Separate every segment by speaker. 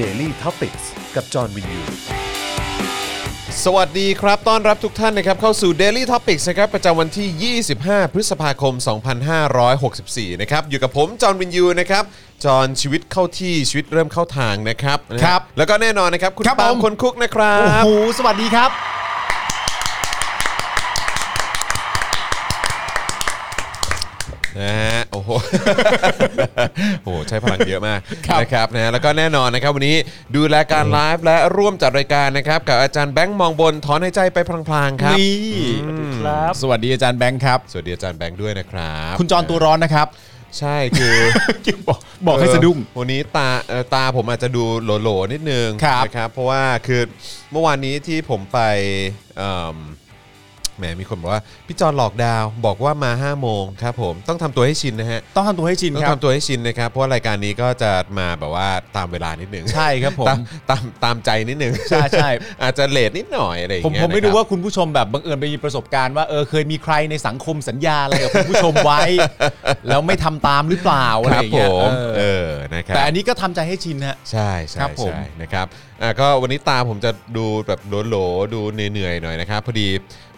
Speaker 1: Daily t o p i c กกับจอห์นวินยู
Speaker 2: สวัสดีครับ ต้อนรับทุกท่านนะครับ เข้าสู่ Daily Topics นะครับ ประจำวันที่ 25 พฤษภาคม 2564 นะครับ อยู่กับผมจอห์นวินยูนะครับ จอห์นชีวิตเข้าที่ชีวิตเริ่มเข้าทางนะครับ
Speaker 3: ครับ
Speaker 2: นะแล้วก็แน่นอนนะครับ คุณ
Speaker 3: ครับ
Speaker 2: ปาล์ม
Speaker 3: ผม
Speaker 2: คนคุกนะครับ
Speaker 3: โอ้โห สวัสดีครับ
Speaker 2: นะฮะโอ้โห โอ้โหใช้พลังเยอะมากนะครับนะฮะแล้วก็แน่นอนนะครับวันนี้ดูแลการไลฟ์และร่วมจัดรายการนะครับกับอาจารย์แบงค์มองบนถอนหายใจไปพลางๆครับ
Speaker 3: นี่
Speaker 4: ครับ
Speaker 3: สวัสดีอาจารย์แบงค์ครับ
Speaker 2: สวัสดีอาจารย์แบงค์ด้วยนะครับ
Speaker 3: คุณจรตัวร้อนนะครับ
Speaker 2: ใช่คือ
Speaker 3: บอกบอกให้สะดุ้ง
Speaker 2: เออวันนี้ตาเอ่อตาผมอาจจะดูโหลๆนิดนึง
Speaker 3: ครับ
Speaker 2: นะครับเพราะว่าคือเมื่อวานนี้ที่ผมไปเอิ่มแหมมีคนบอกว่าพี่จอนหลอกดาวน์บอกว่ามา5้าโมงครับผมต้องทำตัวให้ชินนะฮะ
Speaker 3: ต้องทำตัวให้ชิน
Speaker 2: ต้อง
Speaker 3: ครับ
Speaker 2: ทำตัวให้ชินนะครับเพราะว่ารายการนี้ก็จะมาแบบว่าตามเวลานิดนึง
Speaker 3: ใช่ครับผม
Speaker 2: ตามตามตามใจนิดนึง
Speaker 3: ใช่ใช่
Speaker 2: อาจจะเลทนิดหน่อยอะไรอย่าง
Speaker 3: ผม
Speaker 2: เงี้ย
Speaker 3: ผมไม่
Speaker 2: นะครับ
Speaker 3: รู้ว่าคุณผู้ชมแบบบังเอิญไปมีประสบการณ์ว่าเออเคยมีใครในสังคมสัญญาอะไรกับคุณผู้ชมไว้ แล้วไม่ทำตามหรือเปล่าอะ
Speaker 2: ค
Speaker 3: ไร
Speaker 2: รับ
Speaker 3: อย่าง
Speaker 2: ผ
Speaker 3: เงี้ย
Speaker 2: ม
Speaker 3: เอ
Speaker 2: เอ
Speaker 3: อ
Speaker 2: อนะครับ
Speaker 3: แต่อันนี้ก็ทำใจให้ชินฮะ
Speaker 2: ใช่ใช่
Speaker 3: ครับผม
Speaker 2: ใช่นะครับอ่ะก็วันนี้ตาผมจะดูแบบโหลๆดูเหนื่อยๆหน่อยนะครับ พอดี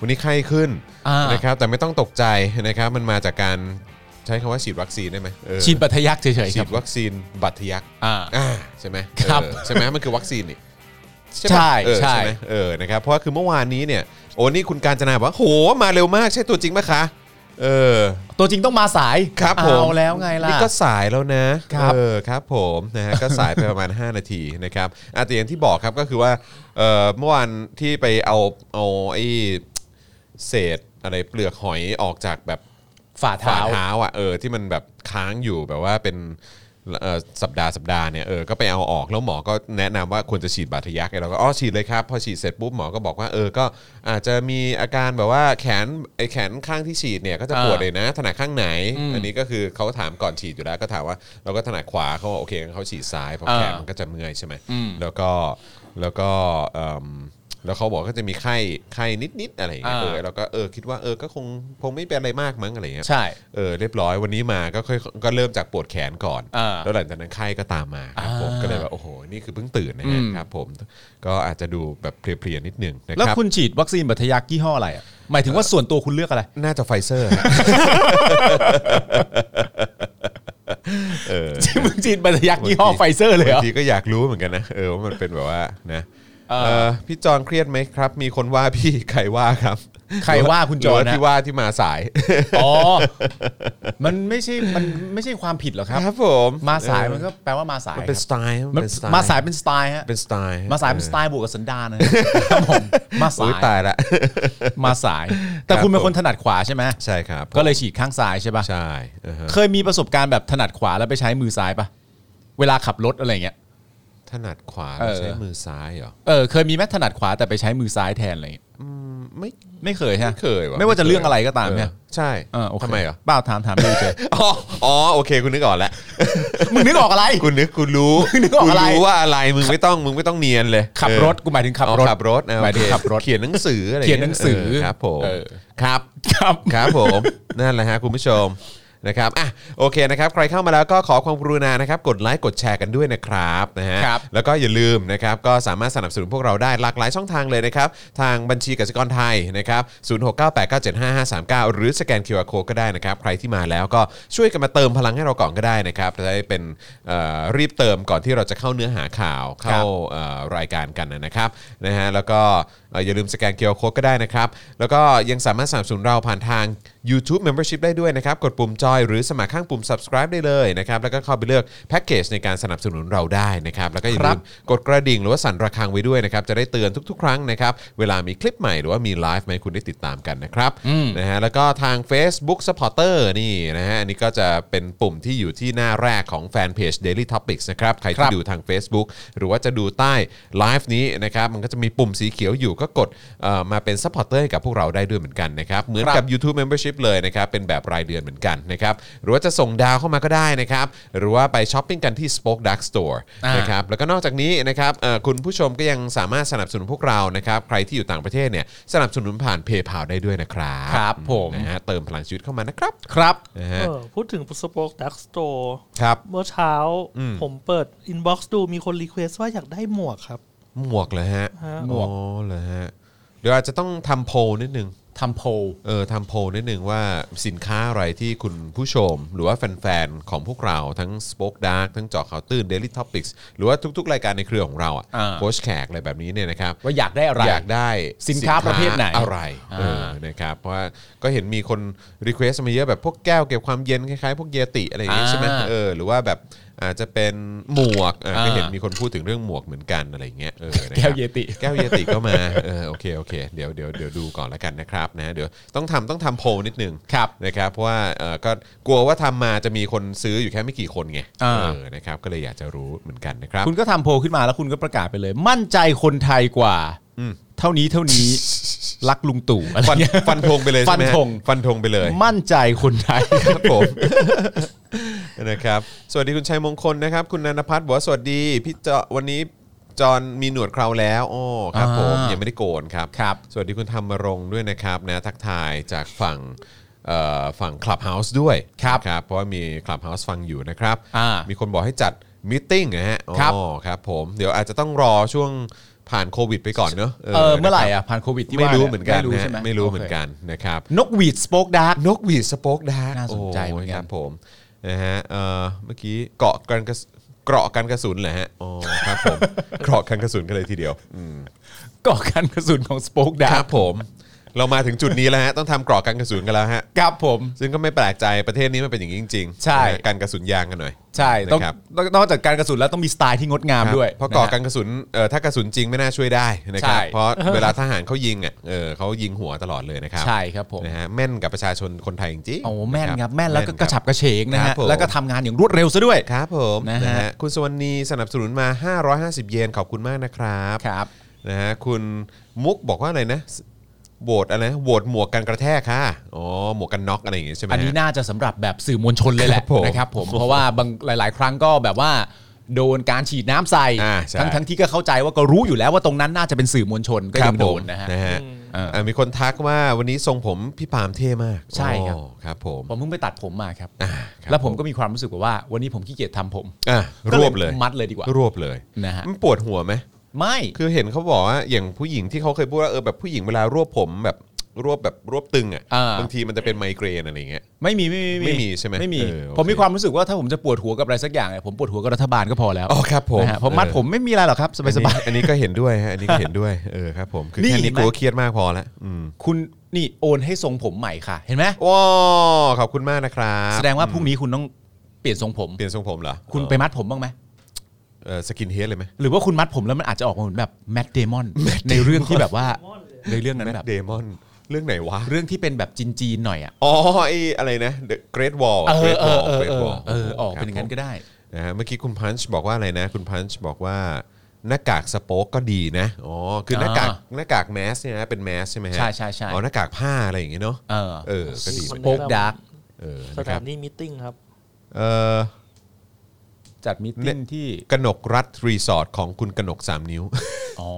Speaker 2: วันนี้ไข้ขึ้น
Speaker 3: อ่าน
Speaker 2: นะครับแต่ไม่ต้องตกใจนะครับ มันมาจากการใช้คำว่าฉีดวัคซีนได้ไหมเออ
Speaker 3: ชินปัทยักเฉยๆค
Speaker 2: ฉี
Speaker 3: รับ
Speaker 2: ดวัคซีนบัตรทะยัก
Speaker 3: อ่า
Speaker 2: อ่าใช่ไหม
Speaker 3: ครับ
Speaker 2: เออใช่ไหมมันคือวัคซีนนี่
Speaker 3: ใช่
Speaker 2: เออ
Speaker 3: ใช่
Speaker 2: ไหมเออนะครับเพราะว่าคือเมื่อวานนี้เนี่ยโอ้นี่คุณการจนาบอกว่าโหมาเร็วมากใช่ตัวจริงไหมคะ เออ
Speaker 3: ตัวจริงต้องมาสาย
Speaker 2: ครับผม
Speaker 3: เอาแล้วไงล่ะ
Speaker 2: นี่ก็สายแล้วนะครับ เออครับผมนะ ฮะก็สายไปประมาณ 5 นาทีนะครับอาแต่อย่างที่บอกครับก็คือว่าเอ่อเมื่อวานที่ไปเอาเอาไอ้เศษอะไรเปลือกหอยออกจากแบบ
Speaker 3: ฝ่า
Speaker 2: ฝ่า
Speaker 3: เท้า
Speaker 2: เท้าอ่ะเออที่มันแบบค้างอยู่แบบว่าเป็นเอ่อสัปดาห์สัปดาห์เนี่ยเออก็ไปเอาออกแล้วหมอก็แนะนำว่าควรจะฉีดบาดทะยักไงเราก็อ๋อฉีดเลยครับพอฉีดเสร็จปุ๊บหมอก็บอกว่าเออก็อาจจะมีอาการแบบว่าแขนไอ้แขนข้างที่ฉีดเนี่ยก็จะปวดเลย
Speaker 3: อ่า
Speaker 2: นะถนัดข้างไหน อันนี้ก็คือเขาถามก่อนฉีดอยู่แล้วก็ถามว่าเราก็ถนัดขวาเขาบอกโอเคงั้นเขาฉีดซ้ายเพราะ
Speaker 3: อ่า
Speaker 2: แขนมันก็จะเมื่อยใช่ไหมแล้วก็แล้วก็เอิ่มแล้วเขาบอกก็จะมีไข้ไข้นิดๆอะไรอย่างเงี้ย
Speaker 3: อ่า
Speaker 2: เออเราก็เออคิดว่าเออก็คงคงไม่เป็นอะไรมากมั้งอะไรอย่างเงี้ย
Speaker 3: ใช่
Speaker 2: เออเรียบร้อยวันนี้มาก็ค่อยก็เริ่มจากปวดแขนก่อน
Speaker 3: อ่า
Speaker 2: แล้วหลังจากนั้นไข้ก็ตามมาครับผม
Speaker 3: อ่า
Speaker 2: ก็เลยแบบโอ้โหนี่คือเพิ่งตื่นนะฮะครับผมก็อาจจะดูแบบเพลียๆนิดนึงนะ
Speaker 3: แล้ว
Speaker 2: ครับ
Speaker 3: คุณฉีดวัคซีนบัทยักยี่ห้ออะไรอะหมายถึงว่าส่วนตัวคุณเลือกอะไร
Speaker 2: น่าจะไฟเซอร์
Speaker 3: ที่มึงฉีดบัทยักยี่ ห้อไฟเซอร์เลยเหรอ
Speaker 2: บางทีก็อยากรู้เหมือนกันนะเออว่ามันเป็นแบบว่านะ
Speaker 3: เออ
Speaker 2: เออพี่จอนเครียดไหมครับ มีคนว่าพี่ใครว่าครับ
Speaker 3: ใครว่าคุณจอนนะ
Speaker 2: หาที่ว่าที่มาสาย
Speaker 3: อ๋อ มันไม่ใช่ มันไม่ใช่ความผิดหรอกครับ
Speaker 2: ครับผม
Speaker 3: มาสาย
Speaker 2: เออ
Speaker 3: มันก็แปลว่ามาสาย
Speaker 2: มันเป็น
Speaker 3: ค
Speaker 2: ส
Speaker 3: รับ
Speaker 2: ไตล์น
Speaker 3: มัน
Speaker 2: เป็นสไตล์
Speaker 3: มาสายเป็นสไตล์ฮะ
Speaker 2: เป็นสไตล์
Speaker 3: มาสายเป็นสไตล์บวกกับสันดานนะครับครับผม มา
Speaker 2: โอ้
Speaker 3: สาย
Speaker 2: ตายละ
Speaker 3: ยมาสาย แต่คุณเป็นคนถนัดขวาใช่ไหม
Speaker 2: ใช่ครับ
Speaker 3: ก็เลยฉีดข้างซ้ายใช่ปะ
Speaker 2: ใช่อือฮะ
Speaker 3: เคยมีประสบการณ์แบบถนัดขวาแล้วไปใช้มือซ้ายปะเวลาขับรถอะไรเงี้ย
Speaker 2: ถนัดขวา
Speaker 3: เออ
Speaker 2: ใช้มือซ้ายเหรอ
Speaker 3: เออ เคยมีไหมถนัดขวาแต่ไปใช้มือซ้ายแทนอะไรเงี้ย
Speaker 2: ไม่
Speaker 3: ไม่เคยฮะ
Speaker 2: ไม่เคยว่ะ
Speaker 3: ไม่ว่าจะเรื่องอะไรก็ตามเนี่ย
Speaker 2: ใช่
Speaker 3: เออโอเค
Speaker 2: ทำไมเหรอ
Speaker 3: เปล่าถามถามดูเฉย
Speaker 2: อ๋ออ๋อโอเคคุณนึกออกแล้ว
Speaker 3: มึงนึกออกอะไร
Speaker 2: กูนึกกูรู้
Speaker 3: มึงนึกออกอะไร
Speaker 2: ว่าอะไรมึงไม่ต้องมึงไม่ต้องเนียนเลย
Speaker 3: ขับ
Speaker 2: เออ
Speaker 3: รถกูหมายถึงขับ
Speaker 2: อ๋อ
Speaker 3: รถ
Speaker 2: ขับรถนะ
Speaker 3: หมายถึง
Speaker 2: โอเค
Speaker 3: ขับรถ
Speaker 2: เขียนหนังสืออะไร
Speaker 3: เขียนหนังสือ
Speaker 2: เครับผม
Speaker 3: เออ
Speaker 2: ครับ
Speaker 3: ครับ
Speaker 2: ครับผม นั่นแหละฮะคุณผู้ชมนะครับอ่ะโอเคนะครับใครเข้ามาแล้วก็ขอความกรุณานะครับกดไลค์กดแชร์กันด้วยนะครับนะฮะ
Speaker 3: ครับ
Speaker 2: แล้วก็อย่าลืมนะครับก็สามารถสนับสนุนพวกเราได้หลากหลายช่องทางเลยนะครับ ทางบัญชีกสิกรไทยนะครับ0698975539 หรือสแกน QR Code ก็ได้นะครับ ใครที่มาแล้วก็ช่วยกันมาเติมพลังให้เราก่อนก็ได้นะครับจะได้เป็นเอ่อรีบเติมก่อนที่เราจะเข้าเนื้อหาข่าว
Speaker 3: ครั
Speaker 2: เข้า
Speaker 3: บ
Speaker 2: เอ่อรายการกันนะครับนะฮะแล้วก็เอ่ออย่าลืมสแกนเคอร์โคก็ได้นะครับ แล้วก็ยังสามารถสนับสนุนเราผ่านทาง YouTube Membership ได้ด้วยนะครับ กดปุ่มจอยหรือสมัครข้างปุ่ม subscribe ได้เลยนะครับ แล้วก็เข้าไปเลือกแพ็กเกจในการสนับสนุนเราได้นะครับ แล้วก็อย่า
Speaker 3: ครั
Speaker 2: ลื
Speaker 3: บ
Speaker 2: มกดกระดิ่งหรือว่าสั่นระฆังไว้ด้วยนะครับ จะได้เตือนทุกๆ ครั้งนะครับ เวลามีคลิปใหม่หรือว่ามีไลฟ์ใหม่คุณได้ติดตามกันนะครับนะฮะแล้วก็ทาง Facebook Supporter นี่นะฮะอันนี้ก็จะเป็นปุ่มที่อยู่ที่หน้าแรกของแฟนเพจ Daily Topics นะครับใคร
Speaker 3: ครั
Speaker 2: ที่
Speaker 3: บ
Speaker 2: ดู ดูทาง Facebook หรือว่าจะดูใต้ไลฟ์นี้นะครับ มันก็จะมีปุ่มสีเขียวอยู่ ก็กดเอ่อมาเป็นซัพพอร์เตอร์ให้กับพวกเราได้ด้วยเหมือนกันนะครับ เหมือนกับ YouTube Membership เลยนะครับ เป็นแบบรายเดือนเหมือนกันนะครับ หรือว่าจะส่งดาวเข้ามาก็ได้นะครับ หรือว่าไปช้อปปิ้งกันที่ Spoke Dark Store
Speaker 3: อ่าน
Speaker 2: นะครับ แล้วก็นอกจากนี้นะครับเอ่อคุณผู้ชมก็ยังสามารถสนับสนุนพวกเรานะครับ ใครที่อยู่ต่างประเทศเนี่ยสนับสนุนผ่านเพย์พาได้ด้วยนะครับ
Speaker 3: ครับผม
Speaker 2: นะฮะเติมพลังชีวิตเข้ามานะครับ
Speaker 3: ครับ
Speaker 2: นะฮะ
Speaker 4: เออพูดถึงสปอคดักสโตร์
Speaker 2: ครับ
Speaker 4: เมื่อเช้าผมเปิดอินบ็อกซ์ดูมีคนรีเควสว่าอยากได้หมวกครับ
Speaker 2: หมวกเหรอฮะ
Speaker 4: ฮะ
Speaker 3: หมวก
Speaker 2: อ๋อเหรอฮะ เดี๋ยวอาจจะต้องทำโพลนิดนึง
Speaker 3: ทำโพล
Speaker 2: เออทำโพลนิดนึงว่าสินค้าอะไรที่คุณผู้ชม หรือว่าแฟนๆ ของพวกเราทั้ง Spoke Dark ทั้งเจาะข่าวตื่น Daily Topics หรือว่าทุกๆ รายการในเครือของเราอ่ะ
Speaker 3: อ่า
Speaker 2: โพสแขกอะไรแบบนี้เนี่ยนะครับ
Speaker 3: ว่าอยากได้อะไร
Speaker 2: อยากได้
Speaker 3: สินค้าประเภทไหน
Speaker 2: อะไร
Speaker 3: อ่า
Speaker 2: เออนะครับเพราะว่าก็เห็นมีคนรีเควสมาเยอะแบบพวกแก้วเก็บความเย็นคล้ายๆพวกเยติอะไรอย่างงี้ใช่ไหมเออหรือว่าแบบอาจจะเป็นหมวกอ่ะก็เห็นมีคนพูดถึงเรื่องหมวกเหมือนกันอะไรอย่างเงี้ยเออนะครับ
Speaker 3: แก้วเยติ
Speaker 2: แก้วเยติก็มา เออโอเคโอเคเดี๋ยวเดี๋ยวเดี๋ยวดูก่อนแล้วกันนะครับนะเดี๋ยวต้องทำต้องทำโพลนิดนึง
Speaker 3: ครับ
Speaker 2: นะครับเพราะว่าเออก็กลัวว่าทำมาจะมีคนซื้ออยู่แค่ไม่กี่คนไง
Speaker 3: อ่า
Speaker 2: เออนะครับก็เลยอยากจะรู้เหมือนกันนะครับ
Speaker 3: คุณก็ทำโพลขึ้นมาแล้วคุณก็ประกาศไปเลย มั่นใจคนไทยกว่า
Speaker 2: อืม
Speaker 3: เท่านี้เท่า นี้ รักลุงตู่อะไร
Speaker 2: ฟัน
Speaker 3: เงี้ย
Speaker 2: ฟันธงไปเลยใช่ไหม
Speaker 3: ฟันธง
Speaker 2: ฟันธงไปเลย
Speaker 3: มั่นใจคนไทย
Speaker 2: ครับผม นะครับสวัสดีคุณชัยมงคลนะครับ คุณนันทพัฒน์บอกว่าสวัสดีพี่จอวันนี้จอนมีหนวดเคราแล้วอ๋อครับผม
Speaker 3: อ่ายั
Speaker 2: ยังไม่ได้โกนครับ
Speaker 3: ครับ
Speaker 2: สวัสดีคุณธรรมรงค์ด้วยนะครับนะทักทายจากฝั่งเอ่อฝั่ง Clubhouse ด้วย
Speaker 3: ครับ
Speaker 2: นะครับเพราะว่ามี Clubhouse ฟังอยู่นะครับ
Speaker 3: อ่ามี
Speaker 2: มีคนบอกให้จัดมิทติ้งนะฮะอ๋อ
Speaker 3: ครับ
Speaker 2: ครับผมเดี๋ยวอาจจะต้องรอช่วงผ่านโควิดไปก่อนเนอะ
Speaker 3: เออเมื่อไหร่อ่ะผ่านโควิดที่
Speaker 2: ไม่
Speaker 3: ว่า
Speaker 2: รู้เหมือนกัน
Speaker 3: ไม่รู้
Speaker 2: นะ
Speaker 3: ใช่ไหม
Speaker 2: ไม่รู้เหมือนกันนะครับ
Speaker 3: นกหวีดสปอกดาร์ก
Speaker 2: นกหวีดสโป็อกดาร์ก
Speaker 3: น่าสนใจเหมือนกัน
Speaker 2: ครับผมนะฮะเอ่อเมื่อกี้เกาะกันกระสเกราะกันกระสุนเหรอฮะอ๋อครับ ผม เกราะกันกระสุนกันเลยทีเดียวอืม
Speaker 3: ก่อการกระสุนของสปอกดา
Speaker 2: ค
Speaker 3: ร์
Speaker 2: รั
Speaker 3: ก
Speaker 2: บผมเรามาถึงจุดนี้แล้วฮะต้องทำเกรอกกันกระสุนกันแล้วฮะ
Speaker 3: ครับผม
Speaker 2: ซึ่งก็ไม่แปลกใจประเทศนี้มันเป็นอย่างนี้จริงๆ
Speaker 3: ใช่
Speaker 2: นะฮะการกระสุนยางกันหน่อย
Speaker 3: ใช่ต้อง
Speaker 2: นะครับ
Speaker 3: ต้องนอกจากการกระสุนแล้วต้องมีสไตล์ที่งดงามด้วย
Speaker 2: ครับเพราะก่อกัน
Speaker 3: นฮ
Speaker 2: กระสุนเอ่อถ้ากระสุนจริงไม่น่าช่วยได้นะครับ
Speaker 3: ใช่
Speaker 2: เพราะเวลาทหารเขายิงอ่ะเออเขายิงหัวตลอดเลยนะครับ
Speaker 3: ใช่ครับผม
Speaker 2: นะฮะแม่นกับประชาชนคนไทยจริงๆ
Speaker 3: โอ้แม่น
Speaker 2: นะ
Speaker 3: ครับแม่นแล้วก็กระฉับกระเฉงนะ
Speaker 2: ครั
Speaker 3: ฮะ
Speaker 2: บผม
Speaker 3: แล้วก็ทำงานอย่างรวดเร็วซะด้วย
Speaker 2: ครับผม
Speaker 3: นะฮะ
Speaker 2: นะฮะคุณสวรรณีสนับสนุนมา 550 เยนขอบคุณมากนะครับ
Speaker 3: ครับ
Speaker 2: นะฮะคุณมุกบอกว่าอะไรนะโหวตอะไรนะโหวตหมวกกันกระแทกค่ะอ๋อหมวกกันน็อกอะไรอย่างงี้ใช่ไหม
Speaker 3: อันนี้
Speaker 2: ฮะ
Speaker 3: น่าจะสำหรับแบบสื่อมวลชนเลยแห
Speaker 2: ครั
Speaker 3: ละ
Speaker 2: บผม
Speaker 3: นะครับผมเพราะว่าบางหลาย ๆ ครั้งก็แบบว่า โดนการฉีดน้ำใส่
Speaker 2: อ่าใช่
Speaker 3: ทั้งทั้งที่ก็เข้าใจว่าก็รู้อยู่แล้วว่าตรงนั้นน่าจะเป็นสื่อมวลชนก็ยังโดนนะฮะ
Speaker 2: ครับผมนะฮะ
Speaker 3: เออ
Speaker 2: เอ่อมีคนทักว่าวันนี้ทรงผมพี่ปาล์มเท่มาก
Speaker 3: ใช่ครับ
Speaker 2: อ๋อครับผม
Speaker 3: ผมเพิ่งไปตัดผมมาครับ
Speaker 2: อ่าครับ
Speaker 3: แล้วผมก็มีความรู้สึกว่าวันนี้ผมขี้เกียจทำผม
Speaker 2: อ่ะรวบเลย
Speaker 3: มัดเลยดีกว่า
Speaker 2: รวบเลย
Speaker 3: นะฮะ
Speaker 2: มันปวดหัวไหม
Speaker 3: ไม่
Speaker 2: คือเห็นเขาบอกว่าอย่างผู้หญิงที่เขาเคยพูดว่าเออแบบผู้หญิงเวลารวบผมแบบรวบแบบรวบตึงอ่ะ
Speaker 3: อ่า
Speaker 2: บางทีมันจะเป็นไมเกรนอะไรอย่างเงี้ย
Speaker 3: ไม่มีไม่มี
Speaker 2: ไม่มีใช่ไหม
Speaker 3: ไม่มี
Speaker 2: เออโอเค
Speaker 3: ผมมีความรู้สึกว่าถ้าผมจะปวดหัวกับอะไรสักอย่างเนี่ยผมปวดหัวกับรัฐบาลก็พอแล้ว
Speaker 2: อ๋อครับผม
Speaker 3: นะฮะผมมัดผมไม่มีอะไรหรอกครับส
Speaker 2: เออบอัน
Speaker 3: าย
Speaker 2: นี้อันนี้ก็เห็นด้วยฮะอันนี้ก็เห็น ด้วยเออครับผมคือ
Speaker 3: นี่
Speaker 2: แค่นี้
Speaker 3: เห็นไหม
Speaker 2: กูก็เครียดมากพอแล้วอืม
Speaker 3: ๆคุณนี่โอนให้ทรงผมใหม่ค่ะ เห็นไหม
Speaker 2: ว้าขอบคุณมากนะครับ
Speaker 3: แสดงว่าพรุ่งนี้คุณต้องเปลี่ยนทรงผม
Speaker 2: เปลี่ยนทรงผมเหรอ
Speaker 3: คุณไปมัดผมบ้างไหม
Speaker 2: เออสกินเฮดเลยไหม
Speaker 3: หรือว่าคุณมัดผมแล้วมันอาจจะออกมาเหมือนแบบแม t เดมอนในเรื่องที่แบบว่า ในเรื่องนั้น
Speaker 2: แม
Speaker 3: แบบ
Speaker 2: ทเดมอนเรื่องไหนวะ
Speaker 3: เรื่องที่เป็นแบบจีนๆหน่อยอ่ะ
Speaker 2: อ๋อไออะไรนะ The Great Wall
Speaker 3: เอ
Speaker 2: Great
Speaker 3: อเอ
Speaker 2: Wall
Speaker 3: อเออ
Speaker 2: Great
Speaker 3: เอ
Speaker 2: Wall
Speaker 3: อเออออกเป็นอย่างนั้น
Speaker 2: ค
Speaker 3: ก็
Speaker 2: รับ
Speaker 3: ได้
Speaker 2: ผมนะฮะเมื่อกี้คุณพันช์บอกว่าอะไรนะ คุณพันช์บอกว่าหน้ากากสโป๊กก็ดีนะอ๋อคือหน้ากาก
Speaker 3: อ่า
Speaker 2: หน้ากากแมสเนี่ยนะเป็นแมสใช่ไหมฮะ
Speaker 3: ใช่ใช่ใช่
Speaker 2: อ๋อหน้ากากผ้าอะไรอย่างเงี้ยเนาะ
Speaker 3: เออ
Speaker 2: เออก็ดีเหมือน
Speaker 4: น
Speaker 2: กัน
Speaker 4: แนะนำ
Speaker 3: โป๊กดาร์ก
Speaker 2: เออ
Speaker 4: ส
Speaker 2: นะค
Speaker 4: ถา
Speaker 2: รับ
Speaker 4: นที่มิทติ้งครับ
Speaker 2: เออ
Speaker 3: จัดมิทติ้งที่
Speaker 2: กนกรัฐรีสอร์ทของคุณกนก 3 นิ้ว
Speaker 3: อ๋อ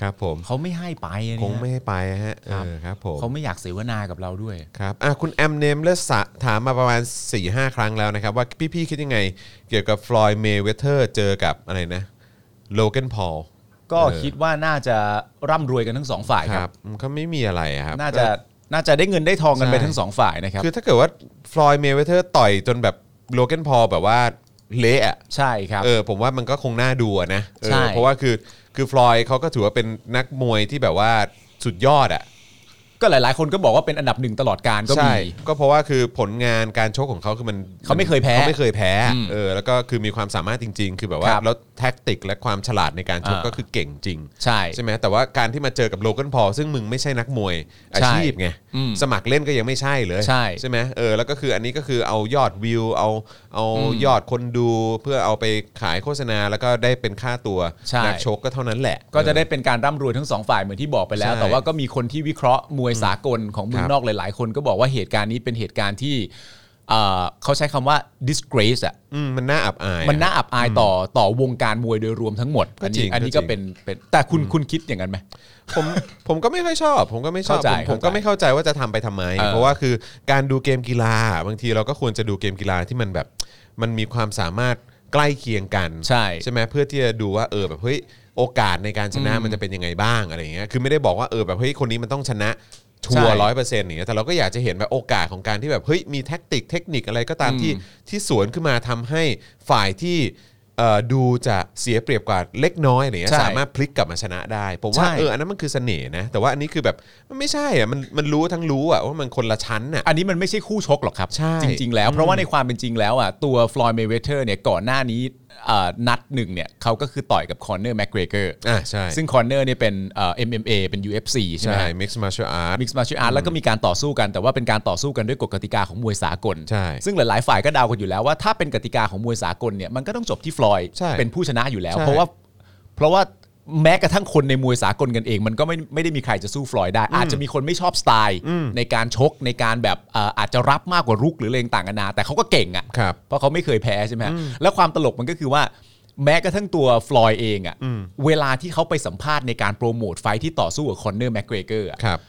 Speaker 2: ครับผม
Speaker 3: เขาไม่ให้ไปอัน
Speaker 2: ค
Speaker 3: นี้
Speaker 2: งไม่
Speaker 3: ฮะ
Speaker 2: ให้ไปฮะ
Speaker 3: ครับ
Speaker 2: เออครับผม
Speaker 3: เขาไม่อยากเสวนากับเราด้วย
Speaker 2: ครับอ่ะคุณแอมเนมเลสถามมาประมาณ 4-5 ครั้งแล้วนะครับ ว่าพี่ๆคิดยังไง เกี่ยวกับฟลอยเมเวเทอร์เจอกับอะไรนะโลเกนพอล
Speaker 3: ก็
Speaker 2: เออ
Speaker 3: คิดว่าน่าจะร่ำรวยกันทั้งสองฝ่าย
Speaker 2: ค
Speaker 3: ค
Speaker 2: รั
Speaker 3: รั
Speaker 2: บบ มันก็ไม่มีอะไรอะครับ
Speaker 3: น่าจะน่าจะได้เงินได้ทองกันไปทั้งสองฝ่ายนะครับ
Speaker 2: คือถ้าเกิดว่าฟลอยเมเวเทอร์ต่อยจนแบบโลเกนพอลแบบว่าเละอะ
Speaker 3: ใช่ครับ
Speaker 2: เออผมว่ามันก็คงน่าดูอะนะเออ
Speaker 3: ใช่
Speaker 2: เพราะว่าคือคือฟลอยเขาก็ถือว่าเป็นนักมวยที่แบบว่าสุดยอดอะ
Speaker 3: ก็หลาย ๆ คนก็บอกว่าเป็นอันดับหนึ่งตลอดการก็
Speaker 2: ใช่
Speaker 3: มี
Speaker 2: ก็เพราะว่าคือผลงานการชกของเขาคือมัน
Speaker 3: เขาไม่เคยแพ้
Speaker 2: เขาไม่เคยแพ้
Speaker 3: อืม
Speaker 2: เออแล้วก็คือมีความสามารถจริง ๆ คือแบบว่า
Speaker 3: ครับ
Speaker 2: แล้วแท็กติกและความฉลาดในการชก
Speaker 3: อ่า
Speaker 2: ก็คือเก่งจริง
Speaker 3: ใช่
Speaker 2: ใช่ไหมแต่ว่าการที่มาเจอกับโลกันพอลซึ่งมึงไม่ใช่นักมวยอาชีพไง
Speaker 3: อืม
Speaker 2: สมัครเล่นก็ยังไม่ใช่เลย
Speaker 3: ใช่
Speaker 2: ไหมเออแล้วก็คืออันนี้ก็คือเอายอดวิวเอาเอา
Speaker 3: อืม
Speaker 2: ยอดคนดูเพื่อเอาไปขายโฆษณาแล้วก็ได้เป็นค่าตัว
Speaker 3: ใช่
Speaker 2: นัชกก็เท่านั้นแหละ
Speaker 3: ก็จะได้เป็นการร่ำรวยทั้งสองฝ่ายเหมือนที่บอกไปแล้ว
Speaker 2: ใช่
Speaker 3: แต่ว่าก็มีคนที่วิเคราะห์มวยสากลของเมือ
Speaker 2: ค
Speaker 3: ง
Speaker 2: รับ
Speaker 3: นอกหลาย ๆ คนก็บอกว่าเหตุการณ์นี้เป็นเหตุการณ์ที่เอ่อเขาใช้คำว่า disgrace อ่ะ
Speaker 2: ืมมันน่าอับอาย
Speaker 3: มันน่าอับอายต่อต่อวงการมวยโดยรวมทั้งหมด
Speaker 2: ก็
Speaker 3: อัน
Speaker 2: จริ
Speaker 3: นี้
Speaker 2: ง
Speaker 3: อันนี้
Speaker 2: ก็จ
Speaker 3: ก็
Speaker 2: ริง
Speaker 3: เป็นเป็นแต่คุณคุณคิดอย่างนั้นไหม
Speaker 2: ผม ผมก็ไม่ค่อยชอบ ผมก็ไม่ชอบ
Speaker 3: เข้าใจ
Speaker 2: ผมผมก็ไม่เข้าใจว่าจะทำไปทำไม
Speaker 3: เออ
Speaker 2: เพราะว่าคือการดูเกมกีฬา บางทีเราก็ควรจะดูเกมกีฬาที่มันแบบ มันมีความสามารถใกล้เคียงกัน
Speaker 3: ใช่
Speaker 2: ใช่ไหมเพื่อที่จะดูว่าเออแบบเฮ้ยโอกาสในการชนะ
Speaker 3: อืม
Speaker 2: มันจะเป็นยังไงบ้างอะไรอย่างเงี้ยคือไม่ได้บอกว่าเออแบบเฮ้ยคนนี้มันต้องชนะชัว
Speaker 3: ใช่
Speaker 2: ร้อยเปอร์เซ็นต์อย่างเงี้ยแต่เราก็อยากจะเห็นแบบโอกาสของการที่แบบเฮ้ยมีแท็กติกเทคนิคอะไรก็ตาม
Speaker 3: อืม
Speaker 2: ที่ที่สวนขึ้นมาทำให้ฝ่ายที่เอ่อดูจะเสียเปรียบกว่าเล็กน้อยอะไรเงี้ย
Speaker 3: ใช่
Speaker 2: สามารถพลิกกลับมาชนะได้ผมว่า
Speaker 3: ใช่
Speaker 2: เออ อันนั้นมันคือเสน่ห์นะ แต่ว่าอันนี้คือแบบมันไม่ใช่อ่ะมันมันรู้ทั้งรู้อ่ะว่ามันคนละชั้นอ่ะ
Speaker 3: อันนี้มันไม่ใช่คู่ชกหรอกครับ
Speaker 2: ใช่
Speaker 3: จริง ๆ แล้ว เพราะว่าในความเป็นจริงแล้วอ่ะตัวฟลอยด์เมเวเทอร์เนี่ยก่อนหน้านี้เอ่อนัดหนึ่งเนี่ยเขาก็คือต่อยกับคอนเนอร์แมกเกรเกอร์
Speaker 2: อ่าใช่
Speaker 3: ซึ่งคอนเนอร์เนี่ยเป็นเอ่อ MMA เป็น UFC ใช่ไหม
Speaker 2: ใช่
Speaker 3: ฮะ
Speaker 2: mixed martial art
Speaker 3: มิกซ์มาชิอาร์ตแล้วก็มีการต่อสู้กัน แต่ว่าเป็นการต่อสู้กันด้วยกฎกติกาของมวยสากล
Speaker 2: ใช่
Speaker 3: ซึ่งหลายๆฝ่ายก็เดากันอยู่แล้วว่าถ้าเป็นกติกาของมวยสากลเนี่ยมันก็ต้องจบที่ฟลอยด์
Speaker 2: ใช่
Speaker 3: เป็นผู้ชนะอยู่แล้ว
Speaker 2: ใช่
Speaker 3: เพราะว่าเพราะว่าแม้กระทั่งคนในมวยสากลกันเอง มันก็ไม่ไม่ได้มีใครจะสู้ฟลอยด์ได้ อาจจะมีคนไม่ชอบสไตล์ ในการชกในการแบบเอ่ออาจจะรับมากกว่ารุกหรืออะไรต่างกันานาแต่เขาก็เก่งอ่ะ
Speaker 2: ครับ
Speaker 3: เพราะเขาไม่เคยแพ้ใช่ไหมฮะแล้วความตลกมันก็คือว่า แม้กระทั่งตัวฟลอยด์เองอ่ะเวลาที่เขาไปสัมภาษณ์ในการโปรโมทไฟท์ที่ต่อสู้กับคอนเนอร์แมกเกรเกอร์อะ
Speaker 2: ครับ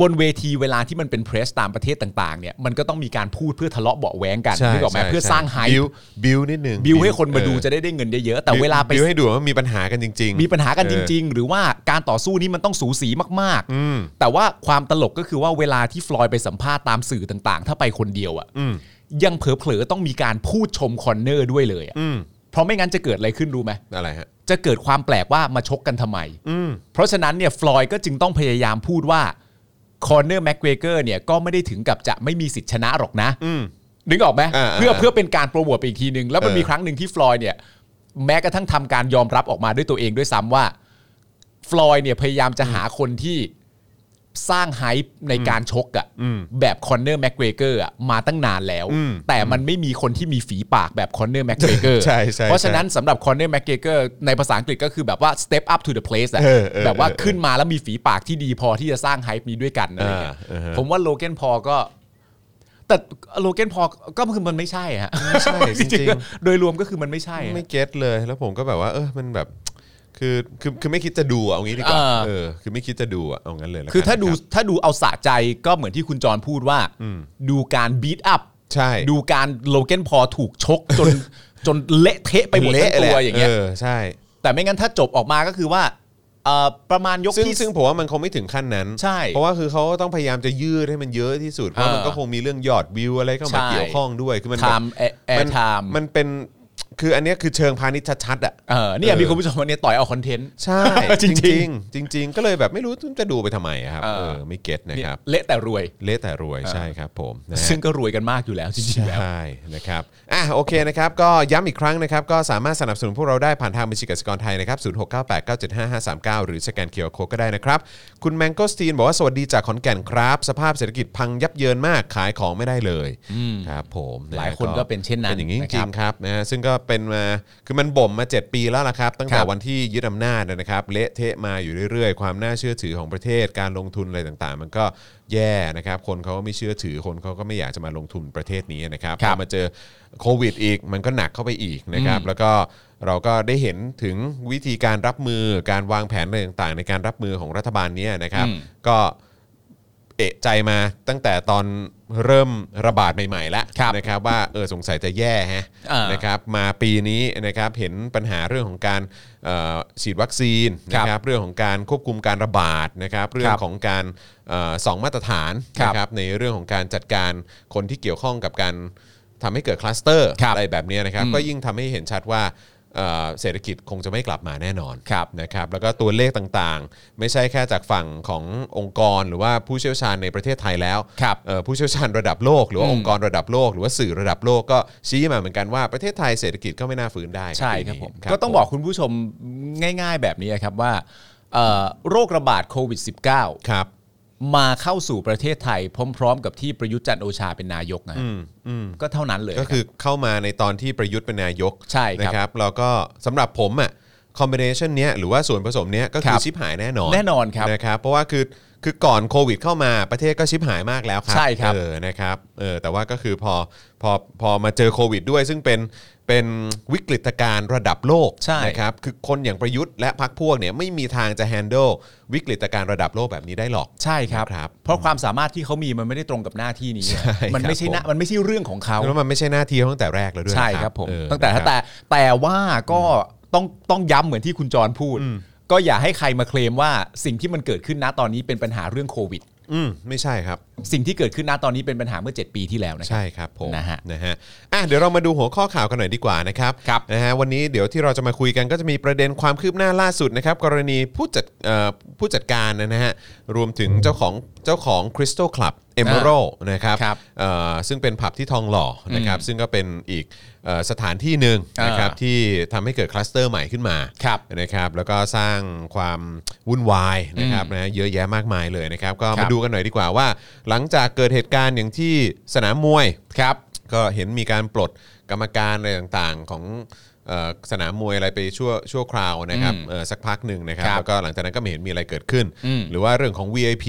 Speaker 3: บนเวทีเวลาที่มันเป็นเพรสตามประเทศต่างๆเนี่ยมันก็ต้องมีการพูดเพื่อทะเลาะเบาะแว้งกัน
Speaker 2: ใช่
Speaker 3: นึกออกไหม
Speaker 2: ใช่
Speaker 3: เพื่อสร้างไฮ
Speaker 2: บิวบิวนิดนึง
Speaker 3: บิวให้คนมาดู
Speaker 2: เออ
Speaker 3: จะได้ได้เงินเยอะๆแต่เวลาไป
Speaker 2: บิวให้ดูว่ามีปัญหากันจริง ๆ
Speaker 3: มีปัญหากัน
Speaker 2: เออ
Speaker 3: จริง ๆ หรือว่าการต่อสู้นี้มันต้องสูสีมาก
Speaker 2: อืม
Speaker 3: ๆ แต่ว่าความตลกก็คือว่าเวลาที่ฟลอยด์ไปสัมภาษณ์ตามสื่อต่างๆ ถ้าไปคนเดียวอ่ะ
Speaker 2: อืม
Speaker 3: ยังเผลอๆต้องมีการพูดชมคอนเนอร์ด้วยเลยอะ
Speaker 2: อืม
Speaker 3: เพราะไม่งั้นจะเกิดอะไรขึ้นรู้ไหม
Speaker 2: อะไรฮะ
Speaker 3: จะเกิดความแปลกว่ามาชกกันทำไม
Speaker 2: อืม
Speaker 3: เพราะฉะนั้นเนี่ยฟลอยด์ก็จึงต้องพยายามพูดว่าคอนเนอร์แม็กเกรเกอร์เนี่ยก็ไม่ได้ถึงกับจะไม่มีสิทธิชนะหรอกนะ
Speaker 2: อืม
Speaker 3: นึกออกไหม
Speaker 2: อ่าๆ
Speaker 3: เพื่อเพื่อเป็นการโปรโมทไปอีกทีนึง แล้วมัน
Speaker 2: เออ
Speaker 3: มีครั้งหนึ่งที่ฟลอยด์เนี่ยแม้กระทั่งทำการยอมรับออกมาด้วยตัวเองด้วยซ้ำว่าฟลอยด์เนี่ยพยายามจะหาคนที่สร้างไฮป์ในการชกอะแบบคอนเนอร์แม็กเกรเกอร์อะมาตั้งนานแล้ว แต่มันไม่มีคนที่มีฝีปากแบบคอนเนอร์แม็กเกรเกอร์
Speaker 2: ใช่ใช่
Speaker 3: เพราะฉะนั้นสำหรับคอนเนอร์แม็กเกรเกอร์ในภาษาอังกฤษก็คือแบบว่า step up to the place อะ
Speaker 2: เออเออ
Speaker 3: แบบว่า
Speaker 2: เออ
Speaker 3: ขึ้นมาแล้วมีฝีปากที่ดีพอที่จะสร้างไฮป์นี้ด้วยกันอะไรเงี้ย
Speaker 2: อ่าอ่าฮะ
Speaker 3: ผมว่าโลเกนพอลก็ แต่โลเกนพอลก็คือมันไม่ใช่ฮะ
Speaker 2: ไม่ใช่จ
Speaker 3: จริ
Speaker 2: ริ
Speaker 3: ง
Speaker 2: ง
Speaker 3: ๆก็โดยรวมก็คือมันไม่ใช่
Speaker 2: ๆ
Speaker 3: ฮะ
Speaker 2: ไม่เก็ตเลยแล้วผมก็แบบว่า เออมันแบบคือคือคือไม่คิดจะดูอะเอางี้ดีกว่า
Speaker 3: เออ
Speaker 2: เออคือไม่คิดจะดูอะเอางั้นเลยละกัน
Speaker 3: คือถ้าดู
Speaker 2: รับ
Speaker 3: ถ้าดูเอาสะใจก็เหมือนที่คุณจรพูดว่า ดูการบีทอัพ
Speaker 2: ใช่
Speaker 3: ดูการโลเกนพอลถูกชกจน จนเละเทะไปหมดทั้
Speaker 2: เละ
Speaker 3: งตั
Speaker 2: แห
Speaker 3: ว
Speaker 2: ละ
Speaker 3: อย่างเงี้ย
Speaker 2: เออใช่
Speaker 3: แต่ไม่งั้นถ้าจบออกมาก็คือว่าเอ่อประมาณยก
Speaker 2: ซึ่ง
Speaker 3: ที่
Speaker 2: ซึ่งผมว่ามันคงไม่ถึงขั้นนั้น
Speaker 3: ใช่
Speaker 2: เพราะว่าคือเขาก็ต้องพยายามจะยืดให้มันเยอะที่สุด เพราะ
Speaker 3: อ่ามั
Speaker 2: มันก็คงมีเรื่องยอดวิวอะไรเข้ามา
Speaker 3: ใช่
Speaker 2: เกี่ยวข้องด้วย คือมัน
Speaker 3: ไทม์แอ
Speaker 2: มั
Speaker 3: ร์ไทม์
Speaker 2: มันเป็น คืออันเนี้ยคือเชิงพาณิชย์ชัดๆอ่ะ
Speaker 3: เออเนี่ย
Speaker 2: เออ
Speaker 3: มีคุณผู้ชมวันนี้ต่อยเอาคอนเทนต์
Speaker 2: ใช่
Speaker 3: จริงๆ
Speaker 2: จริง ๆ จริง ๆ ก็เลยแบบไม่รู้จะดูไปทำไมอะครับ
Speaker 3: เออ
Speaker 2: เออไม่เก็ตนะ
Speaker 3: เนี่ย
Speaker 2: ครับ
Speaker 3: เละแต่รวย
Speaker 2: เละแต่รวยใช่ครับผมนะฮะ
Speaker 3: ซึ่งก็รวยกันมากอยู่แล้วจริงๆแล้ว
Speaker 2: ใช่นะครับอ่ะโอเคนะครับก็ย้ำอีกครั้งนะครับก็สามารถสนับสนุนพวกเราได้ผ่านทางบัญชีกสิกรไทยนะครับศูนย์หกเหรือสแกนเคอร์โคก็ได้นะครับ คุณแมงโกสตีนบอกว่าสวัสดีจากขอนแก่นครับ สภาพเศรษฐกิจพังยับเยินมากขายของไม่ได้เลยครับผมะ
Speaker 3: หลายคนก็เป็นเช่นนั้น
Speaker 2: เป็นอย่างนี้จ
Speaker 3: นะค
Speaker 2: ริ
Speaker 3: รั
Speaker 2: ง
Speaker 3: บ
Speaker 2: ๆครับนะฮะซึ่งก็เป็นมาคือมันบ่มมา 7 ปีแล้วล่ะครับ ตั้งแต่
Speaker 3: ครับ
Speaker 2: วันที่ยึดอำนาจนะครับเละเทะมาอยู่เรื่อยๆ ความน่าเชื่อถือของประเทศการลงทุนอะไรต่างๆ มันก็แย่นะครับ คนเขาก็ไม่เชื่อถือคนเขาก็ไม่อยากจะมาลงทุนประเทศนี้นะครับพอมาเจอโควิดอีกมันก็หนักเข้าไปอีกนะครับแล้วก็เราก็ได้เห็นถึงวิธีการรับมือการวางแผนอะไรต่างๆ ในการรับมือของรัฐบาลเนี้นะครับ ก็ เอะใจมาตั้งแต่ตอนเริ่มระบาดใหม่ๆแล้ว
Speaker 3: ครับ
Speaker 2: นะครับว่าเออสงสัยจะแย่ฮะ
Speaker 3: อ่าน
Speaker 2: นะครับมาปีนี้นะครับเห็นปัญหาเรื่องของการเอ่อฉีดวัคซีน
Speaker 3: ครับ
Speaker 2: นะครับเรื่องของการควบคุมการระบาดนะครับเรื่องของการเอ่อสองมาตรฐาน
Speaker 3: ครับ
Speaker 2: นะครับในเรื่องของการจัดการคนที่เกี่ยวข้องกับการทำให้เกิดคลัสเตอร์
Speaker 3: ครับ
Speaker 2: อะไรแบบเนี้ยนะครับก็ยิ่งทำให้เห็นชัดว่า เอ่อเศรษฐกิจคงจะไม่กลับมาแน่นอน
Speaker 3: ครับ
Speaker 2: นะครับแล้วก็ตัวเลขต่างๆ ไม่ใช่แค่จากฝั่งขององค์กรหรือว่าผู้เชี่ยวชาญในประเทศไทยแล้ว
Speaker 3: ครับ
Speaker 2: เอ่อผู้เชี่ยวชาญระดับโลก หรือว่า
Speaker 3: อืม
Speaker 2: องค์กรระดับโลก หรือว่าสื่อระดับโลกก็ชี้มาเหมือนกันว่าประเทศไทยเศรษฐกิจก็ไม่น่าฟื้นได้
Speaker 3: ใช่ครับผม
Speaker 2: ปีนี้
Speaker 3: ก็ต้องบอกคุณผู้ชมง่ายๆแบบนี้ครับว่าเอ่อโรคระบาดโควิด -19
Speaker 2: ครับ
Speaker 3: มาเข้าสู่ประเทศไทยพร้อม ๆ กับที่ประยุทธ์จันทร์โอชาเป็นนายกนะฮะ
Speaker 2: อืมอืม
Speaker 3: ก็เท่านั้นเลย
Speaker 2: ก็คือเข้ามาในตอนที่ประยุทธ์เป็นนายก
Speaker 3: ใช่ครับ
Speaker 2: นะครับแล้วก็สำหรับผมอ่ะคอมบิเนชันเนี้ยหรือว่าส่วนผสมเนี้ยก็คื
Speaker 3: ค
Speaker 2: อ
Speaker 3: รับ
Speaker 2: ชิบหายแน่นอน
Speaker 3: แน่นอนครับ
Speaker 2: นะครับ เพราะว่าคือคือก่อนโควิดเข้ามาประเทศก็ชิบหายมากแล้วครั
Speaker 3: ใช่ครับ
Speaker 2: เออนะครับเออแต่ว่าก็คือพอพอพอมาเจอโควิดด้วย ซึ่งเป็นเป็นวิกฤตการณ์ระดับโลก
Speaker 3: ใช่
Speaker 2: นะครับคือคนอย่างประยุทธ์และพรรคพวกเนี่ยไม่มีทางจะแฮนด์ลวิกฤตการณ์ระดับโลกแบบนี้ได้หรอก
Speaker 3: ใช่ครับ
Speaker 2: ครับ
Speaker 3: เพราะความสามารถที่เขามีมันไม่ได้ตรงกับหน้าที่นี้
Speaker 2: ใช่
Speaker 3: มันไม่
Speaker 2: ค
Speaker 3: ใช่
Speaker 2: รับ
Speaker 3: หน้า
Speaker 2: ผม
Speaker 3: มันไม่ใช่เรื่องของเขา
Speaker 2: แล้วมันไม่ใช่หน้าที่เขาตั้งแต่แรกแล้วด้วยนะ
Speaker 3: ใช่ครับผม
Speaker 2: เออ
Speaker 3: ตั้งแต่
Speaker 2: นะครั
Speaker 3: ถ้า
Speaker 2: บ
Speaker 3: แต่แต่ว่าก็ต้องต้องย้ำเหมือนที่คุณจรพูด ก็อย่าให้ใครมาเคลมว่าสิ่งที่มันเกิดขึ้นนะตอนนี้เป็นปัญหาเรื่องโควิด
Speaker 2: อืมไม่ใช่ครับ
Speaker 3: สิ่งที่เกิดขึ้นนะตอนนี้เป็นปัญหาเมื่อ 7 ปีที่แล้วนะครั
Speaker 2: ใช่ครับผม
Speaker 3: นะฮะ
Speaker 2: นะฮะอ่ะเดี๋ยวเรามาดูหัวข้อข่าวกันหน่อยดีกว่านะครับ
Speaker 3: ครับ
Speaker 2: นะฮะวันนี้เดี๋ยวที่เราจะมาคุยกันก็จะมีประเด็นความคืบหน้าล่าสุดนะครับกรณีผู้จัดเอ่อผู้จัดการนะฮะรวมถึงเจ้าของเจ้าของ Crystal Club e m e r a l d นะครับ
Speaker 3: ครับ
Speaker 2: เอ่อซึ่งเป็นผับที่ทองหล่อนะครับซึ่งก็เป็นอีกเอ่อสถานที่หนึ่งนะครับ
Speaker 3: อ่า
Speaker 2: ที่ทำให้เกิดคลัสเตอร์ใหม่ขึ้นมา
Speaker 3: ครับ
Speaker 2: นะครับแล้วก็สร้างความวุ่นวายนะครับนะเยอะแยะมากมายเลยนะครับก็
Speaker 3: ครั
Speaker 2: มา
Speaker 3: บ
Speaker 2: ดูกันหน่อยดีกว่าว่า หลังจากเกิดเหตุการณ์อย่างที่สนามมวย
Speaker 3: ครับ
Speaker 2: ก็เห็นมีการปลดกรรมการอะไรต่างๆของเอ่อสนามมวยอะไรไปชั่วชั่วคราวนะครับ
Speaker 3: อืม
Speaker 2: เอ่อสักพักหนึ่งนะครับ
Speaker 3: ครับ
Speaker 2: แล้วก็หลังจากนั้นก็ไม่เห็นมีอะไรเกิดขึ้น
Speaker 3: อืม
Speaker 2: หรือว่าเรื่องของ VIP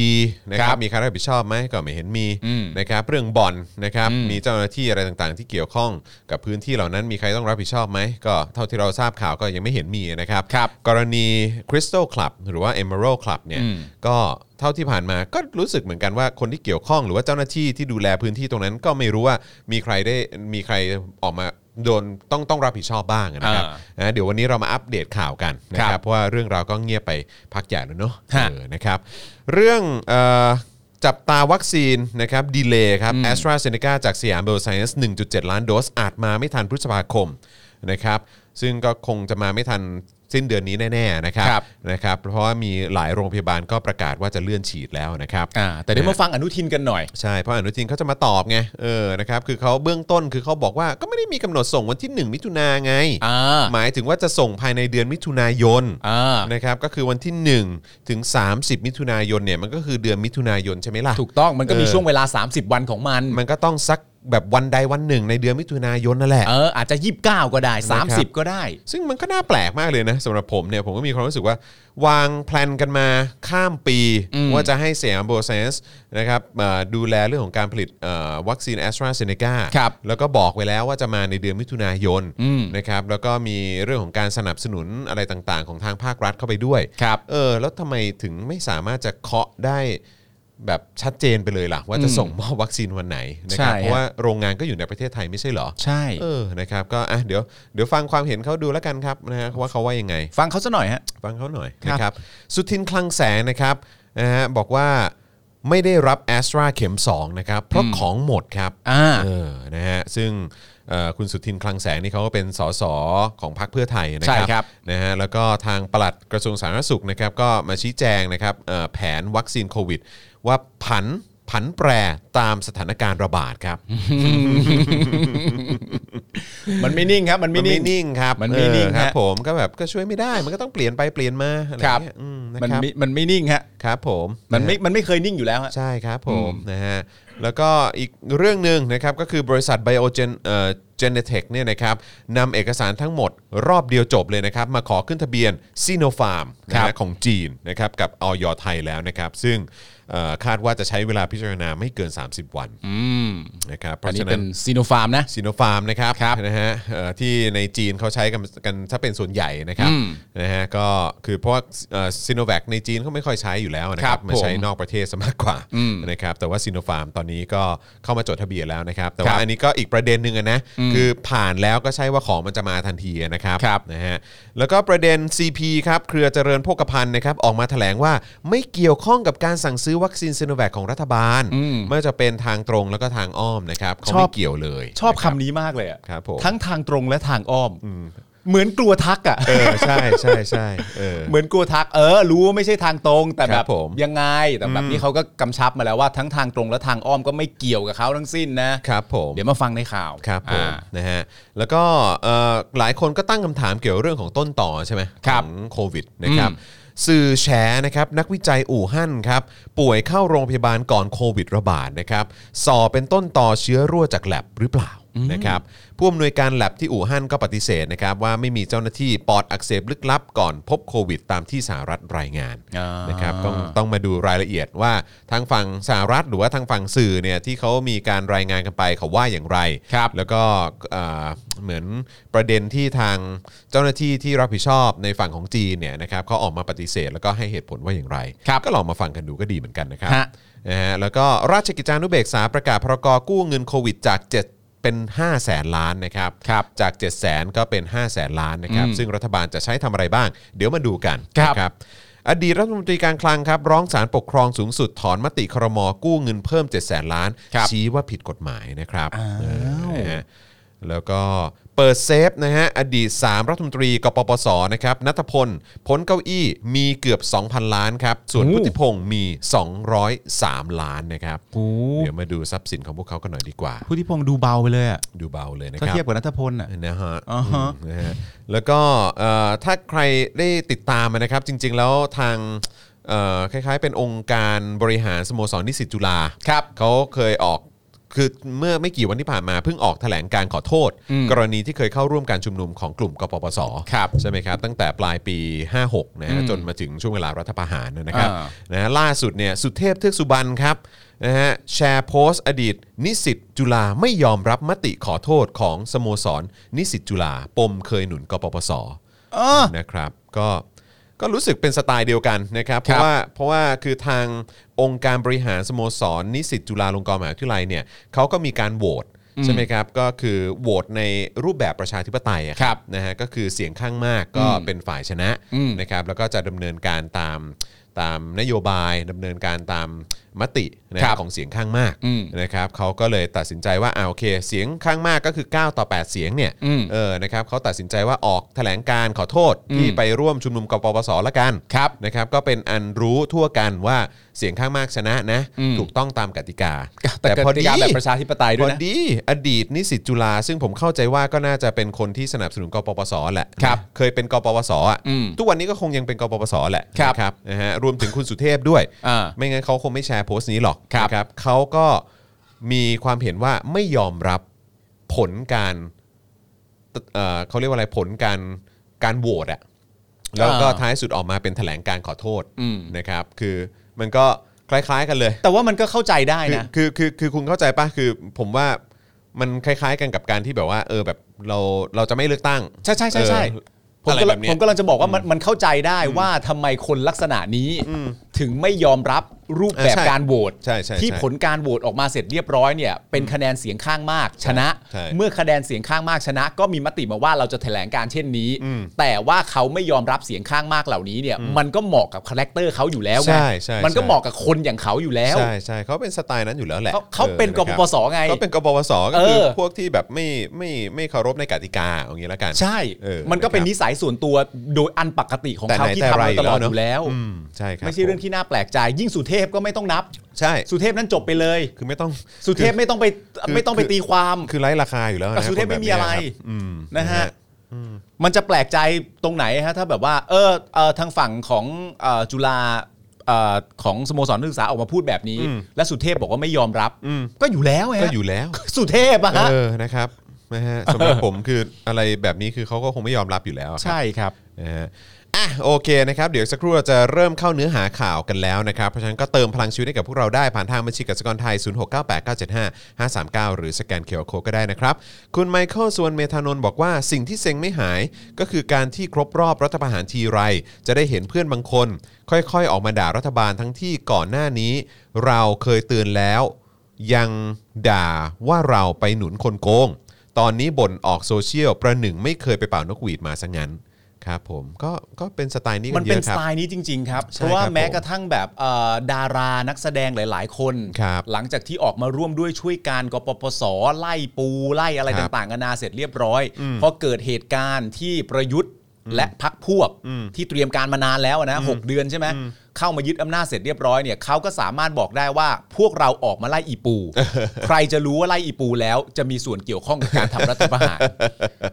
Speaker 2: นะค
Speaker 3: ค
Speaker 2: รั
Speaker 3: รั
Speaker 2: บบ มีใครรับผิดชอบไหมก็ไม่เห็นมี
Speaker 3: อืม
Speaker 2: นะครับเรื่องบ่อนนะครับ
Speaker 3: อืม
Speaker 2: มีเจ้าหน้าที่อะไรต่างๆ ที่เกี่ยวข้องกับพื้นที่เหล่านั้นมีใครต้องรับผิดชอบไหมก็เท่าที่เราทราบข่าวก็ยังไม่เห็นมีนะครับ
Speaker 3: ครับ
Speaker 2: กรณี Crystal Club หรือว่า Emerald Club เนี่ย
Speaker 3: อืม
Speaker 2: ก็เท่าที่ผ่านมาก็รู้สึกเหมือนกันว่าคนที่เกี่ยวข้องหรือว่าเจ้าหน้าที่ที่ดูแลพื้นที่ตรงนั้น ก็ไม่รู้ว่ามีใครได้มีใครออกมาโดนต้องต้องรับผิดชอบบ้างนะครับ
Speaker 3: อ่า
Speaker 2: นะเดี๋ยววันนี้เรามาอัปเดตข่าวกันนะค
Speaker 3: ครั
Speaker 2: รับบ เพราะว่าเรื่องราวก็เงียบไปพักใหญ่แล้วเนอะ
Speaker 3: ฮะ
Speaker 2: เออนะครับเรื่องเอ่อจับตาวัคซีนนะครับดีเลย์ครับแอสตราเซเนกาจากสยามเบลไซเอนซ์1.7 ล้านโดส อาจมาไม่ทันพฤษภาคมนะครับซึ่งก็คงจะมาไม่ทันสิ้นเดือนนี้แน่ๆนะครับ
Speaker 3: ครับ
Speaker 2: นะครับเพราะว่ามีหลายโรงพยาบาลก็ประกาศว่าจะเลื่อนฉีดแล้วนะครับ
Speaker 3: อ่าแต่เดี๋ยวมาฟังอนุทินกันหน่อย
Speaker 2: ใช่ เพราะอนุทินเขาจะมาตอบไง เออ นะครับ คือเขาเบื้องต้นคือเขาบอกว่าก็ไม่ได้มีกำหนดส่งวันที่ 1 มิถุนาไง
Speaker 3: อ่า
Speaker 2: หมายถึงว่าจะส่งภายในเดือนมิถุนายน
Speaker 3: อ่า
Speaker 2: นะครับ ก็คือวันที่ 1 ถึง 30 มิถุนายนเนี่ย มันก็คือเดือนมิถุนายนใช่ไหมล่ะ
Speaker 3: ถูกต้องมันก็มี
Speaker 2: เออ
Speaker 3: ช่วงเวลา 30 วันของมัน
Speaker 2: มันก็ต้องสักแบบวันใดวันหนึ่งในเดือนมิถุนายนนั่นแหละ
Speaker 3: เอออาจจะ 29 ก็ได้
Speaker 2: นะครับ
Speaker 3: 30 ก็ได้
Speaker 2: ซึ่งมันก็น่าแปลกมากเลยนะสำหรับผมเนี่ยผมก็มีความรู้สึกว่า วางแพลนกันมาข้ามปี
Speaker 3: อืม
Speaker 2: ว่าจะให้เซียมโบเซนส์นะครับเอ่อดูแลเรื่องของการผลิตเอ่อวัคซีนแอสตราเซเนกา
Speaker 3: ครับ
Speaker 2: แล้วก็บอกไว้แล้วว่าจะมาในเดือนมิถุนายน
Speaker 3: อืม
Speaker 2: นะครับแล้วก็มีเรื่องของการสนับสนุนอะไรต่างๆ ของทางภาครัฐเข้าไปด้วย
Speaker 3: ครับ
Speaker 2: เออแล้วทำไมถึงไม่สามารถจะเคาะได้แบบชัดเจนไปเลยล่ะ ว่าจะ
Speaker 3: อืม
Speaker 2: ส่งมอบวัคซีนวันไหนนะครับ
Speaker 3: ใช่
Speaker 2: เพราะว่าโรงงานก็อยู่ในประเทศไทยไม่ใช่เหรอ
Speaker 3: ใช่
Speaker 2: เออ นะครับ ก็อ่ะเดี๋ยว เดี๋ยวฟังความเห็นเขาดูแล้วกันครับนะฮะว่าเขาว่ายังไง
Speaker 3: ฟังเขาซะหน่อยฮะ
Speaker 2: ฟังเขาหน่อย
Speaker 3: ครับ
Speaker 2: นะครับ สุทินคลังแสงนะครับนะฮะบอกว่าไม่ได้รับแอสตราเข็ม 2 นะครับ เพราะของหมดครับ
Speaker 3: อ่า
Speaker 2: เออ นะฮะ ซึ่งเอ่อคุณสุทินคลังแสงนี่เขาก็เป็นสสของพรรคเพื่อไทยนะค
Speaker 3: ใช่
Speaker 2: รั
Speaker 3: ครับ
Speaker 2: นะฮะ แล้วก็ทางปลัดกระทรวงสาธารณสุขนะครับ ก็มาชี้แจงนะครับเอ่อแผนวัคซีนโควิด ว่าผัน ผันแปรตามสถานการณ์ระบาดครับ
Speaker 3: มันไม่นิ่งครับ มัน
Speaker 2: มั
Speaker 3: ไม่
Speaker 2: น
Speaker 3: นิ่
Speaker 2: ไม่
Speaker 3: ง
Speaker 2: นิ่งครับ
Speaker 3: มันไม่นิ่ง
Speaker 2: เออครับ
Speaker 3: ฮะ
Speaker 2: ผมก็แบบก็ช่วยไม่ได้มันก็ต้องเปลี่ยนไปเปลี่ยนมาอะไร
Speaker 3: ครับ
Speaker 2: เงี้ยอืมนะ
Speaker 3: มัน
Speaker 2: ครับ
Speaker 3: ไม่มันไม่นิ่งฮะ
Speaker 2: ครับผม
Speaker 3: มันไม่
Speaker 2: ะฮ
Speaker 3: มันไม่เคยนิ่งอยู่แล้วฮะ
Speaker 2: ะใช่ครับผมนะฮะแล้วก็อีกเรื่องหนึ่งนะครับก็คือบริษัท Biogen เอ่อ Genetech เนี่ยนะครับนำเอกสารทั้งหมดรอบเดียวจบเลยนะครับ มาขอขึ้นทะเบียน s i n o f a r m นะ
Speaker 3: ครั
Speaker 2: ฮะ
Speaker 3: บ
Speaker 2: ของจีนนะครับกับออยไทยแล้วนะครับ ซึ่งเอ่อคาดว่าจะใช้เวลาพิจารณาไม่เกิน 30 วัน
Speaker 3: อืม
Speaker 2: นะครับเพ
Speaker 3: อั
Speaker 2: ราะ
Speaker 3: นนี้
Speaker 2: ฉะ
Speaker 3: เป็
Speaker 2: นั้น น
Speaker 3: ซีโนฟาร์มนะ
Speaker 2: ซีโนฟาร์มนะครับ
Speaker 3: ครับ
Speaker 2: นะฮะเอ่อที่ในจีนเขาใช้กันกันถ้าเป็นส่วนใหญ่นะครับ
Speaker 3: อืม
Speaker 2: นะฮะก็คือเพราะว่าซีโนแวคในจีนเขาไม่ค่อยใช้อยู่แล้วนะครั
Speaker 3: ครับ บผม
Speaker 2: มาใช้นอกประเทศซะมากกว่า
Speaker 3: อืม
Speaker 2: นะครับแต่ว่าซีโนฟาร์มตอนนี้ก็เข้ามาจดทะเบียนแล้วนะครับ แต่
Speaker 3: ค
Speaker 2: ว่า
Speaker 3: รับ
Speaker 2: อันนี้ก็อีกประเด็นหนึ่งอะนะคือผ่านแล้วก็ใช่ว่าของมันจะมาทันทีนะครับ
Speaker 3: ครับ
Speaker 2: นะฮะแล้วก็ประเด็น CP ครับเครือเจริญโภคภัณฑ์นะครับออกมาแถลงว่าไม่เกี่ยวข้องกับการสั่งซื้อวัคซีนซีโนแวคของรัฐบาลไม่ว่าจะเป็นทางตรงแล้วก็ทางอ้อมนะครับเขาไม่เกี่ยวเลย
Speaker 3: ชอบคำนี้มากเลยอะ
Speaker 2: ครับผม
Speaker 3: ทั้งทางตรงและทางอ้อม เหมือนกลัวทักอ่ะ
Speaker 2: เออใช่ใช่ใช่เออ
Speaker 3: เหมือนกลัวทักเออ รู้ว่าไม่ใช่ทางตรง แต่
Speaker 2: ค
Speaker 3: แบ
Speaker 2: รั
Speaker 3: บบ
Speaker 2: ผม
Speaker 3: ยังไงแต่แบบ
Speaker 2: อืม
Speaker 3: นี้เขาก็กำชับมาแล้วว่าทั้งทางตรงและทางอ้อมก็ไม่เกี่ยวกับเขาทั้งสิ้นนะ
Speaker 2: ครับผม
Speaker 3: เดี๋ยวมาฟังในข่าว
Speaker 2: ครับผ
Speaker 3: อ่า
Speaker 2: มนะฮะแล้วก็เอ่อหลายคนก็ตั้งคำถามเกี่ยวเรื่องของต้นต่อใช่ไหม
Speaker 3: ครับ
Speaker 2: ของโควิดนะครับ
Speaker 3: อืม
Speaker 2: สื่อแฉนะครับนักวิจัยอู่ฮั่นครับป่วยเข้าโรงพยาบาลก่อนโควิดระบาดนะครับสอเป็นต้นต่อเชื้อรั่วจากแ a บหรือเปล่านะครับผู้อำนวยการแ a บที่อู่ฮั่นก็ปฏิเสธนะครับว่าไม่มีเจ้าหน้าที่ปอดอักเสบลึกลับก่อนพบโควิด ตามที่สหรัฐรายงาน
Speaker 3: อ่าน
Speaker 2: นะครับต้องต้องมาดูรายละเอียดว่าทางฝั่งสหรัฐหรือว่าทางฝั่งสื่อเนี่ยที่เขามีการรายงานกันไปเขาว่าอย่างไร
Speaker 3: ครับ
Speaker 2: แล้วก็เอ่อเหมือนประเด็นที่ทางเจ้าหน้าที่ที่รับผิดชอบในฝั่งของจีนเนี่ยนะครับเขาออกมาปฏิเสธแล้วก็ให้เหตุผลว่าอย่างไร
Speaker 3: ครับ
Speaker 2: ก็ลองมาฟังกันดูก็ดีเหมือนกันนะครับ
Speaker 3: ฮะ
Speaker 2: นะฮะแล้วก็ราชกิจจานุเบกษาประกาศพรกกู้เงินโควิดจาก 7 เป็น 5 0 0แสนล้านนะครับ
Speaker 3: ครับ
Speaker 2: จาก 7 0 0แสนก็เป็น 5 0 0แสนล้านนะครับ
Speaker 3: อืม
Speaker 2: ซึ่งรัฐบาลจะใช้ทำอะไรบ้าง เดี๋ยวมาดูกัน
Speaker 3: ครับ
Speaker 2: นะ ครับอดีตรัฐมนตรีการคลังครับ ร้องศาลปกครองสูงสุดถอนมติครมกู้เงินเพิ่ม 7 0 0แสนล้าน
Speaker 3: ครับ
Speaker 2: ชี้ว่าผิดกฎหมายนะครับเออนะฮะแล้วก็เปิดเซฟนะฮะอดีต 3 รัฐมนตรีกปปสนะครับนัทพล พ้นเก้าอี้มีเกือบ 2,000 ล้านครับ ส่วน
Speaker 3: โอ้
Speaker 2: พุทธิพงศ์มี 203 ล้านนะครับ เดี๋ยวมาดูทรัพย์สินของพวกเขากันหน่อยดีกว่า
Speaker 3: ผู้ที่พงษ์ดูเบาไปเลยอะ
Speaker 2: ดูเบาเลยนะค
Speaker 3: ถ้า
Speaker 2: รับ
Speaker 3: เทียบกับนัทพลอ่ะ
Speaker 2: นะฮะ
Speaker 3: อ่าฮะ
Speaker 2: อืมนะฮะแล้วก็เอ่อถ้าใครได้ติดตามนะครับ จริง ๆ แล้วทางเอ่อคล้ายๆ เป็นองค์การบริหารสโมสรนิสิตจุฬา
Speaker 3: ครับ
Speaker 2: เขาเคยออกคือเมื่อไม่กี่วันที่ผ่านมาเพิ่งออกแถลงการขอโทษ
Speaker 3: อืม
Speaker 2: กรณีที่เคยเข้าร่วมการชุมนุมของกลุ่มกปปส
Speaker 3: ครับ
Speaker 2: ใช่ไหมครับตั้งแต่ปลายปี 56นะฮะ
Speaker 3: อืม
Speaker 2: จนมาถึงช่วงเวลารัฐประหารนะครับ
Speaker 3: อ่า
Speaker 2: นะฮะล่าสุดเนี่ยสุเทพเทือกสุบรรณครับนะฮะแชร์โพสต์อดีต นิสิตจุฬาไม่ยอมรับมติขอโทษของสโมสร นิสิตจุฬาปมเคยหนุนกปปส
Speaker 3: เออ
Speaker 2: นะครับก็ก็รู้สึกเป็นสไตล์เดียวกันนะครับ เพ
Speaker 3: ครับ
Speaker 2: ราะว่าเพราะว่าคือทางองค์การบริหารสโมสร นิสิตจุฬาลงกรณ์มหาวิทยาลัยเนี่ยเขาก็มีการโหวตใช่ไหมครับก็คือโหวตในรูปแบบประชาธิปไตยอะ
Speaker 3: ครับ
Speaker 2: นะฮะก็คือเสียงข้างมากก็
Speaker 3: อืม
Speaker 2: เป็นฝ่ายชนะ
Speaker 3: อืม
Speaker 2: นะครับแล้วก็จะดำเนินการตามตามนโยบายดำเนินการตามมตินะค
Speaker 3: ครั
Speaker 2: รับบ ของเสียงข้างมาก
Speaker 3: อืม
Speaker 2: นะครับเขาก็เลยตัดสินใจว่าอ่าโอเค เสียงข้างมากก็คือ 9 ต่อ 8 เสียงเนี่ย
Speaker 3: อืม
Speaker 2: เออนะครับเขาตัดสินใจว่าออกแถลงการขอโทษที่
Speaker 3: อืม
Speaker 2: ไปร่วมชุมนุมกปปสละกัน
Speaker 3: ครับ
Speaker 2: นะครับก็เป็นอันรู้ทั่วกันว่าเสียงข้างมากชนะนะ
Speaker 3: อืม
Speaker 2: ถูกต้องตามกติกา
Speaker 3: แต่กติกาแบบประชาธิปไตยด้
Speaker 2: พ
Speaker 3: ว
Speaker 2: อย
Speaker 3: นะ
Speaker 2: ดี อดีตนิสิตจุฬาซึ่งผมเข้าใจว่าก็น่าจะเป็นคนที่สนับสนุนกปปสแหละ
Speaker 3: ครับ
Speaker 2: เคยเป็นกปปสอ่ะ
Speaker 3: อืม
Speaker 2: ทุกวันนี้ก็คงยังเป็นกปปสแหละ
Speaker 3: ครับ
Speaker 2: นะครับนะฮะรวมถึงคุณสุเทพด้วย
Speaker 3: อ่า
Speaker 2: ไม่งั้นเขาคงไม่แชร์โพสต์นี้หรอก
Speaker 3: ครับ
Speaker 2: นะครับเขาก็มีความเห็นว่าไม่ยอมรับผลการเอ่อเขาเรียกว่าอะไรผลการการโหวตอ่ะ แล้วก็ท้ายสุดออกมาเป็นแถลงการขอโทษนะครับ คือมันก็คล้าย ๆ กันเลย
Speaker 3: แต่ว่ามันก็เข้าใจได้นะ
Speaker 2: คือคือคือคือคุณเข้าใจปะคือผมว่ามันคล้ายๆกันกับการที่แบบว่า เออแบบเราเราจะไม่เลือกตั้ง
Speaker 3: ใช่ใช่ใช่ใช่
Speaker 2: เออ
Speaker 3: ผม
Speaker 2: อะไร
Speaker 3: กำ
Speaker 2: แบ
Speaker 3: ลัง
Speaker 2: บเนี้
Speaker 3: ผ
Speaker 2: ย
Speaker 3: มกำลังจะบอกว่ามันมันเข้าใจได้ว่าทำไมคนลักษณะนี้ถึงไม่ยอมรับรูปแบบ
Speaker 2: เออใช่
Speaker 3: การโหวต
Speaker 2: ใช่ใช่ใช่
Speaker 3: ที่ผลการโหวตออกมาเสร็จเรียบร้อยเนี่ยเป็นคะแนนเสียงข้างมาก ชนะ
Speaker 2: ใช่
Speaker 3: เมื่อคะแนนเสียงข้างมากชนะ ก็มีมติมาว่าเราจะแถลงการเช่นนี้ แต่ว่าเขาไม่ยอมรับเสียงข้างมากเหล่านี้เนี่ยมันก็เหมาะกับคาแรคเตอร์เขาอยู่แล้วไง
Speaker 2: ใช่ใช่
Speaker 3: มันก็
Speaker 2: ใช่
Speaker 3: เหมาะกับคนอย่างเขาอยู่แล้ว
Speaker 2: ใช่ใช่เขาเป็นสไตล์นั้นอยู่แล้วแหละ
Speaker 3: เขาเขาเป็น
Speaker 2: ออนะครับ
Speaker 3: กปปสไง
Speaker 2: เขาเป็นกปปสก็คือ
Speaker 3: เออ
Speaker 2: พวกที่แบบไม่ไม่ไม่เคารพในกติกาอย่างนี้แล้วกัน
Speaker 3: ใช่
Speaker 2: เออ
Speaker 3: มันก็เป็
Speaker 2: นะครั
Speaker 3: น
Speaker 2: บ
Speaker 3: นิสัยส่วนตัวโดยอันปกติของ
Speaker 2: แต่
Speaker 3: เขา
Speaker 2: ไหน
Speaker 3: ที่
Speaker 2: แต่
Speaker 3: ทำ
Speaker 2: ไร
Speaker 3: มาตลอดอยู่
Speaker 2: เนะ
Speaker 3: แล้ว
Speaker 2: มใช่ครับ
Speaker 3: ไม่ใช่เรื่องที่น่าแปลกใจ ยิ่งสุเทพก็ไม่ต้องนับ
Speaker 2: ใช่
Speaker 3: สุเทพนั่นจบไปเลย
Speaker 2: คือไม่ต้อง
Speaker 3: สุเทพไม่ต้องไป
Speaker 2: คือ
Speaker 3: ไม่ต้องไปตีความ
Speaker 2: คือไร้ราคาอยู่แล้วนะ
Speaker 3: สุเทพ
Speaker 2: คนแบบ
Speaker 3: ไม่มีอะไร
Speaker 2: เนี้ยคบอืม
Speaker 3: นะฮะมันจะแปลกใจตรงไหนฮะถ้าแบบว่า เออเออทางฝั่งของเอ่อจุฬาเอ่อของสโมสรนักศึกษาออกมาพูดแบบนี้
Speaker 2: อืม
Speaker 3: และสุเทพบอกว่าไม่ยอมรับ
Speaker 2: อืม
Speaker 3: ก็อยู่แล้วฮะ
Speaker 2: ก็อยู่แล้ว
Speaker 3: สุเทพอะฮะ
Speaker 2: เออนะครับนะฮะสำหรับผมคืออะไรแบบนี้คือเขาก็คงไม่ยอมรับอยู่แล้วอะครับ
Speaker 3: ใช่ครับ
Speaker 2: นะฮะอ่ะโอเคนะครับ เดี๋ยวสักครู่เราจะเริ่มเข้าเนื้อหาข่าวกันแล้วนะครับ เพราะฉะนั้นก็เติมพลังชีวิตให้กับพวกเราได้ผ่านทางบัญชีกสิกรไทย 0698975539 หรือสแกนเคอร์โคก็ได้นะครับ คุณไมเคิลสวนเมธานนท์บอกว่าสิ่งที่เซ็งไม่หาย ก็คือการที่ครบรอบรัฐประหารทีไร จะได้เห็นเพื่อนบางคน ค่อยๆ ออกมาด่ารัฐบาลทั้งที่ก่อนหน้านี้ เราเคยเตือนแล้ว ยังด่าว่าเราไปหนุนคนโกง ตอนนี้บ่นออกโซเชียลประหนึ่งไม่เคยไปเป่านกหวีดมาซะงั้น ครับผมก็ก็เป็นสไตล์นี้กั
Speaker 3: มัน
Speaker 2: นเย
Speaker 3: เป็น
Speaker 2: อะค
Speaker 3: ส
Speaker 2: รั
Speaker 3: ไต
Speaker 2: บ
Speaker 3: ล์นี้จริง ๆ ครับ
Speaker 2: ใช่
Speaker 3: เพราะว่า
Speaker 2: ครับ
Speaker 3: แม้กระทั่งแบบเอ่อดารานักแสดงหลาย ๆ คน
Speaker 2: ครับ
Speaker 3: หลังจากที่ออกมาร่วมด้วยช่วยการกปปส ไล่ปูไล่อะไร
Speaker 2: ครับ
Speaker 3: ต่างๆนานาเสร็จเรียบร้อย พอเกิดเหตุการณ์ที่ประยุทธ์และพักพวกที่เตรียมการมานานแล้วนะหกเดือนใช่ไหมเข้ามายึดอำนาจเสร็จเรียบร้อยเนี่ยเขาก็สามารถบอกได้ว่าพวกเราออกมาไล่อี ปู ใครจะรู้ว่าไล่อีปูแล้วจะมีส่วนเกี่ยวข้องกับการทำรัฐประหาร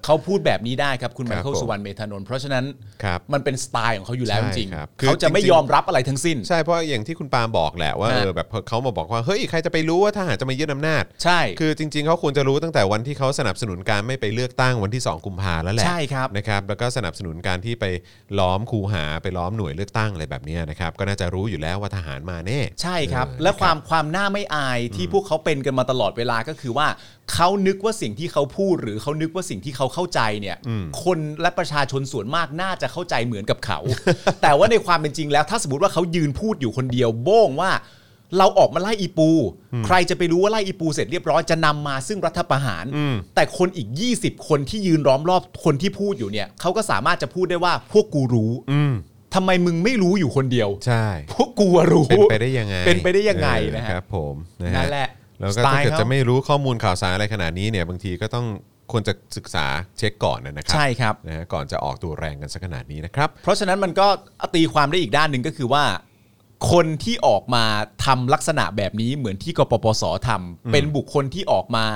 Speaker 3: เขาพูดแบบนี้ได้ครับคุณ
Speaker 2: ค
Speaker 3: ไม
Speaker 2: รับ
Speaker 3: เคิล
Speaker 2: ผม
Speaker 3: สุวรรณเมธานนท์เพราะฉะนั้น
Speaker 2: ครับ
Speaker 3: มันเป็นสไตล์ของเขาอยู่แล้วจ
Speaker 2: ใช่
Speaker 3: ริงๆ
Speaker 2: ครับคือ
Speaker 3: เขาจะไม่
Speaker 2: จริงๆ
Speaker 3: ยอมรับอะไรทั้งสิ้น
Speaker 2: ใช่เพราะอย่างที่คุณปาล์มบอกแหละว่า
Speaker 3: ฮะ
Speaker 2: เออแบบเขามาบอกว่าเฮ้ยใครจะไปรู้ว่าทหารจะมายึดอำนาจ
Speaker 3: ใช่
Speaker 2: คือจริงๆ เขาควรจะรู้ตั้งแต่วันที่เขาสนับสนุนการไม่ไปเลือกตั้งวันที่ 2 กุมภาแล้วแหละ
Speaker 3: ใช่ครับ
Speaker 2: นะครับแล้วก็สนับสนุนการที่ไปล้อมคูหาไปล้อมหน่วยเลือกตั้งอะไรแบบเนี้ยนะครับก็น่าจะรู้อยู่แล้วว่าทหารมาแน่
Speaker 3: ใช่ครับ
Speaker 2: เออ
Speaker 3: และ
Speaker 2: นะ
Speaker 3: ความความน่าไม่อายที่พวกเขาเป็นกันมาตลอดเวลาก็คือว่าเขานึกว่าสิ่งที่เขาพูดหรือเขานึกว่าสิ่งที่เขาเข้าใจเนี่ย คนและประชาชนส่วนมากน่าจะเข้าใจเหมือนกับ เขา แต่ว่าในความเป็นจริงแล้ว ถ้าสมมติว่าเขายืนพูดอยู่คนเดียว โบ้งว่า เราออกมาไล่อีปู ใครจะไปรู้ว่าไล่อีปูเสร็จเรียบร้อยจะนำมาซึ่งรัฐประหาร แต่คนอีก 20 คนที่ยืนล้อมรอบคนที่พูดอยู่เนี่ยเขาก็สามารถจะพูดได้ว่าพวกกูรู้ทำไมมึงไม่รู้อยู่คนเดียว
Speaker 2: ใช่
Speaker 3: พวกกูอะรู้
Speaker 2: เป็นไปได้ยังไง
Speaker 3: เป็นไปได้ยังไง
Speaker 2: เออ
Speaker 3: นะฮะ
Speaker 2: ครับผมนะ
Speaker 3: นั่
Speaker 2: ฮะ
Speaker 3: นแหละ
Speaker 2: แล้วก็
Speaker 3: สไต
Speaker 2: ถ้า
Speaker 3: ล์
Speaker 2: เกิด
Speaker 3: เขา
Speaker 2: จะไม่รู้ข้อมูลข่าวสารอะไรขนาดนี้เนี่ยบางทีก็ต้องควรจะศึกษาเช็คก่อนนะครั
Speaker 3: ใช่ครับ
Speaker 2: นะฮะก่อนจะออกตัวแรงกันสักขนาดนี้นะครับ
Speaker 3: เพราะฉะนั้นมันก็ตีความได้อีกด้านหนึ่งก็คือว่า คนที่ออกมาทำลักษณะแบบนี้เหมือนที่กปปสทำเป็นบุคคลที่ออกมา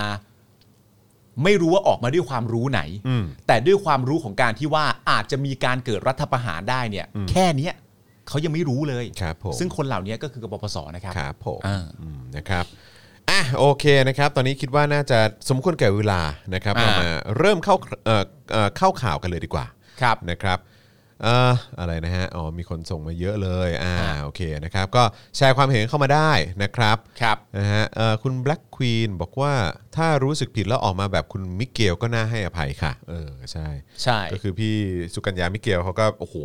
Speaker 3: ไม่รู้ว่าออกมาด้วยความรู้ไหน
Speaker 2: อืม
Speaker 3: แต่ด้วยความรู้ของการที่ว่าอาจจะมีการเกิดรัฐประหารได้เนี่ย แค่เนี้ยเขายังไม่รู้เลย
Speaker 2: ครับผม
Speaker 3: ซึ่งคนเหล่านี้ก็คือกปปสนะครับ
Speaker 2: ครับผม
Speaker 3: อ่า
Speaker 2: อืมนะครับอ่ะโอเคนะครับ ตอนนี้คิดว่าน่าจะสมควรแก่เวลานะครับ
Speaker 3: อ่า
Speaker 2: เรามาเริ่มเข้าเอ่อเอ่อเข้าข่าวกันเลยดีกว่า
Speaker 3: ครับ
Speaker 2: นะครับเอ่ออะไรนะฮะอ๋อมีคนส่งมาเยอะเลยอ่า
Speaker 3: อ่า
Speaker 2: โอเคนะครับ ก็แชร์ความเห็นเข้ามาได้นะครับ
Speaker 3: ครับ
Speaker 2: นะฮะเอ่อคุณ Black Queen บอกว่าถ้ารู้สึกผิดแล้วออกมาแบบคุณมิเกลก็น่าให้อภัยค่ะ เออใช่
Speaker 3: ใช่
Speaker 2: ก็คือพี่สุกัญญามิเกลเขาก็โอ้โห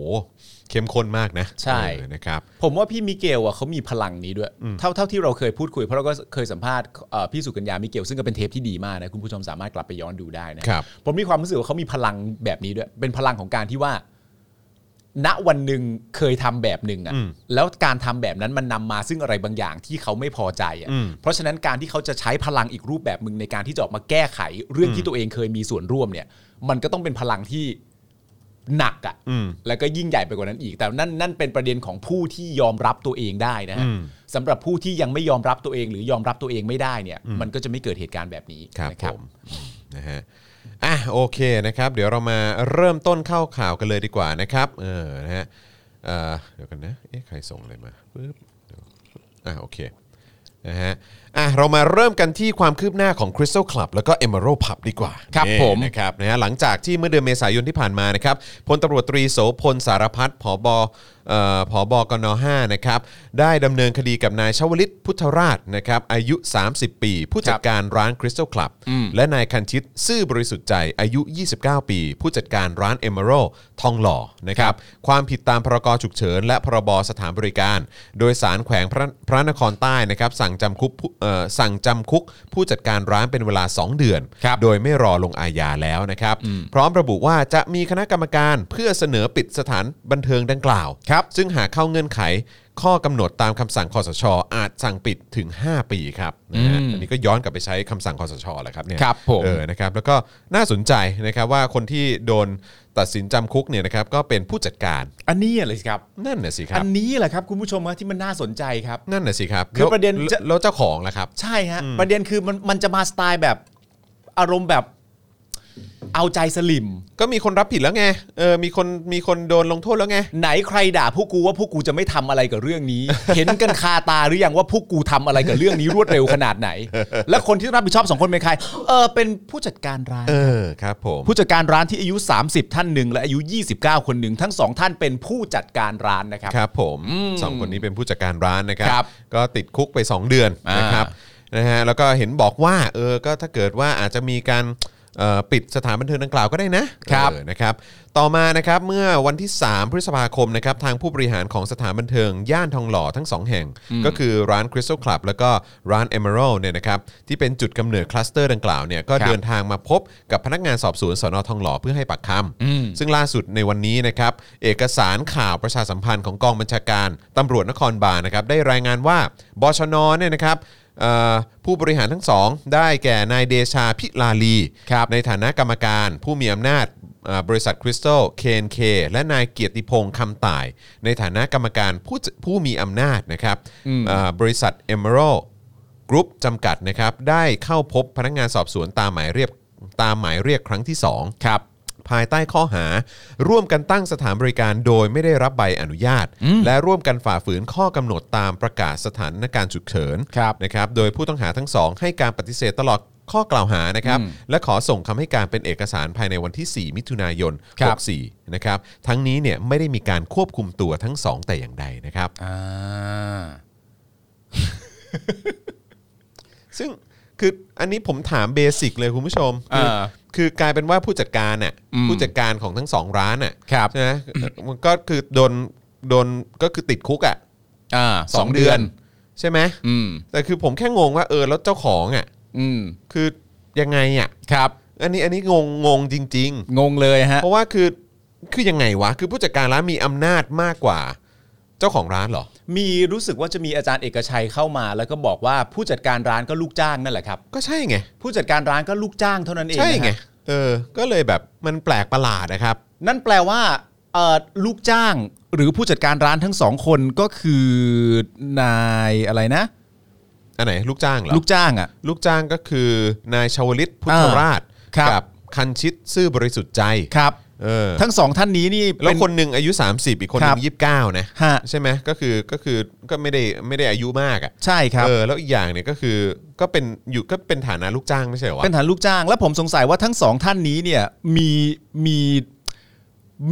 Speaker 2: เข้มข้นมากนะ
Speaker 3: ใช่
Speaker 2: เออนะครับ
Speaker 3: ผมว่าพี่มิเกลอ่ะเขามีพลังนี้ด้วย เท่าเท่าที่เราเคยพูดคุย เพราะเราก็เคยสัมภาษณ์เอ่อพี่สุกัญญามิเกลซึ่งก็เป็นเทปที่ดีมากนะ คุณผู้ชมสามารถกลับไปย้อนดูได้นะครับ ผมมีความรู้สึกว่าเขามีพลังแบบนี้ด้วย เป็นพลังของการที่ว่า ณวันหนึ่งเคยทำแบบหนึ่งอะแล้วการทำแบบนั้นมันนำมาซึ่งอะไรบางอย่างที่เขาไม่พอใจอะเพราะฉะนั้นการที่เขาจะใช้พลังอีกรูปแบบหนึ่งในการที่จะออกมาแก้ไข เรื่องที่ตัวเองเคยมีส่วนร่วมเนี่ย มันก็ต้องเป็นพลังที่ หนักอะ่ะแล้วก็ยิ่งใหญ่ไปกว่านั้นอีก แต่นั่นนั่นเป็นประเด็นของผู้ที่ยอมรับตัวเองได้นะฮะสำหรับผู้ที่ยังไม่ยอมรับตัวเองหรือยอมรับตัวเองไม่ได้เนี่ย มันก็จะไม่เกิดเหตุการณ์แบบนี้
Speaker 2: ครับ
Speaker 3: นะ
Speaker 2: ผมนะฮะอ่ะโอเคนะครับ เดี๋ยวเรามาเริ่มต้นเข้าข่าวกันเลยดีกว่านะครับเออนะฮะเอ่อเดี๋ยวกันนะเอ๊ะใครส่งอะไรมาปึ๊บเดี๋ยวอ่ะโอเคนะฮะอ่ะเรามาเริ่มกันที่ความคืบหน้าของ Crystal Club แล้วก็ Emerald Pub ดีกว่า
Speaker 3: ครับ
Speaker 2: นี่
Speaker 3: ผม
Speaker 2: นะครับนะฮะหลังจากที่เมื่อเดือนเมษายนที่ผ่านมานะครับพลตำรวจตรีโสพลสารพัฒน์ผบเอ่อผบกน5นะครับได้ดำเนินคดีกับนายชวลิตพุทธราชนะครับอายุ 30 ปี ผู้จัดการร้าน Crystal Club และนายคันชิตซื่อบริสุทธิ์ใจอายุ 29 ปี ผู้จัดการร้าน Emerald ทองหล่อนะครับความผิดตามพรกฉุกเฉิน และพรบสถานบริการ โดยสารแขวงพระพระนครใต้นะครับสั่งจำคุกผู้เอ่อสั่งจำคุก ผู้จัดการร้านเป็นเวลา 2 เดือน
Speaker 3: ครับ
Speaker 2: โดยไม่รอลงอาญาแล้วนะครับ พร้อมระบุว่าจะมีคณะกรรมการเพื่อเสนอปิดสถานบันเทิงดังกล่าว ซึ่งหากเข้าเงื่อนไข ข้อกำหนดตามคำสั่งคอสช อาจสั่งปิดถึง 5 ปีครับนะฮะอันนี้ก็ย้อนกลับไปใช้คำสั่งคอสชแหละครับเนี่ย
Speaker 3: ครับผม
Speaker 2: เออนะครับแล้วก็น่าสนใจนะครับว่าคนที่โดนตัดสินจำคุกเนี่ยนะครับก็เป็นผู้จัดการ
Speaker 3: อันนี้เลยครับ
Speaker 2: นั่นน่ะสิค
Speaker 3: อั
Speaker 2: รับ
Speaker 3: นนี้แหละครับคุณผู้ชมฮะที่มันน่าสนใจครับ
Speaker 2: นั่นน่ะสิครับ
Speaker 3: คือประเด็นจะ
Speaker 2: แล้วเจ้าของล่ะครับ
Speaker 3: ใช่ฮะประเด็นคือมันมันจะมาสไตล์แบบอารมณ์แบบเอาใจสลิม
Speaker 2: ก็มีคนรับผิดแล้วไงเออมีคนมีคนโดนลงโทษแล้วไง
Speaker 3: ไหนใครด่าพวกกูว่าพวกกูจะไม่ทำอะไรกับเรื่อง นี้ เห็นกันคาตาหรือยังว่าพวกกูทำอะไรกับเรื่องนี้รวดเร็วขนาดไหน และคนที่รับผิดชอบสองคนเป็นใคร เออเป็นผู้จัดการร้าน
Speaker 2: เออครับผม
Speaker 3: ผู้จัดการร้านที่อายุ 30 ท่านหนึ่งและอายุ 29 คนหนึ่งทั้งสองท่านเป็นผู้จัดการร้านนะครับ
Speaker 2: ครับผมสองคนนี้เป็นผู้จัดการร้านนะครับ
Speaker 3: ครับ
Speaker 2: ก็ติดคุกไป 2 เดือน
Speaker 3: อ่าน
Speaker 2: นะครับนะฮะแล้วก็เห็นบอกว่าเออก็ถ้าเกิดว่าอาจจะมีการ เอ่อปิดสถานบันเทิงดังกล่าวก็ได้นะครับ เออนะครับ ต่อมานะครับเมื่อวันที่ 3 พฤษภาคมนะครับทางผู้บริหารของสถานบันเทิง ย่านทองหล่อทั้ง 2 แห่ง ก็คือร้าน Crystal Club แล้วก็ร้าน Emerald เนี่ยนะครับที่เป็นจุดกำเนิดคลัสเตอร์ดังกล่าวเนี่ยก็
Speaker 3: ครับ
Speaker 2: เดินทางมาพบกับพนักงานสอบสวนสนทองหล่อเพื่อให้ปากค
Speaker 3: อืม
Speaker 2: ำซึ่งล่าสุดในวันนี้นะครับเอกสารข่าวประชาสัมพันธ์ของกองบัญชาการตำรวจนครบาลนะครับได้รายงานว่าบชนเนี่ยนะครับเอ่อผู้บริหารทั้งสองได้แก่นายเดชาพิลาลี
Speaker 3: ครับ
Speaker 2: ในฐานะกรรมการผู้มีอำนาจอ่าบริษัทคริสตัลเคนเคและนายเกียรติพงษ์คำต่าย ในฐานะกรรมการผู้จผู้มีอำนาจนะครับอ่าบริษัท Emerald Group จำกัดนะครับได้เข้าพบพนักงานสอบสวนตามหมายเรียกตามหมายเรียกครั้งที่ 2
Speaker 3: ครับ
Speaker 2: ภายใต้ข้อหา ร่วมกันตั้งสถานบริการโดยไม่ได้รับใบอนุญาต และร่วมกันฝ่าฝืนข้อกำหนดตามประกาศสถานการณ์ฉุกเฉิน
Speaker 3: ครับ
Speaker 2: นะครับโดยผู้ต้องหาทั้งสองให้การปฏิเสธตลอดข้อกล่าวหานะครับและขอส่งคำให้การเป็นเอกสารภายในวันที่ 4 มิถุนายน
Speaker 3: ครับ
Speaker 2: 64 นะครับ ทั้งนี้เนี่ยไม่ได้มีการควบคุมตัวทั้งสองแต่อย่างใดนะครับ
Speaker 3: อ่า
Speaker 2: ซึ่งคืออันนี้ผมถามเบสิกเลยคุณผู้ชม คือ
Speaker 3: อ่า
Speaker 2: คือกลายเป็นว่าผู้จัดการน่ะ
Speaker 3: อืม
Speaker 2: ผู้จัดการของทั้งสองร้านน่ะ
Speaker 3: ครับ
Speaker 2: ใช่ไหม มันก็คือโดนโดนก็คือติดคุกอ่ะ
Speaker 3: อ่า
Speaker 2: สองเดือน ใช่ไหม
Speaker 3: อืม
Speaker 2: แต่คือผมแค่งงว่าเออแล้วเจ้าของอ่ะ
Speaker 3: อืม
Speaker 2: คือยังไงอ่ะ
Speaker 3: ครับ
Speaker 2: อันนี้อันนี้งงงงจริง
Speaker 3: งงเลย
Speaker 2: ๆ
Speaker 3: ฮะ
Speaker 2: เพราะว่าคือคือยังไงวะคือผู้จัดการร้านมีอำนาจมากกว่า เจ้าของร้านเหรอ
Speaker 3: มีรู้สึกว่าจะมีอาจารย์เอกชัยเข้ามา แล้วก็บอกว่าผู้จัดการร้านก็ลูกจ้างนั่นแหละครับ
Speaker 2: ก็ใช่ไง
Speaker 3: ผู้จัดการร้านก็ลูกจ้างเท่านั้นเอง
Speaker 2: ใช่ไง
Speaker 3: นะฮะ
Speaker 2: เออ ก็เลยแบบมันแปลกประหลาดนะครับ
Speaker 3: นั่นแปลว่าเอ่อลูกจ้างหรือผู้จัดการร้านทั้งสองคนก็คือนายอะไรนะ
Speaker 2: อันไหนลูกจ้างเหรอ
Speaker 3: ลูกจ้างอ่ะ
Speaker 2: ลูกจ้างก็คือนายชาวลิตพุทธราช
Speaker 3: อ่าครับ
Speaker 2: กัคันชิตซื่อบริสุทธิ์ใจ
Speaker 3: ครับ
Speaker 2: เออ
Speaker 3: ทั้งสองท่านนี้นี่เป็
Speaker 2: แล้วคนหนึ่งอายุ 30 อีกคนห
Speaker 3: ครั
Speaker 2: นึ่
Speaker 3: บ
Speaker 2: งยี่สิบเก้านะ
Speaker 3: ฮะ
Speaker 2: ใช่ไหมก็คือก็คือก็ไม่ได้ไม่ได้อายุมากอ่ะ
Speaker 3: ใช่ครับ
Speaker 2: เออแล้วอีกอย่างเนี่ยก็คือก็เป็นอยู่ก็เป็นฐานะลูกจ้างไม่ใช่เหรอวะ
Speaker 3: เป็นฐานลูกจ้าง และผมสงสัยว่าทั้งสองท่านนี้เนี่ยมีมี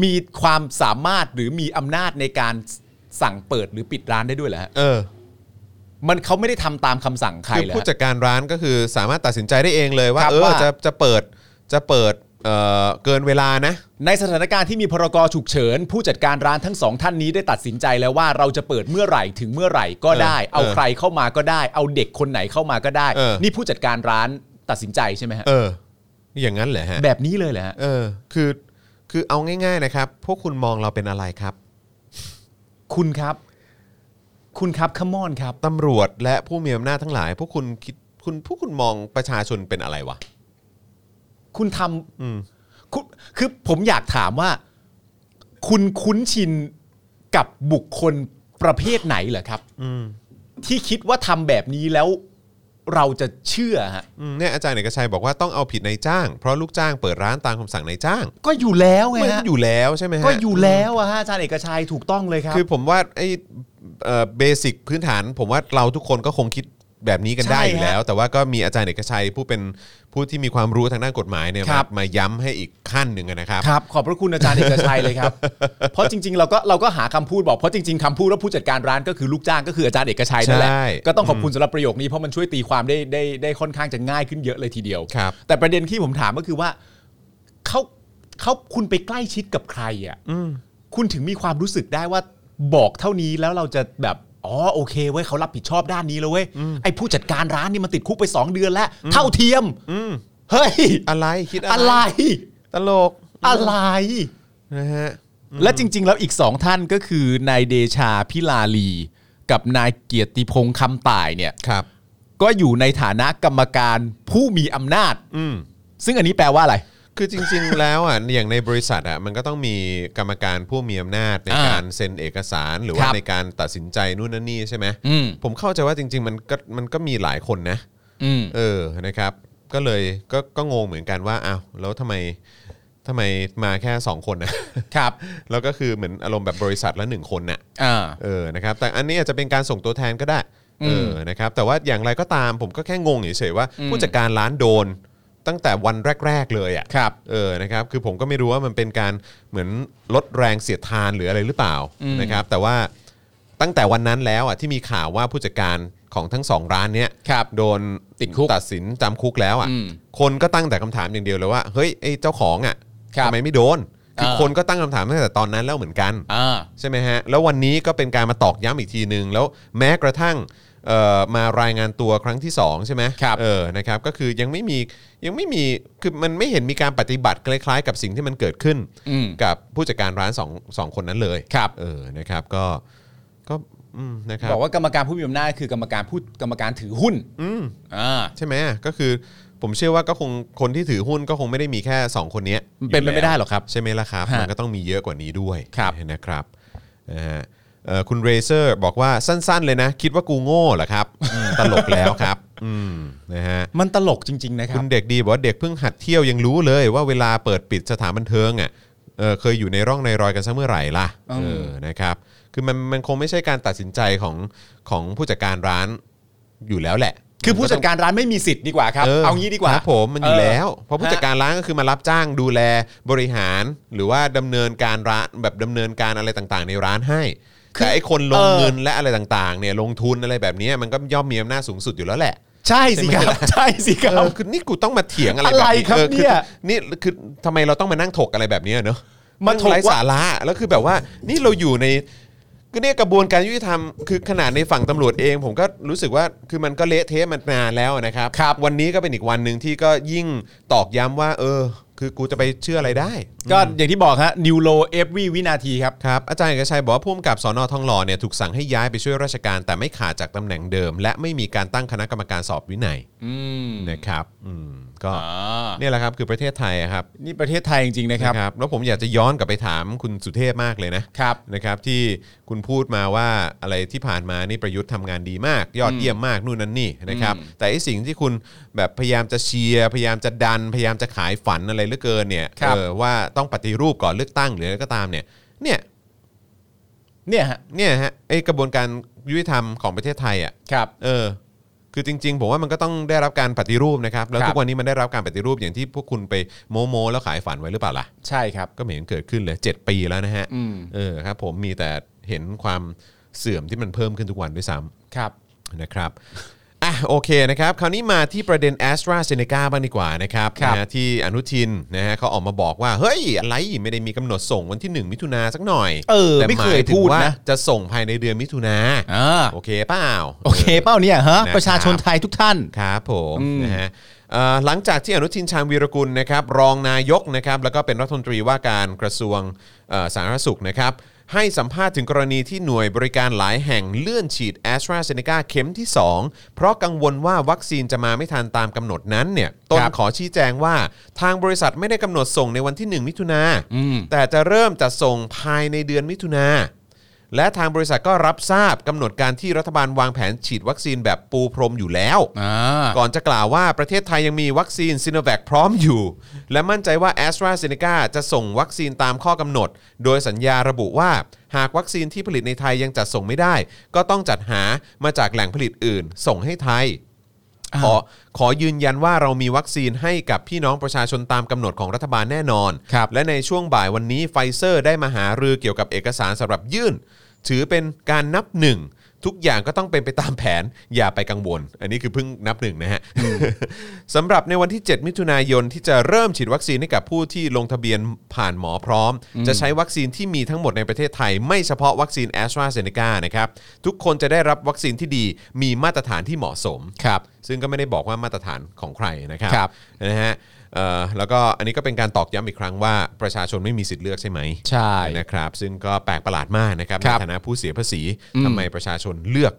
Speaker 3: มีความสามารถหรือมีอำนาจในการสั่งเปิดหรือปิดร้านได้ด้วยเหรอฮะ
Speaker 2: เออ
Speaker 3: มันเขาไม่ได้ทำตามคำสั่งใคร
Speaker 2: คือ
Speaker 3: เหรอ
Speaker 2: ผู้
Speaker 3: ฮะ
Speaker 2: จัดการร้านก็คือสามารถตัดสินใจได้เองเลยว่า
Speaker 3: ครับ
Speaker 2: เออ
Speaker 3: ว่า
Speaker 2: จะจะเปิดจะเปิดเออเกินเวลานะ
Speaker 3: ในสถานการณ์ที่มีพรกฉุกเฉิน ผู้จัดการร้านทั้งสองท่านนี้ได้ตัดสินใจแล้วว่าเราจะเปิดเมื่อไหร่ถึงเมื่อไหร่ก็ได้ เอาใครเข้ามาก็ได้ เอาเด็กคนไหนเข้ามาก็ได้ นี่ผู้จัดการร้านตัดสินใจใช่ไหมฮะ
Speaker 2: เออ อย่างนั้นเหรอฮะ
Speaker 3: แบบนี้เลยเหรอฮะ
Speaker 2: เออคือคือเอาง่าย ๆนะครับ พวกคุณมองเราเป็นอะไรครับ
Speaker 3: คุณครับ คุณครับขมอนครับ
Speaker 2: ตำรวจและผู้มีอำนาจทั้งหลาย พวกคุณคิดคุณพวกคุณมองประชาชนเป็นอะไรวะ
Speaker 3: คุณทำคุณคือผมอยากถามว่า คุณคุ้นชินกับบุคคลประเภทไหนเหรอครับที่คิดว่าทำแบบนี้แล้วเราจะเชื่อฮะ
Speaker 2: อืมเนี่ยอาจารย์เอกชัยบอกว่าต้องเอาผิดนายจ้าง เพราะลูกจ้างเปิดร้านตามคำสั่งนายจ้าง
Speaker 3: ก็อยู่แล้วไง
Speaker 2: มัน
Speaker 3: ฮะ
Speaker 2: อยู่แล้วใช่ไหมฮะ
Speaker 3: ก็อยู่แล้วอะฮะอาจารย์เอกชัยถูกต้องเลยครับ
Speaker 2: คือผมว่าไอ้เบสิกพื้นฐาน ผมว่าเราทุกคนก็คงคิดแบบนี้กันได้
Speaker 3: ใช่
Speaker 2: อยู่แล้ว แต่ว่าก็มีอาจารย์เอกชัยผู้เป็นผู้ที่มีความรู้ทางด้านกฎหมายเนี่ย
Speaker 3: ครั
Speaker 2: มา
Speaker 3: บ
Speaker 2: มาย้ำให้อีกขั้นหนึ่งอะนะครับ
Speaker 3: ครับ ขอบพระคุณอาจารย์เอกชัยเลย ครับ เพราะจริง ๆ เราก็เราก็หาคำพูดบอกเพราะจริง ๆคำพูดว่าผู้จัดการร้านก็คือลูกจ้างก็คืออาจารย์เอกชัยนั่นแหละ
Speaker 2: ใช่
Speaker 3: ก็ต้องขอบคุณสำหรับประโยคนี้เพราะมันช่วยตีความได้ได้ได้ค่อนข้างจะง่ายขึ้นเยอะเลยทีเดียว
Speaker 2: ครับ
Speaker 3: แต่ประเด็นที่ผมถามก็คือว่าเขาเขาคุณไปใกล้ชิดกับใครอ่ะคุณถึงมีความรู้สึกได้ว่าบอกเท่านี้แล้วเราจะแบบอ๋อโอเคเว้ยเขารับผิดชอบด้านนี้แล้วเว้ยไอ้ผู้จัดการร้านนี่มันติดคุกไปสองเดือนแล้ว เท่าเทียมเฮ้ย
Speaker 2: อะไรคิดอะ
Speaker 3: อะไร
Speaker 2: ไรตลก
Speaker 3: อะไร
Speaker 2: นะฮะ
Speaker 3: และจริง ๆ แล้วอีกสองท่านก็คือนายเดชาพิลาลี กับนายเกียรติพงษ์คำต่ายเนี่ย
Speaker 2: ครับ
Speaker 3: ก็อยู่ในฐานะกรรมการผู้มีอำนาจ
Speaker 2: อืม
Speaker 3: ซึ่งอันนี้แปลว่าอะไร
Speaker 2: คือจริงๆ แล้วอ่ะ อย่างในบริษัทอ่ะมันก็ต้องมีกรรมการผู้มีอำนาจใน
Speaker 3: อ่า
Speaker 2: การเซ็นเอกสารหรือ
Speaker 3: ค
Speaker 2: ว่า
Speaker 3: รับ
Speaker 2: ในการตัดสินใจนู่นนั่นนี่ใช่ไหม
Speaker 3: อืม
Speaker 2: ผมเข้าใจว่าจริง ๆ มันก็มันก็มีหลายคนนะ
Speaker 3: อืม
Speaker 2: เออนะครับ ก็เลยก็ก็งงเหมือนกันว่าอ้าวแล้วทำไมทำไมมาแค่ 2 คนนะ
Speaker 3: ครับ
Speaker 2: แล้วก็คือเหมือนอารมณ์แบบบริษัทละหนึ่งคนน่ะ
Speaker 3: อ่า
Speaker 2: เออ นะครับ แต่อันนี้อาจจะเป็นการส่งตัวแทนก็ได้
Speaker 3: อืม
Speaker 2: เออ นะครับ แต่ว่าอย่างไรก็ตามผมก็แค่งงเฉยๆว่าผู้จัดการร้านโดนตั้งแต่วันแรก ๆ เลยอ่ะ
Speaker 3: ครับ
Speaker 2: เออ นะครับ คือผมก็ไม่รู้ว่ามันเป็นการเหมือนลดแรงเสียดทานหรืออะไรหรือเปล่า
Speaker 3: อืม
Speaker 2: นะครับ แต่ว่าตั้งแต่วันนั้นแล้วอ่ะที่มีข่าวว่าผู้จัดการ ของทั้งสองร้านเนี้ย
Speaker 3: ครับ
Speaker 2: โดน
Speaker 3: ติดคุก
Speaker 2: ตัดสินจำคุกแล้ว
Speaker 3: อื
Speaker 2: อะ่ะ
Speaker 3: ม
Speaker 2: คนก็ตั้งแต่คำถามอย่างเดียวเลยว่าเฮ้ยไอ้เจ้าของอะ
Speaker 3: ครั่
Speaker 2: ะ
Speaker 3: บ
Speaker 2: ทำไมไม่โดนคือ
Speaker 3: เออ
Speaker 2: คนก็ตั้งคำถามตั้งแต่ตอนนั้นแล้วเหมือนกัน
Speaker 3: อ่า
Speaker 2: ใช่ไหมฮะ แล้ววันนี้ก็เป็นการมาตอกย้ำอีกทีหนึ่งแล้วแม้กระทั่งเอ่อมารายงานตัวครั้งที่ 2 ใช่ไหม
Speaker 3: ครับ
Speaker 2: เออนะครับก็คือยังไม่มียังไม่มีคือมันไม่เห็นมีการปฏิบัติคล้ายๆ กับสิ่งที่มันเกิดขึ้น
Speaker 3: อืม
Speaker 2: กับผู้จัดการร้านสองสองคนนั้นเลย
Speaker 3: ครับ
Speaker 2: เออนะครับก็ก็อืมนะครับ
Speaker 3: บอกว่ากรรมการผู้มีอำนาจคือกรรมการผู้กรรมการถือหุ้น
Speaker 2: อืม
Speaker 3: อ่า
Speaker 2: ใช่ไหมก็คือผมเชื่อว่าก็คงคนที่ถือหุ้นก็คงไม่ได้มีแค่ 2 คนเนี้ย
Speaker 3: มันเป็นไปไม่ได้หรอกครับ
Speaker 2: ใช่ไหมล่ะครับ
Speaker 3: ฮะ
Speaker 2: มันก็ต้องมีเยอะกว่านี้ด้วย
Speaker 3: ครับ
Speaker 2: นะครับนะฮะเอ่อคุณเรเซอร์บอกว่าสั้นๆเลยนะ คิดว่ากูโง่เหรอครับอืมตลกแล้วครับอืมนะฮะ
Speaker 3: มันตลกจริง ๆ นะครั
Speaker 2: คุ
Speaker 3: บ
Speaker 2: ณเด็กดีบอกว่าเด็กเพิ่งหัดเที่ยวยังรู้เลยว่าเวลาเปิดปิดสถานบันเทิงอ่ะเออเคยอยู่ในร่องในรอยกันซะเมื่อไหร่ล่ะ
Speaker 3: อืม
Speaker 2: เออนะครับคือมันมันคงไม่ใช่การตัดสินใจของของผู้จัดการร้านอยู่แล้วแหละ
Speaker 3: คือผู้จัดการร้านไม่มีสิทธิ์ดีกว่าครับ
Speaker 2: เออ
Speaker 3: เอางี้ดีกว่า
Speaker 2: ครับผมมันอยู่แล้ว เพราะผู้
Speaker 3: ฮะ
Speaker 2: จัดการร้านก็คือมารับจ้างดูแลบริหาร หรือว่าดำเนินการร้านแบบดำเนินการอะไรต่างๆ ในร้านให้แต่ไอ้คนลงเงินและอะไรต่างๆเนี่ยลงทุนอะไรแบบเนี้ยมันก็ย่อมมีอำนาจสูงสุดอยู่แล้วแหละ
Speaker 3: ใช่สิครับ ใช่สิค
Speaker 2: เอ
Speaker 3: รับ
Speaker 2: อคือนี่กูต้องมาเถียงอะไร
Speaker 3: อะไรครับ
Speaker 2: อออ
Speaker 3: เนี่ย
Speaker 2: นี่คือทำไมเราต้องมานั่งถกอะไรแบบเนี้ยเนอะ
Speaker 3: มาถก
Speaker 2: ไร้
Speaker 3: ว่า
Speaker 2: สาระแล้วคือแบบว่า นี่เราอยู่ในก็เนี่ยกระบวนการยุติธรรมคือขนาดในฝั่งตำรวจเอง ผมก็รู้สึกว่าคือมันก็เละเทะมานานแล้วนะครับครับ วันนี้ก็เป็นอีกวันหนึ่งที่ก็ยิ่งตอกย้ำว่า เออ คือกูจะไปเชื่ออะไรได้
Speaker 3: ก็อย่างที่บอกฮะนิวโลเอฟวีวินาทีครับ
Speaker 2: ครับอาจารย์เอกชัยบอกว่าผู้กำกับสอนอทองหล่อเนี่ยถูกสั่งให้ย้ายไปช่วยราชการ แต่ไม่ขาดจากตำแหน่งเดิม และไม่มีการตั้งคณะกรรมการสอบวินัย
Speaker 3: อืม
Speaker 2: นะครับอืมก็
Speaker 3: อ่า
Speaker 2: เนี่ยแหละครับคือประเทศไทยอะครับ
Speaker 3: นี่ประเทศไทยจริง ๆ นะครับ
Speaker 2: นะครับแล้วผมอยากจะย้อนกลับไปถามคุณสุเทพมากเลยนะครับ นะครับที่คุณพูดมาว่าอะไรที่ผ่านมานี่ประยุทธ์ทำงานดีมาก ยอดเยี่ยมมากนู่นนั่นนี่นะครับแต่ไอสิ่งที่คุณแบบพยายามจะเชียร์พยายามจะดัน พยายามจะขายฝันอะไรเหลือเกินเนี่ย
Speaker 3: ครับ
Speaker 2: เออว่าต้องปฏิรูปก่อนเลือกตั้งหรืออะไรก็ตามเนี่ยเนี่ย
Speaker 3: เนี่ยฮะ
Speaker 2: เนี่ยฮะไอกระบวนการยุติธรรมของประเทศไทยอ่ะ
Speaker 3: ครับ
Speaker 2: เออ คือจริง ๆ ผมว่ามันก็ต้องได้รับการปฏิรูปนะครับ แล้ว
Speaker 3: ครับ
Speaker 2: ทุกวันนี้มันได้รับการปฏิรูปอย่างที่พวกคุณไปโมโมแล้วขายฝันไว้หรือเปล่าล่ะ
Speaker 3: ใช่ครับ
Speaker 2: ก็ไม่เห็นเกิดขึ้นเลย 7 ปีแล้วนะฮะ
Speaker 3: อืม
Speaker 2: เออครับ ผมมีแต่เห็นความเสื่อมที่มันเพิ่มขึ้นทุกวันด้วยซ้
Speaker 3: ครับ
Speaker 2: ำนะครับ อ่ะโอเคนะครับ คราวนี้มาที่ประเด็น a s t r a z e ซ e c a บ้างดีกว่านะครับ
Speaker 3: ครับ
Speaker 2: นะฮะที่อนุทินนะฮะเขาออกมาบอกว่า เฮ้ย อะไรไม่ได้มีกำหนดส่งวันที่ 1 มิถุนาสักหน่อย
Speaker 3: เออ
Speaker 2: แต่
Speaker 3: ไม่
Speaker 2: ห
Speaker 3: เค
Speaker 2: มาย
Speaker 3: ย
Speaker 2: ถึง
Speaker 3: พูด
Speaker 2: ว่า
Speaker 3: นะ
Speaker 2: จะส่งภายในเดือนมิถุนา
Speaker 3: อ่า
Speaker 2: โอเคเปล่า
Speaker 3: โอเคเป้าเนี่ยฮะ
Speaker 2: นะครับ
Speaker 3: ประชาชนไทยทุกท่าน
Speaker 2: ครับผม
Speaker 3: อืม
Speaker 2: นะฮะเอ่อหลังจากที่อนุทินชาญวีรกุลนะครับรองนายกนะครับแล้วก็เป็นรัฐมนตรีว่าการกระทรวงเอ่อสาธารณสุขนะครับให้สัมภาษณ์ถึงกรณีที่หน่วยบริการหลายแห่งเลื่อนฉีด a s t r a z เซ e c a เข็มที่ 2 เพราะกังวลว่าวัคซีนจะมาไม่ทันตามกำหนดนั้นเนี่ยต้น
Speaker 3: ครับ
Speaker 2: ขอชี้แจงว่าทางบริษัทไม่ได้กำหนดส่งในวันที่ 1 มิถุนา
Speaker 3: อืม
Speaker 2: แต่จะเริ่มจัดส่งภายในเดือนมิถุนา และทางบริษัทก็รับทราบกำหนดการที่รัฐบาลวางแผนฉีดวัคซีนแบบปูพรมอยู่แล้ว
Speaker 3: อ่า
Speaker 2: ก่อนจะกล่าวว่าประเทศไทยยังมีวัคซีนซิโนแวคพร้อมอยู่ และมั่นใจว่า a s t r a z เซ e c a จะส่งวัคซีนตามข้อกำหนด โดยสัญญาระบุว่า หากวัคซีนที่ผลิตในไทยยังจัดส่งไม่ได้ ก็ต้องจัดหามาจากแหล่งผลิตอื่น ส่งให้ไทย ขอขอยืนยันว่าเรามีวัคซีนให้กับพี่น้องประชาชนตามกำหนดของรัฐบาลแน่นอน
Speaker 3: ครับ
Speaker 2: และในช่วงบ่ายวันนี้ไฟเซอร์ได้มาหารือเกี่ยวกับเอกสารสำหรับยื่น ถือเป็นการนับหนึ่ง ทุกอย่างก็ต้องเป็นไปตามแผนอย่าไปกังวล อันนี้คือเพิ่งนับหนึ่งนะฮะ สำหรับในวันที่ 7 มิถุนายนที่จะเริ่มฉีดวัคซีนให้กับผู้ที่ลงทะเบียนผ่านหมอพร้อม จะใช้วัคซีนที่มีทั้งหมดในประเทศไทย ไม่เฉพาะวัคซีนแอสตราเซเนกานะครับทุกคนจะได้รับวัคซีนที่ดีมีมาตรฐานที่เหมาะสม
Speaker 3: ครับ
Speaker 2: ซึ่งก็ไม่ได้บอกว่ามาตรฐานของใครนะครับ
Speaker 3: ครับ
Speaker 2: นะฮะเอ่อแล้วก็อันนี้ก็เป็นการตอกย้ำอีกครั้งว่าประชาชนไม่มีสิทธิ์เลือกใช่ไหม
Speaker 3: ใช่
Speaker 2: นะครับซึ่งก็แปลกประหลาดมากนะครับ
Speaker 3: ครับ
Speaker 2: ในฐานะผู้เสียภาษีทำไมประชาชนเลือก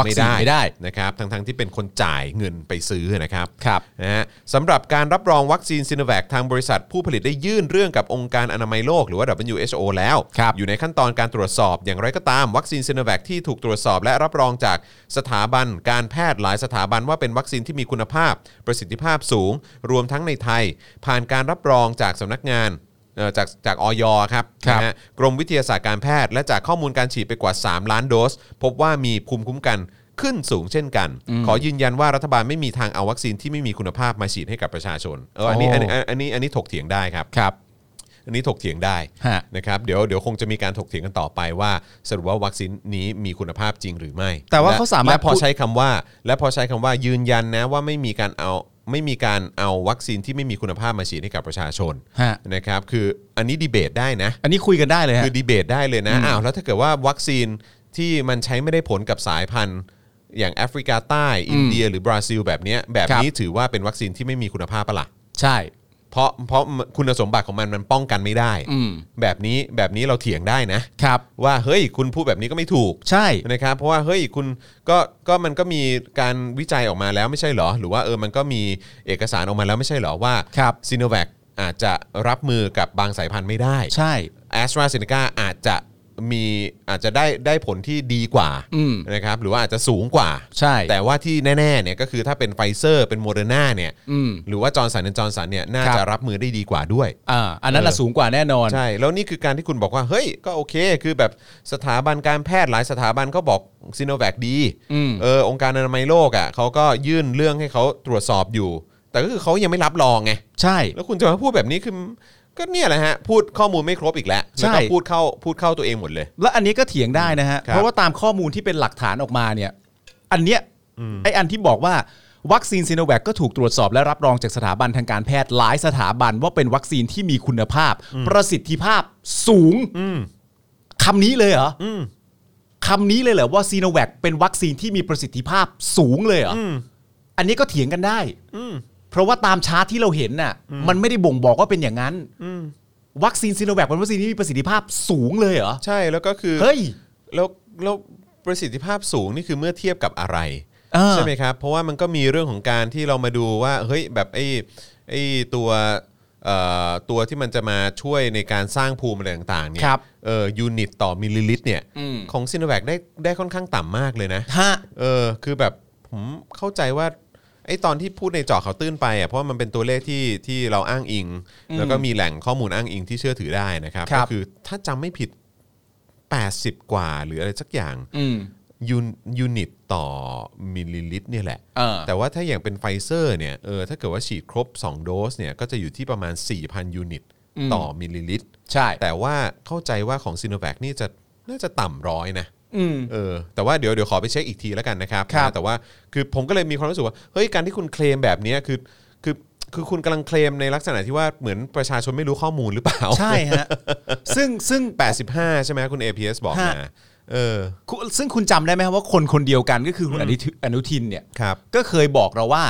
Speaker 3: วัคซีนไม่ได้
Speaker 2: นะครับทั้งๆที่เป็นคนจ่ายเงินไปซื้อนะครับ
Speaker 3: ครับ
Speaker 2: นะฮะสำหรับการรับรองวัคซีนซิโนแวคทางบริษัทผู้ผลิตได้ยื่นเรื่องกับองค์การอนามัยโลกหรือว่า WHO แล้ว
Speaker 3: ครับ
Speaker 2: อยู่ในขั้นตอนการตรวจสอบอย่างไรก็ตามวัคซีนซิโนแวคที่ถูกตรวจสอบ และรับรองจากสถาบันการแพทย์หลายสถาบันว่าเป็นวัคซีนที่มีคุณภาพ ประสิทธิภาพสูง รวมทั้งในไทย ผ่านการรับรองจากสำนักงานเอ่อจากจากออยครับ
Speaker 3: ครับ
Speaker 2: นะฮะ กรมวิทยาศาสตร์การแพทย์และจากข้อมูลการฉีดไปกว่า 3 ล้านโดส พบว่ามีภูมิคุ้มกันขึ้นสูงเช่นกัน ขอยืนยันว่ารัฐบาลไม่มีทางเอาวัคซีนที่ไม่มีคุณภาพมาฉีดให้กับประชาชนเอออันนี้อันนี้อันนี้อันนี้ถกเถียงได้ครับ
Speaker 3: ครับ
Speaker 2: อันนี้ถกเถียงได้
Speaker 3: ฮะ
Speaker 2: นะครับเดี๋ยวเดี๋ยวคงจะมีการถกเถียงกันต่อไปว่า สรุปว่าวัคซีนนี้มีคุณภาพจริงหรือไม่
Speaker 3: แต่ว่า
Speaker 2: และ
Speaker 3: เขาสามารถ
Speaker 2: และพอ
Speaker 3: พูด
Speaker 2: ใช้คำว่า และพอใช้คำว่ายืนยันนะว่าไม่มีการเอาไม่มีการเอาวัคซีนที่ไม่มีคุณภาพมาฉีดให้กับประชาชน
Speaker 3: ฮะ
Speaker 2: นะครับคืออันนี้ดีเบตได้นะ
Speaker 3: อันนี้คุยกันได้เลยฮะ
Speaker 2: คือดีเบตได้เลยนะ อ้าว แล้วถ้าเกิดว่าวัคซีนที่มันใช้ไม่ได้ผลกับสายพันธุ์ อย่างแอฟริกาใต้ อินเดีย หรือบราซิลแบบเนี้ยแบบ
Speaker 3: ครับ
Speaker 2: นี้ถือว่าเป็นวัคซีนที่ไม่มีคุณภาพปะละ่ะ
Speaker 3: ใช่
Speaker 2: เพราะเพราะคุณสมบัติของมันมันป้องกันไม่ได้
Speaker 3: อืม
Speaker 2: แบบนี้แบบนี้เราเถียงได้นะ
Speaker 3: ครับ
Speaker 2: ว่าเฮ้ยคุณพูดแบบนี้ก็ไม่ถูก
Speaker 3: ใช่
Speaker 2: นะครับเพราะว่าเฮ้ยคุณก็ก็มันก็มีการวิจัยออกมาแล้วไม่ใช่เหรอ หรือว่าเออมันก็มีเอกสารออกมาแล้วไม่ใช่เหรอว่า
Speaker 3: ครับ
Speaker 2: ซีโนแวคอาจจะรับมือกับบางสายพันธุ์ไม่ได้
Speaker 3: ใช่
Speaker 2: แอสตราเซเนกาอาจจะมีอาจจะได้ได้ผลที่ดีกว่า
Speaker 3: อืม
Speaker 2: นะครับหรือว่าอาจจะสูงกว่า
Speaker 3: ใช่
Speaker 2: แต่ว่าที่แน่ๆเนี่ยก็คือถ้าเป็นไฟเซอร์เป็นโมเดอร์นาเนี่ย
Speaker 3: อืม
Speaker 2: หรือว่าจอร์นสันและจอร์นสันเนี่ยน่า
Speaker 3: ครับ
Speaker 2: จะรับมือได้ดีกว่าด้วย
Speaker 3: อ่าอันนั้นละ
Speaker 2: เออ
Speaker 3: สูงกว่าแน่นอน
Speaker 2: ใช่ แล้วนี่คือการที่คุณบอกว่า เฮ้ย ก็โอเค คือแบบสถาบันการแพทย์หลายสถาบันเขาบอกซีโนแวคดี
Speaker 3: อืม
Speaker 2: เออองค์การอนามัยโลกอ่ะเขาก็ยื่นเรื่องให้เขาตรวจสอบอยู่ แต่ก็คือเขายังไม่รับรองไง
Speaker 3: ใช่
Speaker 2: แล้วคุณจะมาพูดแบบนี้คือก็เนี่ยแหละฮะพูดข้อมูลไม่ครบอีกแล้วแล้วก็
Speaker 3: ใช่
Speaker 2: พูดเข้าพูดเข้าตัวเองหมดเลย
Speaker 3: และอันนี้ก็เถียงได้นะฮะ
Speaker 2: ครับ
Speaker 3: เพราะว่าตามข้อมูลที่เป็นหลักฐานออกมาเนี่ย อันเนี้ยไออันที่บอกว่าวัคซีนซีโนแวคก็ถูกตรวจสอบและรับรองจากสถาบันทางการแพทย์หลายสถาบันว่าเป็นวัคซีนที่มีคุณภาพ ประสิทธิภาพสูงคำนี้เลยเหรออคำนี้เลยเหรอว่าซีโนแวคเป็นวัคซีนที่มีประสิทธิภาพสูงเลยเหรอออันนี้ก็เถียงกันได้เพราะว่าตามชาร์ตที่เราเห็นน่ะ มันไม่ได้บ่งบอกว่าเป็นอย่างนั้นวัคซีนซีโนแวคเป็นวัคซีนที่มีประสิทธิภาพสูงเลยเหรอ
Speaker 2: ใช่แล้วก็คือ
Speaker 3: เฮ้ย
Speaker 2: แล้วแล้วประสิทธิภาพสูงนี่คือเมื่อเทียบกับอะไร
Speaker 3: เออ
Speaker 2: ใช่ไหมครับ เพราะว่ามันก็มีเรื่องของการที่เรามาดูว่าเฮ้ยแบบไอ้ไอ้ตัวเอ่อตัวที่มันจะมาช่วยในการสร้างภูมิอะไรต่างๆเนี่ย
Speaker 3: ครับ
Speaker 2: เออยูนิตต่อมิลลิลิตรเนี่ย
Speaker 3: อืม
Speaker 2: ของซินแวคได้ได้ค่อนข้างต่ำมากเลยนะ
Speaker 3: ฮะ
Speaker 2: เออคือแบบผมเข้าใจว่าไอ้ตอนที่พูดในเจอเขาวตื้นไปอ่ะเพราะว่ามันเป็นตัวเลขที่ที่เราอ้างอิง แล้วก็มีแหล่งข้อมูลอ้างอิงที่เชื่อถือได้นะครับ
Speaker 3: ครั
Speaker 2: ก็
Speaker 3: บ
Speaker 2: คือถ้าจำไม่ผิด 80 กว่าหรืออะไรสักอย่าง
Speaker 3: อืม
Speaker 2: ยูนยูนิตต่อมิลลิลิตรเนี่ยแหละ
Speaker 3: เออ
Speaker 2: แต่ว่าถ้าอย่างเป็นไฟเซอร์เนี่ยเออถ้าเกิดว่าฉีดครบ 2 โดสเนี่ยก็จะอยู่ที่ประมาณ 4,000 ยูนิต
Speaker 3: อืม
Speaker 2: ต่อมิลลิลิตร
Speaker 3: ใช่
Speaker 2: แต่ว่าเข้าใจว่าของซีโนแวคนี่จะน่าจะต่ำร้อยนะ
Speaker 3: อืม
Speaker 2: เออแต่ว่าเดี๋ยวเดี๋ยวขอไปเช็คอีกทีแล้วกันนะครับ
Speaker 3: ครับ
Speaker 2: นะแต่ว่าคือผมก็เลยมีความรู้สึกว่าเฮ้ยการที่คุณเคลมแบบเนี้ยคือคือคือคุณกำลังเคลมในลักษณะที่ว่าเหมือนประชาชนไม่รู้ข้อมูลหรือเปล่า
Speaker 3: ใช่ฮะ ซึ่งซึ่ง
Speaker 2: 85 ใช่ไหมคุณ APS บอก
Speaker 3: ฮะ
Speaker 2: มาเออ
Speaker 3: คุณซึ่งคุณจำได้ไหมครับว่าคนคนเดียวกันก็คือคุณอนุทินอนุทินเนี่ย
Speaker 2: ครับ
Speaker 3: ก็เคยบอกเราว่า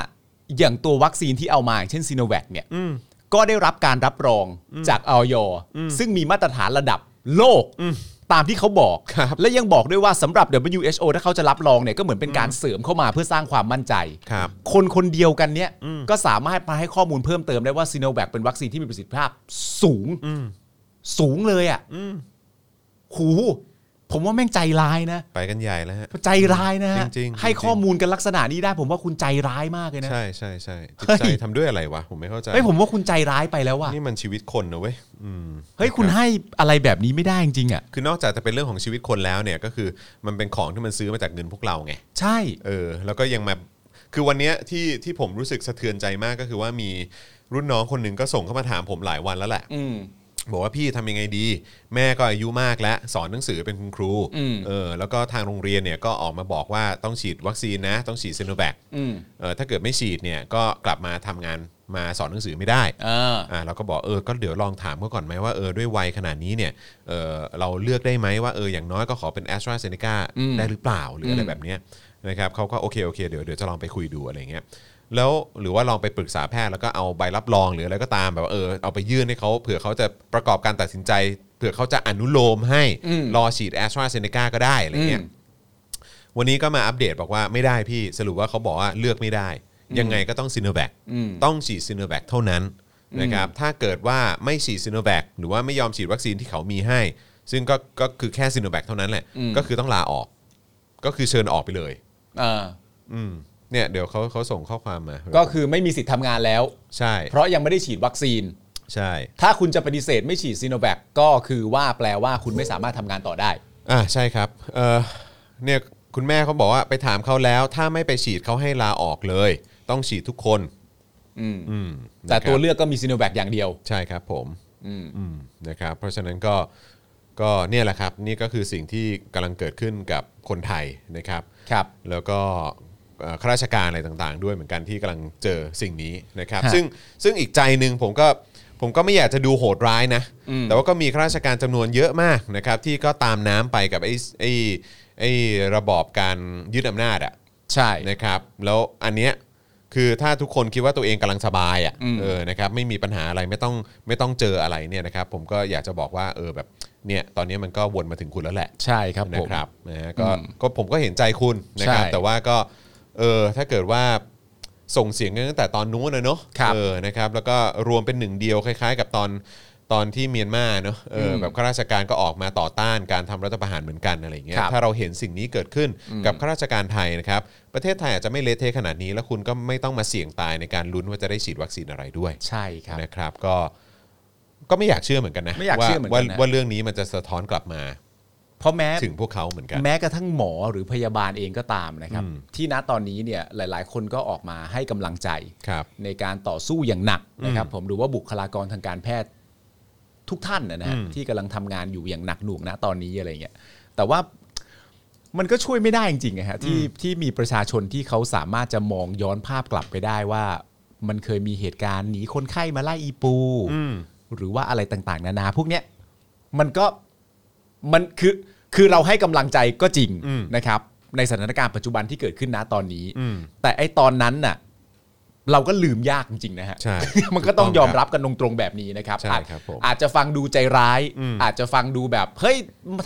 Speaker 3: อย่างตัววัคซีนที่เอามาอย่างเช่นซีโนแวคเนี่ย
Speaker 2: อืม
Speaker 3: ก็ได้รับการรับรองจากออยซึ่งมีมาตรฐานระดับโลกตามที่เขาบอก
Speaker 2: ครับ
Speaker 3: และยังบอกด้วยว่าสำหรับ WHO ถ้าเขาจะรับรองเนี่ยก็เหมือนเป็นการเสริมเข้ามาเพื่อสร้างความมั่นใจ
Speaker 2: ครับ
Speaker 3: นคนเดียวกันเนี่ยก็สามารถมาให้ข้อมูลเพิ่มเติมได้ว่าซีโนแวคเป็นวัคซีนที่มีประสิทธิภาพสูง
Speaker 2: อืม
Speaker 3: สูงเลยอะ่ะหูผมว่าแม่งใจร้ายนะ
Speaker 2: ไปกันใหญ่แล้วฮะ
Speaker 3: ใจร้ายนะฮะ
Speaker 2: จริงๆ
Speaker 3: ให้ข้อมูลกันลักษณะนี้ได้ ผมว่าคุณใจร้ายมากเลยนะ
Speaker 2: ใช่ใช่ใช่จิต
Speaker 3: เฮ้ย
Speaker 2: ใจทำด้วยอะไรวะ ผมไม่เข้าใจ
Speaker 3: เฮ้ยผมว่าคุณใจร้ายไปแล้วอ่ะ
Speaker 2: นี่มันชีวิตคนนะเว้ยอืม
Speaker 3: เฮ้ยคุณให้อะไรแบบนี้ไม่ได้จริงๆอ่ะ
Speaker 2: คือนอกจากจะเป็นเรื่องของชีวิตคนแล้วเนี่ยก็คือมันเป็นของที่มันซื้อมาจากเงินพวกเราไง
Speaker 3: ใช่
Speaker 2: เออแล้วก็ยังมาคือวันเนี้ยที่ที่ผมรู้สึกสะเทือนใจมากก็คือว่ามีรุ่นน้องคนหนึ่งก็ส่งเข้ามาถามผมหลายวันแล้วแหละ
Speaker 3: อืม
Speaker 2: บอกว่าพี่ทำยังไงดี แม่ก็อายุมากแล้ว สอนหนังสือเป็นคุณครู
Speaker 3: อืม
Speaker 2: เออแล้วก็ทางโรงเรียนเนี่ยก็ออกมาบอกว่าต้องฉีดวัคซีนนะ ต้องฉีดซีโนแวค
Speaker 3: อืม
Speaker 2: เออถ้าเกิดไม่ฉีดเนี่ยก็กลับมาทำงานมาสอนหนังสือไม่ได้
Speaker 3: เออ
Speaker 2: อ่าเราก็บอกเออก็เดี๋ยวลองถามเขาก่อนไหมว่าเออด้วยวัยขนาดนี้เนี่ยเออเราเลือกได้ไหมว่าเอออย่างน้อยก็ขอเป็นแอสตราเซเนกา
Speaker 3: อืม
Speaker 2: ได้หรือเปล่าหรืออะไร
Speaker 3: อืม
Speaker 2: แบบเนี้ยนะครับเขาก็โอเคโอเคเดี๋ยวเดี๋ยวจะลองไปคุยดูอะไรเงี้ยแล้วหรือว่าลองไปปรึกษาแพทย์แล้วก็เอาใบรับรองหรืออะไรก็ตามแบบว่าเออเอาไปยื่นให้เขาเผื่อเขาจะประกอบการตัดสินใจ เผื่อเขาจะอนุโลมให้รอฉีดแอสตราเซเนกาก็ได้อะไรเงี้ย วันนี้ก็มาอัปเดตบอกว่าไม่ได้พี่สรุปว่าเขาบอกว่าเลือกไม่ได้ ยังไงก็ต้องซีโนแวค
Speaker 3: อืม
Speaker 2: ต้องฉีดซีโนแวคเท่านั้นนะครับถ้าเกิดว่าไม่ฉีดซีโนแวคหรือว่าไม่ยอมฉีดวัคซีนที่เขามีให้ ซึ่งก็ก็คือแค่ซีโนแวคเท่านั้นแหละ
Speaker 3: อืม
Speaker 2: ก็คือต้องลาออก ก็คือเชิญออกไปเลย
Speaker 3: เออ
Speaker 2: อืมเนี่ยเดี๋ยวเขาเขาส่งข้อความมา
Speaker 3: ก็คือไม่มีสิทธิ์ทำงานแล้ว
Speaker 2: ใช่
Speaker 3: เพราะยังไม่ได้ฉีดวัคซีน
Speaker 2: ใช่
Speaker 3: ถ้าคุณจะปฏิเสธไม่ฉีดซีโนแวคก็คือว่าแปลว่าคุณไม่สามารถทำงานต่อได้
Speaker 2: อ่าใช่ครับเออเนี่ยคุณแม่เขาบอกว่าไปถามเขาแล้ว ถ้าไม่ไปฉีดเขาให้ลาออกเลย ต้องฉีดทุกคน
Speaker 3: อืม
Speaker 2: อืม
Speaker 3: แต่
Speaker 2: นะครับ
Speaker 3: ตัวเลือกก็มีซีโนแวคอย่างเดียว
Speaker 2: ใช่ครับผม
Speaker 3: อืม
Speaker 2: อืมนะครับเพราะฉะนั้นก็ก็เนี่ยแหละครับนี่ก็คือสิ่งที่กำลังเกิดขึ้นกับคนไทยนะครับ
Speaker 3: ครับ
Speaker 2: แล้วก็เอ่อข้าราชการอะไรต่างๆ ด้วยเหมือนกันที่กำลังเจอสิ่งนี้นะครับ
Speaker 3: ฮะ
Speaker 2: ซึ่งซึ่งอีกใจหนึ่งผมก็ผมก็ไม่อยากจะดูโหดร้ายนะ
Speaker 3: อืม
Speaker 2: แต่ว่าก็มีข้าราชการจำนวนเยอะมากนะครับ ที่ก็ตามน้ำไปกับไอ้ไอ้ไอ้ระบอบการยึดอำนาจอ่ะ
Speaker 3: ใช่
Speaker 2: นะครับแล้วอันเนี้ยคือถ้าทุกคนคิดว่าตัวเองกำลังสบายอ่ะ
Speaker 3: อืม
Speaker 2: เออนะครับไม่มีปัญหาอะไรไม่ต้องไม่ต้องเจออะไรเนี่ยนะครับผมก็อยากจะบอกว่าเออแบบเนี่ยตอนนี้มันก็วนมาถึงคุณแล้วแหละ
Speaker 3: ใช่ครับผ
Speaker 2: นะ
Speaker 3: ม
Speaker 2: ครับนะฮะก็
Speaker 3: อืม
Speaker 2: ก็ผมก็เห็นใจคุณนะครับ
Speaker 3: ใช่
Speaker 2: แต่ว่าก็เออถ้าเกิดว่าส่งเสียงกันตั้งแต่ตอนนู้นนะเนอะ
Speaker 3: ครับ
Speaker 2: เออนะครับแล้วก็รวมเป็นหนึ่งเดียวคล้าย ๆ กับตอนตอนที่เมียนมาเนอะเอออ
Speaker 3: ม
Speaker 2: แบบข้าราชการก็ออกมาต่อต้านการทำรัฐประหารเหมือนกันอะไรอย่างเงี้ย
Speaker 3: ครับ
Speaker 2: ถ้าเราเห็นสิ่งนี้เกิดขึ้นกับข้าราชการไทยนะครับประเทศไทยอาจจะไม่เละเทะขนาดนี้ แล้วคุณก็ไม่ต้องมาเสี่ยงตายในการลุ้นว่าจะได้ฉีดวัคซีนอะไรด้วย
Speaker 3: ใช่ครับ
Speaker 2: นะครับก็ก็ไม่อยากเชื่อเหมือนกันนะ
Speaker 3: ไม่อยาก
Speaker 2: ว่
Speaker 3: เชื่อเหมือนกัน
Speaker 2: ว่า
Speaker 3: นะ
Speaker 2: ว่าเรื่องนี้มันจะสะท้อนกลับมา
Speaker 3: เพราะแม้
Speaker 2: ถึงพวกเขาเหมือนกัน
Speaker 3: แม้กระทั่งหมอหรือพยาบาลเองก็ตามนะครับ
Speaker 2: อืม
Speaker 3: ที่ณตอนนี้เนี่ยหลาย ๆ คนก็ออกมาให้กำลังใจ
Speaker 2: ครับ
Speaker 3: ในการต่อสู้อย่างหนักนะครับ
Speaker 2: อืม
Speaker 3: ผมดูว่าบุคลากรทางการแพทย์ทุกท่านนะนะฮะ
Speaker 2: อืม
Speaker 3: ที่กำลังทำงานอยู่อย่างหนักหน่วงนะตอนนี้อะไรเงี้ยแต่ว่ามันก็ช่วยไม่ได้จริงๆนะฮะที่ที่มีประชาชนที่เขาสามารถจะมองย้อนภาพกลับไปได้ว่า มันเคยมีเหตุการณ์หนีคนไข้มาไล่อีปู
Speaker 2: อืม
Speaker 3: หรือว่าอะไรต่างๆ นานาพวกเนี้ยมันก็มันคือคือเราให้กำลังใจก็จริง
Speaker 2: อืม
Speaker 3: นะครับ ในสถานการณ์ปัจจุบันที่เกิดขึ้นนะตอนนี้
Speaker 2: อืม
Speaker 3: แต่ไอ้ตอนนั้นน่ะ เราก็ลืมยากจริงๆนะฮะ
Speaker 2: ใช่
Speaker 3: มันก็ต้องยอมรับกันตรงๆแบบนี้นะครับ
Speaker 2: ใช่
Speaker 3: อาจ
Speaker 2: ครับผม
Speaker 3: อาจจะฟังดูใจร้าย
Speaker 2: อืม
Speaker 3: อาจจะฟังดูแบบเฮ้ย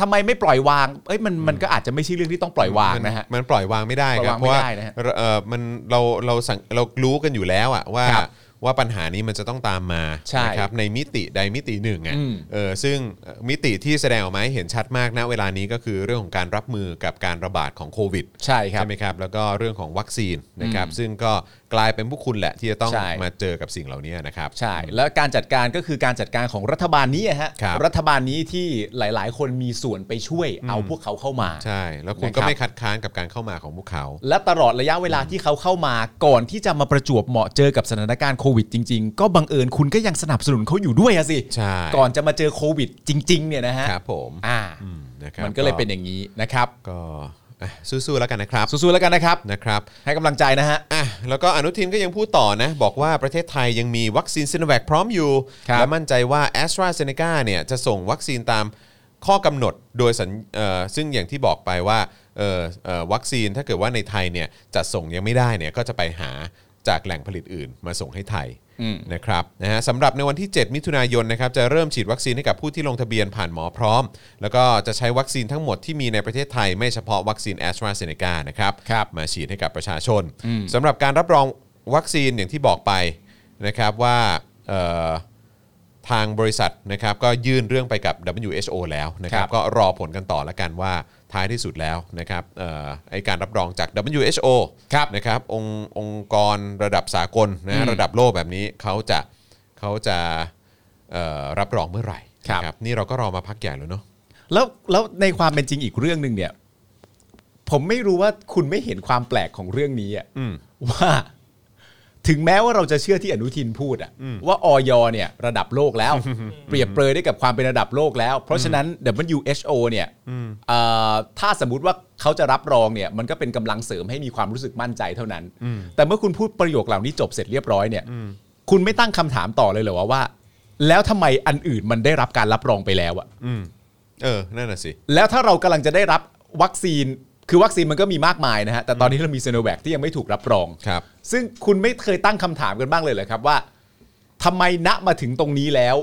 Speaker 3: ทำไมไม่ปล่อยวางเอ้ยมันมันก็อาจจะไม่ใช่เรื่องที่ต้องปล่อยวางนะฮะ
Speaker 2: มันมันปล่อยวางไม่ได้
Speaker 3: ปล่
Speaker 2: ค
Speaker 3: อย
Speaker 2: รับ
Speaker 3: วาง
Speaker 2: เพราะว่า
Speaker 3: ไม่ได้นะฮะ
Speaker 2: เออมันเราเราสังเรารู้กันอยู่แล้วอะว่า
Speaker 3: ครับ
Speaker 2: ว่าปัญหานี้มันจะต้องตามมา
Speaker 3: ใช่
Speaker 2: นะครับในมิติใดมิติหนึ่งอะ
Speaker 3: อืม
Speaker 2: เออซึ่งเอ่อมิติที่แสดงออกมาให้เห็นชัดมากณเวลานี้ก็คือเรื่องของการรับมือกับการระบาดของโควิด
Speaker 3: ใช่ครับ
Speaker 2: ไหมครับแล้วก็เรื่องของวัคซีนนะครับซึ่งก็กลายเป็นพวกคุณแหละที่จะต้อง
Speaker 3: ใช่
Speaker 2: มาเจอกับสิ่งเหล่านี้นะครับ
Speaker 3: ใช่ แล้วการจัดการก็คือการจัดการของรัฐบาลนี้อะฮะ
Speaker 2: ครับ
Speaker 3: ฐบาลนี้ที่หลาย ๆ คนมีส่วนไปช่วยเอาพวกเขาเข้ามา
Speaker 2: ใช่ แล้วคุณก็
Speaker 3: นะครับ
Speaker 2: ไม่คัดค้านกับการเข้ามาของพวกเขา
Speaker 3: และตลอดระยะเวลาที่เขาเข้ามาก่อนที่จะมาประจวบเหมาะเจอกับสถานการณ์โควิดจริง ๆ ก็บังเอิญคุณก็ยังสนับสนุนเขาอยู่ด้วยอะสิ
Speaker 2: ใช่
Speaker 3: ก่อนจะมาเจอโควิดจริง ๆ เนี่ยนะฮะ
Speaker 2: ครับผม
Speaker 3: อ่า
Speaker 2: อืมนะครับ
Speaker 3: มันก็เลยเป็นอย่างนี้นะครับ
Speaker 2: ก็อ่ะสู้ๆแล้วกันนะครับ
Speaker 3: สู้ๆแล้วกันนะครับ
Speaker 2: นะครับ
Speaker 3: ให้กำลังใจนะฮะ
Speaker 2: อ่ะแล้วก็อนุทินก็ยังพูดต่อนะ บอกว่าประเทศไทยยังมีวัคซีนซิโนแวคพร้อมอยู่
Speaker 3: ครับ
Speaker 2: และมั่นใจว่า a s t r a z เซ e c a เนี่ยจะส่งวัคซีนตามข้อกำหนดโดยสัญเอ่อซึ่งอย่างที่บอกไปว่าเอ่อเอ่อวัคซีนถ้าเกิดว่าในไทยเนี่ยจะส่งยังไม่ได้เนี่ยก็จะไปหาจากแหล่งผลิตอื่นมาส่งให้ไทย
Speaker 3: อืม
Speaker 2: นะครับนะฮะสำหรับในวันที่ 7 มิถุนายนนะครับจะเริ่มฉีดวัคซีนให้กับผู้ที่ลงทะเบียนผ่านหมอพร้อม แล้วก็จะใช้วัคซีนทั้งหมดที่มีในประเทศไทยไม่เฉพาะวัคซีน a s t r a z เซ e c a นะครับ
Speaker 3: ครับ
Speaker 2: มาฉีดให้กับประชาชนสำหรับการรับรองวัคซีนอย่างที่บอกไปนะครับว่าเอ่อทางบริษัทนะครับก็ยื่นเรื่องไปกับ WHO แล้วนะครับ
Speaker 3: ครับ
Speaker 2: ก็รอผลกันต่อละกันว่าท้ายที่สุดแล้วนะครับเอ่อไอการรับรองจาก WHO
Speaker 3: ครับ
Speaker 2: นะครับองค์องค์กรระดับสากล
Speaker 3: อื
Speaker 2: นะ
Speaker 3: ม
Speaker 2: ระดับโลกแบบนี้เขาจะเขาจะเอ่อรับรองเมื่อไหร่
Speaker 3: ครับ
Speaker 2: นะนี่เราก็รอมาพักใหญ่แล้วเนาะ
Speaker 3: แล้วแล้วในความเป็นจริงอีกเรื่องหนึ่งเนี่ย ผมไม่รู้ว่าคุณไม่เห็นความแปลกของเรื่องนี้อะ
Speaker 2: อืม
Speaker 3: ว่า ถึงแม้ว่าเราจะเชื่อที่อนุทินพูดอะว่าออยเนี่ย ระดับโลก แล้ว เปรียบเปรยได้กับความเป็นระดับโลกแล้ว เพราะฉะนั้น WHO เนี่ยเอ่อถ้าสมมติว่าเขาจะรับรองเนี่ย มันก็เป็นกำลังเสริมให้มีความรู้สึกมั่นใจเท่านั้น แต่เมื่อคุณพูดประโยคเหล่านี้จบเสร็จเรียบร้อยเนี่ยคุณไม่ตั้งคำถามต่อเลยเหรอวะว่า แล้วทำไมอันอื่นมันได้รับการรับรองไปแล้วอะ
Speaker 2: อืมเออนั่นน่ะสิ
Speaker 3: แล้วถ้าเรากำลังจะได้รับวัคซีน คือวัคซีนมันก็มีมากมายนะฮะ แต่ตอนนี้เรามีซโนแวคที่ยังไม่ถูกรับรอง
Speaker 2: ครับ
Speaker 3: ซึ่งคุณไม่เคยตั้งคำถามกันบ้างเลยเหรอครับว่าทำไมณมาถึงตรงนี้แล้ว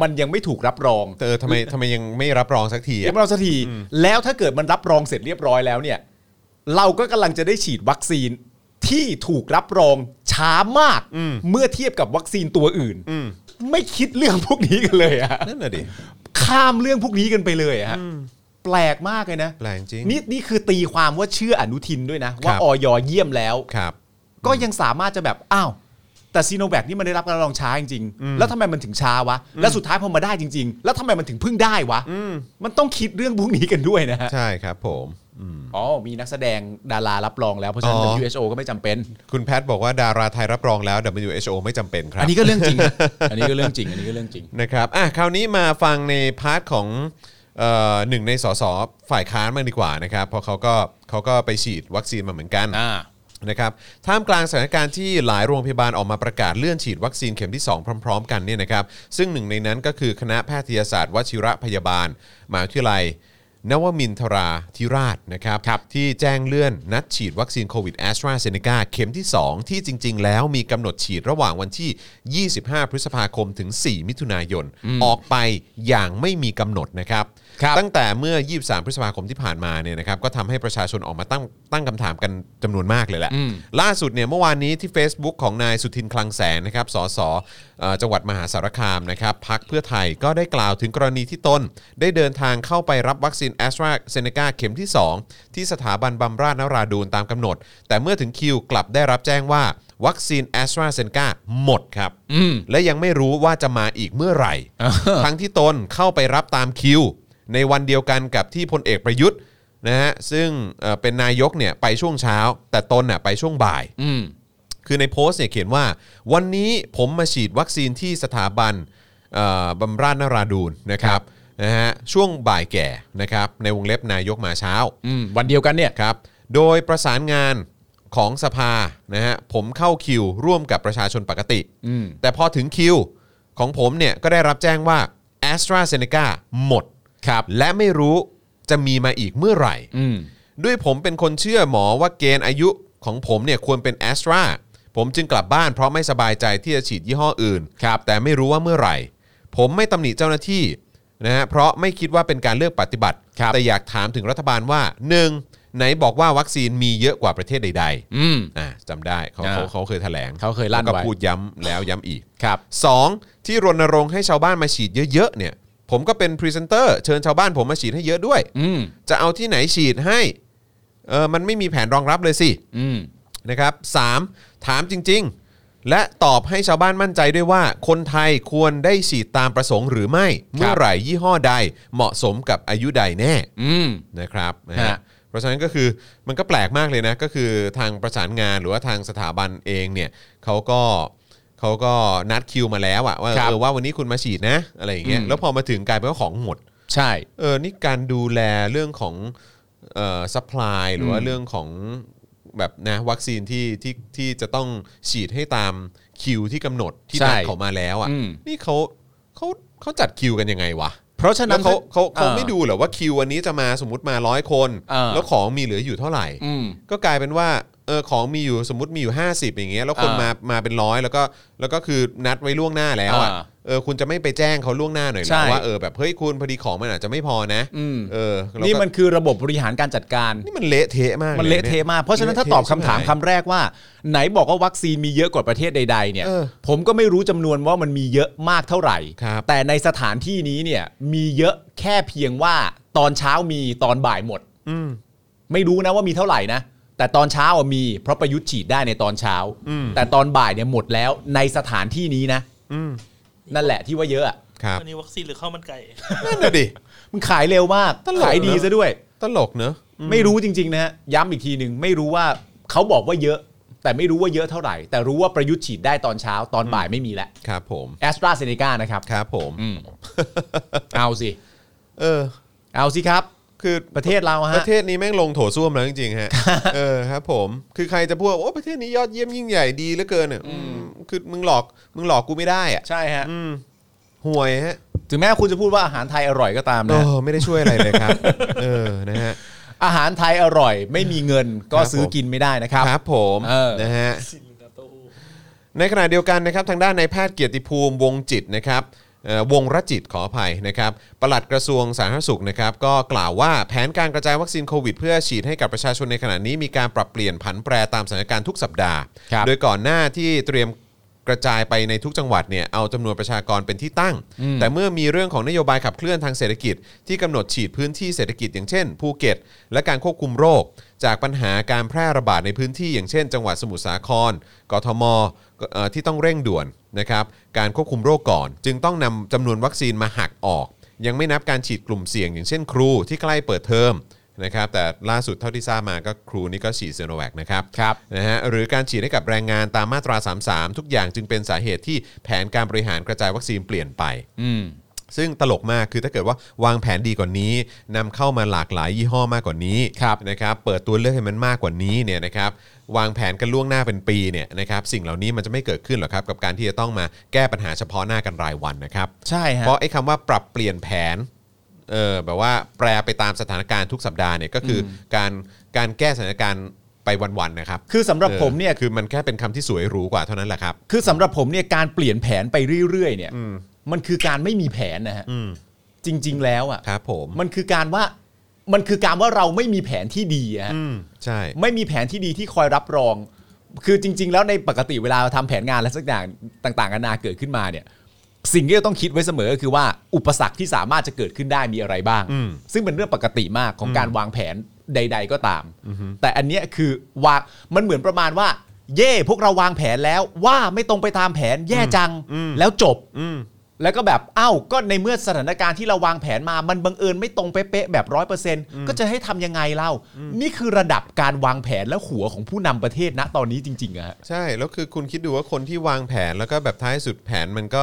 Speaker 3: มันยังไม่ถูกรับรอง
Speaker 2: แต่เออทำไมทำไมยังไม่รับรองสักที
Speaker 3: ยั
Speaker 2: อะ
Speaker 3: งไม่รับรองสักที แล้วถ้าเกิดมันรับรองเสร็จเรียบร้อยแล้วเนี่ย เราก็กำลังจะได้ฉีดวัคซีนที่ถูกรับรองช้ามาก
Speaker 2: อืม
Speaker 3: เมื่อเทียบกับวัคซีนตัวอื่น
Speaker 2: อืม
Speaker 3: ไม่คิดเรื่องพวกนี้กันเลย อะ
Speaker 2: นั่นน่ะดิ
Speaker 3: ข้ามเรื่องพวกนี้กันไปเลยอะฮะแปลกมากเลยนะ
Speaker 2: แปลงจริง
Speaker 3: นี่นี่คือตีความว่าเชื่ออนุทินด้วยนะ ว่า
Speaker 2: ครับ
Speaker 3: ออยเยี่ยมแล้ว
Speaker 2: ครับ
Speaker 3: ก็ยังสามารถจะแบบ อ้าว แต่ซีโนแวคนี่มันได้รับการรับรองช้าจริงๆ แล้วทำไมมันถึงช้าวะ แล้วสุดท้ายพอมาได้จริง ๆ แล้วทำไมมันถึงเพิ่งได้วะ มันต้องคิดเรื่องพวกนี้กันด้วยนะฮะ
Speaker 2: ใช่ครับผม
Speaker 3: อ๋อ มีนักแสดงดารารับรองแล้ว เพราะฉะนั้น
Speaker 2: อ๋อ
Speaker 3: WHO ก็ไม่จำเป็น
Speaker 2: คุณแพทย์บอกว่าดาราไทยรับรองแล้ว WHO ไม่จำเป็นครับ
Speaker 3: อันนี้ก็เรื่องจริ ง อันนี้ก็เรื่องจริง อันนี้ก็เรื่องจริง
Speaker 2: นะครับอ่ะคราวนี้มาฟังในพาร์ทของเอ่อหนึ่งในสสฝ่ายค้านมางดีกว่านะครับเพราะเขาก็เขาก็ไปฉีดวัคซีนมาเหมือนกัน
Speaker 3: อ่า
Speaker 2: นะครับท่ามกลางสถานการณ์ที่หลายโรงพยาบาลออกมาประกาศเลื่อนฉีดวัคซีนเข็มที่ 2 พร้อม ๆ กันเนี่ยนะครับซึ่งหนึ่งในนั้นก็คือคณะแพทยศาสตร์วชิระพยาบาลมหาวิทยาลัย นวมินทราธิราชนะครับที่แจ้งเลื่อนนัดฉีดวัคซีนโควิดแอสตราเซเนกาเข็มที่ 2 ที่จริง ๆ แล้วมีกำหนดฉีดระหว่างวันที่ 25 พฤษภาคมถึง 4 มิถุนายน ออกไปอย่างไม่มีกำหนดนะครับ
Speaker 3: ครับ
Speaker 2: ตั้งแต่เมื่อ 23 พฤษภาคมที่ผ่านมาเนี่ยนะครับก็ทำให้ประชาชนออกมาตั้งตั้งคำถามกันจำนวนมากเลยแหละ ล่าสุดเนี่ยเมื่อวานนี้ที่ Facebook ของนายสุทินคลังแสงนะครับสสเอ่อจังหวัดมหาสารคามนะครับพักเพื่อไทยก็ได้กล่าวถึงกรณีที่ตน ได้เดินทางเข้าไปรับวัคซีนแอสตราเซเนกาเข็มที่ 2 ที่สถาบันบำราศนราดูนตามกำหนด แต่เมื่อถึงคิวกลับได้รับแจ้งว่าวัคซีนแอสตราเซเนกาหมดครับ และยังไม่รู้ว่าจะมาอีกเมื่อไหร่ ทั้งที่ตนเข้าไปรับตามคิว ในวันเดียวกันกับที่พลเอกประยุทธ์นะฮะซึ่งเอ่อเป็นนายกเนี่ยไปช่วงเช้า แต่ตนน่ะไปช่วงบ่าย
Speaker 3: อืม
Speaker 2: คือในโพสต์เนี่ยเขียนว่า วันนี้ผมมาฉีดวัคซีนที่สถาบันเอ่อบำราศนราดูนนะครับนะฮะช่วงบ่ายแก่นะครับในวงเล็บนายกมาเช้า
Speaker 3: อืม วันเดียวกันเนี่ย
Speaker 2: ครับโดยประสานงานของสภานะฮะผมเข้าคิวร่วมกับประชาชนปกติ
Speaker 3: อืม
Speaker 2: แต่พอถึงคิวของผมเนี่ยก็ได้รับแจ้งว่า a s t r a z เซ e c a หมดครับและไม่รู้จะมีมาอีกเมื่อไหร่
Speaker 3: อืม
Speaker 2: ด้วยผมเป็นคนเชื่อหมอว่าเกณฑ์อายุของผมเนี่ยควรเป็น a s t r a ผมจึงกลับบ้านเพราะไม่สบายใจที่จะฉีดยี่ห้ออื่น
Speaker 3: ครับ
Speaker 2: แต่ไม่รู้ว่าเมื่อไหร่ ผมไม่ตำหนิเจ้าหน้าที่นะฮะเพราะไม่คิดว่าเป็นการเลือกปฏิบัติ
Speaker 3: ครับ
Speaker 2: แต่อยากถามถึงรัฐบาลว่า 1. ไหนบอกว่าวัคซีนมีเยอะกว่าประเทศใด
Speaker 3: อืม
Speaker 2: ๆอ่าจำได้เขา
Speaker 3: อ่า
Speaker 2: เขาเขาเคยแถลง
Speaker 3: เขาเคยลั่นไว้
Speaker 2: ก็พูดย้ำแล้วย้ำอีก
Speaker 3: ครับ
Speaker 2: 2. ที่รณรงค์ให้ชาวบ้านมาฉีดเยอะๆเนี่ยผมก็เป็นพรีเซนเตอร์เชิญชาวบ้านผมมาฉีดให้เยอะด้วย
Speaker 3: อืม
Speaker 2: จะเอาที่ไหนฉีดให้เออมันไม่มีแผนรองรับเลยสิ
Speaker 3: อืม
Speaker 2: นะครับสามถามจริงๆ และตอบให้ชาวบ้านมั่นใจด้วยว่า คนไทยควรได้ฉีดตามประสงค์หรือไม่ เมื่อไหร่ยี่ห้อใดเหมาะสมกับอายุใดแน่
Speaker 3: อืม
Speaker 2: นะครับนะฮะ
Speaker 3: ฮะ
Speaker 2: เพราะฉะนั้นก็คือมันก็แปลกมากเลยนะ ก็คือทางประสานงานหรือว่าทางสถาบันเองเนี่ยเขาก็เขาก็นัดคิวมาแล้วอะว่า
Speaker 3: ครับ
Speaker 2: เออว่าวันนี้คุณมาฉีดนะอะไรอย่างเงี้ย
Speaker 3: อืม
Speaker 2: แล้วพอมาถึงกลายเป็นว่าของหมด
Speaker 3: ใช่
Speaker 2: เออ นี่การดูแลเรื่องของเอ่อซัพพลายหรือว่าเรื่องของแบบนะวัคซีนที่ที่ที่จะต้องฉีดให้ตามคิวที่กำหนดที่
Speaker 3: ใช่
Speaker 2: นัดเขามาแล้ว
Speaker 3: อื
Speaker 2: อะ่ะ
Speaker 3: ม
Speaker 2: นี่เขาเขาเขาจัดคิวกันยังไงวะ
Speaker 3: เพราะฉะ
Speaker 2: แล้
Speaker 3: นั้
Speaker 2: วน เขาเขาเขาไม่ดูเหรอว่าคิววันนี้จะมาสมมติมาร้อยคน
Speaker 3: เออ
Speaker 2: แล้วของมีเหลืออยู่เท่าไหร่
Speaker 3: อืม
Speaker 2: ก็กลายเป็นว่าเออของมีอยู่สมมติมีอยู่ 50 อย่างเงี้ยแล้วคน
Speaker 3: อ่าม
Speaker 2: มามาเป็นร้อยแล้วก็แล้วก็คือนัดไว้ล่วงหน้าแล้วอ่ะ
Speaker 3: อ่า
Speaker 2: เออคุณจะไม่ไปแจ้งเขาล่วงหน้าหน่อยเหร
Speaker 3: ใช่
Speaker 2: อว่าเออแบบเฮ้ยคุณพอดีของมันอาจจะไม่พอนะ
Speaker 3: อืม
Speaker 2: เออแล้วก็
Speaker 3: นี่มันคือระบบบริหารการจัดการ
Speaker 2: นี่มันเละเทะมาก
Speaker 3: มันเละเทะ
Speaker 2: ย
Speaker 3: มาก เพราะฉะนั้นถ้าตอบคำถามคำแรกว่า ไหนบอกว่าวัคซีนมีเยอะกว่าประเทศใด ๆ เนี่ย
Speaker 2: เออ
Speaker 3: ผมก็ไม่รู้จำนวนว่ามันมีเยอะมากเท่าไหร่
Speaker 2: ครับ
Speaker 3: แต่ในสถานที่นี้เนี่ย มีเยอะแค่เพียงว่าตอนเช้ามีตอนบ่ายหมด
Speaker 2: อืม
Speaker 3: ไม่รู้นะว่ามีเท่าไหร่นะ แต่ตอนเช้าอะมี เพราะประยุทธ์ฉีดได้ในตอนเช้า แต่ตอนบ่ายเนี่ยหมดแล้วในสถานที่นี้นะ
Speaker 2: อืม
Speaker 3: นั่นแหละที่ว่าเยอะอะ
Speaker 2: ครับ
Speaker 4: อันนี้วัคซีนหรือข้าวมันไก่
Speaker 2: นั่นน่ะดิ
Speaker 3: มันขายเร็วมาก
Speaker 2: ตลกนะ
Speaker 3: ขายดีซะด้วย
Speaker 2: ตลกเนอะอืม
Speaker 3: ไม่รู้จริงๆนะฮะย้ำอีกทีหนึ่งไม่รู้ว่าเขาบอกว่าเยอะ แต่ไม่รู้ว่าเยอะเท่าไหร่ แต่รู้ว่าประยุทธ์ฉีดได้ตอนเช้าตอนบ่ายไม่มีแล้ว
Speaker 2: ครับผม
Speaker 3: แอสตราเซเนกานะครับ
Speaker 2: ครับผม
Speaker 3: อืม เอาสิ
Speaker 2: เออ
Speaker 3: เอาสิครับ
Speaker 2: คือ
Speaker 3: ประเทศเรา
Speaker 2: ป
Speaker 3: ฮะ
Speaker 2: ระเทศนี้แม่งลงโถส้วมแล้วจริง ๆฮะ เออครับผม คือใครจะพูดว่าโอ้ประเทศนี้ยอดเยี่ยมยิ่งใหญ่ดีเหลือเกินเนี่ยอืมคือมึงหลอกมึงหลอกกูไม่ได้อ่ะ
Speaker 3: ใช่ฮะ
Speaker 2: อืมห่วยฮะ
Speaker 3: ถึงแม้คุณจะพูดว่าอาหารไทยอร่อยก็ตาม
Speaker 2: เอ
Speaker 3: นะ
Speaker 2: อไม่ได้ช่วยอะไรเลยครับ เออนะฮะ
Speaker 3: อาหารไทยอร่อย ไม่มีเงินก็
Speaker 2: ครับ
Speaker 3: ซื้อ
Speaker 2: ผม
Speaker 3: กินไม่ได้นะครับ
Speaker 2: ครับผม
Speaker 3: เออ
Speaker 2: นะฮะ
Speaker 4: ซิลินดาโต
Speaker 2: ในขณะเดียวกันนะครับทางด้านนายแพทย์เกียรติภูมิวงจิตนะครับเอ่อวงรจิตขออภัยนะครับปลัดกระทรวงสาธารณสุขนะครับก็กล่าวว่าแผนการกระจายวัคซีนโควิด เพื่อฉีดให้กับประชาชนในขณะนี้มีการปรับเปลี่ยนผันแปรตามสถานการณ์ทุกสัปดาห์
Speaker 3: ครับ
Speaker 2: โดยก่อนหน้าที่เตรียมกระจายไปในทุกจังหวัดเนี่ยเอาจำนวนประชากรเป็นที่ตั้ง แต่เมื่อมีเรื่องของนโยบายขับเคลื่อนทางเศรษฐกิจ ที่กำหนดฉีดพื้นที่เศรษฐกิจอย่างเช่นภูเก็ต และการควบคุมโรค จากปัญหาการแพร่ระบาดในพื้นที่อย่างเช่น จังหวัดสมุทรสาคร กทมก็เอ่อที่ต้องเร่งด่วนนะครับการควบคุมโรคก่อน จึงต้องนำจำนวนวัคซีนมาหักออก ยังไม่นับการฉีดกลุ่มเสี่ยง อย่างเช่นครูที่ใกล้เปิดเทอม นะครับแต่ล่าสุดเท่าที่ทราบมาก็ครูนี่ก็ฉีดเซโนแวคนะครับ
Speaker 3: ครับ
Speaker 2: นะฮะหรือการฉีดให้กับแรงงานตามมาตรา 33 ทุกอย่างจึงเป็นสาเหตุที่แผนการบริหารกระจายวัคซีนเปลี่ยนไป
Speaker 3: อืม
Speaker 2: ซึ่งตลกมากคือถ้าเกิดว่าวางแผนดีกว่านี้นำเข้ามาหลากหลายยี่ห้อมากกว่านี้
Speaker 3: ครับ
Speaker 2: นะครับเปิดตัวเลือกให้มันมากกว่านี้เนี่ยนะครับวางแผนกันล่วงหน้าเป็นปีเนี่ยนะครับสิ่งเหล่านี้มันจะไม่เกิดขึ้นหรอกครับกับการที่จะต้องมาแก้ปัญหาเฉพาะหน้ากันรายวันนะครับ
Speaker 3: ใช่ฮะ
Speaker 2: เพราะไอ้คำว่าปรับเปลี่ยนแผนเออแบบว่าแปรไปตามสถานการณ์ทุกสัปดาห์เนี่ยก็คืออการการแก้สถานการณ์ไปวันๆนะครับ
Speaker 3: คือสำหรับผมเนี่ย
Speaker 2: คือมันแค่เป็นคำที่สวยหรูกว่าเท่านั้นแหละครับ
Speaker 3: คือสำหรับผมเนี่ยการเปลี่ยนแผนไปเรื่อยๆเนี่ยมันคือการไม่มีแผนนะฮะจริง ๆ แล้วอ่ะ
Speaker 2: ครับผม
Speaker 3: มันคือการว่ามันคือการว่าเราไม่มีแผนที่ดีอะฮะ
Speaker 2: อืมใช่
Speaker 3: ไม่มีแผนที่ดีที่คอยรับรอง คือจริง ๆ แล้วในปกติเวลาเราทำแผนงานอะไรสักอย่างต่างๆนานาเกิดขึ้นมาเนี่ย สิ่งที่เราต้องคิดไว้เสมอก็คือว่าอุปสรรคที่สามารถจะเกิดขึ้นได้มีอะไรบ้าง
Speaker 2: อืม
Speaker 3: ซึ่งเป็นเรื่องปกติมากของการวางแผนใด ๆ ก็ตาม แต่อันเนี้ยคือวางมันเหมือนประมาณว่า เย่พวกเราวางแผนแล้วว่าไม่ตรงไปตามแผนแย่จังแล้วจบ
Speaker 2: อืม
Speaker 3: แล้วก็แบบเอ้าก็ในเมื่อสถานการณ์ที่เราวางแผนมามันบังเอิญไม่ตรงเป๊ะๆแบบร้อยเปอร์เซ็นต์ก็จะให้ทำยังไงเล่า นี่คือระดับการวางแผนและหัวของผู้นำประเทศณตอนนี้จริงๆอะฮะ
Speaker 2: ใช่ แล้วคือคุณคิดดูว่าคนที่วางแผนแล้วก็แบบท้ายสุดแผนมันก็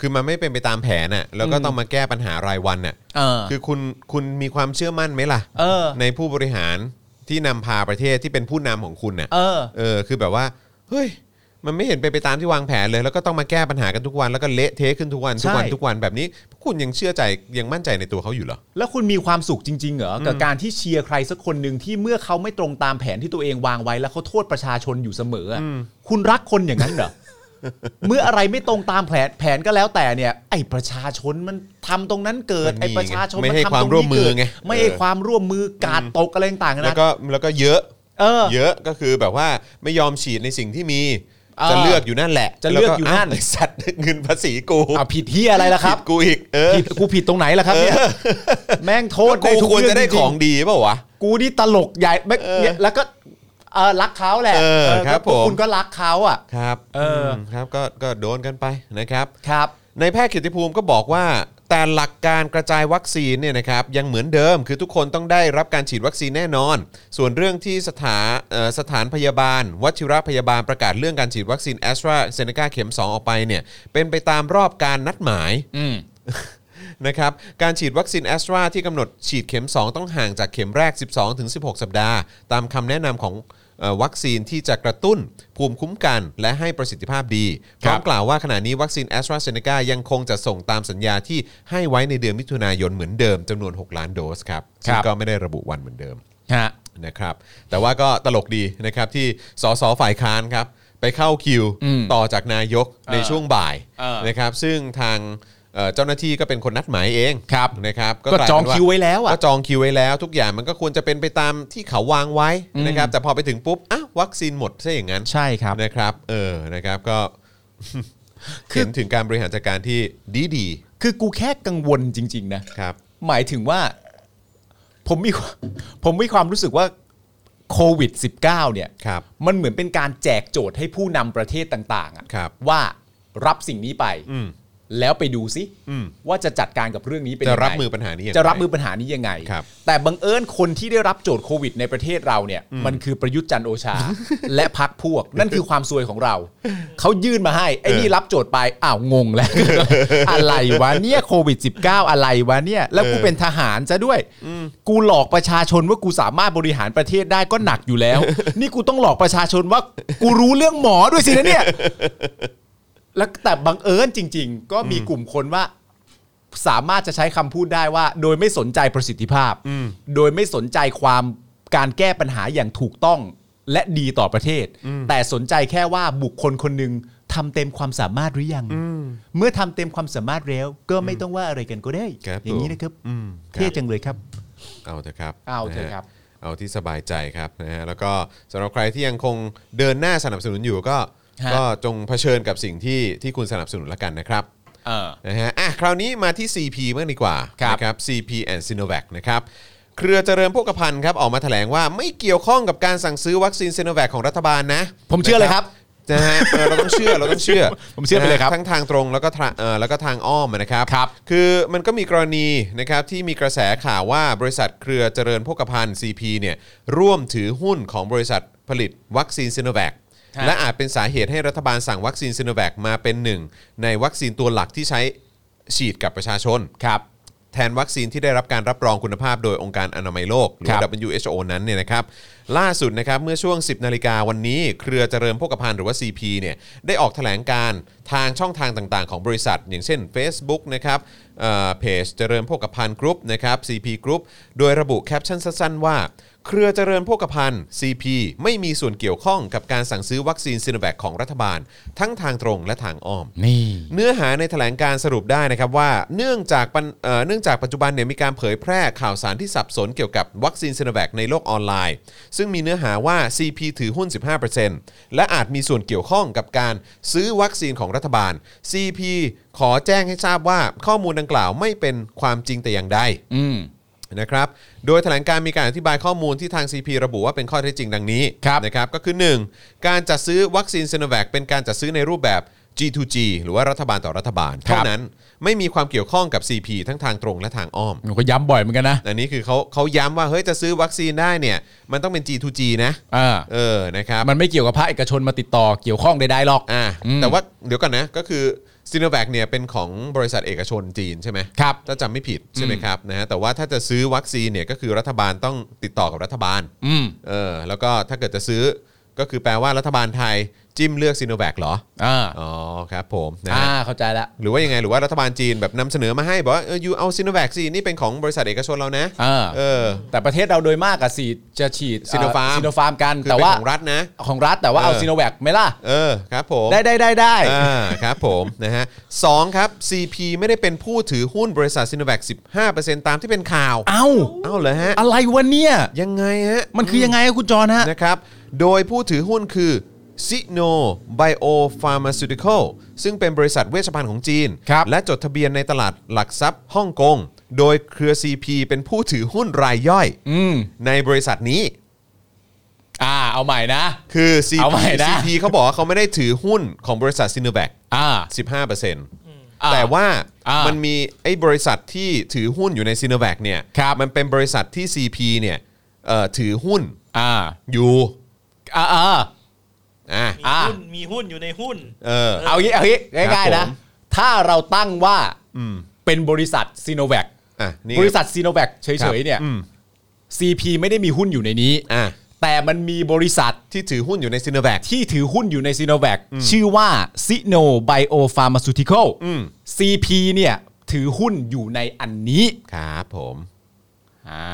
Speaker 2: คือมันไม่เป็นไปตามแผนน่ะแล้วก็ต้องมาแก้ปัญหารายวันน่ะ
Speaker 3: เออ
Speaker 2: คือคุณคุณมีความเชื่อมั่นไหมล่ะ
Speaker 3: เออ
Speaker 2: ในผู้บริหารที่นำพาประเทศที่เป็นผู้นำของคุณน่ะ
Speaker 3: เออ
Speaker 2: เออคือแบบว่าเฮ้ยมันไม่เห็นไปนไปตามที่วางแผนเลย แล้วก็ต้องมาแก้ปัญหากันทุกวันแล้วก็เละเทะขึ้นทุกวันทุกวัน
Speaker 3: ใช่
Speaker 2: ทุกวันแบบนี้ คุณยังเชื่อใจยังมั่นใจในตัวเขาอยู่เหรอ
Speaker 3: แล้วคุณมีความสุขจริง ๆ เหรอ กับการที่เชียร์ใครสักคนหนึ่งที่เมื่อเขาไม่ตรงตามแผนที่ตัวเองวางไว้แล้วเขาโทษประชาชนอยู่เสมออะคุณรักคนอย่างนั้นเหร อ เมื่ออะไรไม่ตรงตามแผนแผนก็แล้วแต่เนี่ย ไอ้ประชาชนมันทำตรงนั้นเกิด
Speaker 2: มันมี
Speaker 3: ไอ้ประชาชน
Speaker 2: ไงไม่ให้
Speaker 3: นทำต
Speaker 2: ค
Speaker 3: ง
Speaker 2: วามร่วมมือไง
Speaker 3: นี้เกิดไม่ให้
Speaker 2: เออ
Speaker 3: ความร่วมมือกาดตกอะไรต่างๆ
Speaker 2: แล้ว
Speaker 3: นะ
Speaker 2: ก็แล้วก็เยอะ
Speaker 3: เออ
Speaker 2: เยอะก็คือแบบว่าไม่ยอมฉีดในสิ่งที่มี
Speaker 3: เออ
Speaker 2: จะเลือกอยู่นั่นแหละ
Speaker 3: จะเลือกอยู่นั่น
Speaker 2: แล้วาวไสัตว์เงินภาษีกู
Speaker 3: เอาผิดที่อะไรล่ะครับ
Speaker 2: ผิดกูอีกเออ
Speaker 3: ผิดกูผิดตรงไหนล่ะครับเนี่ยแม่งโทษ
Speaker 2: กู
Speaker 3: ได้ทุก
Speaker 2: ควร
Speaker 3: เรื่อง
Speaker 2: จะได้
Speaker 3: จ
Speaker 2: ข
Speaker 3: ริ
Speaker 2: อง
Speaker 3: ง
Speaker 2: ดีเปล่าวะ
Speaker 3: ๆกูนี่ตลกใหญ่แม่ง
Speaker 2: เออ
Speaker 3: เนี่ยแล้วก็เออรักเขาแหละ
Speaker 2: เออ
Speaker 3: เออ
Speaker 2: ครับ
Speaker 3: ก็คุณ
Speaker 2: ผม
Speaker 3: ก็รักเขาอ่ะ
Speaker 2: ครับ
Speaker 3: เออ
Speaker 2: ม
Speaker 3: อื
Speaker 2: ครับก็ก็โดนกันไปนะครับ
Speaker 3: ครับ
Speaker 2: ในแพทย์เกียรติภูมิก็บอกว่า แต่หลักการกระจายวัคซีนเนี่ยนะครับยังเหมือนเดิมคือทุกคนต้องได้รับการฉีดวัคซีนแน่นอน ส่วนเรื่องที่สถานเอ่อสถานพยาบาล วัชิระพยาบาลประกาศเรื่องการฉีดวัคซีนแอสตราเซเนกาเข็ม 2 ออกไปเนี่ยเป็นไปตามรอบการนัดหมาย
Speaker 3: อืม
Speaker 2: นะครับการฉีดวัคซีนแอสตราที่กำหนดฉีดเข็ม 2 ต้องห่างจากเข็มแรก 12-16 สัปดาห์ ตามคำแนะนำของเอ่อวัคซีนที่จะกระตุ้นภูมิคุ้มกัน และให้ประสิทธิภาพดีพ
Speaker 3: ค
Speaker 2: ร้
Speaker 3: รั
Speaker 2: อบ มกล่าวว่าขณะนี้วัคซีนแอสตราเซเนกายังคงจะส่งตามสัญญาที่ให้ไว้ในเดือนมิถุนายนเหมือนเดิมจำนวน 6 ล้านโดสครับซึ่งก็ไม่ได้ระบุวันเหมือนเดิม
Speaker 3: ฮะ
Speaker 2: นะครับแต่ว่าก็ตลกดีนะครับที่สสฝ่ายค้านครับไปเข้าคิว
Speaker 3: อืม
Speaker 2: ต่อจากนายกในช่วงบ่าย
Speaker 3: เออ
Speaker 2: นะครับซึ่งทางเอ่อเจ้าหน้าที่ก็เป็นคนนัดหมายเอง
Speaker 3: ครับ
Speaker 2: นะครับ
Speaker 3: ก็
Speaker 2: กลาย
Speaker 3: จอง
Speaker 2: เป็นา
Speaker 3: คิวไว้แล้วอะ
Speaker 2: ก็จองคิวไว้แล้วทุกอย่างมันก็ควรจะเป็นไปตามที่เขาวางไว้
Speaker 3: อืม
Speaker 2: นะครับแต่พอไปถึงปุ๊บอ้าววัคซีนหมดซะอย่างนั้น
Speaker 3: ใช่ครับ
Speaker 2: นะครับเออนะครับก็
Speaker 3: คือ
Speaker 2: เห็นถึงการบริหารจัดการที่ดีดี
Speaker 3: คือกูแค่กังวลจริง ๆ นะ
Speaker 2: ๆครับ
Speaker 3: หมายถึงว่า ผมมีผมมีความรู้สึกว่าโควิด -19 เนี่ย
Speaker 2: ครับ
Speaker 3: มันเหมือนเป็นการแจกโจทย์ให้ผู้นำประเทศต่างๆอะ
Speaker 2: ครับ
Speaker 3: ว่ารับสิ่งนี้ไป
Speaker 2: อืม
Speaker 3: แล้วไปดูซิ
Speaker 2: อืม
Speaker 3: ว่าจะจัดการกับเรื่องนี้เป็น
Speaker 2: จะ
Speaker 3: ยังไง
Speaker 2: รับมือปัญหานี้ยังไง
Speaker 3: จะรับมือปัญหานี้ยังไง
Speaker 2: ครับ
Speaker 3: แต่บังเอิญคนที่ได้รับโจทย์โควิด ในประเทศเราเนี่ย มันคือประยุทธ์จันทร์โอ ชา และพักพวก นั่นคือความซวยของเรา เขายื่นมาให้ไอ้นี่รับโจทย์ไปอ้าวงงแล้ว อะไรวะเนี่ยโควิด -19 อะไรวะเนี่ยแล้วกูเป็นทหารซะด้วย กูหลอกประชาชนว่ากูสามารถบริหารประเทศได้ก็หนักอยู่แล้ว นี่กูต้องหลอกประชาชนว่ากูรู้เรื่องหมอด้วยสินะเนี่ย แล้วแต่บังเอิญจริง ๆ ก็มีกลุ่มคนว่า สามารถจะใช้คำพูดได้ว่า โดยไม่สนใจประสิทธิภาพ
Speaker 2: อืม
Speaker 3: โดยไม่สนใจความการแก้ปัญหาอย่างถูกต้องและดีต่อประเทศ แต่สนใจแค่ว่าบุคคลคนหนึ่งทำเต็มความสามารถหรือยัง เมื่อทำเต็มความสามารถแล้ว ก็ไม่ต้องว่าอะไรกันก็ได้
Speaker 2: ครับ
Speaker 3: อย่างนี้
Speaker 2: ผม
Speaker 3: นะครับ
Speaker 2: อืมครับ
Speaker 3: เท่จังเลยครับ
Speaker 2: เอาเถอะครับ
Speaker 3: เอาเถอะครับ
Speaker 2: นฮเอาที่สบายใจครับนะฮะแล้วก็สำหรับใครที่ยังคงเดินหน้าสนับสนุนอยู่ก็
Speaker 3: ฮะ
Speaker 2: ก็จงเผชิญกับสิ่งที่ที่คุณสนับสนุนละกันนะครับ
Speaker 3: เออ
Speaker 2: นะฮะอ่ะคราวนี้มาที่ CP บ้างดีกว่า
Speaker 3: ครับ
Speaker 2: นะครับ CP and Sinovac นะครับเครือเจริญพกพันธ์ครับออกมาแถลงว่าไม่เกี่ยวข้องกับการสั่งซื้อวัคซีนซ i โนแวคของรัฐบาลนะ
Speaker 3: ผมเชื่อเลยครับ
Speaker 2: นะ นะฮะเออเราต้องเชื่อเราต้องเชื่อ
Speaker 3: ผมเชื่อไปเลยครับ
Speaker 2: นะฮะทั้งทางตรงแล้วก็ทางเอ่อแล้วก็ทางอ้อมนะครับ
Speaker 3: ครับ
Speaker 2: คือมันก็มีกรณีนะครับที่มีกระแสข่าวว่าบริษัทเครือเจริญโภคภัณฑ์ CP เนี่ยร่วมถือหุ้นของบริษัทผลิตวัคซีนซิโนแวค
Speaker 3: ฮะ
Speaker 2: และอาจเป็นสาเหตุให้รัฐบาลสั่งวัคซีนซิโนแวคมาเป็นหนึ่ง ในวัคซีนตัวหลักที่ใช้ฉีดกับประชาชน
Speaker 3: ครับ
Speaker 2: แทนวัคซีนที่ได้รับการรับรองคุณภาพโดยองค์การอนามัยโลก หรือ
Speaker 3: ครับ
Speaker 2: WHO นั้นเนี่ยนะครับล่าสุดนะครับเมื่อช่วง 10 นาฬิกาวันนี้ เครือเจริญโภคภัณฑ์หรือว่า CP เนี่ยได้ออกแถลงการทางช่องทางต่างๆ ของบริษัท อย่างเช่น Facebook นะครับเอ่อเพจเจริญโภคภัณฑ์กรุ๊ปนะครับ CP Group โดยระบุแคปชั่นสั้นๆว่า เครือเจริญโภคภัณฑ์ CP ไม่มีส่วนเกี่ยวข้องกับการสั่งซื้อวัคซีนซิโนแวคของรัฐบาล ทั้งทางตรงและทางอ้อม
Speaker 3: นี่
Speaker 2: เนื้อหาในแถลงการสรุปได้นะครับว่าเนื่องจากปัญเอ่อเนื่องจากปัจจุบันเนี่ยมีการเผยแพร่ข่าวสารที่สับสนเกี่ยวกับวัคซีนซ i โนแวคในโลกออนไลน์ ซึ่งมีเนื้อหาว่า CP ถือหุ้น 15%และอาจมีส่วนเกี่ยวข้องกับการซื้อวัคซีนของรัฐบาล CP ขอแจ้งให้ทราบว่าข้อมูลดังกล่าวไม่เป็นความจริงแต่อย่างใด
Speaker 3: อืม
Speaker 2: นะครับ โดยแถลงการมีการอธิบายข้อมูลที่ทาง CP ระบุว่าเป็นข้อเท็จจริงดังนี้
Speaker 3: ครับ
Speaker 2: นะครับ ก็คือ 1. การจัดซื้อวัคซีนซ i โนแวคเป็นการจัดซื้อในรูปแบบ G2G หรือว่ารัฐบาลต่อรัฐบาล
Speaker 3: ครับ
Speaker 2: เท่านั้นไม่มีความเกี่ยวข้องกับ CP ทั้งทางตรงและทางอ้อม
Speaker 3: ผมก็ย้ำบ่อยเหมือนกันนะ
Speaker 2: อันนี้คือเขาเขาย้ำว่า เฮ้ย จะซื้อวัคซีนได้เนี่ย มันต้องเป็น G2G นะ
Speaker 3: อ่า
Speaker 2: เออนะครับ
Speaker 3: มันไม่เกี่ยวกับภาคเอกชนมาติดต่อเกี่ยวข้องใดๆหรอก
Speaker 2: อ่า
Speaker 3: อืม
Speaker 2: แต่ว่าเดี๋ยวก่อนนะก็คือซีโนแวคเนี่ยเป็นของบริษัทเอกชนจีนใช่ไหม
Speaker 3: ครับ
Speaker 2: ถ้าจำไม่ผิดใช่ไหมครับนะฮะแต่ว่าถ้าจะซื้อวัคซีนเนี่ยก็คือรัฐบาลต้องติดต่อกับรัฐบาล
Speaker 3: อืม
Speaker 2: เออแล้วก็ถ้าเกิดจะซื้อก็คือแปลว่ารัฐบาลไทยจิ้มเลือกซีโนแวคเหรอ
Speaker 3: อ่า
Speaker 2: อ๋อครับผมนะ
Speaker 3: อ่า
Speaker 2: ฮะ
Speaker 3: เข้าใจละ
Speaker 2: หรือว่ายังไงหรือว่ารัฐบาลจีนแบบนำเสนอมาให้บอกว่าเออยูเอาซีโนแวคสินี่เป็นของบริษัทเอกชนเรานะ
Speaker 3: อ่า
Speaker 2: เออ
Speaker 3: แต่ประเทศเราโดยมากอะสีจะฉีด
Speaker 2: ซิโนฟาร์ม
Speaker 3: ซิโนฟาร์มกัน
Speaker 2: คือ
Speaker 3: แต่
Speaker 2: เป็น
Speaker 3: ว่า
Speaker 2: ของรัฐนะ
Speaker 3: ของรัฐแต่ว่าเอา
Speaker 2: เออ
Speaker 3: ซิโนแวคไหม่ล่ะ
Speaker 2: เออครับผม
Speaker 3: ได้ได้ได้ได้
Speaker 2: อ่าครับผมนะฮะสองครับ CP ไม่ได้เป็นผู้ถือหุ้นบริษัทซีโนแวค15%ตามที่เป็นข่าว
Speaker 3: เอ้า
Speaker 2: เอ้าเหรอฮะ
Speaker 3: อะไรวะเนี่ย
Speaker 2: ยังไงฮะ
Speaker 3: มันคือยังไงอะคุณจอนฮะ
Speaker 2: นะครับ โดยผู้ถือหุ้นคือซิโนไบโอฟาร์มาซูติคอลซึ่งเป็นบริษัทเวชภัณฑ์ของจีน
Speaker 3: ครับ
Speaker 2: และจดทะเบียนในตลาดหลักทรัพย์ฮ่องกง โดยเครือ CP เป็นผู้ถือหุ้นรายย่อย
Speaker 3: อืม
Speaker 2: ในบริษัทนี้
Speaker 3: อ่า เอาใหม่นะ
Speaker 2: คือ CP,
Speaker 3: เอาใหม่นะ
Speaker 2: CP เขาบอกว่าเขาไม่ได้ถือหุ้นของบริษัทซิน o แ a ก
Speaker 3: อ่า อ่า
Speaker 2: 15%แต่ว่า
Speaker 3: อ่ามั
Speaker 2: มันมีไอ้บริษัทที่ถือหุ้นอยู่ในซิน o แ a กเนี่ย
Speaker 3: ครับ
Speaker 2: มันเป็นบริษัทที่ CP เนี่ยเอ่อถือหุ้น
Speaker 3: อ่า
Speaker 2: อยู่
Speaker 3: อ่าอ่า
Speaker 2: อ่ะ
Speaker 4: มี
Speaker 3: อ่ะ
Speaker 4: หุ้นมีหุ้นอยู่ในหุ้น
Speaker 2: เออ
Speaker 3: เอางี้เอางี้ง่ายๆ
Speaker 2: ครั
Speaker 3: นะ
Speaker 2: บผม
Speaker 3: ถ้าเราตั้งว่าเป็นบริษัทซีโนแวค
Speaker 2: อ่ะนี่
Speaker 3: บ
Speaker 2: ไง
Speaker 3: ริษัทซีโนแวคเฉ
Speaker 2: ครับ
Speaker 3: ยๆเนี่ย
Speaker 2: อืม
Speaker 3: CP ไม่ได้มีหุ้นอยู่ในนี้
Speaker 2: อ่ะ
Speaker 3: แต่มันมีบริษัท
Speaker 2: ที่ถือหุ้นอยู่ในซินแวค
Speaker 3: ที่ถือหุ้นอยู่ในซีโนแวคชื่อว่าซิโนไบโอฟาร์มาซูติคอล
Speaker 2: อืม
Speaker 3: CP เนี่ยถือหุ้นอยู่ในอันนี้
Speaker 2: ครับผม
Speaker 3: อ่า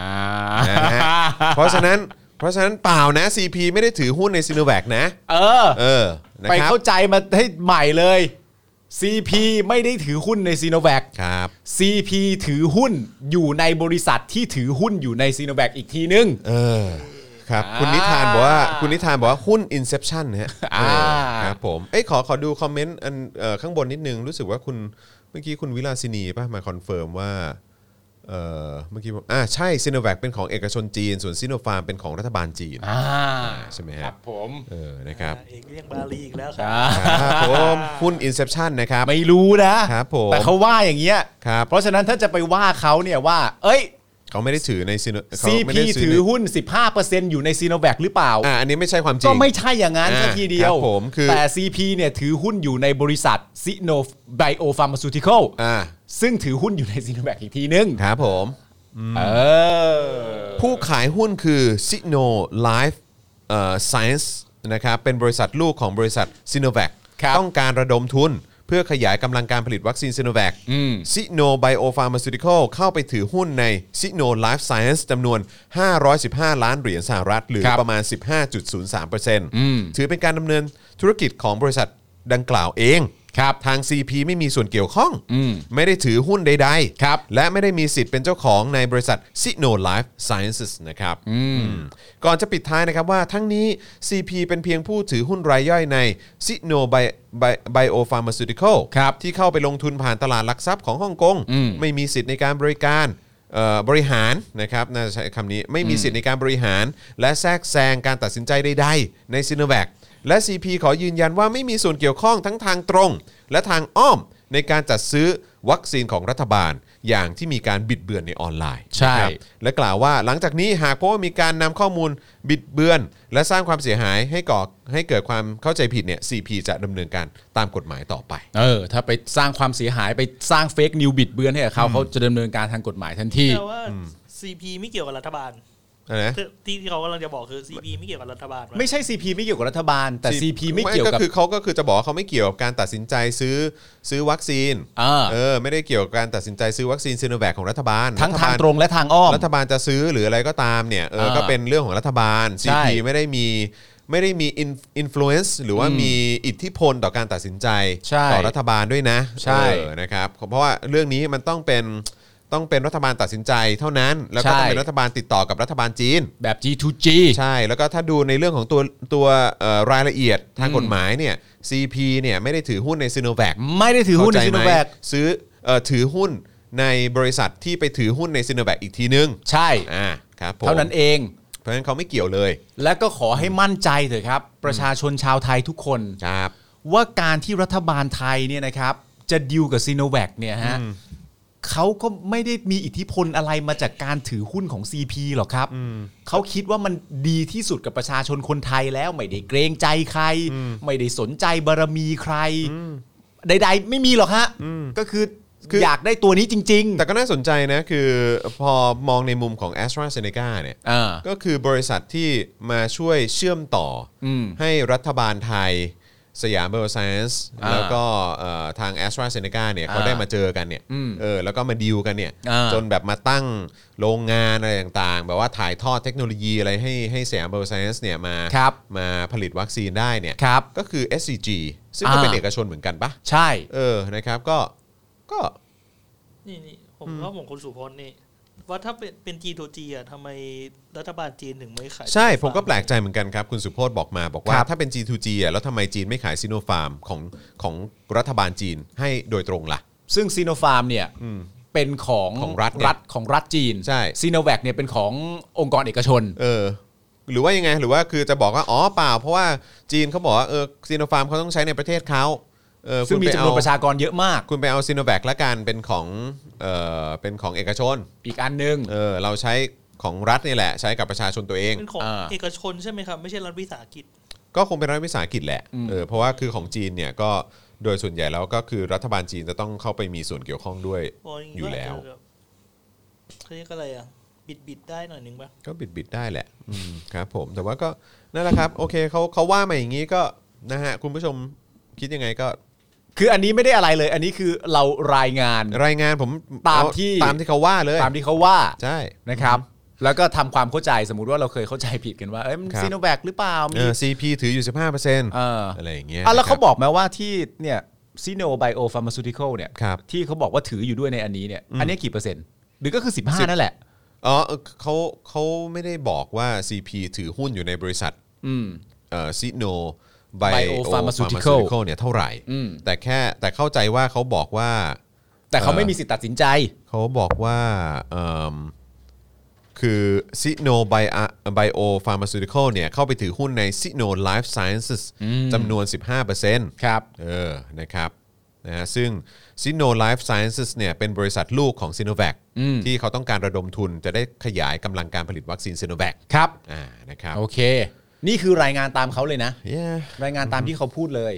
Speaker 2: นะฮะ เพราะฉะนั้นเพราะฉะนั้นเปล่านะ CP ไม่ได้ถือหุ้นในซินแวคนะ
Speaker 3: เออ
Speaker 2: เออนะ
Speaker 3: ไป
Speaker 2: ครับ
Speaker 3: เข้าใจมาให้ใหม่เลย CP ไม่ได้ถือหุ้นในซีโนแวค
Speaker 2: ครับ
Speaker 3: CP ถือหุ้นอยู่ในบริษัทที่ถือหุ้นอยู่ในซีโนแวคอีกทีนึง
Speaker 2: เออครับ
Speaker 3: อ่า
Speaker 2: คุณนิทานบอกว่าคุณนิทานบอกว่าหุ้น Inception นะฮะ
Speaker 3: อ่า
Speaker 2: เออครับผมเอ้ยขอขอดูคอมเมนต์อันเอ่อข้างบนนิดนึง รู้สึกว่าคุณเมื่อกี้คุณวิลาสินีป่ะมาคอนเฟิร์มว่าเออเมื่อกี้ผมอ่าใช่ซินแวคเป็นของเอกชนจีน ส่วนซิโนฟาร์มเป็นของรัฐบาลจีน
Speaker 3: อ่า
Speaker 2: ใช่ไหม
Speaker 3: ค
Speaker 2: ฮะ
Speaker 3: รับผม
Speaker 2: เออนะครับ
Speaker 4: เอกเรียกบาลีอีกแล้วค
Speaker 3: อ่า
Speaker 2: ค
Speaker 4: รับ
Speaker 2: รับผมหุ้น Inception นะครับ
Speaker 3: ไม่รู้นะครับ
Speaker 2: ผม
Speaker 3: แต่เขาว่าอย่างเงี้ย
Speaker 2: ครับ
Speaker 3: เพราะฉะนั้นถ้าจะไปว่าเขาเนี่ยว่า เอ้ย
Speaker 2: เขาไม่ได้ถือในซีโนเขาไม่
Speaker 3: CP
Speaker 2: ได้ซื้
Speaker 3: ถื
Speaker 2: อ
Speaker 3: อ
Speaker 2: ใน
Speaker 3: หุ้น 15%อยู่ในซีโนแวคหรือเปล่า
Speaker 2: อ่าอันนี้ไม่ใช่ความจริง
Speaker 3: ก็ไม่ใช่อย่างนั้น
Speaker 2: อ่า
Speaker 3: สักทีเดียว
Speaker 2: ครับผมคือ
Speaker 3: แต่ CP เนี่ยถือหุ้นอยู่ในบริษัทซิโนไบโอฟาร์มาซูติคอล
Speaker 2: อ่า
Speaker 3: ซึ่งถือหุ้นอยู่ในซีโนแวคอีกทีนึง
Speaker 2: ครับผม
Speaker 3: เออ
Speaker 2: ผู้ขายหุ้นคือ Sino Life เอ่อ Science นะครับเป็นบริษัทลูกของบริษัท Sinovac
Speaker 3: ครับ
Speaker 2: ต้องการระดมทุน เพื่อขยายกำลังการผลิตวัคซีน Sinovac
Speaker 3: อืม
Speaker 2: Sino Biopharmaceutical เข้าไปถือหุ้นใน Sino Life Science จำนวน 515 ล้านเหรียญสหรัฐ หรือ
Speaker 3: ครับ
Speaker 2: ประมาณ 15.03%ถือเป็นการดำเนินธุรกิจของบริษัทดังกล่าวเอง
Speaker 3: ครับ
Speaker 2: ทาง CP ไม่มีส่วนเกี่ยวข้อง
Speaker 3: อืม
Speaker 2: ไม่ได้ถือหุ้นใดๆ
Speaker 3: ครับ
Speaker 2: และไม่ได้มีสิทธิ์เป็นเจ้าของในบริษัท Sino Life Sciences นะครับอืมก่อนจะปิดท้ายนะครับว่าทั้งนี้ CP เป็นเพียงผู้ถือหุ้นรายย่อยใน Sino Bi- Bi- Bio Pharmaceutical
Speaker 3: ครับ
Speaker 2: ที่เข้าไปลงทุนผ่านตลาดหลักทรัพย์ของฮ่องกง
Speaker 3: อืม
Speaker 2: ไม่มีสิทธิ์ในการบริการเอ่อบริหารนะครับน่าจะใช้คำนี้ไม่มีสิทธิ์ในการบริหาร และแทรกแซงการตัดสินใจใดๆในซินแวค และ CP ขอยืนยันว่าไม่มีส่วนเกี่ยวข้องทั้งทางตรง และทางอ้อมในการจัดซื้อวัคซีนของรัฐบาล อย่างที่มีการบิดเบือนในออนไลน์
Speaker 3: ใช่
Speaker 2: ครับและกล่าวว่าหลังจากนี้หากพบว่ามีการนำข้อมูลบิดเบือน และสร้างความเสียหายให้ก่อให้เกิดความเข้าใจผิดเนี่ย CP จะดำเนินการตามกฎหมายต่อไป
Speaker 3: เออ ถ้าไปสร้างความเสียหายไปสร้างเฟกนิวบิดเบือนให้กับเขาเขาจะดำเนินการทางกฎหมายทันที
Speaker 4: แปลว่า CP ไม่เกี่ยวกับรัฐบาล
Speaker 2: อะไรนะ
Speaker 4: คือที่ที่เขากำลังจะบอกคือ CP ไม่เกี่ยวกับรัฐบาลวะ
Speaker 3: ไม่ใช่ CP ไม่เกี่ยวกับรัฐบาล แต่ CP ไม่เกี่ยวกับ
Speaker 2: คือเขาก็คือจะบอกว่าเขาไม่เกี่ยวกับการตัดสินใจซื้อซื้อวัคซีน
Speaker 3: อ่า
Speaker 2: เออไม่ได้เกี่ยวกับการตัดสินใจซื้อวัคซีนซีโนแวคของรัฐบาล
Speaker 3: ทั้ง
Speaker 2: ฐ
Speaker 3: ทา
Speaker 2: บ
Speaker 3: ง
Speaker 2: ล
Speaker 3: ตรงและทางอ้อม
Speaker 2: รัฐบาลจะซื้อหรืออะไรก็ตามเนี่ยเออ
Speaker 3: อ่า
Speaker 2: ก็เป็นเรื่องของรัฐบาล
Speaker 3: ใช่
Speaker 2: CP ไม่ได้มีไม่ได้มีอินฟลูเอนซ์หรือว่ามีอิทธิพลต่อการตัดสินใจ
Speaker 3: ใช่
Speaker 2: ต่อรัฐบาลด้วยนะ
Speaker 3: ใช่
Speaker 2: เออนะครับเพราะว่าเรื่องนี้มันต้องเป็นต้องเป็นรัฐบาลตัดสินใจเท่านั้น แล้วก็
Speaker 3: ใช่
Speaker 2: ต้องเป็นรัฐบาลติดต่อกับรัฐบาลจีน
Speaker 3: แบบ G2G
Speaker 2: ใช่แล้วก็ถ้าดูในเรื่องของตัวตัวเอ่อรายละเอียดทาง
Speaker 3: อืม
Speaker 2: กฎหมายเนี่ย CP เนี่ยไม่ได้ถือหุ้นในซีโนแวค
Speaker 3: ไม่ได้ถือหุ้นในซิโนแวค
Speaker 2: ซื้อเอ่อถือหุ้นในบริษัทที่ไปถือหุ้นในซีโนแวคอีกทีนึง
Speaker 3: ใช่
Speaker 2: อ่าครับผม
Speaker 3: เท่านั้นเอง
Speaker 2: เพราะฉะนั้นเขาไม่เกี่ยวเลย
Speaker 3: และก็ขอให้มั่นใจเถอะครับ ประชาชนชาวไทยทุกคน
Speaker 2: ครับ
Speaker 3: ว่าการที่รัฐบาลไทยเนี่ยนะครับ จะดิวกับซีโนแวคเนี่ยฮะเขาก็ไม่ได้มีอิทธิพลอะไรมาจากการถือหุ้นของ CP หรอกครับเขาคิดว่ามันดีที่สุดกับประชาชนคนไทยแล้ว ไม่ได้เกรงใจใคร ไม่ได้สนใจบารมีใคร ใด ๆ ไม่มีหรอกฮะก็คือ
Speaker 2: คือ
Speaker 3: อยากได้ตัวนี้จริง
Speaker 2: แต่ก็น่าสนใจนะ คือพอมองในมุมของ a s t r a z e ซ e c a เนี่ย
Speaker 3: อ่า
Speaker 2: ก็คือบริษัทที่มาช่วยเชื่อมต่ออ
Speaker 3: ม
Speaker 2: ให้รัฐบาลไทย สยามเบอร์ไซน์
Speaker 3: อ่า
Speaker 2: แล้วก็เอ่อทาง a s t r a z e ซ e c a เนี่ย
Speaker 3: อ่า
Speaker 2: เขาได้มาเจอกันเนี่ยเออแล้วก็มาดีลกันเนี่ย
Speaker 3: อ่า
Speaker 2: จนแบบมาตั้งโรงงานอะไรต่างๆ แบบว่าถ่ายทอดเทคโนโลยีอะไรให้ให้สยามเบอร์ไซน์เนี่ยมา
Speaker 3: ครับ
Speaker 2: มาผลิตวัคซีนได้เนี่ย
Speaker 3: ๆ ครับ
Speaker 2: ก็คือ SCG ซึ่งก็เป็น
Speaker 3: อ่า
Speaker 2: เอกชนเหมือนกันปะ
Speaker 3: ใช่
Speaker 2: เออนะครับก็ก็
Speaker 4: นี่นี่ผมก็ผมคุณสุพจน์นี่ ว่าถ้าเป็นเป็น G2G อ่ะทำไมรัฐบาลจีนถึงไม่ขาย
Speaker 2: ใช่ ผมก็แปลกใจเหมือนกันครับ คุณสุโพจน์บอกมาบอกว่า
Speaker 3: ครับ
Speaker 2: ถ้าเป็น G2G อ่ะแล้วทำไมจีนไม่ขายซีโนฟาร์มของของรัฐบาลจีนให้โดยตรงล่ะ
Speaker 3: ซึ่งซีโนฟาร์มเนี่ยเป็นของ
Speaker 2: ของรัฐเนี่ย
Speaker 3: รัฐของรัฐจีน
Speaker 2: ใช่
Speaker 3: ซีโนแวคเนี่ยเป็นขององค์กรเอกชน
Speaker 2: เออ หรือว่ายังไงหรือว่าคือจะบอกว่า อ๋อเปล่า เพราะว่าจีนเขาบอกว่าเออซีโนฟาร์มเขาต้องใช้ในประเทศเขาเออ
Speaker 3: ซึ่ง
Speaker 2: คุณ
Speaker 3: มี
Speaker 2: ไป
Speaker 3: จำน
Speaker 2: เอา
Speaker 3: วนประชากรเยอะมาก
Speaker 2: คุณไปเอาซีโนแวคละกันเป็นของเออเป็นของเอกชน
Speaker 3: อีกอันหนึง
Speaker 2: เออเราใช้ของรัฐนี่แหละ ใช้กับประชาชนตัวเอง
Speaker 4: เป็นของ
Speaker 3: อ่า
Speaker 4: เอกชนใช่ไหมครับ ไม่ใช่รัฐวิสาหกิจ
Speaker 2: ก็คงเป็นรัฐวิสาหกิจแหละ เออ เพราะว่าคือของจีนเนี่ยก็โดยส่วนใหญ่แล้วก็คือรัฐบาลจีนจะต้องเข้าไปมีส่วนเกี่ยวข้องด้วย
Speaker 4: โอ้ยางงี้
Speaker 2: อยู่
Speaker 4: ก็าจ
Speaker 2: แล้ว
Speaker 4: จะบบเขาเรียกอะไรอ่ะ บิดบิดๆได้หน่อยหนึ่งปะ
Speaker 2: ก็บิดบิดๆได้แหละอืมครับผม แต่ว่าก็นั่นแหละครับ โอเคเขาเขาว่ามาอย่างนี้ก็นะฮะคุณผู้ชมคิดยังไงก็
Speaker 3: คืออันนี้ไม่ได้อะไรเลย อันนี้คือเรารายงาน
Speaker 2: รายงานผม
Speaker 3: ตามที่
Speaker 2: ตามที่เขาว่าเลย
Speaker 3: ตามที่เขาว่า
Speaker 2: ใช่
Speaker 3: นะครับ แล้วก็ทำความเข้าใจสมมติว่าเราเคยเข้าใจผิดกันว่าเอ้ยมัน
Speaker 2: ครับ
Speaker 3: ซีโนแวคหรือเปล่ามี
Speaker 2: เออ CP ถืออยู่ 15%อ
Speaker 3: เอออะ
Speaker 2: ไรอย่างเงี้ย
Speaker 3: อ่ะแล้วเขา
Speaker 2: นะครับ
Speaker 3: บอกไหมว่าที่เนี่ยซีโนไบโอฟาร์มาซูติคอลเนี่ย
Speaker 2: ครับ
Speaker 3: ที่เขาบอกว่าถืออยู่ด้วยในอันนี้เนี่ยอันนี้กี่เปอร์เซ็นต์หรือก็คือ 15 นั่นแหละ
Speaker 2: อ๋อเออเขาเขาไม่ได้บอกว่า CP ถือหุ้นอยู่ในบริษัท
Speaker 3: อืม
Speaker 2: ซีโนไบ
Speaker 3: Bio
Speaker 2: โอ
Speaker 3: Pharmaceutical
Speaker 2: เนี่ยเท่าไหร่
Speaker 3: อืม
Speaker 2: แต่แค่แต่เข้าใจว่าเขาบอกว่า
Speaker 3: แต่เขาไม่มีสิทธิ์ตัดสินใจ
Speaker 2: เขาบอกว่าเอิ่มคือซีโนไบโอฟาร์มาซูติคอลเนี่ยเข้าไปถือหุ้นในซีโนไลฟ์ s ซ i e n c e s จำนวน 15%
Speaker 3: ครับ
Speaker 2: เออนะครับนะฮะซึ่งซีโนไลฟ์ s ซ i e n c e s เนี่ยเป็นบริษัทลูกของซีโนแวคที่เขาต้องการระดมทุนจะได้ขยายกำลังการผลิตวัคซีนซีโนแวค
Speaker 3: ครับ
Speaker 2: อ่านะครับ
Speaker 3: โอเค นี่คือรายงานตามเขาเลยนะ
Speaker 2: เย้
Speaker 3: รายงานตามที่เขาพูดเลย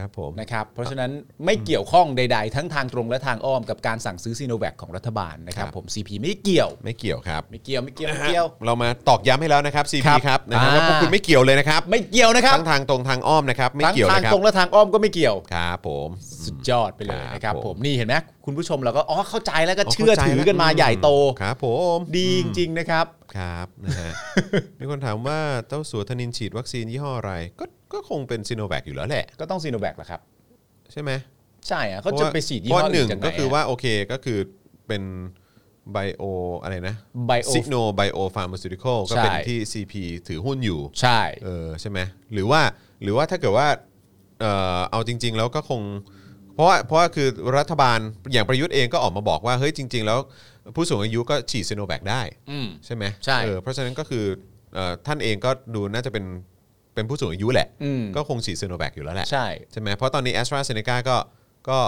Speaker 2: ครับผม
Speaker 3: นะครับ เพราะฉะนั้นไม่เกี่ยวข้องใด ๆ ทั้งทางตรงและทางอ้อมกับการสั่งซื้อซีโนแวคของรัฐบาลนะครับ
Speaker 2: ครับ
Speaker 3: ผม CP ไม่เกี่ยว
Speaker 2: ไม่เกี่ยวครับ
Speaker 3: ไม่เกี่ยวไม่เกี่ยวไม่เกี่ยว
Speaker 2: เรามาตอกย้ำให้แล้วนะครับ CP
Speaker 3: ครับ
Speaker 2: ครับนะครับ
Speaker 3: อ่า
Speaker 2: ว่าพวกคุณไม่เกี่ยวเลยนะครับ
Speaker 3: ไม่เกี่ยวนะครับ
Speaker 2: ทั้งทางตรงทางอ้อมนะครับ ไม่
Speaker 3: ทั้ง
Speaker 2: เกี่ยว
Speaker 3: ทาง
Speaker 2: นะครับ
Speaker 3: ตรงและทางอ้อมก็ไม่เกี่ยว
Speaker 2: ครับผม
Speaker 3: สุดยอดไปเลยนะครับ
Speaker 2: ครับ
Speaker 3: ผ
Speaker 2: ผม
Speaker 3: มนี่เห็นไหมคุณผู้ชมเราก็อ๋อเข้าใจแล้วก็เชื่อถือกันมาใหญ่โต
Speaker 2: ครับผม
Speaker 3: ดีจริงๆนะครับ
Speaker 2: ครับนะ ฮะ มีคนถามว่าเจ้าสัวธนินฉีดวัคซีนยี่ห้ออะไร ก็ก็คงเป็นซีโนแวคอยู่แล้วแหละ
Speaker 3: ก็ต้องซีโนแวคแหละครับ
Speaker 2: ใช่ไหม
Speaker 3: ใช่อะเขาจะไปฉีดยี่
Speaker 2: เพ
Speaker 3: ห้อ
Speaker 2: ราะว่าหนึ่
Speaker 3: อื่
Speaker 2: ง
Speaker 3: นจากไหน
Speaker 2: ก็คือว่าโอเคก็คือเป็นไบโออะไรนะ
Speaker 3: ไบโอ
Speaker 2: ซิโนไบโอฟาร์มาซูติคอลก็
Speaker 3: ใช่
Speaker 2: เป็นที่ CP ถือหุ้นอยู่
Speaker 3: ใช่
Speaker 2: เออใช่ไหมหรือว่าหรือว่าถ้าเกิดว่าเออเอาจริง ๆ แล้วก็คง เพราะว่าเพราะว่าคือรัฐบาลอย่างประยุทธ์เองก็ออกมาบอกว่าเฮ้ยจริง ๆ แล้วผู้สูงอายุก็ฉีดซีโนแวคได้
Speaker 3: อืม
Speaker 2: ใช่ไหม
Speaker 3: ใช่
Speaker 2: เออเพราะฉะนั้นก็คือเอ่อท่านเองก็ดูน่าจะเป็น เป็นผู้สูงอายุแหละ
Speaker 3: อืม
Speaker 2: ก็คงฉีดซีโนแวคอยู่แล้วแหละ
Speaker 3: ใช่
Speaker 2: ใช่ไหมเพราะตอนนี้แอสตราเซเนกาก็ก็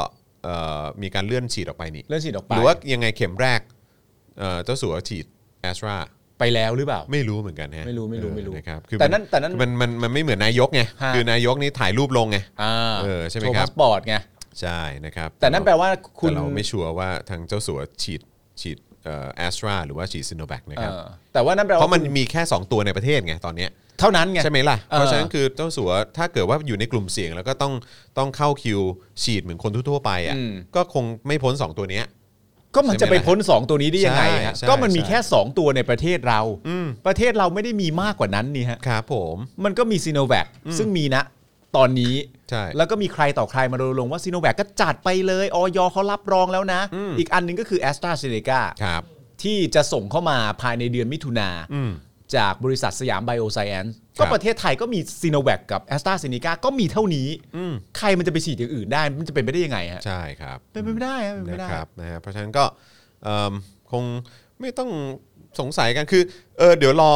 Speaker 2: เอ่อมีการเลื่อนฉีดออกไปนี่
Speaker 3: เรื่องฉีดออกไป
Speaker 2: หรือว่ายังไงเข็มแรกเอ่อเจ้าสัวฉีดแอสตรา
Speaker 3: ไปแล้วหรือเปล่า
Speaker 2: ไม่รู้เหมือนกันฮะ
Speaker 3: ไม่รู้ไม่รู้ไม่รู้
Speaker 2: เออนะครับคือ
Speaker 3: แต่นั่น
Speaker 2: มั
Speaker 3: แต่นั้น
Speaker 2: คือมันมันมันไม่เหมือนนายกไง
Speaker 3: ฮะ
Speaker 2: คือนายกนี่ถ่ายรูปลงไง
Speaker 3: อ่า
Speaker 2: เออใช่ไหม
Speaker 3: โชว์
Speaker 2: ครับ
Speaker 3: พาสปอร์ตไง
Speaker 2: ใช่นะครับ
Speaker 3: แต่นั่นแปลว่า
Speaker 2: แต่
Speaker 3: คุณ
Speaker 2: เราไม่ชัวร์ว่าทางเจ้าสัวฉีดฉีดแอสตราหรือว่าฉีดซิโนแวคนะครับ
Speaker 3: เออแต่ว่านั่นแปล
Speaker 2: เพราะ
Speaker 3: ว่า
Speaker 2: มันมีแค่ 2 ตัวในประเทศไงตอนเนี้ย
Speaker 3: เท่านั้นไง
Speaker 2: ใช่ไหมล่ะ
Speaker 3: เออ
Speaker 2: เพราะฉะนั้นคือเจ้าสัวถ้าเกิดว่าอยู่ในกลุ่มเสี่ยง แล้วก็ต้องต้องเข้าคิวฉีดเหมือนคนทั่วๆไปอ่ะก็คงไม่พ้น 2 ตัวเนี้ย
Speaker 3: ก็มันจะไปพ้น 2 ตัวนี้ได้ยังไง
Speaker 2: ใช่
Speaker 3: ฮะ
Speaker 2: ใช่
Speaker 3: ก็มันมี
Speaker 2: ใช่
Speaker 3: แค่ 2 ตัวในประเทศเรา ประเทศเราไม่ได้มีมากกว่านั้นนี่ฮะ
Speaker 2: ครับผม
Speaker 3: มันก็มีซีโนแวคซึ่งมีนะ ตอนนี้
Speaker 2: ใช่
Speaker 3: แล้วก็มีใครต่อใครมารณรงค์ว่าซีโนแวคก็จัดไปเลยออยเขารับรองแล้วนะ อีกอันหนึงก็คือแอสตราเซเนกา
Speaker 2: ครับ
Speaker 3: ที่จะส่งเข้ามาภายในเดือนมิถุนา
Speaker 2: อืม
Speaker 3: จากบริษัทสยามไบโอไซแอนซ์
Speaker 2: ครั
Speaker 3: ก็
Speaker 2: บ
Speaker 3: ประเทศไทยก็มีซีโนแวคกับแอสตราเซเนกาก็มีเท่านี้ใครมันจะไปฉีดอย่างอื่นได้มันจะเป็นไปได้ยังไงฮะ
Speaker 2: ใช่ครับ
Speaker 3: เป็นไปไม่ได้ฮะเป็นไป
Speaker 2: นะ
Speaker 3: ไม่ได้
Speaker 2: ครับนะฮะเพราะฉะนั้นก็เอิ่มคงไม่ต้องสงสัยกันคือเออเดี๋ยวรอ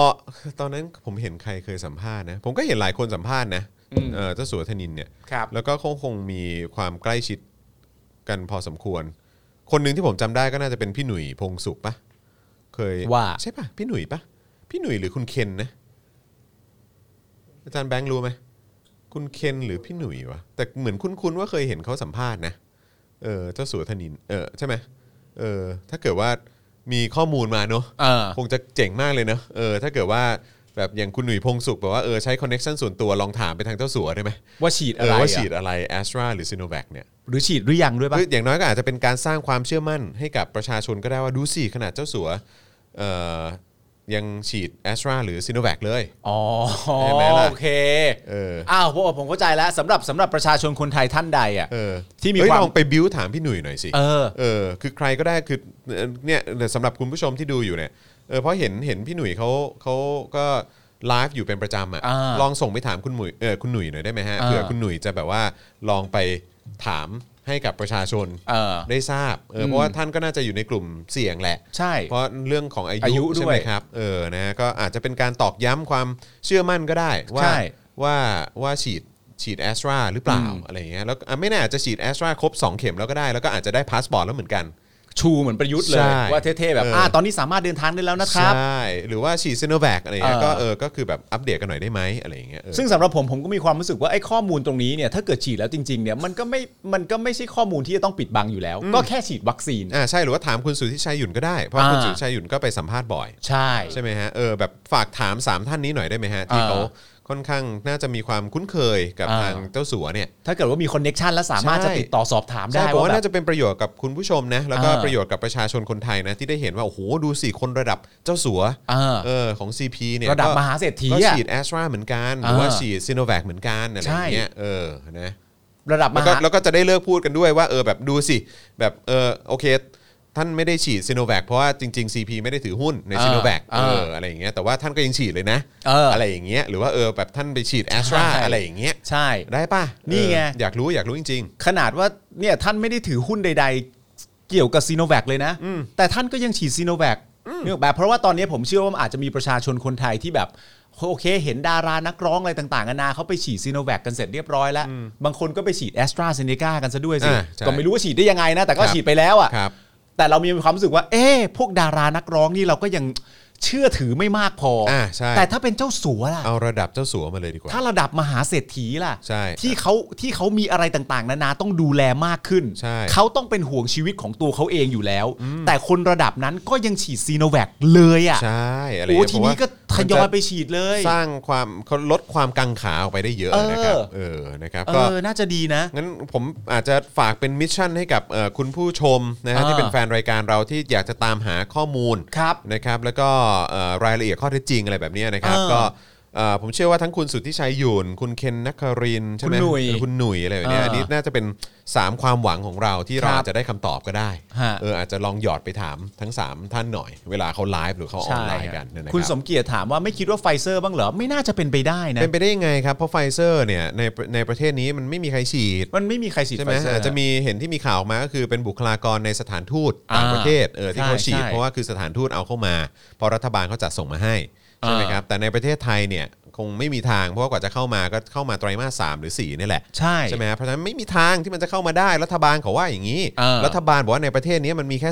Speaker 2: ตอนนั้นผมเห็นใครเคยสัมภาษณ์นะ ผมก็เห็นหลายคนสัมภาษณ์นะ
Speaker 3: อืม
Speaker 2: เออเจ้าสัวธนินเนี่ย
Speaker 3: ครับ
Speaker 2: แล้วก็คงคงมีความใกล้ชิดกันพอสมควร คนหนึ่งที่ผมจำได้ก็น่าจะเป็นพี่หนุ่ยพงสุขปะเคย
Speaker 3: ว่า
Speaker 2: ใช่ปะพี่หนุ่ยปะพี่หนุ่ยหรือคุณเคนนะอาจารย์แบงค์รู้ไหมคุณเคนหรือพี่หนุ่ยวะแต่เหมือนคุ้นๆว่าเคยเห็นเขาสัมภาษณ์นะเออเจ้าสัวธนินเออใช่ไหมเออถ้าเกิดว่ามีข้อมูลมาเนอะ
Speaker 3: เออ
Speaker 2: คงจะเจ๋งมากเลยเนอะเออถ้าเกิดว่าแบบอย่างคุณหนุ่ยพงสุขแบบว่าเออใช้คอนเน็ชันส่วนตัวลองถามไปทางเจ้าสัวได้ไหม
Speaker 3: ว่าฉีด
Speaker 2: เอ
Speaker 3: อะ
Speaker 2: อ
Speaker 3: ไร
Speaker 2: ว่า
Speaker 3: อะ
Speaker 2: ฉีดอะไรแอสตราหรือซิโนแวคเนี่ย
Speaker 3: หรือฉีดหรือยังด้วย
Speaker 2: ห
Speaker 3: ปะ
Speaker 2: รืออย่างน้อยก็อาจจะเป็นการสร้างความเชื่อมั่นให้กับประชาชนก็ได้ว่าดูสิขนาดเจ้าสัวเอ่อยังฉีดแอสตราหรือซิโนแวคเลย
Speaker 3: อ๋อ
Speaker 2: เห็นไหมล่ะ
Speaker 3: โอเค
Speaker 2: เออ
Speaker 3: อ้าวผมผมเข้าใจแล้วสำหรับสำหรับประชาชนคนไทยท่านใดอ่ะ
Speaker 2: เออ
Speaker 3: ที่มี
Speaker 2: เอ้ย
Speaker 3: ความ
Speaker 2: ลองไปบิวถามพี่หนุ่ยหน่อยสิ
Speaker 3: เออ
Speaker 2: เออคือใครก็ได้คือเอ่อเนี่ยสำหรับคุณผู้ชมที่ดูอยู่เนี่ยเออเพราะเห็นเห็นพี่หนุ่ยเขาเขาก็ไลฟ์อยู่เป็นประจำอ่ะ
Speaker 3: อ่า
Speaker 2: ลองส่งไปถามคุณหนุ่ยเออคุณหนุ่ยหน่อยได้ไหมฮะ
Speaker 3: อ่า
Speaker 2: เผื่อคุณหนุ่ยจะแบบว่าลองไปถามให้กับประชาชน
Speaker 3: เออ
Speaker 2: ได้ทราบเออ
Speaker 3: ม
Speaker 2: เพราะว่าท่านก็น่าจะอยู่ในกลุ่มเสี่ยงแหละ
Speaker 3: ใช่
Speaker 2: เพราะเรื่องของอายุ
Speaker 3: อายุด้วย
Speaker 2: ใช่ไหมครับเออนะฮะก็อาจจะเป็นการตอกย้ำความเชื่อมั่นก็ได้ว่า
Speaker 3: ใช่
Speaker 2: ว่าว่าฉีดฉีดแอสตราหรือเปล่า
Speaker 3: อืม
Speaker 2: อะไรอย่างเงี้ยแล้วอ่ะไม่แน่อาจจะฉีดแอสตราครบ 2 เข็มแล้วก็ได้ แล้วก็อาจจะได้พาสปอร์ตแล้วเหมือนกัน
Speaker 3: ชูเหมือนประยุทธ์เล
Speaker 2: ใช่
Speaker 3: ย ว่าเท่ๆแบบ
Speaker 2: เอออ่
Speaker 3: อ่าตอนนี้สามารถเดินทางได้แล้วนะครับ
Speaker 2: ใช่หรือว่าฉีดซ i โนแวคอะไรอย่างเงี้ย
Speaker 3: เอ
Speaker 2: ก็
Speaker 3: อ
Speaker 2: เออก็คือแบบอัปเดตกันหน่อยได้ไหมอะไรอย่างเงี้ยเออ
Speaker 3: ซึ่งสำหรับผมผมก็มีความรู้สึกว่าไอ้ข้อมูลตรงนี้เนี่ยถ้าเกิดฉีดแล้วจริงๆเนี่ยมันก็ไม่มันก็ไม่ใช่ข้อมูลที่จะต้องปิดบังอยู่แล้ว ก็แค่ฉีดวัคซีน
Speaker 2: อ่าใช่หรือว่าถามคุณสุทธิชัยหยุ่นก็ได้เพราะคุณ
Speaker 3: อ่า
Speaker 2: สุทธิชัยหยุ่นก็ไปสัมภาษณ์บ่อย
Speaker 3: ใช่
Speaker 2: ใช่ไหมฮะเออแบบฝากถาม 3 ท่านนี้หน่อยได้ไหมฮะ ที่
Speaker 3: อ่า
Speaker 2: เขาค่อนข้างน่าจะมีความคุ้นเคยกับ
Speaker 3: อ่า
Speaker 2: ทางเจ้าสัวเนี่ย
Speaker 3: ถ้าเกิดว่ามีคอนเน็ชันแล้วสามารถ
Speaker 2: ใช่
Speaker 3: จะติดต่อสอบถามได้
Speaker 2: ใช่ผมว่า
Speaker 3: แบบ
Speaker 2: น่าจะเป็นประโยชน์กับคุณผู้ชมนะ แล้วก็
Speaker 3: อ่า
Speaker 2: ประโยชน์กับประชาชนคนไทยนะ ที่ได้เห็นว่า โอ้โห ดูสิคนระดับเจ้าสัว
Speaker 3: เออ
Speaker 2: เออของ CP เนี่ย
Speaker 3: ระดับ
Speaker 2: ก็
Speaker 3: มหาเศรษฐี
Speaker 2: ก็
Speaker 3: อะ
Speaker 2: ฉีดแอสตราเหมือนกัน หรือว่า
Speaker 3: อ่า
Speaker 2: ฉีดซิโนแวคเหมือนกันอะไรอย่างเงี้ยเออนะ
Speaker 3: ระดับม
Speaker 2: แล้วก็
Speaker 3: หา
Speaker 2: แล้วก็จะได้เลิกพูดกันด้วยว่าเออแบบดูสิ แบบเออโอเค ท่านไม่ได้ฉีดซีโนแวคเพราะว่าจริง ๆ CP ไม่ได้ถือหุ้นใน
Speaker 3: เออ
Speaker 2: ซีโนแวค
Speaker 3: เอ
Speaker 2: เอ
Speaker 3: อ
Speaker 2: ออะไรอย่างเงี้ยแต่ว่าท่านก็ยังฉีดเลยนะ
Speaker 3: เอออ
Speaker 2: ไรอย่างเงี้ยหรือว่าเออแบบท่านไปฉีดแอสตรา
Speaker 3: ใช่
Speaker 2: อะไรอย่างเงี้ย
Speaker 3: ใช่
Speaker 2: ได้ป่ะ
Speaker 3: นี่ไง
Speaker 2: เอออยากรู้อยากรู้จริง
Speaker 3: ขนาดว่าเนี่ยท่านไม่ได้ถือหุ้นใด ๆ เกี่ยวกับซีโนแวคเลยนะ แต่ท่านก็ยังฉีดซีโนแวคเนี่ยแบบเพราะว่าตอนนี้ผมเชื่อว่ามันอาจจะมีประชาชนคนไทยที่แบบโอเค เห็นดารานักร้องอะไรต่างๆนานาเขาไปฉีดซีโนแวคกันเสร็จเรียบร้อยแล้ว บางคนก็ไปฉีดแอสตราเซเนกากันซะด้วยสิ
Speaker 2: อ่าใช่
Speaker 3: ก็ไม่รู้ว่าฉีดได้ยังไงนะ แต่ก็
Speaker 2: ครับ
Speaker 3: ฉีดไปแล้วอ่ะ
Speaker 2: ๆครับ
Speaker 3: แต่เรามีความรู้สึกว่า เอ๊ะพวกดารานักร้องนี่เราก็ยังเชื่อถือไม่มากพออา
Speaker 2: ใช่
Speaker 3: แต่ถ้าเป็นเจ้าสัวล่ะ
Speaker 2: เอาระดับเจ้าสัวมาเลยดีกว่า
Speaker 3: ถ้าระดับมหาเศรษฐีล่ะ
Speaker 2: ใช่
Speaker 3: ที่เขาที่เขามีอะไรต่างๆ นานาต้องดูแลมากขึ้น
Speaker 2: ใช่
Speaker 3: เขาต้องเป็นห่วงชีวิตของตัวเขาเองอยู่แล้ว แต่คนระดับนั้นก็ยังฉีดซีโนแวคเลยอ่ะ
Speaker 2: ใช่อะไรย่าง
Speaker 3: โอ้
Speaker 2: เงี้ย
Speaker 3: ที
Speaker 2: ผม
Speaker 3: นี้
Speaker 2: ว่า
Speaker 3: ก็ท
Speaker 2: มั
Speaker 3: ยอน ย
Speaker 2: จะ
Speaker 3: ไปฉีดเลย
Speaker 2: สร้างความเขาลดความกังขาออกไปได้เยอะนะครับ
Speaker 3: เออ
Speaker 2: เออนะครับ
Speaker 3: เอ
Speaker 2: ก็
Speaker 3: อน่าจะดีนะ
Speaker 2: งั้นผมอาจจะฝากเป็นมิชชั่นให้กับเอ่อคุณผู้ชมนะฮะ
Speaker 3: อ่า
Speaker 2: ที่เป็นแฟนรายการเราที่อยากจะตามหาข้อมูล
Speaker 3: ครับ
Speaker 2: นะครับแล้วก็เอ่อรายละเอียดข้อเท็จจริงอะไรแบบเนี้ยนะครับ
Speaker 3: อ่า
Speaker 2: ก็เอ่อผมเชื่อว่าทั้งคุณสุทธิชัยหยุนคุณเคนนักคารินทร์ใช่ไหม
Speaker 3: คุณหนุ่ย
Speaker 2: เออคุณหนุ่ยอะไรแบบเนี้ย
Speaker 3: อ่า
Speaker 2: อันนี้น่าจะเป็น 3 ความหวังของเราที่เรา
Speaker 3: ครับ
Speaker 2: อาจจะได้คำตอบก็ได้
Speaker 3: ฮะ
Speaker 2: เอออาจจะลองหยอดไปถามทั้ง 3 ท่านหน่อย เวลาเขาไลฟ์หรือเขาออนไลน์กันเนี่ยนะรับ
Speaker 3: คุณสมเกียรติถามว่าไม่คิดว่าไฟเซอร์บ้างเหรอ ไม่น่าจะเป็นไปได้นะ
Speaker 2: เป็นไปได้ยังไงครับ เพราะไฟเซอร์เนี่ยในในประเทศนี้มันไม่มีใครฉีด
Speaker 3: มันไม่มีใครฉีด
Speaker 2: ใช่ไห
Speaker 3: ไฟ
Speaker 2: ม
Speaker 3: เซอร์
Speaker 2: อาจจะมีเห็นที่มีข่าวออกมาก็คือเป็นบุคลากรในสถานทูตต่าง
Speaker 3: อ่า
Speaker 2: ประเทศเออที่เขา
Speaker 3: ใช่
Speaker 2: ฉีด
Speaker 3: ใช่
Speaker 2: เพราะว่าคือสถานทูตเอาเข้ามาเพราะรัฐบาลเขาจัดส่งมาให้ใช่ไหม
Speaker 3: อ่า
Speaker 2: ครับแต่ในประเทศไทยเนี่ย คงไม่มีทางเพราะว่ากว่าจะเข้ามาก็เข้ามาไตรมาสสามหรือสี่นี่แหละ
Speaker 3: ใช่
Speaker 2: ใช่ไหมฮะเพราะฉะนั้นไม่มีทางที่มันจะเข้ามาได้รัฐบาลเขาว่าอย่างนี้
Speaker 3: เออ
Speaker 2: รัฐบาลบอกว่าในประเทศนี้มันมีแค่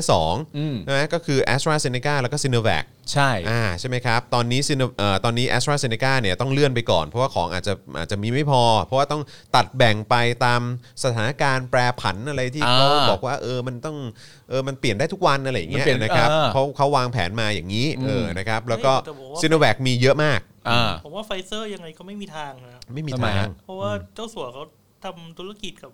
Speaker 3: อืม
Speaker 2: 2ใช่ไหมก็คือ a s t r a z e ซ e c a แล้วก็ s i n o v a c
Speaker 3: ใช่
Speaker 2: อ่าใช่ไหมครับ ตอนนี้ Sino- เอ่อตอนนี้ a s t r a z e ซ e c a เนี่ยต้องเลื่อนไปก่อน เพราะว่าของอาจจะอาจจะมีไม่พอ เพราะว่าต้องตัดแบ่งไปตามสถานการณ์แปรผันอะไรที่
Speaker 3: อ่า
Speaker 2: เขาบอกว่าเออมันต้องเออมันเปลี่ยนได้ทุกวันอะไรอย่างเงี้ย
Speaker 3: มันเปลี่ยน
Speaker 2: นะครับ
Speaker 3: เออ
Speaker 2: เขาเขาวางแผนมาอย่างนี้
Speaker 3: อืม
Speaker 2: เออนะครับแล้วก็
Speaker 4: แต่ผมว่า
Speaker 2: ซิโนแวคมีเยอะมาก
Speaker 3: อ่า
Speaker 4: ผมว่าไฟเซอร์ยังไงก็ไม่มีทางนะครับ
Speaker 2: ไม่มี
Speaker 3: ทำไม
Speaker 2: ทาง
Speaker 3: ฮะ
Speaker 4: เพราะว่าเจ้าสัวเขาทำธุรกิจกับ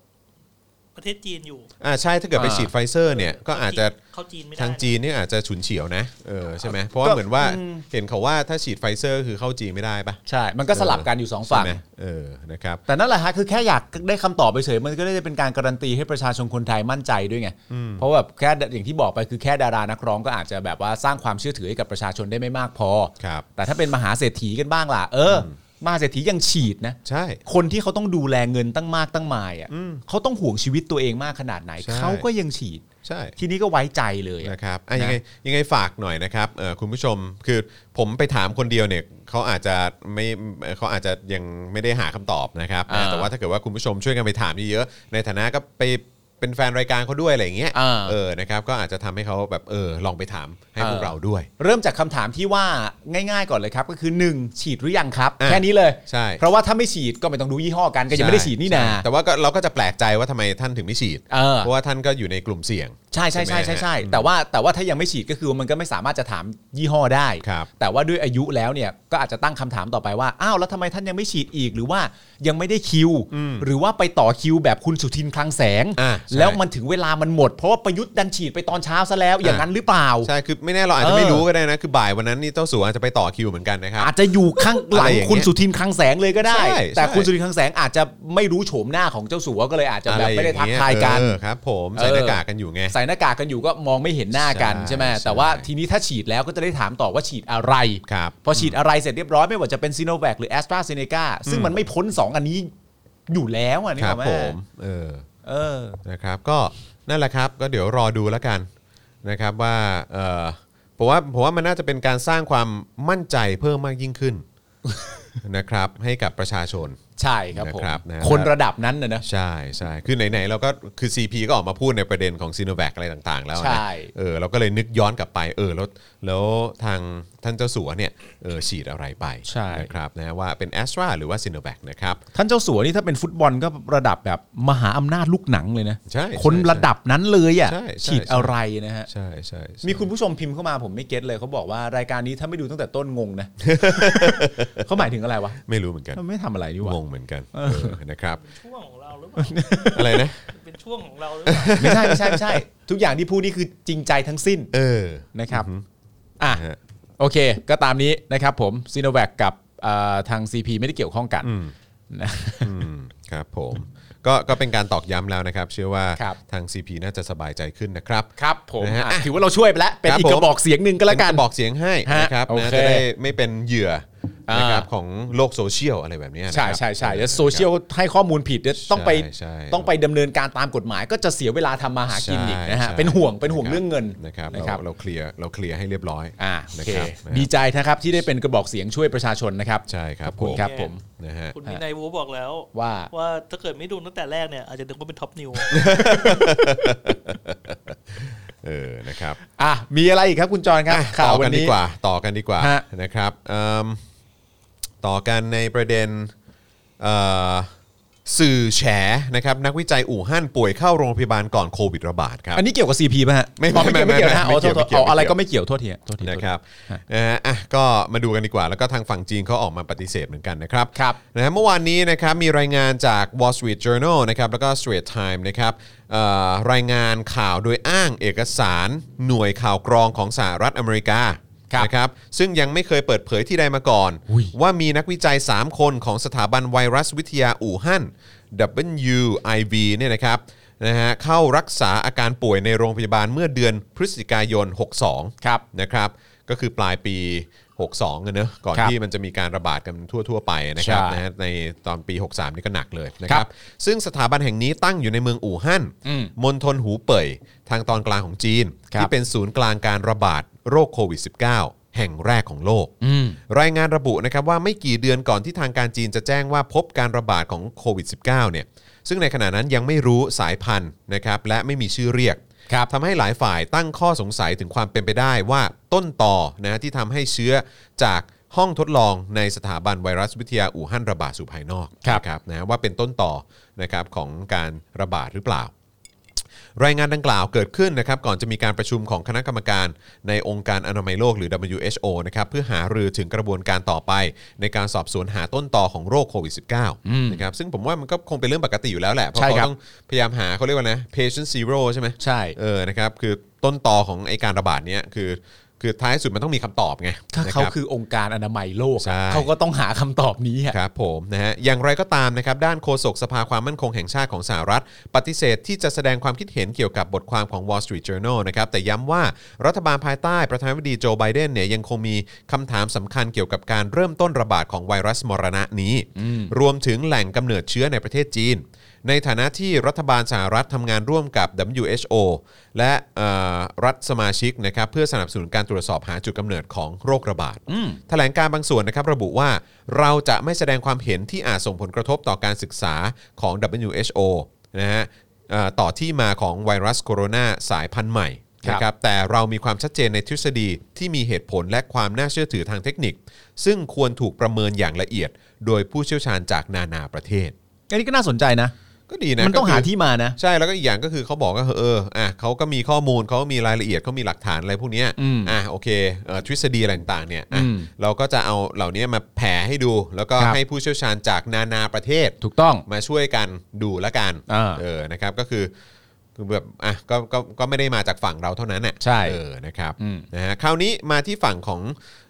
Speaker 4: ประเทศจีนอยู่
Speaker 2: อ่าใช่ถ้าเกิดไป
Speaker 3: อ่า
Speaker 2: ฉีดไฟเซอร์เนี่ยก็อาจจะ
Speaker 4: เข้าจีนไม่ได้
Speaker 2: ทางจีนเนี่ยอาจจะฉุนเฉียวนะเออใช่ไหมเพราะว่าเหมือนว่าเห็นเขาว่าถ้าฉีดไฟเซอร์คือเข้าจีนไม่ได้ปะ
Speaker 3: ใช่ มันก็สลับกันอยู่สองฝั่ง
Speaker 2: ใช่ไหมเออนะครับ
Speaker 3: แต่นั่นแหละฮะคือแค่อยากได้คำตอบไปเฉยมันก็ได้จะเป็นการการันตีให้ประชาชนคนไทยมั่นใจด้วยไง เพราะแบบแค่อย่างที่บอกไปคือแค่ดารานักร้องก็อาจจะแบบว่าสร้างความเชื่อถือให้กับประชาชนได้ไม่มากพอ
Speaker 2: ครับ
Speaker 3: แต่ถ้าเป็นมหาเศรษฐีกันบ้างล่ะ เอออมหาเศรษฐียังฉีดนะ
Speaker 2: ใช่
Speaker 3: คนที่เขาต้องดูแลเงินตั้งมากตั้งมายอ่ะเขาต้องห่วงชีวิตตัวเองมากขนาดไหน
Speaker 2: ใช่
Speaker 3: เขาก็ยังฉีด
Speaker 2: ใช่
Speaker 3: ทีนี้ก็ไว้ใจเลยอะ
Speaker 2: นะครับอ่ะ
Speaker 3: นะ
Speaker 2: ยังไงยังไงฝากหน่อยนะครับเออคุณผู้ชมคือผมไปถามคนเดียวเนี่ยเขาอาจจะไม่เขาอาจจะยังไม่ได้หาคำตอบนะครับ
Speaker 3: อ่า
Speaker 2: แต่ว่าถ้าเกิดว่าคุณผู้ชมช่วยกันไปถามเยอะๆในฐานะก็ไปเป็นแฟนรายการเขาด้วยอะไรอย่างเงี้ย
Speaker 3: อ่า
Speaker 2: เออนะครับก็อาจจะทำให้เขาแบบเออลองไปถามให้พวกเราด้วย
Speaker 3: เริ่มจากคำถามที่ว่าง่ายๆก่อนเลยครับ ก็คือ 1 ฉีดหรือยังครับ
Speaker 2: อ่ะ
Speaker 3: แค่นี้เลย
Speaker 2: ใช่
Speaker 3: เพราะว่าถ้าไม่ฉีดก็ไม่ต้องดูยี่ห้อกันก็ยังไม่ได้ฉีดนี่นา
Speaker 2: ใช่แต่ว่าก็เราก็จะแปลกใจว่าทำไมท่านถึงไม่ฉีด
Speaker 3: เออ
Speaker 2: เพราะว่าท่านก็อยู่ในกลุ่มเสี่ยง
Speaker 3: ใช่ใช่ใช่ใช่
Speaker 2: ใช่ไหม
Speaker 3: ใช่แต่ว่าแต่ว่าถ้ายังไม่ฉีดก็คือมันก็ไม่สามารถจะถามยี่ห้อได้
Speaker 2: ครับ
Speaker 3: แต่ว่าด้วยอายุแล้วเนี่ยก็อาจจะตั้งคำถามต่อไปว่าอ้าวแล้วทำไมท่านยังไม่ฉีดอีกหรือว่ายังไม่ได้คิว หรือว่าไปต่อคิวแบบคุณสุทินคลังแสง
Speaker 2: อ่ะใช่
Speaker 3: แล้วมันถึงเวลามันหมด เพราะว่าประยุทธ์ดันฉีดไปตอนเช้าซะแล้วอย่างนั้นหรือเปล่า
Speaker 2: ใช่ คือไม่แน่เราอาจจะ
Speaker 3: เออ
Speaker 2: ไม่รู้ก็ได้นะ คือบ่ายวันนั้นนี่เจ้าสัวอาจจะไปต่อคิวเหมือนกันนะครับ
Speaker 3: อาจจะอยู่ข้างห
Speaker 2: อะ
Speaker 3: ลั
Speaker 2: ไร
Speaker 3: ง
Speaker 2: อย่างเงี้ย
Speaker 3: คุณสุทินคลังแสงเลยก็ได้
Speaker 2: ใช่
Speaker 3: แต่
Speaker 2: ใช่
Speaker 3: คุณสุทินคลังแสงอาจจะไม่รู้โฉมหน้าของเจ้าสัวก็เลยอาจจะแบบไม่ได้ทักทายกัน
Speaker 2: เออครับ ผมใส่หน้ากากกันอยู่ไง
Speaker 3: ใส่หน้ากากกันอยู่ก็มองไม่เห็นหน้ากัน
Speaker 2: ใช่
Speaker 3: ใช่ไหม
Speaker 2: ใช่
Speaker 3: แต่ว่าทีนี้ถ้าฉีดแล้วก็จะได้ถามต่อว่าฉีดอะไร
Speaker 2: ครับ
Speaker 3: พอฉีดอะไรเสร็จเรียบร้อยไม่ว่าจะเป็นซีโนแวคหรือแอสตราเซเนกาซึ่งมันไม่พ้น 2 อันนี้อยู่แล้วอ่ะนี่
Speaker 2: ครับ
Speaker 3: แม่
Speaker 2: ผม เออ
Speaker 3: เออ
Speaker 2: นะครับ ก็นั่นแหละครับ ก็เดี๋ยวรอดูแล้วกันนะครับว่า เออผมว่าผมว่ามันน่าจะเป็นการสร้างความมั่นใจเพิ่มมากยิ่ง ขึ้น นะครับ ให้กับประชาชน
Speaker 3: ใช่ครับผม
Speaker 2: นะครับนะ
Speaker 3: คนระดับนั้นนะนะ
Speaker 2: ใช่ใช่คือไหนๆเราก็คือ CP ก็ออกมาพูดในประเด็นของซีโนแวคอะไรต่างๆ แล้วนะ
Speaker 3: ใช่
Speaker 2: เออเราก็เลยนึกย้อนกลับไปเออแล้วแล้วทางท่านเจ้าสัวเนี่ยเออฉีดอะไรไปนะครับนะว่าเป็นแอสตราหรือว่าซีโนแวคนะครับ
Speaker 3: ท่านเจ้าสัวนี่ถ้าเป็นฟุตบอลก็ระดับแบบมหาอำนาจลูกหนังเลยนะ
Speaker 2: ใช่
Speaker 3: คนระดับนั้นเลยอ่ะ
Speaker 2: ใช่ใช่
Speaker 3: ฉีดอะไรนะฮะ
Speaker 2: ใช่ใช่ใช่
Speaker 3: มีคุณผู้ชมพิมพ์เข้ามาผมไม่เก็ตเลยเขาบอกว่ารายการนี้ถ้าไม่ดูตั้งแต่ต้นงง นะ เขาหมายถึงอะไรวะ
Speaker 2: ไม่รู้เหมือนกัน
Speaker 3: มันไม่ทำอะไรนี่หว่าง
Speaker 2: งเหมือนกันเออนะครับ
Speaker 4: ช่วงของเราหรือเปล่า
Speaker 2: อะไรนะ
Speaker 4: เป็นช่วงของเราหรือเปล่า
Speaker 3: ไม่ใช่ไม่ใช่ไม่ใช่ ทุกอย่างที่พูดนี่คือจริงใจทั้งสิ้น
Speaker 2: เออ
Speaker 3: นะครับ อ่ะ
Speaker 2: ฮะ
Speaker 3: โอเค ก็ตามนี้นะครับผมซีโนแวคกับเอ่อทาง CP ไม่ได้เกี่ยวข้องกันนะ
Speaker 2: อืมครับผมก็ก็เป็นการตอกย้ำแล้วนะครับ เชื่อว่า
Speaker 3: ครับ
Speaker 2: ทาง CP น่าจะสบายใจขึ้นนะครับ
Speaker 3: ครับผม
Speaker 2: นะฮะ
Speaker 3: อ่ะถือว่าเราช่วยไปแล้ว เป็น
Speaker 2: ครับ
Speaker 3: อีกก
Speaker 2: ผม
Speaker 3: ระบอกเสียงหนึ่งก็แล้วกัน
Speaker 2: เป็นระบอกเสียงให้
Speaker 3: ฮะ
Speaker 2: นะครับ
Speaker 3: โอ
Speaker 2: นะ
Speaker 3: เค
Speaker 2: จะได้ไม่เป็นเหยื่อนะครับ
Speaker 3: อ่า
Speaker 2: ของโลกโซเชียลอะไรแบบเนี้ยนะครับ
Speaker 3: ใช่ใช่ใช่แล้วโซเชียล
Speaker 2: นะค
Speaker 3: ให้ข้อมูลผิดเดี๋ยวต้องไป
Speaker 2: ใช่ใช่
Speaker 3: ต้องไปดำเนินการตามกฎหมาย ก็จะเสียเวลาทำมา
Speaker 2: รับ
Speaker 3: หากินอีกนะฮะ
Speaker 2: ใช่
Speaker 3: เป็นห่วงเป็นห่วง
Speaker 2: ะคบ
Speaker 3: เรื่องเงิน
Speaker 2: นะครับ
Speaker 3: นะ
Speaker 2: เรา
Speaker 3: ครับ
Speaker 2: เราเคลียร์เราเคลียร์ให้เรียบร้อย
Speaker 3: อ่าโอ
Speaker 2: นะ
Speaker 3: เค
Speaker 2: ครับนะฮะ
Speaker 3: ดีใจนะครับที่ได้เป็นกระบอกเสียงช่วยประชาชนนะครับ
Speaker 2: ใช่ครับ
Speaker 3: ขอบคุณครับผม
Speaker 2: นะฮะ
Speaker 4: คุณวินัยวูบอกแล้ว
Speaker 3: ว่า
Speaker 4: ว่าถ้าเกิดไม่ดูตั้งแต่แรกเนี่ยอาจจะนึกว่าเป็นท็อปนิว
Speaker 2: เออนะครับ
Speaker 3: อ่ะมีอะไรอีกครับคุณจรครับ
Speaker 2: อ่ะ
Speaker 3: ข่า
Speaker 2: ต่
Speaker 3: ว
Speaker 2: อ
Speaker 3: วั
Speaker 2: กัน นดี
Speaker 3: นี้
Speaker 2: กว่าต่อกันดีกว่า
Speaker 3: ฮะ
Speaker 2: นะครับเอิ่มต่อกันในประเด็นเอ่อสื่อแฉนะครับนักวิจัยอู่ฮั่นป่วยเข้าโรงพยาบาลก่อนโควิดระบาดครับ
Speaker 3: อันนี้เกี่ยวกับ CP ป่ะฮะ
Speaker 2: ไม่
Speaker 3: อ๋อ
Speaker 2: ไม่
Speaker 3: ไม่
Speaker 2: ไม่
Speaker 3: เกี่ยวไม่เกี่ยวนะฮะ
Speaker 2: ไม่
Speaker 3: อ๋อ
Speaker 2: เกี่ยว
Speaker 3: โทษ
Speaker 2: ไม่เกี่ยว
Speaker 3: เอาอะไร
Speaker 2: ไม่เกี่ยว
Speaker 3: ก็ไม่เกี่ยวโทษทีฮะโทษทีโทษที
Speaker 2: นะครับนะฮะอ่ะก็มาดูกันดีกว่า แล้วก็ทางฝั่งจีนเขาออกมาปฏิเสธเหมือนกันนะครับ
Speaker 3: ครับ
Speaker 2: นะฮะเมื่อวานนี้นะครับมีรายงานจาก Wall Street Journal นะครับแล้วก็ Straits Time นะครับเอ่อรายงานข่าวโดยอ้างเอกสารหน่วยข่าวกรองของสหรัฐอเมริกา
Speaker 3: ครับ
Speaker 2: นะครับซึ่งยังไม่เคยเปิดเผยที่ใดมาก่อน
Speaker 3: อุ้ย
Speaker 2: ว่ามีนักวิจัย 3 คนของสถาบันไวรัสวิทยาอู่ฮั่น WIV เนี่ยนะครับนะฮะเข้ารักษาอาการป่วยในโรงพยาบาลเมื่อเดือนพฤศจิกายน 62
Speaker 3: ครับ
Speaker 2: นะครับก็คือปลายปี 62กันเนอะก่อน
Speaker 3: ครับ
Speaker 2: ที่มันจะมีการระบาดกันทั่ว ๆ ไปนะครับ
Speaker 3: ใช่
Speaker 2: นะฮะในตอนปี 63 นี่ก็หนักเลยนะค
Speaker 3: ครั
Speaker 2: รับบ ซึ่งสถาบันแห่งนี้ตั้งอยู่ในเมืองอู่ฮั่น
Speaker 3: อืม
Speaker 2: ณฑลหูเป่ยทางตอนกลางของจีน
Speaker 3: ครับ
Speaker 2: ที่เป็นศูนย์กลางการระบาดโรคโควิด -19 แ แห่งแรกของโลก
Speaker 3: อืม
Speaker 2: รายงานระบุนะครับว่าไม่กี่เดือนก่อนที่ทางการจีนจะแจ้งว่าพบการระบาดของโควิด -19 เนี่ยซึ่งในขณะนั้นยังไม่รู้สายพันธุ์นะครับและไม่มีชื่อเรียก
Speaker 3: ครับ
Speaker 2: ทำให้หลายฝ่ายตั้งข้อสงสัยถึงความเป็นไปได้ว่าต้นต่อนะที่ทำให้เชื้อจากห้องทดลองในสถาบันไวรัสวิทยาอู่ฮั่นระบาดสู่ภายนอก
Speaker 3: ครับ
Speaker 2: นะนะว่าเป็นต้นต่อนะครับของการระบาดหรือเปล่า รายงานดังกล่าวเกิดขึ้นนะครับก่อนจะมีการประชุมของคณะกรรมการในองค์การอนามัยโลกหรือ WHO นะครับเพื่อหารือถึงกระบวนการต่อไป ในการสอบสวนหาต้นต่อของโรคโควิด -19 นะครับซึ่งผมว่ามันก็คงเป็นเรื่องปกติอยู่แล้วแหละ เพราะ
Speaker 3: ใช่
Speaker 2: เขา
Speaker 3: ครับ
Speaker 2: ต้องพยายามหาเขาเรียกว่านะ patient zero ใช่ไหม
Speaker 3: ใช่
Speaker 2: เออ นะครับ คือต้นต่อของไอการระบาดเนี้ยคือ คือท้ายสุดมันต้องมีคำตอบไง
Speaker 3: ถ้าเขา
Speaker 2: นะครับ
Speaker 3: คือองค์การอนามัยโลก
Speaker 2: ใช่
Speaker 3: เขาก็ต้องหาคำตอบนี้อะ
Speaker 2: ครับผมนะฮะอย่างไรก็ตามนะครับด้านโฆษกสภาความมั่นคงแห่งชาติของสหรัฐ ปฏิเสธที่จะแสดงความคิดเห็นเกี่ยวกับบทความของ Wall Street Journal นะครับแต่ย้ำว่ารัฐบาลภายใต้ประธานาธิบดีโจไบเดนเนี่ยยังคงมีคำถามสำคัญเกี่ยวกับการเริ่มต้นระบาดของไวรัสมรณะนี้ รวมถึงแหล่งกำเนิดเชื้อในประเทศจีน ในฐานะที่รัฐบาลสหรัฐทำงานร่วมกับ WHO และเอ่อรัฐสมาชิกนะครับเพื่อสนับสนุนการตรวจสอบหาจุดกำเนิดของโรคระบาด แถลงการบางส่วนนะครับระบุว่าเราจะไม่แสดงความเห็นที่อาจส่งผลกระทบต่อการศึกษาของ WHO นะฮะเอ่อต่อที่มาของไวรัสโคโรนาสายพันธุ์ใหม่
Speaker 3: ครับ
Speaker 2: นะครับแต่เรามีความชัดเจนในทฤษฎีที่มีเหตุผลและความน่าเชื่อถือทางเทคนิค ซึ่งควรถูกประเมินอย่างละเอียด โดยผู้เชี่ยวชาญจากนานาประเทศ
Speaker 3: อันนี้ก็น่าสนใจนะ
Speaker 2: ก็ดีนะ
Speaker 3: มันต้อง
Speaker 2: ก็คื
Speaker 3: หาที่มานะ
Speaker 2: ใช่แล้วก็อีกอย่างก็คือเขาบอกว่าเอออ่ะเขาก็มีข้อมูลเขามีรายละเอียดเขามีหลักฐานอะไรพวกเนี้ย
Speaker 3: อืม
Speaker 2: อ่ะโอเคเอ่อทฤษฎีอะไรต่างๆเนี่ยอ่ะ
Speaker 3: อืม
Speaker 2: เราก็จะเอาเหล่านี้มาแผ่ให้ดู แล้วก็
Speaker 3: ครับ
Speaker 2: ให้ผู้เชี่ยวชาญจากนานาประเทศ
Speaker 3: ถูกต้อง
Speaker 2: มาช่วยกันดูละกัน
Speaker 3: อ่า
Speaker 2: เออนะครับก็คือคือแบบอ่ะก็ก็ก็ไม่ได้มาจากฝั่งเราเท่านั้นน่ะ
Speaker 3: ใช่
Speaker 2: เออนะครับ
Speaker 3: อืม
Speaker 2: นะฮะคราวนี้มาที่ฝั่งของ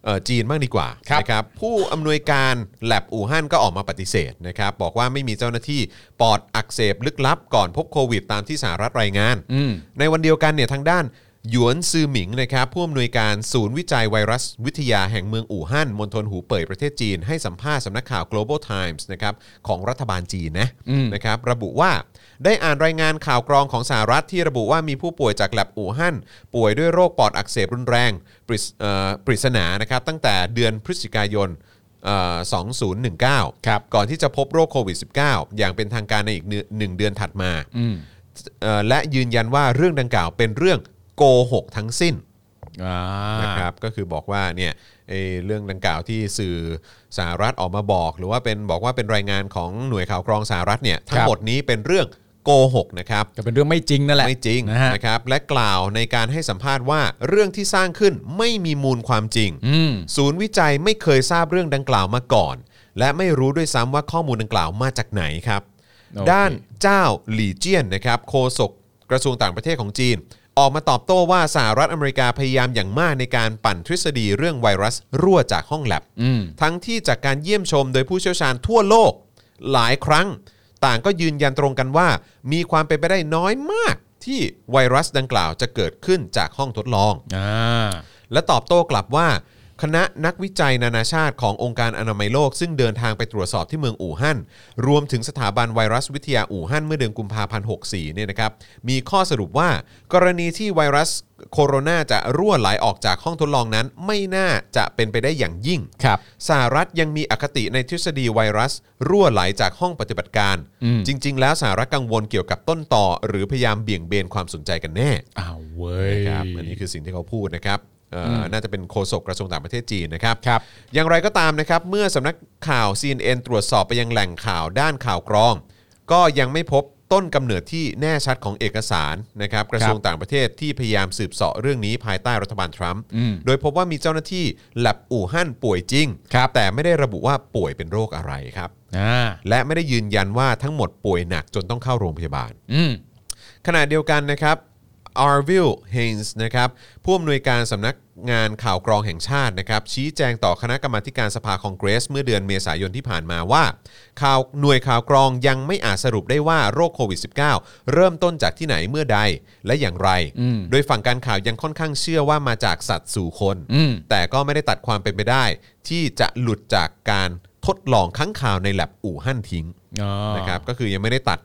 Speaker 2: เอ่อจีนบ้างดีกว่า
Speaker 3: ครับ
Speaker 2: นะครับผู้อำนวยการแลบอู่ฮั่นก็ออกมาปฏิเสธนะครับบอกว่าไม่มีเจ้าหน้าที่ปอดอักเสบลึกลับก่อนพบโควิดตามที่สหรัฐรายงาน
Speaker 3: อืม
Speaker 2: ในวันเดียวกันเนี่ยทางด้านหยวนซือหมิงนะครับผู้อำนวยการศูนย์วิจัยไวรัสวิทยาแห่งเมืองอู่ฮั่นมณฑลหูเป่ยประเทศจีน ให้สัมภาษณ์สำนักข่าว global times นะครับของรัฐบาลจีนนะ
Speaker 3: อืม
Speaker 2: นะครับระบุว่าได้อ่านรายงานข่าวกรองของสหรัฐที่ระบุว่ามีผู้ป่วยจากแลบอู่ฮั่นป่วยด้วยโรคปอดอักเสบรุนแรงปริศเอ่อปริศนานะครับตั้งแต่เดือนพฤศจิกายน เอ่อ2019
Speaker 3: ครับ
Speaker 2: ก่อนที่จะพบโรคโควิด -19 อย่างเป็นทางการในอีกเดือนหนึ่งเดือนถัดมา
Speaker 3: อืม
Speaker 2: เอ่อและยืนยันว่าเรื่องดังกล่าวเป็นเรื่องโกหกทั้งสิ้น
Speaker 3: อ่า
Speaker 2: นะครับก็คือบอกว่าเนี่ยไอ้เรื่องดังกล่าวที่สื่อสหรัฐออกมาบอก หรือว่าเป็นบอกว่าเป็นรายงานของหน่วยข่าวกรองสหรัฐเนี่ยทั้งหมดนี้เป็นเรื่องโกหกนะครับ
Speaker 3: ก็เป็นเรื่องไม่จริงนั่นแหละ
Speaker 2: ไม่จริง
Speaker 3: นะฮะ
Speaker 2: นะครับและกล่าวในการให้สัมภาษณ์ว่าเรื่องที่สร้างขึ้นไม่มีมูลความจริง
Speaker 3: อืม
Speaker 2: ศูนย์วิจัยไม่เคยทราบเรื่องดังกล่าวมาก่อน และไม่รู้ด้วยซ้ำว่าข้อมูลดังกล่าวมาจากไหนครับ
Speaker 3: โอเค
Speaker 2: ด้านเจ้าหลี่เจียนนะครับโฆษกกระทรวงต่างประเทศของจีน ออกมาตอบโต้ว่าสหรัฐอเมริกาพยายามอย่างมากในการปั่นทฤษฎีเรื่องไวรัสรั่วจากห้องแลบ
Speaker 3: อืม
Speaker 2: ทั้งที่จากการเยี่ยมชมโดยผู้เชี่ยวชาญทั่วโลก หลายครั้ง ต่างก็ยืนยันตรงกันว่า มีความเป็นไปได้น้อยมาก ที่ไวรัสดังกล่าวจะเกิดขึ้นจากห้องทดลอง
Speaker 3: อ่า
Speaker 2: และตอบโต้กลับว่า คณะนักวิจัยนานาชาติขององค์การอนามัยโลก ซึ่งเดินทางไปตรวจสอบที่เมืองอู่ฮั่นรวมถึงสถาบันไวรัสวิทยาอู่ฮั่นเมื่อเดือนกุมภาพันธ์64เนี่ยนะครับมีข้อสรุปว่ากรณีที่ไวรัสโคโรนาจะรั่วไหลออกจากห้องทดลองนั้น ไม่น่าจะเป็นไปได้อย่างยิ่ง
Speaker 3: ครับ
Speaker 2: สหรัฐยังมีอคติในทฤษฎีไวรัส รั่วไหลจากห้องปฏิบัติการ
Speaker 3: อืม
Speaker 2: จริง ๆ แล้วสหรัฐกังวลเกี่ยวกับต้นต่อ หรือพยายามเบี่ยงเบนความสนใจกันแน่
Speaker 3: อ้าวเว้ย
Speaker 2: นะครับอันนี้คือสิ่งที่เขาพูดนะครับเอ่ออน่าจะเป็นโฆษกกระทรวงต่างประเทศจีนนะครับ
Speaker 3: ครับ
Speaker 2: อย่างไรก็ตามนะครับ เมื่อสำนักข่าว CNN ตรวจสอบไปยังแหล่งข่าวด้านข่าวกรอง ก็ยังไม่พบต้นกำเนิดที่แน่ชัดของเอกสารนะครับกระทรวงต่างประเทศที่พยายามสืบเสาะเรื่องนี้ภายใต้รัฐบาลทรัมป์
Speaker 3: อืม
Speaker 2: โดยพบว่ามีเจ้าหน้าที่แลบอู่ฮั่นป่วยจริง
Speaker 3: ครับ
Speaker 2: แต่ไม่ได้ระบุว่าป่วยเป็นโรคอะไรครับ
Speaker 3: อ่า
Speaker 2: และไม่ได้ยืนยันว่าทั้งหมดป่วยหนักจนต้องเข้าโรงพยาบาล
Speaker 3: อืม
Speaker 2: ขณะเดียวกันนะครับอาร์วิลเฮนส์นะครับผู้อำนวยการสำนักงานข่าวกรองแห่งชาตินะครับชี้แจงต่อคณะกรรมาธิการสภาคองเกรส เมื่อเดือนเมษายนที่ผ่านมาว่า ข่าวหน่วยข่าวกรองยังไม่อาจสรุปได้ว่าโรคโควิด -19 เริ่มต้นจากที่ไหนเมื่อใดและอย่างไร
Speaker 3: อืม
Speaker 2: โดยฝั่งการข่าวยังค่อนข้างเชื่อว่ามาจากสัตว์สู่คน
Speaker 3: อืม
Speaker 2: แต่ก็ไม่ได้ตัดความเป็นไปได้ ที่จะหลุดจากการทดลองค้างข่าวในแลบอู่ฮั่นทิ้ง
Speaker 3: อ๋อ
Speaker 2: นะครับก็คือยังไม่ได้ตัด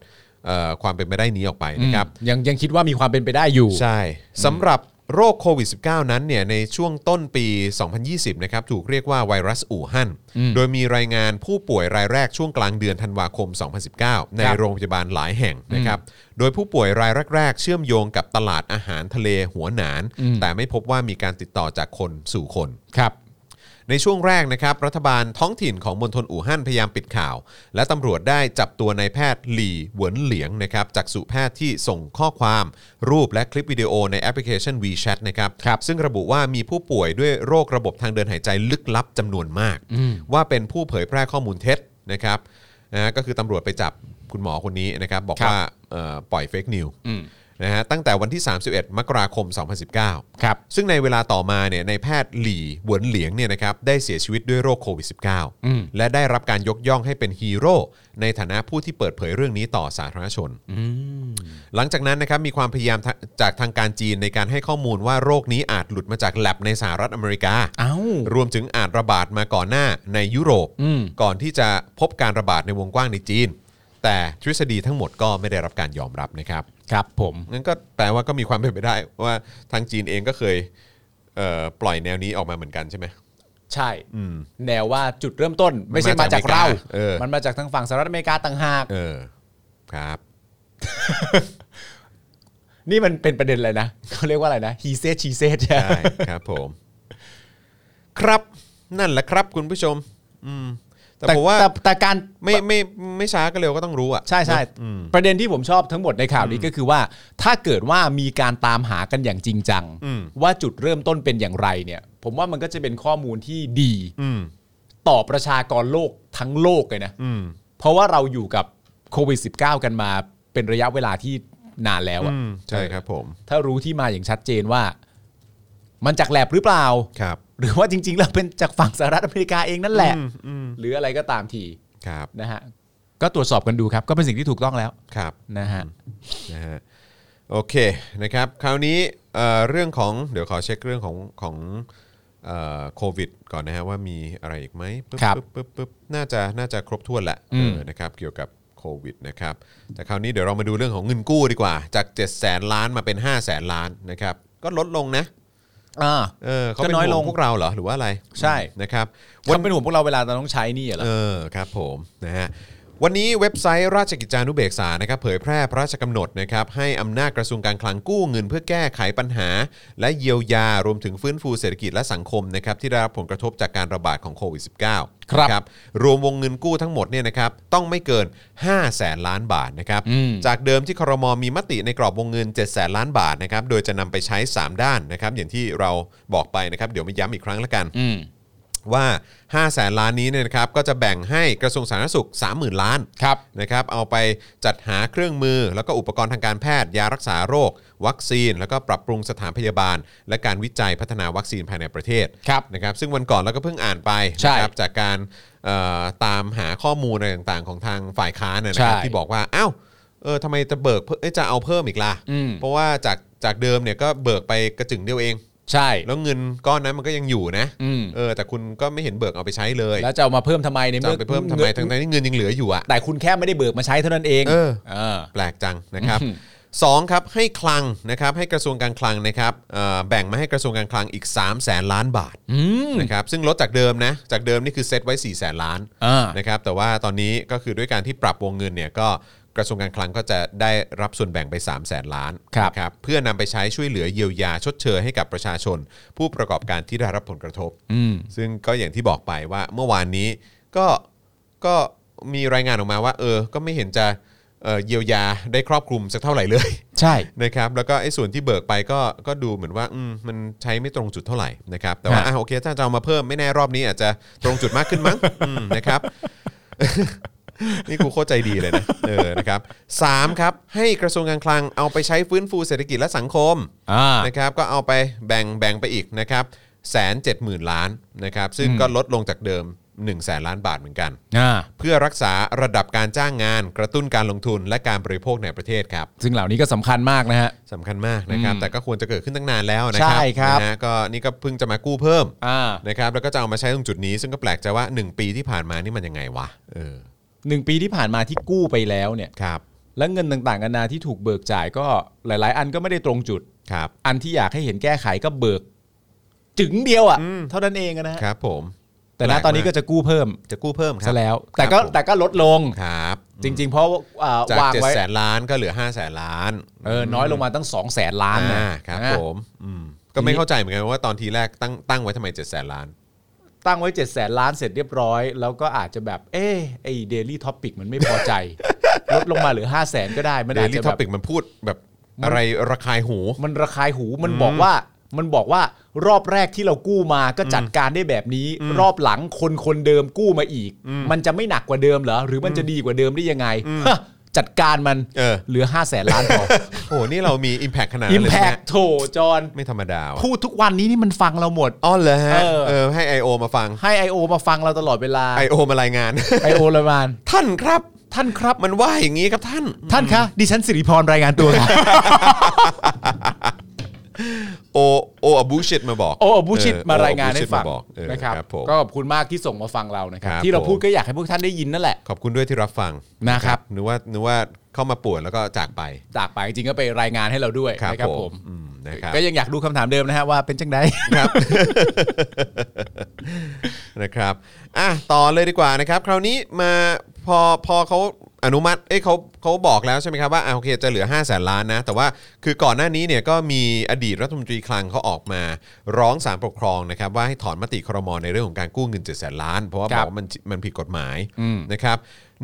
Speaker 2: เอ่อความเป็นไปได้นี้ออกไปนะครับ
Speaker 3: ยังยังคิดว่ามีความเป็นไปได้อยู่
Speaker 2: ใช่สำหรับ โรคโควิด -19 นั้นเนี่ยในช่วงต้นปี 2020 นะครับถูกเรียกว่าไวรัสอู่ฮั่น โดยมีรายงานผู้ป่วยรายแรกช่วงกลางเดือนธันวาคม 2019 ใน
Speaker 3: ครับ
Speaker 2: โรงพยาบาลหลายแห่งนะครับ โดยผู้ป่วยรายแรก ๆ เชื่อมโยงกับตลาดอาหารทะเลหัวหนาน แต่ไม่พบว่ามีการติดต่อจากคนสู่คน
Speaker 3: ครับ
Speaker 2: ในช่วงแรกนะครับ รัฐบาลท้องถิ่นของมณฑลอู่ฮั่นพยายามปิดข่าว และตำรวจได้จับตัวนายแพทย์หลี่เหวินเหลียงนะครับจากสุแพทย์ที่ส่งข้อความ รูปและคลิปวิดีโอในแอปพลิเคชัน WeChat นะครับ
Speaker 3: ครับ
Speaker 2: ซึ่งระบุว่ามีผู้ป่วยด้วยโรคระบบทางเดินหายใจลึกลับจำนวนมาก ว่าเป็นผู้เผยแพร่ข้อมูลเท็จนะครับนะก็คือตำรวจไปจับคุณหมอคนนี้นะครับ บอกว่าเอ่อปล่อยเฟกนิวนะฮะตั้งแต่วันที่ 31 มกราคม 2019
Speaker 3: ครับ
Speaker 2: ซึ่งในเวลาต่อมาเนี่ยในแพทย์หลี่หวนเหลียงเนี่ยนะครับได้เสียชีวิตด้วยโรคโควิด -19 และได้รับการยกย่องให้เป็นฮีโร่ในฐานะผู้ที่เปิดเผยเรื่องนี้ต่อสาธารณชน หลังจากนั้นนะครับมีความพยายามทะจากทางการจีนในการให้ข้อมูลว่าโรคนี้อาจหลุดมาจากแลบในสหรัฐอเมริกา
Speaker 3: เอ้า
Speaker 2: รวมถึงอาจระบาดมาก่อนหน้าในยุโรป
Speaker 3: อืม
Speaker 2: ก่อนที่จะพบการระบาดในวงกว้างในจีน แต่ทฤษฎีทั้งหมดก็ไม่ได้รับการยอมรับนะครับ
Speaker 3: ครับผม
Speaker 2: งั้นก็แปลว่าก็มีความเป็นไปได้ว่าทางจีนเองก็เคยเอ่อปล่อยแนวนี้ออกมาเหมือนกันใช่ไหม
Speaker 3: ใช่ แนวว่าจุดเริ่มต้น ไม่ใช่มาจากเรา
Speaker 2: เออ
Speaker 3: มันมาจากทางฝั่งสหรัฐอเมริกาต่างหาก
Speaker 2: เออครับ
Speaker 3: นี่มันเป็นประเด็นอะไรนะ เขาเรียกว่าอะไรนะฮีเซชีเซใช่ไหม
Speaker 2: ได้ครับผม ครับนั่นแหละครับคุณผู้ชม อืม แต่ผมว่า
Speaker 3: แต่แต่การ
Speaker 2: ไม่ไม่ไม่ช้าก็เร็วก็ต้องรู้อ่ะ
Speaker 3: ใช่ใช่ประเด็นที่ผมชอบทั้งหมดในข่าวนี้ก็คือว่า ถ้าเกิดว่ามีการตามหากันอย่างจริงจัง
Speaker 2: อืม
Speaker 3: ว่าจุดเริ่มต้นเป็นอย่างไรเนี่ย ผมว่ามันก็จะเป็นข้อมูลที่ดี
Speaker 2: อืม
Speaker 3: ต่อประชากรโลกทั้งโลกเลยนะ
Speaker 2: อืม
Speaker 3: เพราะว่าเราอยู่กับโควิด -19 กันมาเป็นระยะเวลาที่นานแล้วอะ
Speaker 2: อืม ใช่ครับผม
Speaker 3: ถ้ารู้ที่มาอย่างชัดเจนว่า มันจากแลบหรือเปล่า
Speaker 2: ครับ
Speaker 3: หรือว่าจริง ๆ แล้วเป็นจากฝั่งสหรัฐอเมริกาเองนั่นแหละ
Speaker 2: อืมอืม
Speaker 3: หรืออะไรก็ตามที
Speaker 2: ครับ
Speaker 3: นะฮะก็ตรวจสอบกันดูครับ ก็เป็นสิ่งที่ถูกต้องแล้ว
Speaker 2: ครับ
Speaker 3: นะฮะ
Speaker 2: นะฮะโอเคนะครับคราวนี้เอ่อเรื่องของเดี๋ยวขอเช็คเรื่องของของเอ่อโควิดก่อนนะฮะว่ามีอะไรอีกไหมปึ๊บ
Speaker 3: ครับ
Speaker 2: ปึ๊บปึ๊บปึ๊บน่าจะน่าจะครบถ้วนแหละ
Speaker 3: อืม
Speaker 2: เออนะครับเกี่ยวกับโควิดนะครับแต่คราวนี้เดี๋ยวเรามาดูเรื่องของเงินกู้ดีกว่า จาก 7 0 0แสนล้านมาเป็น 5 0 0แสนล้านนะครับก็ลดลงนะ
Speaker 3: อ่า
Speaker 2: เออเขา
Speaker 3: ก็
Speaker 2: เป็น
Speaker 3: น้อย
Speaker 2: ห่วง
Speaker 3: ลง
Speaker 2: พวกเราเหรอหรือว่าอะไร
Speaker 3: ใช่
Speaker 2: นะครับ
Speaker 3: วันเป็นห่วงพวกเราเวลาเราต้องใช้หนี่เหรอ
Speaker 2: เออครับผมนะฮะวันนี้เว็บไซต์ราชกิจจานุเบกษานะครับเผยแพร่พระราชกำหนดนะครับให้อำนาจกระทรวงการคลังกู้เงินเพื่อแก้ไขปัญหา และเยียวยารวมถึงฟื้นฟูเศรษฐกิจและสังคมนะครับที่ได้รับผลกระทบจากการระบาดของโควิด -19
Speaker 3: ครับ
Speaker 2: นะรวมวงเงินกู้ทั้งหมดเนี่ยนะครับต้องไม่เกิน 5 0 0แสนล้านบาทนะครับ
Speaker 3: อืม
Speaker 2: จากเดิมที่ครมมีมติในกรอบวงเงิน 7 0 0แสนล้านบาทนะครับโดยจะนำไปใช้ 3 ด้านนะครับอย่างที่เราบอกไปนะครับเดี๋ยวมาย้ำอีกครั้งละกัน
Speaker 3: อืม
Speaker 2: ว่า 5 แสนล้านนี้เนี่ยนะครับก็จะแบ่งให้กระทรวงสาธารณสุข 30,000 ล้าน
Speaker 3: ครับ
Speaker 2: นะครับเอาไปจัดหาเครื่องมือ แล้วก็อุปกรณ์ทางการแพทย์ ยารักษาโรค วัคซีน แล้วก็ปรับปรุงสถานพยาบาล และการวิจัยพัฒนาวัคซีนภายในประเทศ
Speaker 3: ครับ
Speaker 2: นะครับซึ่งวันก่อนเราก็เพิ่งอ่านไป
Speaker 3: ใช่
Speaker 2: นะครัจากการเอ่อตามหาข้อมูลอะไรต่างๆ ของทางฝ่ายค้านนะนะครับ
Speaker 3: ใช่
Speaker 2: ที่บอกว่าอ้าวเออทำไมจะเบิกเพิ่มเอ้ยจะเอาเพิ่มอีกล่ะ
Speaker 3: อืม
Speaker 2: เพราะว่าจากจากเดิมเนี่ยก็เบิกไปกระจึงเดียวเอง
Speaker 3: ใช่
Speaker 2: แล้วเงินก้อนนั้นมันก็ยังอยู่นะ
Speaker 3: อืม
Speaker 2: เออ แต่คุณก็ไม่เห็นเบิกเอาไปใช้เลย
Speaker 3: แล้วจะเอามาเพิ่มทำไมใน
Speaker 2: จะ
Speaker 3: เมื่
Speaker 2: เอา
Speaker 3: อ
Speaker 2: ไปเพิ่มทำไม
Speaker 3: งิน
Speaker 2: ทั้งๆที่เงินยังเหลืออยู่อ่ะ
Speaker 3: แต่คุณแค่ไม่ได้เบิกมาใช้เท่านั้นเอง
Speaker 2: เออ
Speaker 3: เออ
Speaker 2: แปลกจังนะครับสองครับให้คลังนะครับให้กระทรวงการคลังนะครับเอ่อแบ่งมาให้กระทรวงการคลังอีก 3 0 0แสนล้านบาทนะครับซึ่งลดจากเดิมนะจากเดิมนี่คือเซตไว้4ี่แสนล้าน
Speaker 3: อ่า
Speaker 2: นะครับแต่ว่าตอนนี้ก็คือด้วยการที่ปรับวงเงินเนี่ยก็กระทรวงการคลังก็จะได้รับส่วนแบ่งไป 3 0 0แสนล้านนะครับเพื่อนำไปใช้ช่วยเหลือเยียวยาชดเชยให้กับประชาชน ผู้ประกอบการที่ได้รับผลกระทบ
Speaker 3: อืม
Speaker 2: ซึ่งก็อย่างที่บอกไปว่าเมื่อวานนี้ก็ก็มีรายงานออกมาว่า เออ ก็ไม่เห็นจะเอ่อเยียวยาได้ครอบคลุมสักเท่าไหร่เลย
Speaker 3: ใช่
Speaker 2: นะครับแล้วก็ไอ้ส่วนที่เบิกไปก็ก็ดูเหมือนว่าอืมมันใช้ไม่ตรงจุดเท่าไหร่นะครับแต่ว่า
Speaker 3: ครับ
Speaker 2: อ่ะโอเคถ้าจะเอามาเพิ่มไม่แน่รอบนี้อาจจะตรงจุดมากขึ้นมั้ง อืมนะครับ นี่กูโคตรใจดีเลยนะเออนะครับสามครับให้กระทรวงการคลังเอาไปใช้ฟื้นฟูเศรษฐกิจและสังคม
Speaker 3: อ่าน
Speaker 2: นะครับก็เอาไปแบ่งแบ่งไปอีกนะครับแสนเจ็ดหมื่นล้านนะครับซึ่งก็ลดลงจากเดิม1นึ่งแสนล้านบาทเหมือนกัน
Speaker 3: อ่า
Speaker 2: เพื่อรักษาระดับการจ้างงาน กระตุ้นการลงทุนและการบริโภคในประเทศครับ
Speaker 3: ซึ่งเหล่านี้ก็สำคัญมากนะฮะ
Speaker 2: สำคัญมากนะครับ
Speaker 3: อืม
Speaker 2: แต่ก็ควรจะเกิดขึ้นตั้งนานแล้วนะครับ
Speaker 3: ใช่ครับ
Speaker 2: นะฮะก็นี่ก็เพิ่งจะมากู้เพิ่ม
Speaker 3: อ่า
Speaker 2: นะครับแล้วก็จะเอามาใช้ตรงจุดนี้ซึ่งก็แปลกใจว่า 1 ปีที่ผ่านมานี่มันยังไงวะเออ
Speaker 3: หนึ่งปีที่ผ่านมาที่กู้ไปแล้วเนี่ย
Speaker 2: ครับ
Speaker 3: และเงินต่างๆนานาที่ถูกเบิกจ่ายก็หลาย ๆ อันก็ไม่ได้ตรงจุด
Speaker 2: ครับ
Speaker 3: อันที่อยากให้เห็นแก้ไขก็เบิก จึงเดียวอะ่ะเท่านั้นเองอะนะฮะ
Speaker 2: ครับผม
Speaker 3: แต่ณตอนนี้ก็จะกู้เพิ่ม
Speaker 2: จะกู้เพิ่มครั
Speaker 3: ซะ
Speaker 2: บ
Speaker 3: แล้ว
Speaker 2: ครั
Speaker 3: แต่
Speaker 2: บ
Speaker 3: ก็
Speaker 2: ผม
Speaker 3: แต่ก็ลดลง
Speaker 2: ครับ
Speaker 3: จริง ๆ เพราะอ่า
Speaker 2: จาก
Speaker 3: วาง
Speaker 2: เจ็ด
Speaker 3: ไว้
Speaker 2: แสนล้านก็เหลือห้าแสนล้าน
Speaker 3: เออน้อยลงมาตั้ง2องแสนล้านนะ
Speaker 2: อ่าครับ
Speaker 3: นะ
Speaker 2: ผมอืมก็ไม่เข้าใจเหมือนกันว่าตอนทีแรกตั้งตั้งไว้ทำไมเจ็ดแสนล้าน
Speaker 3: ตั้งไว้7จ็ดแสนล้านเสร็จเรียบร้อย แล้วก็อาจจะแบบ เอ๊ะไอเดลี่ท็อปิกมันไม่พอ ใจ ลดลงมาเหลือ5้าแสนก็ได้มัน
Speaker 2: เด
Speaker 3: อาจ
Speaker 2: ลี่
Speaker 3: จะ
Speaker 2: ท็อ
Speaker 3: แบบ
Speaker 2: ปิกมันพูดแบบ
Speaker 3: มัน
Speaker 2: อะไรระคายหู
Speaker 3: มันระคายหูมันบอกว่ามันบอกว่ารอบแรกที่เรากู้มาก็จัดการได้แบบนี้ รอบหลังคนคนเดิมกู้มาอีก มันจะไม่หนักกว่าเดิมเหรอ หรือมันจะดีกว่าเดิมได้ยังไงฮะจัดการมัน
Speaker 2: เออ
Speaker 3: ลือ5้าแสนล้านพอ
Speaker 2: โอ้โห นี่เรามี Impact ขนาดนั้
Speaker 3: อิ
Speaker 2: น
Speaker 3: ม
Speaker 2: เลย
Speaker 3: แพ
Speaker 2: นะ
Speaker 3: ก
Speaker 2: ฮะ
Speaker 3: โถจอน
Speaker 2: ไม่ธรรมดาว่ะ
Speaker 3: พูดทุกวันนี้นี่มันฟังเราหมด
Speaker 2: อ๋อเหรอฮะ
Speaker 3: เออ
Speaker 2: เออให้ I.O. มาฟัง
Speaker 3: ให้ I.O. มาฟังเราตลอดเวลา
Speaker 2: I.O. มารายงาน
Speaker 3: I.O. ละมาน
Speaker 2: ท่านครับ
Speaker 3: ท่านครับ
Speaker 2: มันว่าอย่างนี้ครับท่าน
Speaker 3: ท่านคะ ดิฉันสิริพรรายงานตัวค่ะ
Speaker 2: โอโออบูชิตมาบอก
Speaker 3: โอ้บูชิต
Speaker 2: เออ
Speaker 3: มารายงานให้
Speaker 2: โอบูชิต
Speaker 3: ฟัง
Speaker 2: มบอกเออ
Speaker 3: นะครับ
Speaker 2: ครับผม
Speaker 3: ก็ขอบคุณมากที่ส่งมาฟังเรานะครับ
Speaker 2: ครับ
Speaker 3: ที่เราพูด
Speaker 2: ผม
Speaker 3: ก็อยากให้พวกท่านได้ยินนั่นแหละ
Speaker 2: ขอบคุณด้วยที่รับฟัง
Speaker 3: นะครับ
Speaker 2: นึกว่านึกว่าเข้ามาป่วนแล้วก็จากไป
Speaker 3: จากไปจริงๆก็ไปรายงานให้เราด้วย
Speaker 2: ครับ
Speaker 3: นะครับ
Speaker 2: ผ
Speaker 3: ผม ม
Speaker 2: อืมนะครับ
Speaker 3: ก็ยังอยากดูคำถามเดิมนะฮะว่าเป็นจังได
Speaker 2: ครับ นะครับอ่ะต่อเลยดีกว่านะครับ คราวนี้มาพอพอเขาอนุมัติเอ้ยเขาเขาบอกแล้วใช่ไหมครับว่าอ่ะโอเคจะเหลือ 5 0 0แสนล้านนะ แต่ว่าคือก่อนหน้านี้เนี่ยก็มีอดีตรัฐมนตรีคลังเขาออกมาร้องศาลปกครองนะครับ ว่าให้ถอนมติครมในเรื่องของการกู้เงิน7 0 0แสนล้าน เพราะว่า
Speaker 3: ครับ บ
Speaker 2: อกว่ามันมันผิดกฎหมายนะครับ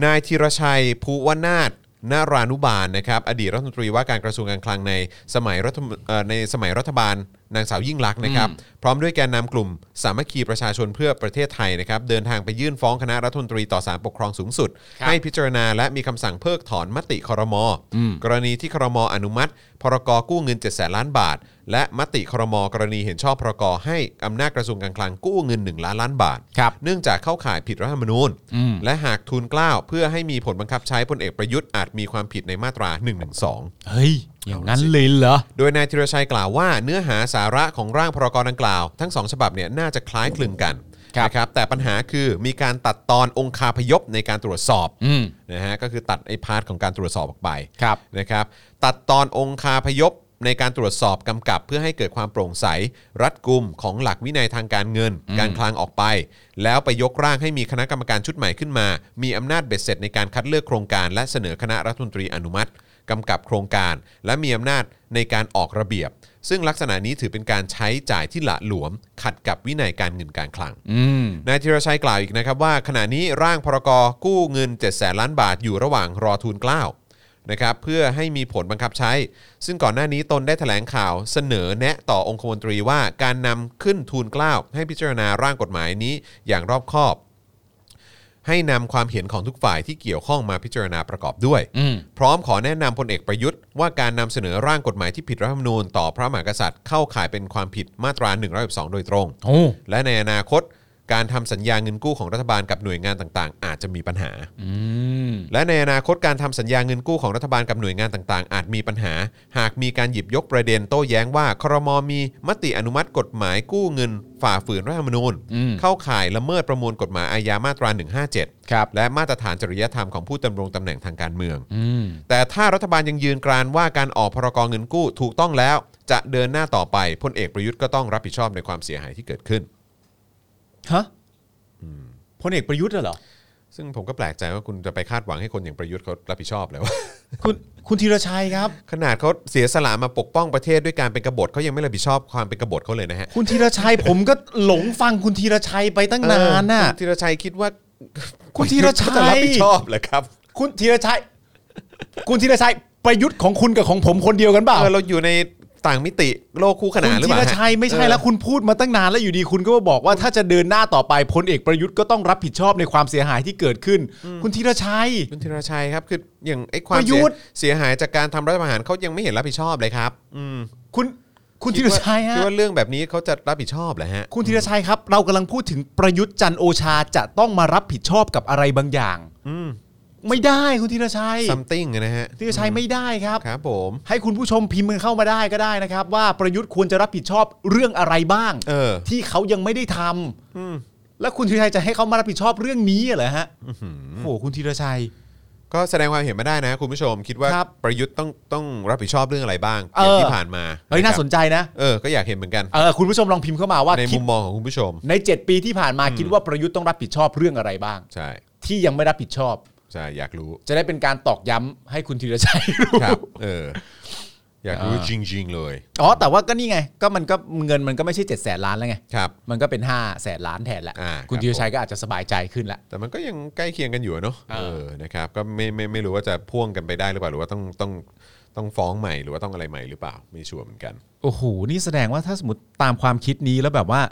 Speaker 2: นายธีรชัยภูวนาถนารานุบาลนะครับอดีตรัฐมนตรีว่าการกระทรวงการคลังในสมัยรัฐมเอ่อในสมัยรัฐบาลนางสาวยิ่งลักษณ์นะครับ พร้อมด้วยแกนนำกลุ่มสามัคคีประชาชนเพื่อประเทศไทยนะครับ เดินทางไปยื่นฟ้องคณะรัฐมนตรีต่อศาลปกครองสูงสุด
Speaker 3: ครับ
Speaker 2: ให้พิจารณาและมีคำสั่งเพิกถอนมติครม กรณีที่ครมอนุมัติ พรกกู้เงิน 7 0 0 0 0ล้านบาท และมติครม กรณีเห็นชอบพรกให้อำนาจกระทรวงการคลังกู้เงิน 1 ล้านล้านบาท
Speaker 3: ครับ
Speaker 2: เนื่องจากเข้าข่ายผิดรัฐธรรมนูญ และหากทูลเกล้าเพื่อให้มีผลบังคับใช้พลเอกประยุทธ์อาจมีความผิดในมาตรา 112
Speaker 3: เฮ้ย อย่างนั้นเลยเหรอ
Speaker 2: โดยนายธีรชัยกล่าวว่าเนื้อหาสาระของร่างพรกดังกล่าว ทั้งสองฉบับเนี่ยน่าจะคล้ายคลึงกัน
Speaker 3: ครับ
Speaker 2: นะครับแต่ปัญหาคือมีการตัดตอนองคาพยพในการตรวจสอบ
Speaker 3: อืม
Speaker 2: นะฮะก็คือตัดไอ้พาร์ทของการตรวจสอบออกไป
Speaker 3: ครับ
Speaker 2: นะครับตัดตอนองคาพยพในการตรวจสอบกำกับเพื่อให้เกิดความโปร่งใส รัดกุมของหลักวินัยทางการเงิน การคลังออกไป แล้วไปยกร่างให้มีคณะกรรมการชุดใหม่ขึ้นมา มีอำนาจเบ็ดเสร็จในการคัดเลือกโครงการ และเสนอคณะรัฐมนตรีอนุมัติกำกับโครงการ และมีอำนาจในการออกระเบียบ ซึ่งลักษณะนี้ถือเป็นการใช้จ่ายที่หละหลวม ขัดกับวินัยการเงินการคลัง
Speaker 3: อืม
Speaker 2: นายธีรชัยกล่าวอีกนะครับว่าขณะนี้ร่างพรกกู้เงิน 7 0 0แสนล้านบาทอยู่ระหว่างรอทูลเกล้านะครับเพื่อให้มีผลบังคับใช้ ซึ่งก่อนหน้านี้ตนได้แถลงข่าวเสนอแนะต่อองคมนตรีว่าการนำขึ้นทูลเกล้าให้พิจารณาร่างกฎหมายนี้อย่างรอบคอบ ให้นำความเห็นของทุกฝ่ายที่เกี่ยวข้องมาพิจารณาประกอบด้วย
Speaker 3: อืม
Speaker 2: พร้อมขอแนะนำพลเอกประยุทธ์ว่าการนำเสนอร่างกฎหมายที่ผิดรัฐธรรมนูญต่อพระมหากษัตริย์เข้าข่ายเป็นความผิดมาตรา112โดยตรง
Speaker 3: โอ้
Speaker 2: และในอนาคตการทำสัญญาเงินกู้ของรัฐบาลกับหน่วยงานต่างๆ อาจจะมีปัญหา
Speaker 3: อืม
Speaker 2: และในอนาคตการทำสัญญาเงินกู้ของรัฐบาลกับหน่วยงานต่างๆ อาจมีปัญหา หากมีการหยิบยกประเด็นโต้แย้งว่าครมมีมติอนุมัติกฎหมายกู้เงินฝ่าฝืนรัฐธรรมนูญ
Speaker 3: อืม
Speaker 2: เข้าข่ายละเมิดประมวลกฎหมายอาญามาตรา 157
Speaker 3: ครับ
Speaker 2: และมาตรฐานจริยธรรมของผู้ดำรงตำแหน่งทางการเมือง
Speaker 3: อืม
Speaker 2: แต่ถ้ารัฐบาลยังยืนกรานว่าการออกพรกรเงินกู้ถูกต้องแล้ว จะเดินหน้าต่อไปพลเอกประยุทธ์ก็ต้องรับผิดชอบในความเสียหายที่เกิดขึ้น
Speaker 3: ฮะพลเอกประยุทธ์น่ะเหรอ
Speaker 2: ซึ่งผมก็แปลกใจว่าคุณจะไปคาดหวังให้คนอย่างประยุทธ์เขารับผิดชอบแล้ว
Speaker 3: คุณคุณธีรชัยครับ
Speaker 2: ขนาดเขาเสียสละมาปกป้องประเทศด้วยการเป็นกบฏเขายังไม่รับผิดชอบความเป็นกบฏเขาเลยนะฮะ
Speaker 3: คุณธีรชัย ผมก็หลงฟังคุณธีรชัยไปตั้งนานน่ะ
Speaker 2: เออคุณธีรชัยคิดว่า
Speaker 3: คุณธีรชัย
Speaker 2: จะรับผิดชอบเหรอครับ
Speaker 3: คุณธีรชัย คุณธีรชัยประยุทธ์ของคุณกับของผมคนเดียวกันเปล่า
Speaker 2: เออเราอยู่ในต่างมิติโลกคู่ขนา
Speaker 3: คุ
Speaker 2: น
Speaker 3: ณ
Speaker 2: หรือ
Speaker 3: ธี
Speaker 2: เปล่าร ฮะ
Speaker 3: ชัยไม่ใช่แล้ว
Speaker 2: เออ
Speaker 3: คุณพูดมาตั้งนานแล้วอยู่ดีคุณก็มาบอกว่าถ้าจะเดินหน้าต่อไปพลเอกประยุทธ์ก็ต้องรับผิดชอบในความเสียหายที่เกิดขึ้น คุณธีรชัย
Speaker 2: คุณธีรชัยครับคืออย่างไอ้ความ
Speaker 3: ประยุ
Speaker 2: เสีย
Speaker 3: ทธ์
Speaker 2: เสียหายจากการทำรัฐประหารเขายังไม่เห็นรับผิดชอบเลยครับอืม
Speaker 3: คุณคุณธีรชัยฮะ
Speaker 2: คิดว่าเรื่องแบบนี้เขาจะรับผิดชอบเหรอฮะ
Speaker 3: คุณธีรชัยครับ เรากำลังพูดถึงประยุทธ์จันทร์โอชาจะต้องมารับผิดชอบกับอะไรบางอย่างไม่ได้คุณธีรชัย
Speaker 2: something นะฮะ
Speaker 3: ธีรชัยไม่ได้ครับ
Speaker 2: ครับผม
Speaker 3: ให้คุณผู้ชมพิมพ์กันเข้ามาได้ก็ได้นะครับ ว่าประยุทธ์ควรจะรับผิดชอบเรื่องอะไรบ้าง
Speaker 2: เออ
Speaker 3: ที่เขายังไม่ได้ทำแล้วคุณธีรชัยจะให้เขามารับผิดชอบเรื่องนี้เหรอฮะโอ้โหคุณธีรชัย
Speaker 2: ก็แสดงความเห็นมาได้นะ คุณผู้ชมคิดว่า
Speaker 3: ครับ
Speaker 2: ประยุทธ์ต้องต้องรับผิดชอบเรื่องอะไรบ้างอย่าง
Speaker 3: เออ
Speaker 2: ที่ผ่านมา
Speaker 3: เฮ้ยน่าสนใจนะ
Speaker 2: เออก็อยากเห็นเหมือนกัน
Speaker 3: เออคุณผู้ชมลองพิมพ์เข้ามาว่า
Speaker 2: ใน
Speaker 3: คิ
Speaker 2: มุ
Speaker 3: ด
Speaker 2: มมองของคุณผู้ชม
Speaker 3: ใน 7 ปีที่ผ่านมาคิดว่าประยุทธ์ต้องรับผิดชอบเรื่องอะไรบ้าง
Speaker 2: ใช่
Speaker 3: ที่ยังไม่รับผิดชอบ
Speaker 2: ใช่อยากรู้
Speaker 3: จะได้เป็นการตอกย้ำให้คุณธีรชัย รู้
Speaker 2: ครับ เออ อยากรู้
Speaker 3: อ่า
Speaker 2: จริง ๆ เลย
Speaker 3: อ๋อแต่ว่าก็นี่ไง ก็มันก็เงินมันก็ไม่ใช่7จ็ดแสนล้านแล้วไง
Speaker 2: ครับ
Speaker 3: มันก็เป็น5้าแสนล้านแทนแหละ
Speaker 2: อ่า
Speaker 3: คุณ
Speaker 2: ครับ
Speaker 3: ธีรชัยก็อาจจะสบายใจขึ้นละ
Speaker 2: แต่มันก็ยังใกล้เคียงกันอยู่อะเนอะ
Speaker 3: อ่า
Speaker 2: เออนะครับ ก็ไม่ไม่ไม่รู้ว่าจะพ่วงกันไปได้หรือเปล่าหรือว่าต้องต้องต้องฟ้องใหม่หรือว่าต้องอะไรใหม่หรือเปล่าไม่ชัวร์เหมือนกัน
Speaker 3: โอ้โห นี่แสดงว่าถ้าสมมติตามความคิดนี้แล้วแบบว่า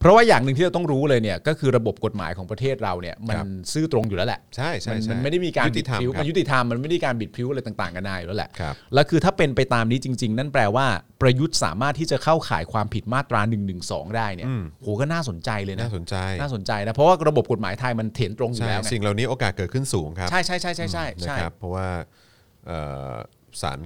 Speaker 3: เพราะว่าอย่างหนึ่งที่เราต้องรู้เลยเนี่ย ก็คือระบบกฎหมายของประเทศเราเนี่ย มัน
Speaker 2: ครับ
Speaker 3: ซื่อตรงอยู่แล้วแหละ
Speaker 2: ใช่ใช่
Speaker 3: มัน
Speaker 2: ใช่
Speaker 3: มันไม่ได้มีการ
Speaker 2: ยุติธรรม
Speaker 3: บิด
Speaker 2: ค
Speaker 3: พลิ้ว
Speaker 2: รั
Speaker 3: มั
Speaker 2: บ
Speaker 3: นยุติธรรมมันไม่ได้การบิดพลิ้วอะไรต่างๆกันานาอยู่แล้วแหละ
Speaker 2: ครับ
Speaker 3: แล้วคือถ้าเป็นไปตามนี้จริง ๆ นั่นแปลว่าประยุทธ์สามารถที่จะเข้าข่ายความผิดมาตรา1นึได้เนี่ยโหก็น่าสนใจเลยนะ
Speaker 2: น่าสนใจ
Speaker 3: น่าสนใจนะเพราะว่าระบบกฎหมายไทยมันเถนตรงอยู่
Speaker 2: ใช่
Speaker 3: แล้วไง
Speaker 2: สิ่งเหล่านี้โอกาสเกิดขึ้นสูงครับ
Speaker 3: ใช่ใช่ใช่ใช่ใช่
Speaker 2: นะ
Speaker 3: ใช่
Speaker 2: ครับ เพราะว่าเอ่อศาล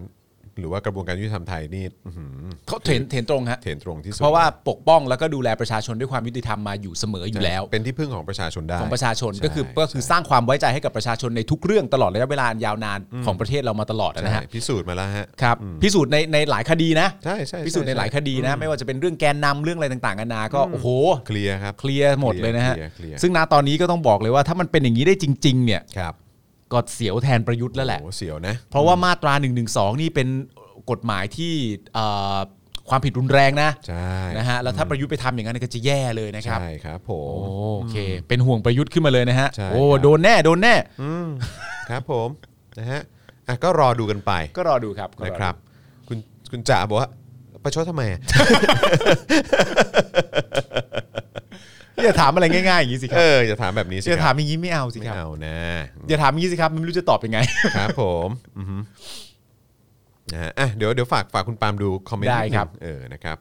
Speaker 2: หรือว่ากระบวนการยุติธรรมไทยนี่อื้อหือ
Speaker 3: เขาเห็นเห็นตรงฮะ
Speaker 2: เถนตรงที่สุด
Speaker 3: เพราะว่าปกป้องแล้วก็ดูแลประชาชนด้วยความยุติธรรมมาอยู่เสมออยู่
Speaker 2: ใช่
Speaker 3: แล้ว
Speaker 2: เป็นที่พึ่งของประชาชนได้
Speaker 3: ของประชาชน
Speaker 2: ใ
Speaker 3: ก็คือก็คือ
Speaker 2: ใช่
Speaker 3: สร้างความไว้ใจให้กับประชาชนในทุกเรื่องตลอดระยะเวลาอันยาวนานของประเทศเรามาตลอดนะฮะ
Speaker 2: ใช่พิสูจน์มาแล้วฮะ
Speaker 3: ครับพิสูจน์ในในหลายคดีนะ
Speaker 2: ใช่ใช่ช่
Speaker 3: พิสูจน์ในหลายคดีนะ ไม่ว่าจะเป็นเรื่องแกนนำเรื่องอะไรต่างๆนานาก็โอ้โห
Speaker 2: เคลียร์ครับ
Speaker 3: เคลียร์หมดเลยนะฮะ
Speaker 2: เคลียร์เคลียร์
Speaker 3: ซึ่งณตอนนี้ก็ต้องบอกเลยว่าถ้ามันเป็นอย่างนี้ได้จริง ๆ เนี่ย
Speaker 2: ครับ
Speaker 3: ก็เสียวแทนประยุทธ์แล้วแหละ
Speaker 2: โอ้เสียวนะ
Speaker 3: เพราะว่ามาตรา1นึนี่เป็นกฎหมายที่เอ่อความผิดรุนแรงนะ
Speaker 2: ใช่
Speaker 3: นะฮะแล้วถ้าประยุทธ์ไปทำอย่างนั้นก็จะแย่เลยนะครับ
Speaker 2: ใช่ครับผม
Speaker 3: โอเค เป็นห่วงประยุทธ์ขึ้นมาเลยนะฮะ
Speaker 2: ใช่
Speaker 3: โอ้
Speaker 2: ครับ
Speaker 3: โดนแน่โดนแน่
Speaker 2: ครับผมนะฮะอ่ะก็รอดูกันไป
Speaker 3: ก็รอดูครับก็อดู
Speaker 2: นะครับ คุณคุณจ๋าบอกว่าประชดทำไมอ่ะ
Speaker 3: อย่าถามอะไรง่ายๆอย่างนี้สิค
Speaker 2: เอ
Speaker 3: รั
Speaker 2: อ
Speaker 3: บ
Speaker 2: อย่าถามแบบนี้สิ
Speaker 3: อย่า
Speaker 2: ครั
Speaker 3: ถาม
Speaker 2: บ
Speaker 3: อย่างนี้ไม่เอาสิ
Speaker 2: ไม่
Speaker 3: ครับ
Speaker 2: เอานะ
Speaker 3: อย่าถามอย่างนี้สิครับไม่รู้จะตอบยังไง
Speaker 2: ครับผมอือหือนะฮะอ่ะเดี๋ยวเดี๋ยวฝากฝากคุณปาล์มดูคอมเมนต์
Speaker 3: ได้
Speaker 2: นินึง
Speaker 3: ครับ
Speaker 2: เออนะครับ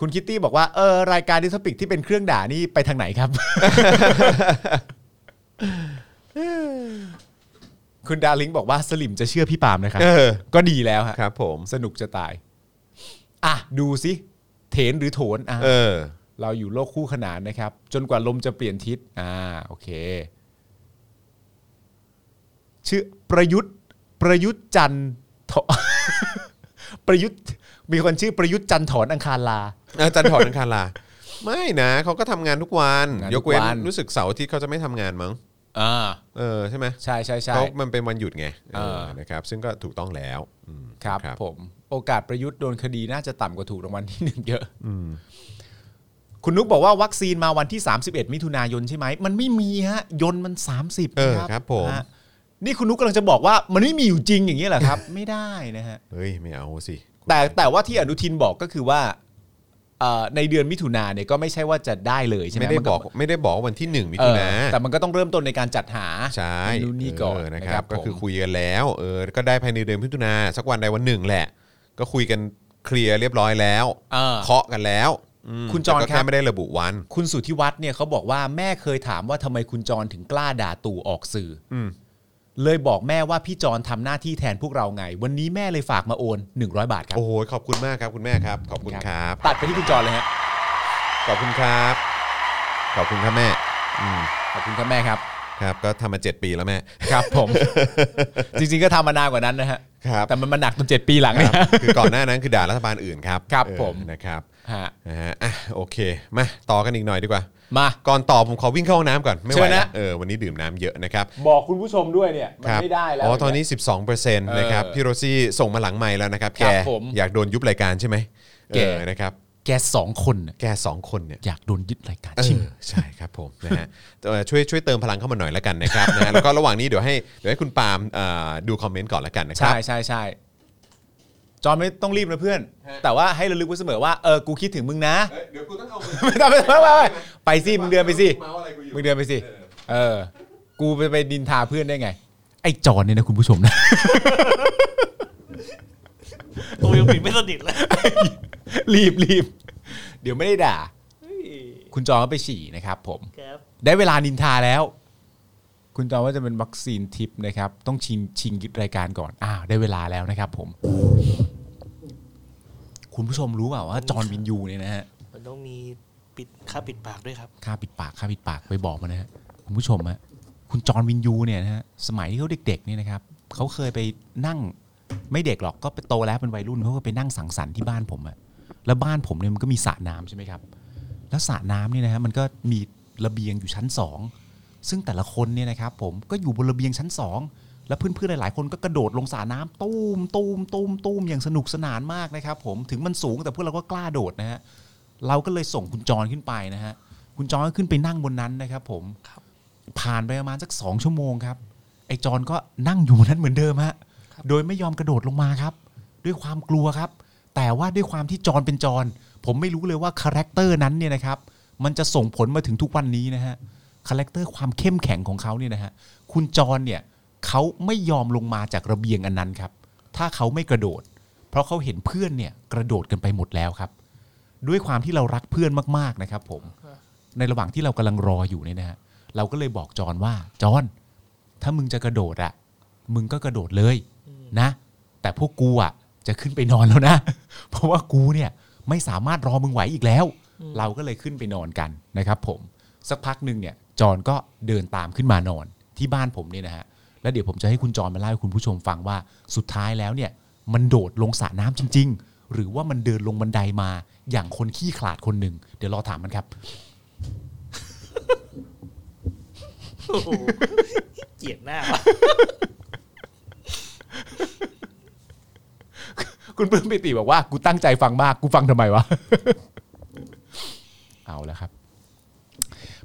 Speaker 3: คุณคิตตี้บอกว่าเออรายการดิสปิกที่เป็นเครื่องด่านี่ไปทางไหนครับ คุณดาลิงบอกว่าสลิมจะเชื่อพี่ปาล์มนะครับ
Speaker 2: เออ
Speaker 3: ก็ดีแล้วฮะ
Speaker 2: ครับผม
Speaker 3: สนุกจะตาย อ่ะ ดูสิเถนหรือโถนอ่ะ
Speaker 2: เออ
Speaker 3: เราอยู่โลกคู่ขนานนะครับ จนกว่าลมจะเปลี่ยนทิศอ่าโอเค ชื่อประยุทธ์ประยุทธ์จันท ร์ถอ ประยุทธ์มีคนชื่อประยุทธ์จันทร์ถอนอังคารลา
Speaker 2: อาจารย์ถอนอังคารลาไม่นะเขาก็ทำงานทุกวัน
Speaker 3: งาน
Speaker 2: ย
Speaker 3: ทุ
Speaker 2: ก
Speaker 3: ก
Speaker 2: เว้น
Speaker 3: วัน
Speaker 2: รู้สึกเสาร์อาทิตย์เขาจะไม่ทำงานมั้ง
Speaker 3: อ่า
Speaker 2: เออใช่ไหม
Speaker 3: ใช่ใช่ใช่
Speaker 2: เขามันเป็นวันหยุดไงเออ
Speaker 3: เออ
Speaker 2: นะครับซึ่งก็ถูกต้องแล้วอืม
Speaker 3: ครับผมโอกาสประยุทธ์โดนคดีน่าจะต่ำกว่าถูกรางวัลที่หนึ่ง เยอะคุณนุกบอกว่าวัคซีนมาวันที่ 31 มิถุนายนใช่ไหม มันไม่มีฮะ ยนต์มัน 30
Speaker 2: เออครับผม
Speaker 3: ฮะนี่คุณนุกกำลังจะบอกว่ามันไม่มีอยู่จริงอย่างนี้ยเหรอครับ ไม่ได้นะฮะ
Speaker 2: เฮ้ยไม่เอาสิ
Speaker 3: แต่แต่ว่าที่อนุทินบอกก็คือว่าเอ่อในเดือนมิถุนาเนี่ยก็ไม่ใช่ว่าจะได้เลยใช่ไหม
Speaker 2: ไม่ได้
Speaker 3: น
Speaker 2: บอกไม่ได้บอกว่าวันที่หนึ่งมิ
Speaker 3: เอ
Speaker 2: ถุ
Speaker 3: อ
Speaker 2: นา
Speaker 3: แต่มันก็ต้องเริ่มต้นในการจัดหา
Speaker 2: ใช่
Speaker 3: นู่นนี่ก่อน
Speaker 2: เนะค
Speaker 3: นะค
Speaker 2: รั
Speaker 3: รั
Speaker 2: บบ ก็คือ
Speaker 3: ผม
Speaker 2: คุยกันแล้วเออก็ได้ภายในเดือนมิถุนาสักวันใดวันหนึ่งแหละ ก็คุยกันเคลียร์เรียบร้อยแล้ว
Speaker 3: เออ
Speaker 2: เคาะกันแล้วม
Speaker 3: คุณจอน
Speaker 2: แต่ก็
Speaker 3: ครั
Speaker 2: แค่
Speaker 3: บ
Speaker 2: ไม่ได้ระบุวัน
Speaker 3: คุณสุทธิวัฒน์เนี่ยเขาบอกว่าแม่เคยถามว่าทำไมคุณจรถึงกล้าด่าตู่ออกสื่ออเลยบอกแม่ว่าพี่จรทำหน้าที่แทนพวกเราไง วันนี้แม่เลยฝากมาโอน 100 บาทครับ
Speaker 2: โอ้โหขอบคุณมากครับคุณแม่ครับ ขอบคุณครับ
Speaker 3: ตัดไปที่คุณจรเลยฮะ
Speaker 2: ขอบคุณครับ ขอบคุณครับแม่อืม
Speaker 3: ขอบคุณครับแม่ครับ
Speaker 2: ครับ ก็ทำมาเจ็ดปีแล้วแม่
Speaker 3: ครับผม จริงๆก็ทำมานานกว่านั้นนะฮะ
Speaker 2: ครับ
Speaker 3: แต่มันมาหนักตอนเจ็ดปีหลังเนี่ย
Speaker 2: คือก่อนหน้านั้นคือด่ารัฐบาลอื่นครับ
Speaker 3: ครับ
Speaker 2: เออ
Speaker 3: ผม
Speaker 2: นะครับ
Speaker 3: ฮะ
Speaker 2: นะฮะอ่ะโอเค มาต่อกันอีกหน่อยดีกว่า
Speaker 3: มา
Speaker 2: ก่อนต่อผมขอวิ่งเข้าห้องน้ำก่อน ไม่ไหว
Speaker 3: เชิญ
Speaker 2: แล้ว
Speaker 3: นะ
Speaker 2: เออวันนี้ดื่มน้ำเยอะนะครับ
Speaker 3: บอกคุณผู้ชมด้วยเนี่ย มัน
Speaker 2: ครับ
Speaker 3: ไม่ได้แล้ว
Speaker 2: อ๋อตอนนี้ 12%นะครับ
Speaker 3: เออ
Speaker 2: พี่โรซี่ส่งมาหลังไมค์แล้วนะครับแก
Speaker 3: ครับผม
Speaker 2: อยากโดนยุบรายการใช่ไหม
Speaker 3: แก
Speaker 2: เออนะครับ
Speaker 3: แกสองคนน่ะ
Speaker 2: แกสองคนเนี่ย
Speaker 3: อยากโดนยึดรายการ
Speaker 2: เอ
Speaker 3: ชิม
Speaker 2: อใช่ครับผมนะฮะเอ่อช่วยช่วยเติมพลังเข้ามาหน่อยละกันนะครับนะฮ ะแล้วก็ระหว่างนี้เดี๋ยวให้เดี๋ยวให้คุณปาล์มเอ่อดูคอมเมนต์ก่อนละกันนะครั
Speaker 3: ใช่
Speaker 2: บ
Speaker 3: ใช่ใช่จอนไม่ต้องรีบนะเพื่อน แต่ว่าให้ระลึกไว้เสมอว่าเออกูคิดถึงมึงนะ
Speaker 2: เดี๋ยวกูต้องเอา
Speaker 3: ไม่ต้องไม่ต้องไม่ต้องไม่ต้องไปสิมึงเดินไปสิ
Speaker 2: เมาอะไรกูอยู่
Speaker 3: มึงเดินไปสิเออ กูไปไปดินทาเพื่อนได้ไง ไอ้จอนเนี่ยนะคุณผู้ชมนะ
Speaker 4: ตัวยังปิดไม่สนิท เลย
Speaker 3: รีบรีบเดี๋ยวไม่ได้ด่า
Speaker 4: เฮ้ย
Speaker 3: คุณจอนก็ไปฉี่นะครับ ผม
Speaker 4: แก๊ป
Speaker 3: ได้เวลานินทาแล้ว คุณจอนว่าจะเป็นวัคซีนทิปนะครับ ต้องชิงชิงยึดรายการก่อนอ้าวได้เวลาแล้วนะครับ ผม คุณผู้ชมรู้เปล่าว่าจอห์นวินยูเนี่ยนะฮะ
Speaker 4: มัน ต้องมีปิดค่าปิดปากด้วยครับ
Speaker 3: ค่าปิดปากค่าปิดปากไปบอกมานะฮะคุณผู้ชมฮะ คุณจอห์นวินยูเนี่ยนะฮะสมัยที่เขาเด็กๆเนี่ยนะครับเขาเคยไปนั่งไม่เด็กหรอกก็ไปโตแล้วเป็นวัยรุ่นเขาก็ไปนั่งสังสรรค์ที่บ้านผมอะแล้วบ้านผมเนี่ยมันก็มีสระน้ำใช่ไหมครับ แล้วสระน้ำเนี่ยนะฮะมันก็มีระเบียงอยู่ชั้นสองซึ่งแต่ละคนเนี่ยนะครับผมก็อยู่บนระเบียงชั้นสองแล้วเพื่อนๆหลายๆคนก็กระโดดลงสระน้ำตูมตูมตูมตูมอย่างสนุกสนานมากนะครับผมถึงมันสูงแต่พวกเราก็กล้าโดดนะฮะเราก็เลยส่งคุณจรขึ้นไปนะฮะคุณจรก็ขึ้นไปนั่งบนนั้นนะครับผม ผ่านไปประมาณสักสองชั่วโมงครับ ไอ้จอนก็นั่งอยู่บนนั้นเหมือนเดิมฮะโดยไม่ยอมกระโดดลงมาครับ ด้วยความกลัวครับ แต่ว่าด้วยความที่จอนเป็นจอนผมไม่รู้เลยว่าคาแรคเตอร์นั้นเนี่ยนะครับ มันจะส่งผลมาถึงทุกวันนี้นะฮะคาแรคเตอร์ความเข้มแข็งของเขาเนี่ยนะฮะคุณจอนเนี่ยเขาไม่ยอมลงมาจากระเบียงอันนั้นครับ ถ้าเขาไม่กระโดด เพราะเขาเห็นเพื่อนเนี่ยกระโดดกันไปหมดแล้วครับ ด้วยความที่เรารักเพื่อนมากๆนะครับผม ในระหว่างที่เรากำลังรออยู่เนี่ยนะฮะเราก็เลยบอกจอนว่าจอนถ้ามึงจะกระโดดอะมึงก็กระโดดเลยนะ แต่พวกกูอะจะขึ้นไปนอนแล้วนะ เพราะว่ากูเนี่ยไม่สามารถรอมึงไหวอีกแล้ว เราก็เลยขึ้นไปนอนกันนะครับ ผมสักพักหนึ่งเนี่ยจอนก็เดินตามขึ้นมานอนที่บ้านผมเนี่ยนะฮะแล้วเดี๋ยวผมจะให้คุณจอนมาเล่าให้คุณผู้ชมฟังว่าสุดท้ายแล้วเนี่ยมันโดดลงสระน้ำจริง ๆ หรือว่ามันเดินลงบันไดมาอย่างคนขี้ขลาดคนหนึ่งเดี๋ยวรอถามมันครับ
Speaker 4: โอ้โหเกลียดหน้าว่ะ
Speaker 3: คุณปลื้มปิติบอกว่ากูตั้งใจฟังมากกูฟังทำไมวะ เอาแล้วครับ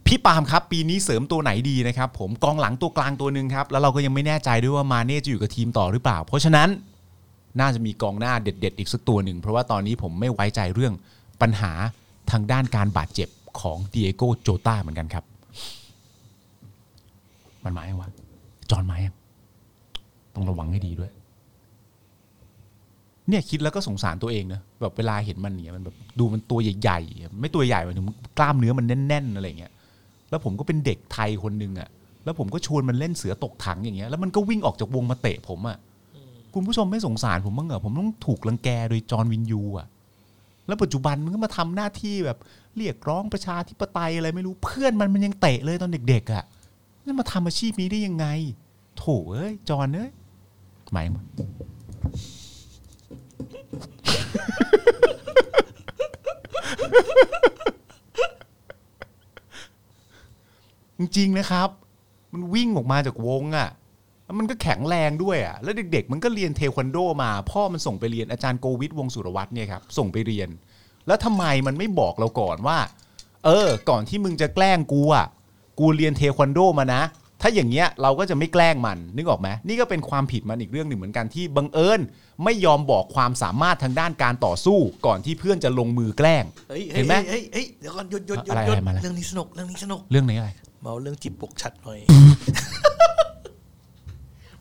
Speaker 3: พี่ปาล์มครับ ปีนี้เสริมตัวไหนดีนะครับ ผมกองหลังตัวกลางตัวหนึ่งครับ แล้วเราก็ยังไม่แน่ใจด้วยว่ามาเน่จะอยู่กับทีมต่อหรือเปล่า เพราะฉะนั้น น่าจะมีกองหน้าเด็ด ๆ อีกสักตัวหนึ่ง เพราะว่าตอนนี้ผมไม่ไว้ใจเรื่องปัญหาทางด้านการบาดเจ็บของเดียโกโจตาเหมือนกันครับ มันหมายงวะจอห์นหมายยังต้องระวังให้ดีด้วย เนี่ยคิดแล้วก็สงสารตัวเองนะแบบเวลาเห็นมันเนี่ยมันแบบดูมันตัวใหญ่ๆ ไม่ตัวใหญ่หมายถึงกล้ามเนื้อมันแน่นๆอะไรเงี้ยแล้วผมก็เป็นเด็กไทยคนหนึ่งอะ่ะ แล้วผมก็ชวนมันเล่นเสือตกถังอย่างเงี้ยแล้วมันก็วิ่งออกจากวงมาเตะผมอะ่ะคุณผู้ชมไม่สงสารผมบ้างเหรอผมต้องถูกรังแกโดยจอห์นวินยูอะ่ะ แล้วปัจจุบันมันก็มาทำหน้าที่แบบเรียกร้องประชาธิปไตยอะไรไม่รู้เพื่อนมันมันยังเตะเลยตอนเด็กๆอะ่ะนั่นมาทำอาชีพนี้ได้ยังไง โถเอ้ยจอห์นเอ้ยหมายถึง จริงๆนะครับ มันวิ่งออกมาจากวงอะ่ะแล้วมันก็แข็งแรงด้วยอะ่ะ แล้วเด็กๆ มันก็เรียนเทควันโดมา พ่อมันส่งไปเรียนอาจารย์โกวิทวงศ์สุรวัตรเนี่ยครับ ส่งไปเรียน แล้วทำไมมันไม่บอกเราก่อนว่า เออ ก่อนที่มึงจะแกล้งกูอะ่ะ กูเรียนเทควันโดมานะ ถ้าอย่างเงี้ยเราก็จะไม่แกล้งมัน นึกออกไหมนี่ก็เป็นความผิดมันอีกเรื่องหนึ่งเหมือนกันที่บังเอิญไม่ยอมบอกความสามารถทางด้านการต่อสู้ ก่อนที่เพื่อนจะลงมือแกล้ง
Speaker 4: เฮ้ย
Speaker 3: เห็
Speaker 4: เฮ้ย
Speaker 3: นไหม
Speaker 4: เฮ้ยเฮ้ยเดี๋ยวก่อนหยุดหยุดหยุด
Speaker 3: อะไร
Speaker 4: หยุด
Speaker 3: อะไรมาแล้ว
Speaker 4: เรื่องนี้สนุกเรื่องนี้สนุก
Speaker 3: เรื่องไหนอะไร
Speaker 4: เมาเรื่องจิบบกชัดหน่อย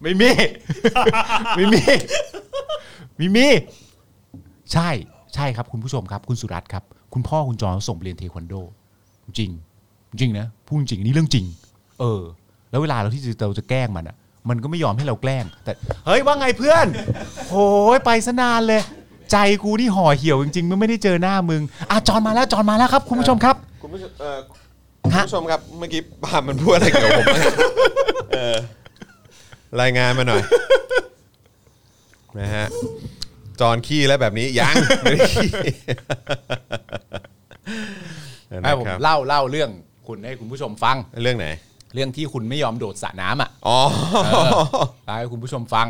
Speaker 3: ไม่มี ไม่มี ไม่มี ใช่ ใช่ครับคุณผู้ชมครับ คุณสุรัตน์ครับ คุณพ่อคุณจอนส่งไปเรียนเทควันโด จริง จริงนะพูดจริงนี่เรื่องจริง เออ แล้วเวลาเราที่จะเราจะแกล้งมันอ่ะ มันก็ไม่ยอมให้เราแกล้ง แต่ เฮ้ยว่าไงเพื่อนโอ้ยไปซะนานเลย ใจกูนี่ห่อเหี่ยวจริงๆมันไม่ได้เจอหน้ามึงอ่ะจอนมาแล้วจอนมาแล้วครับ คุณผู้ชมครับ
Speaker 2: คุณผู้ชมเอ่อคุณผู้ชมครับเมื่อกี้ปาล์มมันพูดอะไรเกี่ยว กับผมบ้างเนี่ยเออรายงานมาหน่อยนะฮะจอนขี้แล้วแบบนี้ ยังไม่ได้ขี้
Speaker 3: ให้ผม
Speaker 2: นะครับ
Speaker 3: เล่าเล่าเรื่องคุณให้คุณผู้ชมฟัง
Speaker 2: เรื่องไหน
Speaker 3: เรื่องที่คุณไม่ยอมโดดสระน้ำอ่ะ
Speaker 2: อ๋อ
Speaker 3: ตายให้คุณผู้ชมฟัง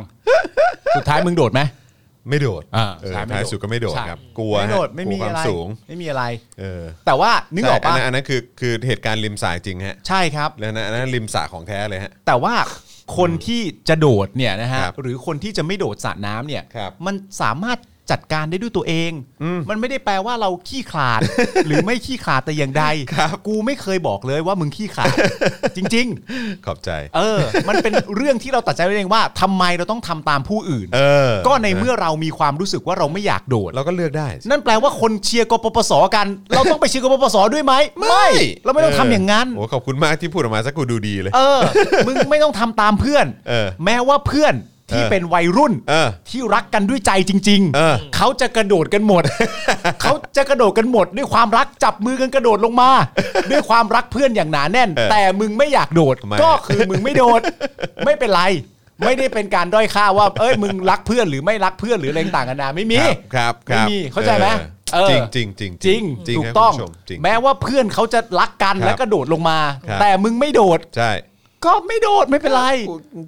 Speaker 3: สุดท้ายมึงโดดไหม
Speaker 2: ไม่โดด
Speaker 3: อ่า
Speaker 2: เออ
Speaker 3: ใช่ไม่
Speaker 2: ท้า
Speaker 3: โดด
Speaker 2: ยสุดก็ไม่โดด
Speaker 3: ใช่
Speaker 2: ครับ กลัว
Speaker 3: ไม่โดด
Speaker 2: ฮะ
Speaker 3: ไม่มี
Speaker 2: กลัวควา
Speaker 3: อะไร
Speaker 2: สูง
Speaker 3: ไม่มีอะไร
Speaker 2: เออ
Speaker 3: แต่ว่านึกออก
Speaker 2: ใช่
Speaker 3: ปะ
Speaker 2: นนั้นอันนั้นคือคือเหตุการณ์ริมสายจริงฮะ
Speaker 3: ใช่ครับ
Speaker 2: แล้วนะอันนั้นริมสาของแท้เลยฮะ
Speaker 3: แต่ว่าคนที่จะโดดเนี่ยนะฮะ
Speaker 2: ครับ
Speaker 3: หรือคนที่จะไม่โดดสระน้ำเนี่ย
Speaker 2: ครับ
Speaker 3: มันสามารถจัดการได้ด้วยตัวเอง มันไม่ได้แปลว่าเราขี้ข ลาด หรือไม่ขี้ขลาดแต่อย่างใด
Speaker 2: ครับ
Speaker 3: กูไม่เคยบอกเลยว่ามึงขี้ข ลาด จริง
Speaker 2: ขอบใจ
Speaker 3: ๆ เออ มันเป็นเรื่องที่เราตัดใจไว้เองว่าทำไมเราต้องทำตามผู้อื่น
Speaker 2: เออ
Speaker 3: ก็ในเมื่อเรามีความรู้สึกว่าเราไม่อยากโดด
Speaker 2: เราก็เลือกได้
Speaker 3: นั่นแปลว่าคนเชียร์กปปสกัน เราต้องไปเชียร์กปปสด้วยไหมเราไม่ต้องทำอย่างนั้น
Speaker 2: โอ้ขอบคุณมากที่พูดออกมาสักกูดูดีเลย
Speaker 3: เออ มึงไม่ต้องทำตามเพื่อน
Speaker 2: เออ
Speaker 3: แม้ว่าเพื่อน ที่เป็นวัยรุ่น
Speaker 2: เออ
Speaker 3: ที่รักกันด้วยใจจริง
Speaker 2: เออ
Speaker 3: เขาจะกระโดดกันหมด เขาจะกระโดดกันหมด ด้วยความรักจับมือกันกระโดดลงมา ด้วยความรักเพื่อนอย่างหนาแน่น
Speaker 2: เออ
Speaker 3: แต่มึงไม่อยากโดด
Speaker 2: ทำไม
Speaker 3: ก็คือมึงไม่โดด ไม่เป็นไร ไม่ได้เป็นการด้อยค่าว่า เอ้ยมึงรักเพื่อนหรือไม่รักเพื่อนหรืออะไรต่างกันานาไม่มี
Speaker 2: ครับค
Speaker 3: ไม่
Speaker 2: รับ
Speaker 3: มีเข้าใจไหม
Speaker 2: เออ
Speaker 3: เออ
Speaker 2: จริงจริงจริง
Speaker 3: จริง
Speaker 2: ถู
Speaker 3: ถู
Speaker 2: ก
Speaker 3: ก
Speaker 2: ต้
Speaker 3: ต้
Speaker 2: อ
Speaker 3: อง ง
Speaker 2: แม้
Speaker 3: แม้ว่าเพื่อนเขาจะรักกัน
Speaker 2: ครับ
Speaker 3: และกระโดดลงมา
Speaker 2: ครับ
Speaker 3: แต่มึงไม่โดด
Speaker 2: ใช่
Speaker 3: ก็ไม่โดดไม่เป็นไร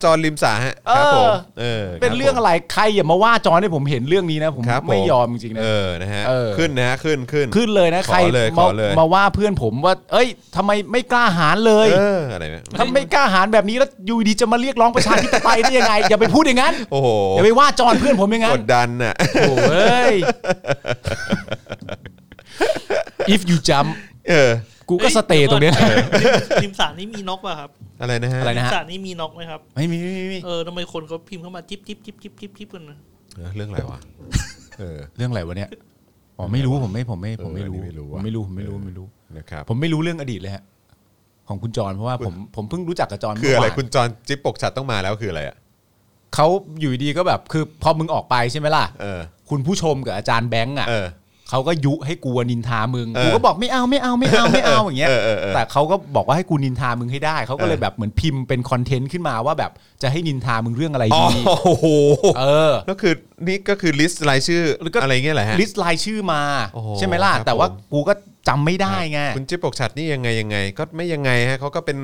Speaker 2: จอริมสาฮะครับ
Speaker 3: เออ
Speaker 2: ผมเออ
Speaker 3: เป็นเรื่อง
Speaker 2: คบผม
Speaker 3: อะไรใครอย่ามาว่าจอนให้ผมเห็นเรื่องนี้นะ ผม
Speaker 2: ครับผ
Speaker 3: ไม่ยอมจริงๆนะ
Speaker 2: เออนะฮะ
Speaker 3: เออ
Speaker 2: ขึ้นนะฮะขึ้นขึ้น
Speaker 3: ขึ้นเลยนะ
Speaker 2: ขอ
Speaker 3: ใคร
Speaker 2: เลยข
Speaker 3: มา
Speaker 2: อเลย
Speaker 3: มาว่าเพื่อนผมว่า เอ้ยทำไมไม่กล้าหารเล
Speaker 2: เอย ออะไรเนี่ย
Speaker 3: ทำไมกล้าหารแบบนี้แล้วอยู่ดีจะมาเรียกร้องประชาธิปไตยได้ยังไง อย่าไปพูดอย่างนั้น
Speaker 2: โอ้โห
Speaker 3: อย่าไปว่าจอนเพื่อนผมอย่างนั้
Speaker 2: ก
Speaker 3: น
Speaker 2: ดดันน่ะ
Speaker 3: โอ้ย if you jump
Speaker 2: เออ
Speaker 3: กูก็สเตย์ตรงเนี้ยนะ
Speaker 4: ริมสานี่มีนกป่ะครับ
Speaker 2: อะไรนะฮะ
Speaker 3: อะไรนะ ฮ
Speaker 4: ริมสานี่มีนกไหมครับ
Speaker 3: ไม่มีไม่มีไม่มี
Speaker 4: เออทำไมคนเขาพิมพ์เข้ามาจิ๊บจิ๊บจิ๊บจิ๊บจิ๊บจิ๊บกันนะ
Speaker 2: เออเรื่องอะไรวะเออ
Speaker 3: เรื่องอะไรวะเนี่ยอ๋อไม่รู้ผมไม่ผมไม่ผมไม่
Speaker 2: เอออันนี้
Speaker 3: รู้
Speaker 2: ไม่รู้
Speaker 3: ผ
Speaker 2: ว่ะ
Speaker 3: มไม่รู้ผมไม่รู้ผมไม่รู้
Speaker 2: นะครับ
Speaker 3: ผมไม่รู้เรื่องอดีตเลยฮะของคุณจรเพราะว่าผมผมเพิ่งรู้จักกับจร
Speaker 2: คืออะไร
Speaker 3: เมื่วาน
Speaker 2: คุณจอนจิ๊บปกชัดต้องมาแล้วคืออะไรอ่ะ
Speaker 3: เขาอยู่ดีๆก็แบบคือพอมึงออกไปใช่ไหมล่ะ
Speaker 2: เออ
Speaker 3: คุณผู้ชมกับอาจารย์แบงค์อ่ะ
Speaker 2: เออ
Speaker 3: เขาก็ยุให้กูนินทามึง
Speaker 2: เออ
Speaker 3: กูก็บอกไม่เอาไม่เอาไม่เอาไม่เอาอย่างเงี้ย
Speaker 2: เออเออเออ
Speaker 3: แต่เขาก็บอกว่าให้กูนินทามึงให้ได้เขาก็เลย
Speaker 2: เออ
Speaker 3: แบบเหมือนพิมพ์เป็นคอนเทนต์ขึ้นมาว่าแบบจะให้นินทามึงเรื่องอะไร
Speaker 2: อ๋อ
Speaker 3: ดี
Speaker 2: โอ้โห
Speaker 3: เออ
Speaker 2: แล้วคือนี่ก็คือลิสต์รายชื่อ
Speaker 3: หรือก็
Speaker 2: อะไรเงี้ยแหละฮะ
Speaker 3: ลิสต์รายชื่อมา
Speaker 2: โอ้โห
Speaker 3: ใช่ไหมล่ะ
Speaker 2: ครับ
Speaker 3: แต่ว่า
Speaker 2: ผม
Speaker 3: กูก็จำไม่ได้ไง
Speaker 2: คุณจิ๊บปกชัดนี่ยังไงยังไง ก็ไม่ยังไงฮะเขาก็เป็น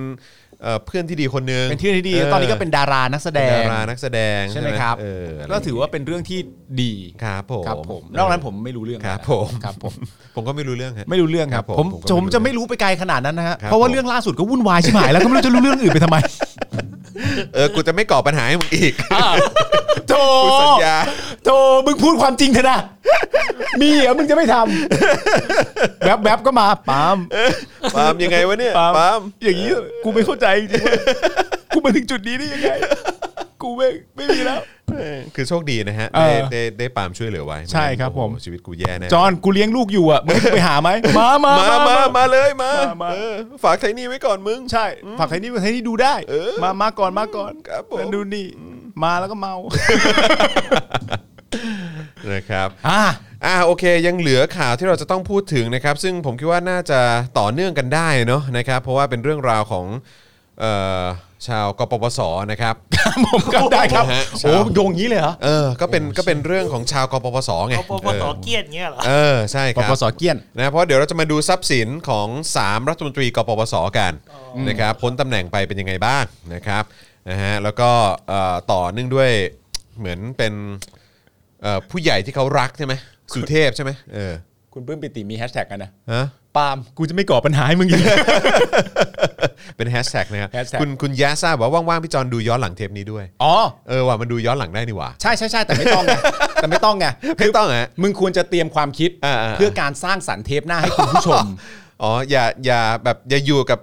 Speaker 2: เอ่อเพื่อนที่ดีคนหนึง
Speaker 3: เป็นที่อที่ดีแล้วตอนนี้ก็เป็นดารานักแสด
Speaker 2: เป็น
Speaker 3: ง
Speaker 2: ดารานักแสดง
Speaker 3: ใช่ไหมครับ
Speaker 2: เอออะไร
Speaker 3: ก็ถือว่าเป็นเรื่องที่ดี
Speaker 2: ครับผม
Speaker 3: ครับผมนอกนั้นผมไม่รู้เรื่อง
Speaker 2: ครับ
Speaker 3: นะ
Speaker 2: ผม
Speaker 3: ครับผม
Speaker 2: ผมก็ไม่รู้เรื่องฮะ
Speaker 3: ไม่รู้เรื่องค
Speaker 2: ครั
Speaker 3: รับ
Speaker 2: บผ
Speaker 3: ผม ม
Speaker 2: ผ
Speaker 3: ผม ม
Speaker 2: ก็
Speaker 3: จะ
Speaker 2: ไม่
Speaker 3: ไม่
Speaker 2: รู้
Speaker 3: รู้ไปไกลขนาดนั้นนะฮะ
Speaker 2: ครับ
Speaker 3: เพราะว่าเรื่องล่าสุดก็วุ่นวายชิบหายแล้วก็ไม่รู้จะรู้เรื่องอื่นไปทำไม
Speaker 2: เออ กูจะไม่ก่อปัญหาให้มึง อีก
Speaker 3: โธ่
Speaker 2: กูสัญญา
Speaker 3: โธ่มึงพูดความจริงเถอะนะมีเหรอมึงจะไม่ทำแบบแบบๆก็มาปาล์ม
Speaker 2: ปาล์มยังไงวะเนี่ยปาล์ม
Speaker 3: อย่างนี้กูไม่เข้าใจจริงๆว่ากูมาถึงจุดนี้ได้ยังไงกูไม่ไม่มีแล้ว
Speaker 2: คือโชคดีนะฮะ
Speaker 3: เอ
Speaker 2: ได้
Speaker 3: อ
Speaker 2: ได้ได้ปาล์มช่วยเหลือไว้
Speaker 3: ใช่ครับ
Speaker 2: ไงั้นโอ้โห
Speaker 3: ผม
Speaker 2: ชีวิตกูแย่แน่
Speaker 3: จอนกูเลี้ยงลูกอยู่อ่ะมึงให้กูไปหาไหมมามา
Speaker 2: มามา
Speaker 3: มามา
Speaker 2: มาเลยมา
Speaker 3: มามา
Speaker 2: เออฝากไทนี่ไว้ก่อนมึง
Speaker 3: ใช่ฝากใครนี่ใครนี่ดูได้มามาก่อนมาก่อน
Speaker 2: ครับผม
Speaker 3: แล้วดูนี่มาแล้วก็เมา
Speaker 2: นะครับ
Speaker 3: อ่า
Speaker 2: อ่าโอเคยังเหลือข่าวที่เราจะต้องพูดถึงนะครับ ซึ่งผมคิดว่าน่าจะต่อเนื่องกันได้เนาะนะครับ เพราะว่าเป็นเรื่องราวของเอ่อชาวกปปสนะครับ
Speaker 3: ผมก็ได้ครับ
Speaker 2: ฮะ
Speaker 3: โอ้โยงงี้เลยเหรอ
Speaker 2: เออก็เป็นก็เป็นเรื่องของชาวกปปสไง
Speaker 4: เอาปปสเกียดเงี้ยเหรอ
Speaker 2: เออใช่ค
Speaker 3: ป
Speaker 2: รับ
Speaker 3: ปสเกี้ยน
Speaker 2: นะเพราะเดี๋ยวเราจะมาดูทรัพย์สินของ 3 รัฐมนตรีกปปสกันนะครับพ้นตำแหน่งไปเป็นยังไงบ้างนะครับนะฮะแล้วก็เอ่อต่อเนื่องด้วยเหมือนเป็นเอ่อผู้ใหญ่ที่เขารักใช่ไหมสุเทพใช่ไหมเออ
Speaker 3: คุณปลื้มปิติมีแฮชแท็กกันนะ
Speaker 2: ฮะ
Speaker 3: ปาล์มกูจะไม่ก่อปัญหาให้มึงอีก
Speaker 2: เป็นแฮชแท็กนะครับ
Speaker 3: hashtag
Speaker 2: คุณคุณยาซาบอกว่าว่างๆพี่จอนดูย้อนหลังเทปนี้ด้วย
Speaker 3: อ๋อ
Speaker 2: เออว่ามันดูย้อนหลังได้นี่หว่า
Speaker 3: ใช่ใช่ใช่แต่ไม่ต้องไง แต่ไม่ต้องไง
Speaker 2: ไม่ต้องฮะ
Speaker 3: มึงควรจะเตรียมความคิด
Speaker 2: อ่าอ่า
Speaker 3: เพื่อการสร้างสรรค์เทปหน้าให้คุณผู้ชม
Speaker 2: อ๋ออย่าอย่าแบบอย่าอยู่กับ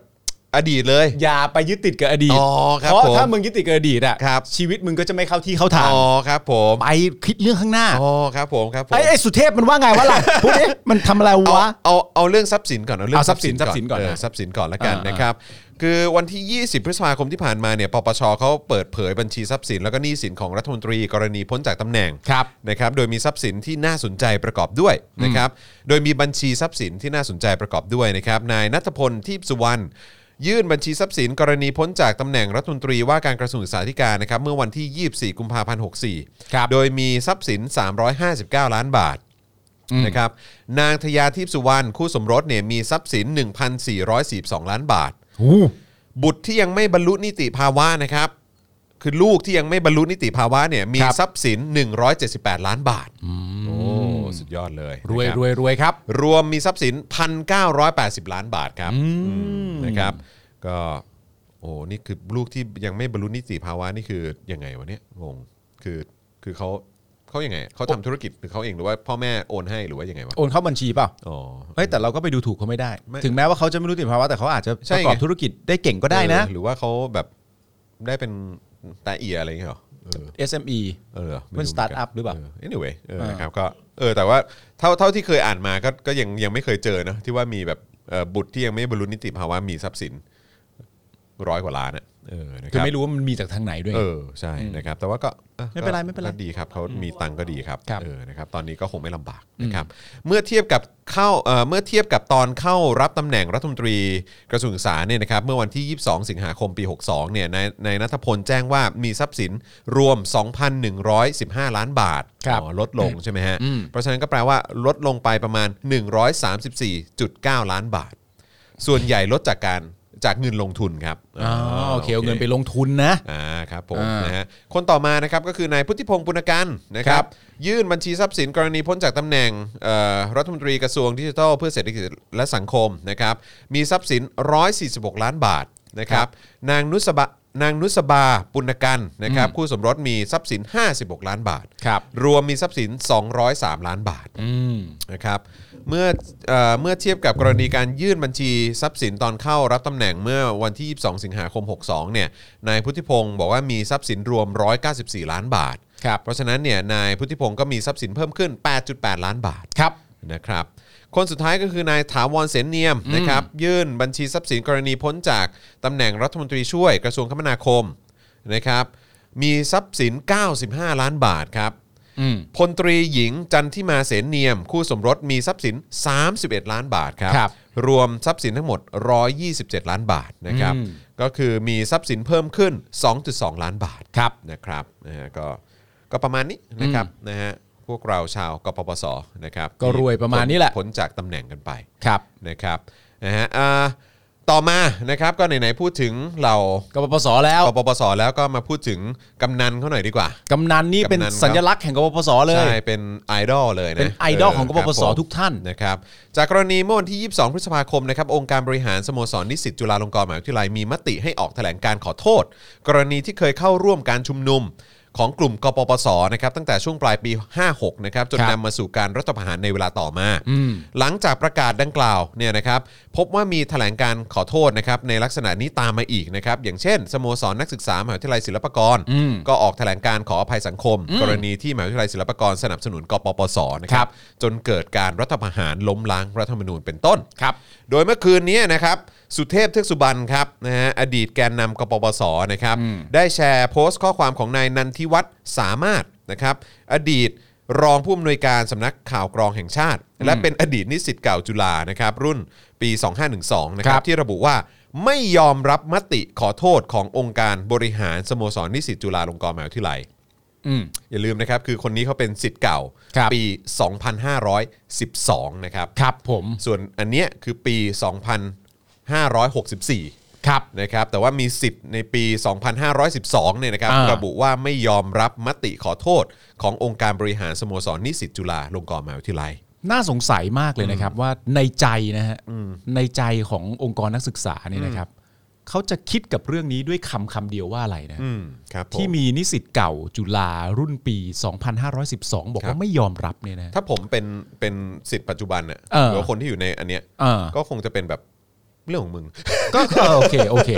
Speaker 2: อดีตเลย
Speaker 3: อย่าไปยึดติดกับอดีต
Speaker 2: อ๋อครับ
Speaker 3: เพราะ
Speaker 2: ผม
Speaker 3: ถ้ามึงยึดติดกับอดีตอ่ะ
Speaker 2: ครับ
Speaker 3: ชีวิตมึงก็จะไม่เข้าที่เข้าทาง
Speaker 2: อ๋อครับผม
Speaker 3: ไปคิดเรื่องข้างหน้า
Speaker 2: อ๋อครับผมครับผม
Speaker 3: ไอ้ไอ้สุเทพมันว่าไงวะ ล่ะพูดดิมันทำอะไร
Speaker 2: เอา
Speaker 3: วะ
Speaker 2: เอาเอาเรื่องทรัพย์สินก่อนเอาเรื่อ
Speaker 3: เอา
Speaker 2: ง
Speaker 3: ทรัพย์สิน
Speaker 2: เออ
Speaker 3: ท
Speaker 2: ท
Speaker 3: รั
Speaker 2: รัพ
Speaker 3: พย์
Speaker 2: ย์
Speaker 3: สิ
Speaker 2: สิน
Speaker 3: นก่
Speaker 2: ก่อ
Speaker 3: อน น
Speaker 2: ละกัน
Speaker 3: อ่าอ่าน
Speaker 2: นะครับ คือวันที่ 20 พฤษภาคมที่ผ่านมาเนี่ยปปชเขาเปิดเผยบัญชีทรัพย์สินแล้วก็หนี้สินของรัฐมนตรีกรณีพ้นจากตำแหน่ง
Speaker 3: ครับ
Speaker 2: นะครับโดยมีทรัพย์สินที่น่าสนใจประกอบด้วยนะครับโดยมีบัญชีทรัพย์สินที่น่าสนใจประกอบด้วยนะครับนายนัทพลทีพสุวรรณยื่นบัญชีทรัพย์สินกรณีพ้นจากตำแหน่งรัฐมนตรีว่าการกระทรวงศึกษาธิการนะครับเมื่อวันที่ 24 กุมภาพันธ์
Speaker 3: ครับ
Speaker 2: 64 โดยมีทรัพย์สิน 359 ล้านบาทนะครับนางธยาทิพย์สุวรรณคู่สมรสเนี่ยมีทรัพย์สิน 1,442 ล้านบาท บุตรที่ยังไม่บรรลุนิติภาวะนะครับ คือลูกที่ยังไม่บรรลุนิติภาวะเนี่ยมี
Speaker 3: ครับ
Speaker 2: ทรัพย์สิน 178 ล้านบาทโอ้สุดยอดเลย
Speaker 3: รวย
Speaker 2: นะคบ
Speaker 3: รวยรวยครับ
Speaker 2: รวมมีทรัพย์สิน 1,980 ล้านบาทครับนะครับ ก็โอ้นี่คือลูกที่ยังไม่บรรลุนิติภาวะนี่คือยังไงวะเนี่ยงงคือคือเขาเขายังไงเขาทำธุรกิจคือเขาเองหรือว่าพ่อแม่โอนให้หรือว่ายังไงวะ
Speaker 3: โอนเข้าบัญชีเปล่า
Speaker 2: อ๋อ
Speaker 3: เฮ้ยแต่เราก็ไปดูถูกเขาไม่ได้
Speaker 2: ไม่
Speaker 3: ถึงแม้ว่าเขาจะไม่รู้ติดภาวะแต่เขาอาจจะ
Speaker 2: ใช่
Speaker 3: ประกอบ
Speaker 2: ไง
Speaker 3: ธุรกิจได้เก่งก็ได้นะ
Speaker 2: เออหรือว่าเขาแบบได้เป็นตาเอียอะไรอย่างเงี้ยเหรอเออ
Speaker 3: SME
Speaker 2: เออไ
Speaker 3: มัน startup หรือเปล่า
Speaker 2: เ anyway เออนะครับก็เออแต่ว่าเท่าเท่าที่เคยอ่านมาก็ก็ยังยังไม่เคยเจอนะที่ว่ามีแบบเอ่อบุตรที่ยังไม่บรรลุนิติภาวะมีทรัพย์สิน ร้อยกว่าล้านอะเออนะค
Speaker 3: คื
Speaker 2: รั
Speaker 3: อบ ไม่รู้ว่ามันมีจากทางไหนด้วย
Speaker 2: เออใช่นะครับ แต่ว่าก็อ่ะ
Speaker 3: ไม่เป็นไร
Speaker 2: ก็
Speaker 3: ไม่เป็นไร
Speaker 2: ก็ดีครับเขามีตังค์ก็ดีครับ
Speaker 3: ครับ
Speaker 2: เออนะครับ ตอนนี้ก็คงไม่ลำบากนะครับ เมื่อเทียบกับเข้าเอ่อเมื่อเทียบกับตอนเข้ารับตำแหน่งรัฐมนตรีกระทรวงศึกษาเนี่ยนะครับ เมื่อวันที่ 22 สิงหาคมปี 62 เนี่ยนายนายนัทพลแจ้งว่ามีทรัพย์สินรวม 2,115 ล้านบาท
Speaker 3: ครับ
Speaker 2: อ๋อลดลงใช่ไหมฮะ เพราะฉะนั้นก็แปลว่าลดลงไปประมาณ 134.9 ล้านบาท ส่วนใหญ่ลดจากการจากเงินลงทุนครับ
Speaker 3: อ๋อโอเคเอาเงินไปลงทุนนะ
Speaker 2: อ่าครับผม
Speaker 3: อ่าน
Speaker 2: นะฮะคนต่อมานะครับก็คือนายพุทธิพงศ์ปุณกันนะครั
Speaker 3: ครับ บ
Speaker 2: ยื่นบัญชีทรัพย์สินกรณีพ้นจากตำแหน่งเอ่อรัฐมนตรีกระทรวงดิจิทัลเพื่อเศรษฐกิจและสังคมนะครับ มีทรัพย์สิน 146 ล้านบาทนะครับ นางนุสบานางนุสบาปุณกันนะครับคู่สมรสมีทรัพย์สิน 56 ล้านบาท
Speaker 3: ครับ
Speaker 2: รวมมีทรัพย์สิน 203 ล้านบาท
Speaker 3: อืม
Speaker 2: นะครับเมื่อเอ่อเมื่อเทียบกับกรณีการยื่นบัญชีทรัพย์สินตอนเข้ารับตำแหน่งเมื่อวันที่ 22 สิงหาคม 62 เนี่ยนายพุทธิพงศ์บอกว่ามีทรัพย์สินรวม 194 ล้านบาท
Speaker 3: ครับ
Speaker 2: เพราะฉะนั้นเนี่ยนายพุทธิพงศ์ก็มีทรัพย์สินเพิ่มขึ้น 8.8 ล้านบาท
Speaker 3: ครับ
Speaker 2: นะครับคนสุดท้ายก็คือนายถาวรเสนเนียมนะครับยื่นบัญชีทรัพย์สินกรณีพ้นจากตำแหน่งรัฐมนตรีช่วยกระทรวงคมนาคมนะครับมีทรัพย์สิน 95 ล้านบาทครับ
Speaker 3: อืม
Speaker 2: พลตรีหญิงจันทิมาเสนเนียม คู่สมรสมีทรัพย์สิน 31 ล้านบาทครับ
Speaker 3: ครับ
Speaker 2: รวมทรัพย์สินทั้งหมด 127 ล้านบาทนะครับ
Speaker 3: อืม
Speaker 2: ก็คือมีทรัพย์สินเพิ่มขึ้น 2.2 ล้านบาท
Speaker 3: ครับ
Speaker 2: นะครับนะฮะก็ก็ประมาณนี้นะครับนะฮะพวกเราชาวกปปสนะครับ
Speaker 3: ก็รวยประมาณนี้แหละ
Speaker 2: พ้นจากตำแหน่งกันไป
Speaker 3: ครับ
Speaker 2: นะครับนะฮะอ่าต่อมานะครับก็ไหนๆพูดถึงเรา
Speaker 3: กปปสแล้ว
Speaker 2: กปปสแล้วก็มาพูดถึงกำนันเขาหน่อยดีกว่า
Speaker 3: กำนันนี่เป็น
Speaker 2: กำนันครับ
Speaker 3: สัญลักษณ์แห่งกปปสเลย
Speaker 2: ใช่เป็นไอดอลเลยนะ
Speaker 3: เป็นไอดอลของกปปส
Speaker 2: ครับผม
Speaker 3: ทุกท่าน
Speaker 2: นะครับจากกรณีเมื่อวันที่ 22 พฤษภาคมนะครับองค์การบริหารสโมสรนิสิตจุฬาลงกรณ์มหาวิทยาลัยมีมติให้ออกแถลงการขอโทษ กรณีที่เคยเข้าร่วมการชุมนุมของกลุ่มกปปสนะครับตั้งแต่ช่วงปลายปี 56นะครับจน
Speaker 3: ครับ
Speaker 2: นำมาสู่การรัฐประหารในเวลาต่อมา หลังจากประกาศดังกล่าวเนี่ยนะครับพบว่ามีแถลงการขอโทษนะครับในลักษณะนี้ตามมาอีกนะครับอย่างเช่นสโมสรนักศึกษามหาวิทยาลัยศิลปากร
Speaker 3: อืม
Speaker 2: ก็ออกแถลงการขออภัยสังคม กรณีที่มหาวิทยาลัยศิลปากรสนับสนุนกปปสนะค
Speaker 3: ครั
Speaker 2: รับ
Speaker 3: บ
Speaker 2: จนเกิดการรัฐประหารล้มล้างรัฐธรรมนูญเป็นต้น
Speaker 3: ครับ
Speaker 2: โดยเมื่อคืนนี้นะครับสุเทพเทือกสุบรรณครับนะฮะอดีตแกนนำกปปสนะครับได้แชร์โพสต์ข้อความของนายนันทิวัฒน์สามารถนะครับอดีตรองผู้อำนวยการสำนักข่าวกรองแห่งชาติ และเป็นอดีตนิสิตเก่าจุฬานะครับรุ่นปี 2512นะค
Speaker 3: ค
Speaker 2: รั
Speaker 3: รั
Speaker 2: บบ ที่ระบุว่าไม่ยอมรับมติขอโทษขององค์การบริหารสโมสรนิสิตจุฬาลงกรณ์มหาวิทยาลัย
Speaker 3: อืม
Speaker 2: อย่าลืมนะครับคือคนนี้เขาเป็นสิทธิ์เก่า
Speaker 3: ครับ
Speaker 2: ปี 2512 นะครับ
Speaker 3: ครับผม
Speaker 2: ส่วนอันเนี้ยคือปี 2564
Speaker 3: ครับ
Speaker 2: นะครับ แต่ว่ามี 10 ในปี 2512 เนี่ยนะครับ
Speaker 3: อ่า
Speaker 2: ระบุว่าไม่ยอมรับมติขอโทษขององค์การบริหารสโมสรนิสิตจุฬาลงกรณ์มหาวิทยาลัย
Speaker 3: น่าสงสัยมากเลยนะครับว่าในใจนะฮะในใจขององค์กรนักศึกษาเนี่ยนะครับเขาจะคิดกับเรื่องนี้ด้วยคำคำเดียวว่าอะไรนะ
Speaker 2: อืมครับผ
Speaker 3: ที่มีนิสิตเก่าจุฬารุ่นปี 2512 บอกว่าไม่ยอมรับเนี่ยนะ
Speaker 2: ถ้าผมเป็นเป็นสิทธิ์ปัจจุบันน่ะ
Speaker 3: เอ
Speaker 2: ห
Speaker 3: อ
Speaker 2: รือว่าคนที่อยู่ในอันเนี้ย
Speaker 3: อ่า
Speaker 2: ก็คงจะเป็นแบบเรื่องของมึง
Speaker 3: ก็ก็โอเคโอเค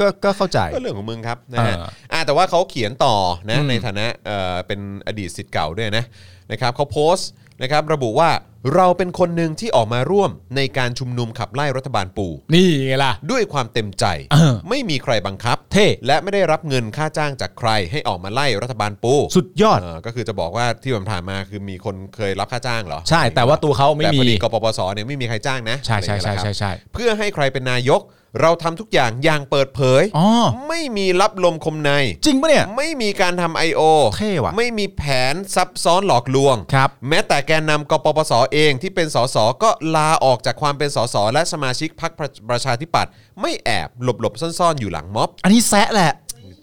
Speaker 3: ก็ก็เข้าใจ
Speaker 2: ก็เรื่องของมึงครับนะฮะ
Speaker 3: เออ
Speaker 2: อ่ะแต่ว่าเขาเขียนต่อนะ
Speaker 3: อืม
Speaker 2: ในฐานะเอ่อเป็นอดีตสิทธิ์เก่าด้วยนะนะครับเขาโพสต์นะครับระบุว่าเราเป็นคนหนึ่งที่ออกมาร่วมในการชุมนุมขับไล่รัฐบาลปู
Speaker 3: นี่ไงล่ะ
Speaker 2: ด้วยความเต็มใจ
Speaker 3: เออ
Speaker 2: ไม่มีใครบังคับ
Speaker 3: เท่
Speaker 2: และไม่ได้รับเงินค่าจ้างจากใครให้ออกมาไล่รัฐบาลปู
Speaker 3: สุดยอด
Speaker 2: เอ่อก็คือจะบอกว่าที่ผ่านๆมาคือมีคนเคยรับค่าจ้างเหรอ
Speaker 3: ใช่แต่ว่าตัวเขาไม่
Speaker 2: แต่
Speaker 3: มี
Speaker 2: พอดีกปปสเนี่ยไม่มีใครจ้างนะ
Speaker 3: ใช่ใช่
Speaker 2: อะไรอ
Speaker 3: ใช่
Speaker 2: ย่างเงี้ยนะครับ
Speaker 3: ใช่ใช่
Speaker 2: เพื่อให้ใครเป็นนายก เราทำทุกอย่างอย่างเปิดเผย
Speaker 3: อ๋อ
Speaker 2: ไม่มีรับลมคมใน
Speaker 3: จริงปะเนี่ย
Speaker 2: ไม่มีการทำ I.O.
Speaker 3: เท่ว่ะ
Speaker 2: ไม่มีแผนซับซ้อนหลอกลวง
Speaker 3: ครับ
Speaker 2: แม้แต่แกนนำกปปสเองที่เป็นสสก็ลาออกจากความเป็นสสและสมาชิกพรรคประชาธิปัตย์ไม่แอบหลบหลบๆซ่อน ๆ อยู่หลังม็อบ
Speaker 3: อันนี้แซะแหละ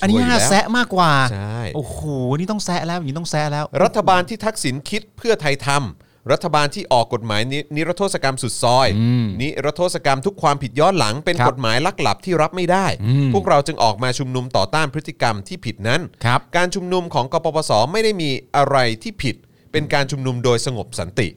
Speaker 3: อันนี้
Speaker 2: ช่วยอยู่
Speaker 3: น่า
Speaker 2: แล้ว
Speaker 3: แซะมากกว่า
Speaker 2: ใช่
Speaker 3: โอ้โหนี่ต้องแซะแล้วอย่างนี้ต้องแซะแล้ว
Speaker 2: รัฐบาลที่ทักษิณคิดเพื่อไทยทำรัฐบาลที่ออกกฎหมายนินิรโทษกรรมสุดซอย นิรโทษกรรมทุกความผิดย้อนหลังเป็น
Speaker 3: ครับ
Speaker 2: กฎหมายลักหลับที่รับไม่ได้ พวกเราจึงออกมาชุมนุมต่อต้านพฤติกรรมที่ผิดนั้น
Speaker 3: ครับ
Speaker 2: การชุมนุมของกปปสไม่ได้มีอะไรที่ผิด เป็นการชุมนุมโดยสงบสันติ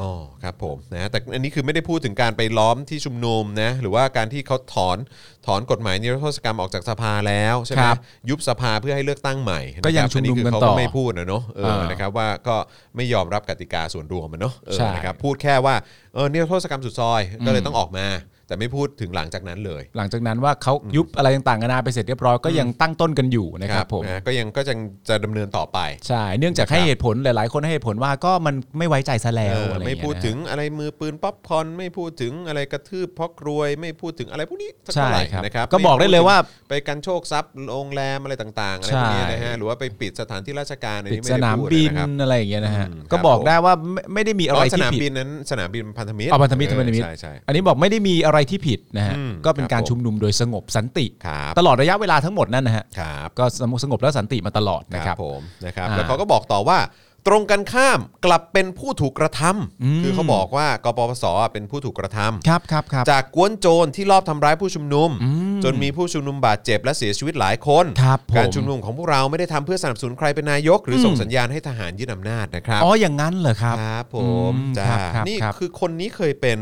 Speaker 2: อ๋อครับผมนะแต่อันนี้คือไม่ได้พูดถึงการไปล้อมที่ชุมนุมนะหรือว่าการที่เขาถอนถอนกฎหมายนิรโทษกรรมออกจากสภาแล้วใช่ไหม
Speaker 3: ครับ
Speaker 2: ยุบสภาเพื่อให้เลือกตั้งใหม่นะครับ
Speaker 3: ก็ยังชุมนุม
Speaker 2: อัคื
Speaker 3: กัน
Speaker 2: เขา
Speaker 3: ต่อ
Speaker 2: ไม่พูดนะเนอะเออ
Speaker 3: อ่าน
Speaker 2: นะครับ นะครับว่าก็ไม่ยอมรับกติกาส่วนรวมมันเนาะเออ
Speaker 3: ใช่
Speaker 2: นะครับพูดแค่ว่าเออเนี่ยโทษกรรมสุดซอยก็เลยต้องออกมา แต่ แต่ไม่พูดถึงหลังจากนั้นเลย
Speaker 3: หลังจากนั้นว่าเขายุบอะไรต่างๆกันานาไปเสร็จเรียบร้อยก็ยังตั้งต้นกันอยู่นะครับผม
Speaker 2: นะก็ยังก็ยังจะดำเนินต่อไป
Speaker 3: ใช่ เนื่องจากให้
Speaker 2: ครับ
Speaker 3: เหตุผลหลาย ๆ คนให้เหตุผลว่าก็มันไม่ไว้ใจซะแล้ว
Speaker 2: เออ
Speaker 3: อะรอย่าง
Speaker 2: ไม่
Speaker 3: เงี้ย
Speaker 2: พูดถึง
Speaker 3: นะ
Speaker 2: อะไรมือปืนป๊อปคอร์นไม่พูดถึงอะไรกระทืบเพราะกรวย ไม่พูดถึงอะไรพวกนี้สัก
Speaker 3: ใช่
Speaker 2: เท่าไหร่
Speaker 3: ครับ
Speaker 2: นะครับ
Speaker 3: ก็บอกได้เลยว่า
Speaker 2: ไปกันโชคทรัพย์โรงแรมอะไรต่างๆอะไรพวกนี้นะฮะหรือว่าไปปิดสถานที่ราชการอัน
Speaker 3: ปิด
Speaker 2: นี้ไม่
Speaker 3: ส
Speaker 2: ได้
Speaker 3: นาม
Speaker 2: พูด
Speaker 3: บิน
Speaker 2: นะครับ
Speaker 3: อะไรอย่างเงี้ยนะฮะ
Speaker 2: อืม
Speaker 3: ก็
Speaker 2: ครับ
Speaker 3: บอก
Speaker 2: ผม
Speaker 3: ได้ว่าไม่ไม่ได้มี
Speaker 2: อ๋
Speaker 3: อะไร
Speaker 2: อส
Speaker 3: ที่
Speaker 2: นาม
Speaker 3: ผิด
Speaker 2: บินนั้นสนามบินพันธมิตร
Speaker 3: อ๋อพันธมิตร
Speaker 2: เออ
Speaker 3: พันธมิตร
Speaker 2: ใช่ใช่
Speaker 3: อันนี้บอกไม่ได้มีอะไรที่ผิดนะฮะ
Speaker 2: อืม
Speaker 3: ก็เป็นกา
Speaker 2: ค
Speaker 3: ร
Speaker 2: รับผม
Speaker 3: ชุมนุมโดยสงบสันติ
Speaker 2: ครับ
Speaker 3: ตลอดระยะเวลาทั้งหมดนั่นนะฮะ
Speaker 2: ครับ
Speaker 3: ก็สงบและสันติมาตลอดนะครับ
Speaker 2: ผมนะครับ
Speaker 3: อ่า
Speaker 2: แล้วเขาก็บอกต่อว่า ตรงกันข้ามกลับเป็นผู้ถูกกระทำ
Speaker 3: อืม
Speaker 2: คือเขาบอกว่ากปปสเป็นผู้ถูกกระทำ
Speaker 3: ครับครับครับ
Speaker 2: จากกวนโจรที่รอบทำร้ายผู้ชุมนุม
Speaker 3: อืม
Speaker 2: จนมีผู้ชุมนุมบาดเจ็บและเสียชีวิตหลายคน
Speaker 3: ครับผม
Speaker 2: การชุมนุมของพวกเราไม่ได้ทำเพื่อสนับสนุนใครเป็นนายก หรือส่งสัญญาณให้ทหารยึดอำนาจนะครับ
Speaker 3: อ๋ออย่างนั้นเหรอครับ
Speaker 2: ครับผม
Speaker 3: อืม
Speaker 2: จ้า
Speaker 3: ครับครับ
Speaker 2: นี่
Speaker 3: ครับ
Speaker 2: คือคนนี้เคยเป็น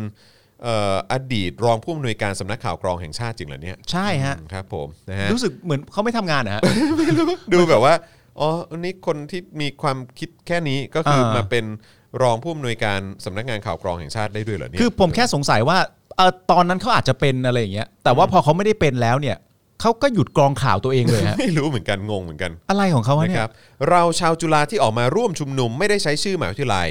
Speaker 2: เอ่ออดีตรองผู้อำนวยการสำนักข่าวกรองแห่งชาติจริงเหรอเนี่ย
Speaker 3: ใช่ฮะ
Speaker 2: อืมครับผมนะฮะ
Speaker 3: รู้สึกเหมือนเขาไม่ทำงานนะฮะ
Speaker 2: ดูแบบว่าอ๋ออันนี่คนที่มีความคิดแค่นี้ก็คือ
Speaker 3: เออ
Speaker 2: มาเป็นรองผู้อำนวยการสำนักงานข่าวกรองแห่งชาติได้ด้วยเหรอเนี่ย
Speaker 3: คือผมแค่สงสัยว่าเออตอนนั้นเขาอาจจะเป็นอะไรอย่างเงี้ยแต่ว่าพอเขาไม่ได้เป็นแล้วเนี่ยเขาก็หยุดกรองข่าวตัวเอง เลยฮะ
Speaker 2: ไม่รู้เหมือนกันงงเหมือนกัน
Speaker 3: อะไรของเขาวะ
Speaker 2: นะ
Speaker 3: เนี่
Speaker 2: ค
Speaker 3: ย
Speaker 2: รับเราชาวจุฬาที่ออกมาร่วมชุมนุมไม่ได้ใช้ชื่อหมหาวิทยาลัย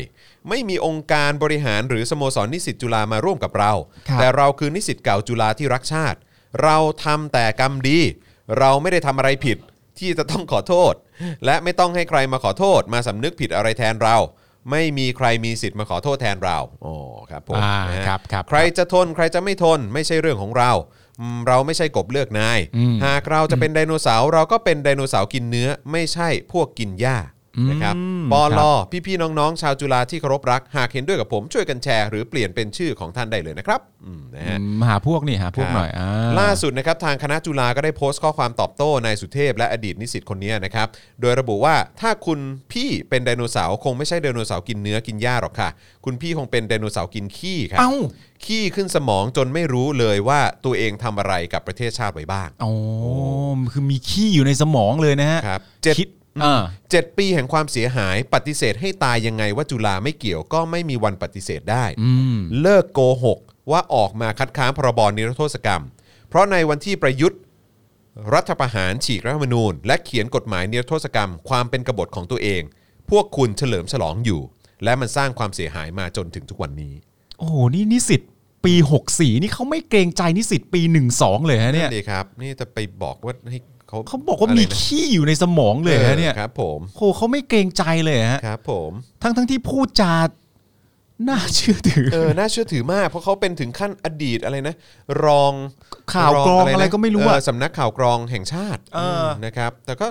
Speaker 2: ไม่มีองค์การบริหารหรือสโมสรนิสิตจุฬามาร่วมกับเรา
Speaker 3: ครับ
Speaker 2: แต่เราคือนิสิตเก่าจุฬาที่รักชาติ เราทำแต่กรรมดี เราไม่ได้ทำอะไรผิดที่จะต้องขอโทษ และไม่ต้องให้ใครมาขอโทษ มาสำนึกผิดอะไรแทนเรา ไม่มีใครมีสิทธิ์มาขอโทษแทนเราอ๋อครับผม
Speaker 3: อ่า
Speaker 2: นะฮะ
Speaker 3: ครับครับ
Speaker 2: ใครจะทนใครจะไม่ทนไม่ใช่เรื่องของเราอืมเราไม่ใช่กบเลือกนาย
Speaker 3: อืม
Speaker 2: หากเราจะเป็นไดโนเสาร์เราก็เป็นไดโนเสาร์กินเนื้อไม่ใช่พวกกินหญ้านะครับ
Speaker 3: อืม
Speaker 2: ปอ
Speaker 3: ค
Speaker 2: ล
Speaker 3: รั
Speaker 2: อบ พี่ๆน้องๆ ชาวจุฬาที่เคารพรัก หากเห็นด้วยกับผมช่วยกันแชร์หรือเปลี่ยนเป็นชื่อของท่านได้เลยนะครับอืมนะฮะ
Speaker 3: อืมหาพวกนี่หาพวกหน่อย
Speaker 2: ครับ
Speaker 3: อ่า
Speaker 2: ล่าสุดนะครับทางคณะจุฬาก็ได้โพสต์ข้อความตอบโต้นายสุเทพและอดีตนิสิตคนนี้นะครับ โดยระบุว่าถ้าคุณพี่เป็นไดโนเสาร์คงไม่ใช่ไดโนเสาร์กินเนื้อกินหญ้าหรอกค่ะ คุณพี่คงเป็นไดโนเสาร์กินขี้ครับ
Speaker 3: เอ้า
Speaker 2: ขี้ขึ้นสมองจนไม่รู้เลยว่าตัวเองทำอะไรกับประเทศชาติไว้บ้าง
Speaker 3: อ๋อคือมีขี้อยู่ในสมองเลยนะฮะ
Speaker 2: ครับเจ็ด
Speaker 3: คิดอ่า
Speaker 2: เจ็ดปีแห่งความเสียหายปฏิเสธให้ตายยังไงว่าจุฬาไม่เกี่ยวก็ไม่มีวันปฏิเสธได้
Speaker 3: อืม
Speaker 2: เลิกโกหกว่าออกมาคัดค้านพรบนิรโทษกรรม เพราะในวันที่ประยุทธ์ รัฐประหารฉีกรัฐธรรมนูญ และเขียนกฎหมายนิรโทษกรรม ความเป็นกบฏของตัวเอง พวกคุณเฉลิมฉลองอยู่ และมันสร้างความเสียหายมาจนถึงทุกวันนี้
Speaker 3: โอ้โห นี่นิสิตปี64นี่เขาไม่เกรงใจนิสิตปี 12 เลยฮะเนี่ย
Speaker 2: ดีครับ นี่จะไปบอกว่าให้เขา
Speaker 3: เขาบอกว่ามี
Speaker 2: ะไรนะ
Speaker 3: ขี้อยู่ในสมองเลยฮะเนี่ย
Speaker 2: ออครับ ผม
Speaker 3: โอ้โหเขาไม่เกรงใจเลยฮะ
Speaker 2: ครับผม
Speaker 3: ทั้งทั้งที่พูดจา น่าเชื่อถือ
Speaker 2: เออ น่าเชื่อถือมาก เพราะเขาเป็นถึงขั้นอดีตอะไรนะ รอง
Speaker 3: ข่าวกรองอะไร
Speaker 2: น
Speaker 3: ก็ไม่รู้อะ
Speaker 2: เสำนักข่าวกรองแห่งชาติ
Speaker 3: เอออื
Speaker 2: มนะครับ แต่ก็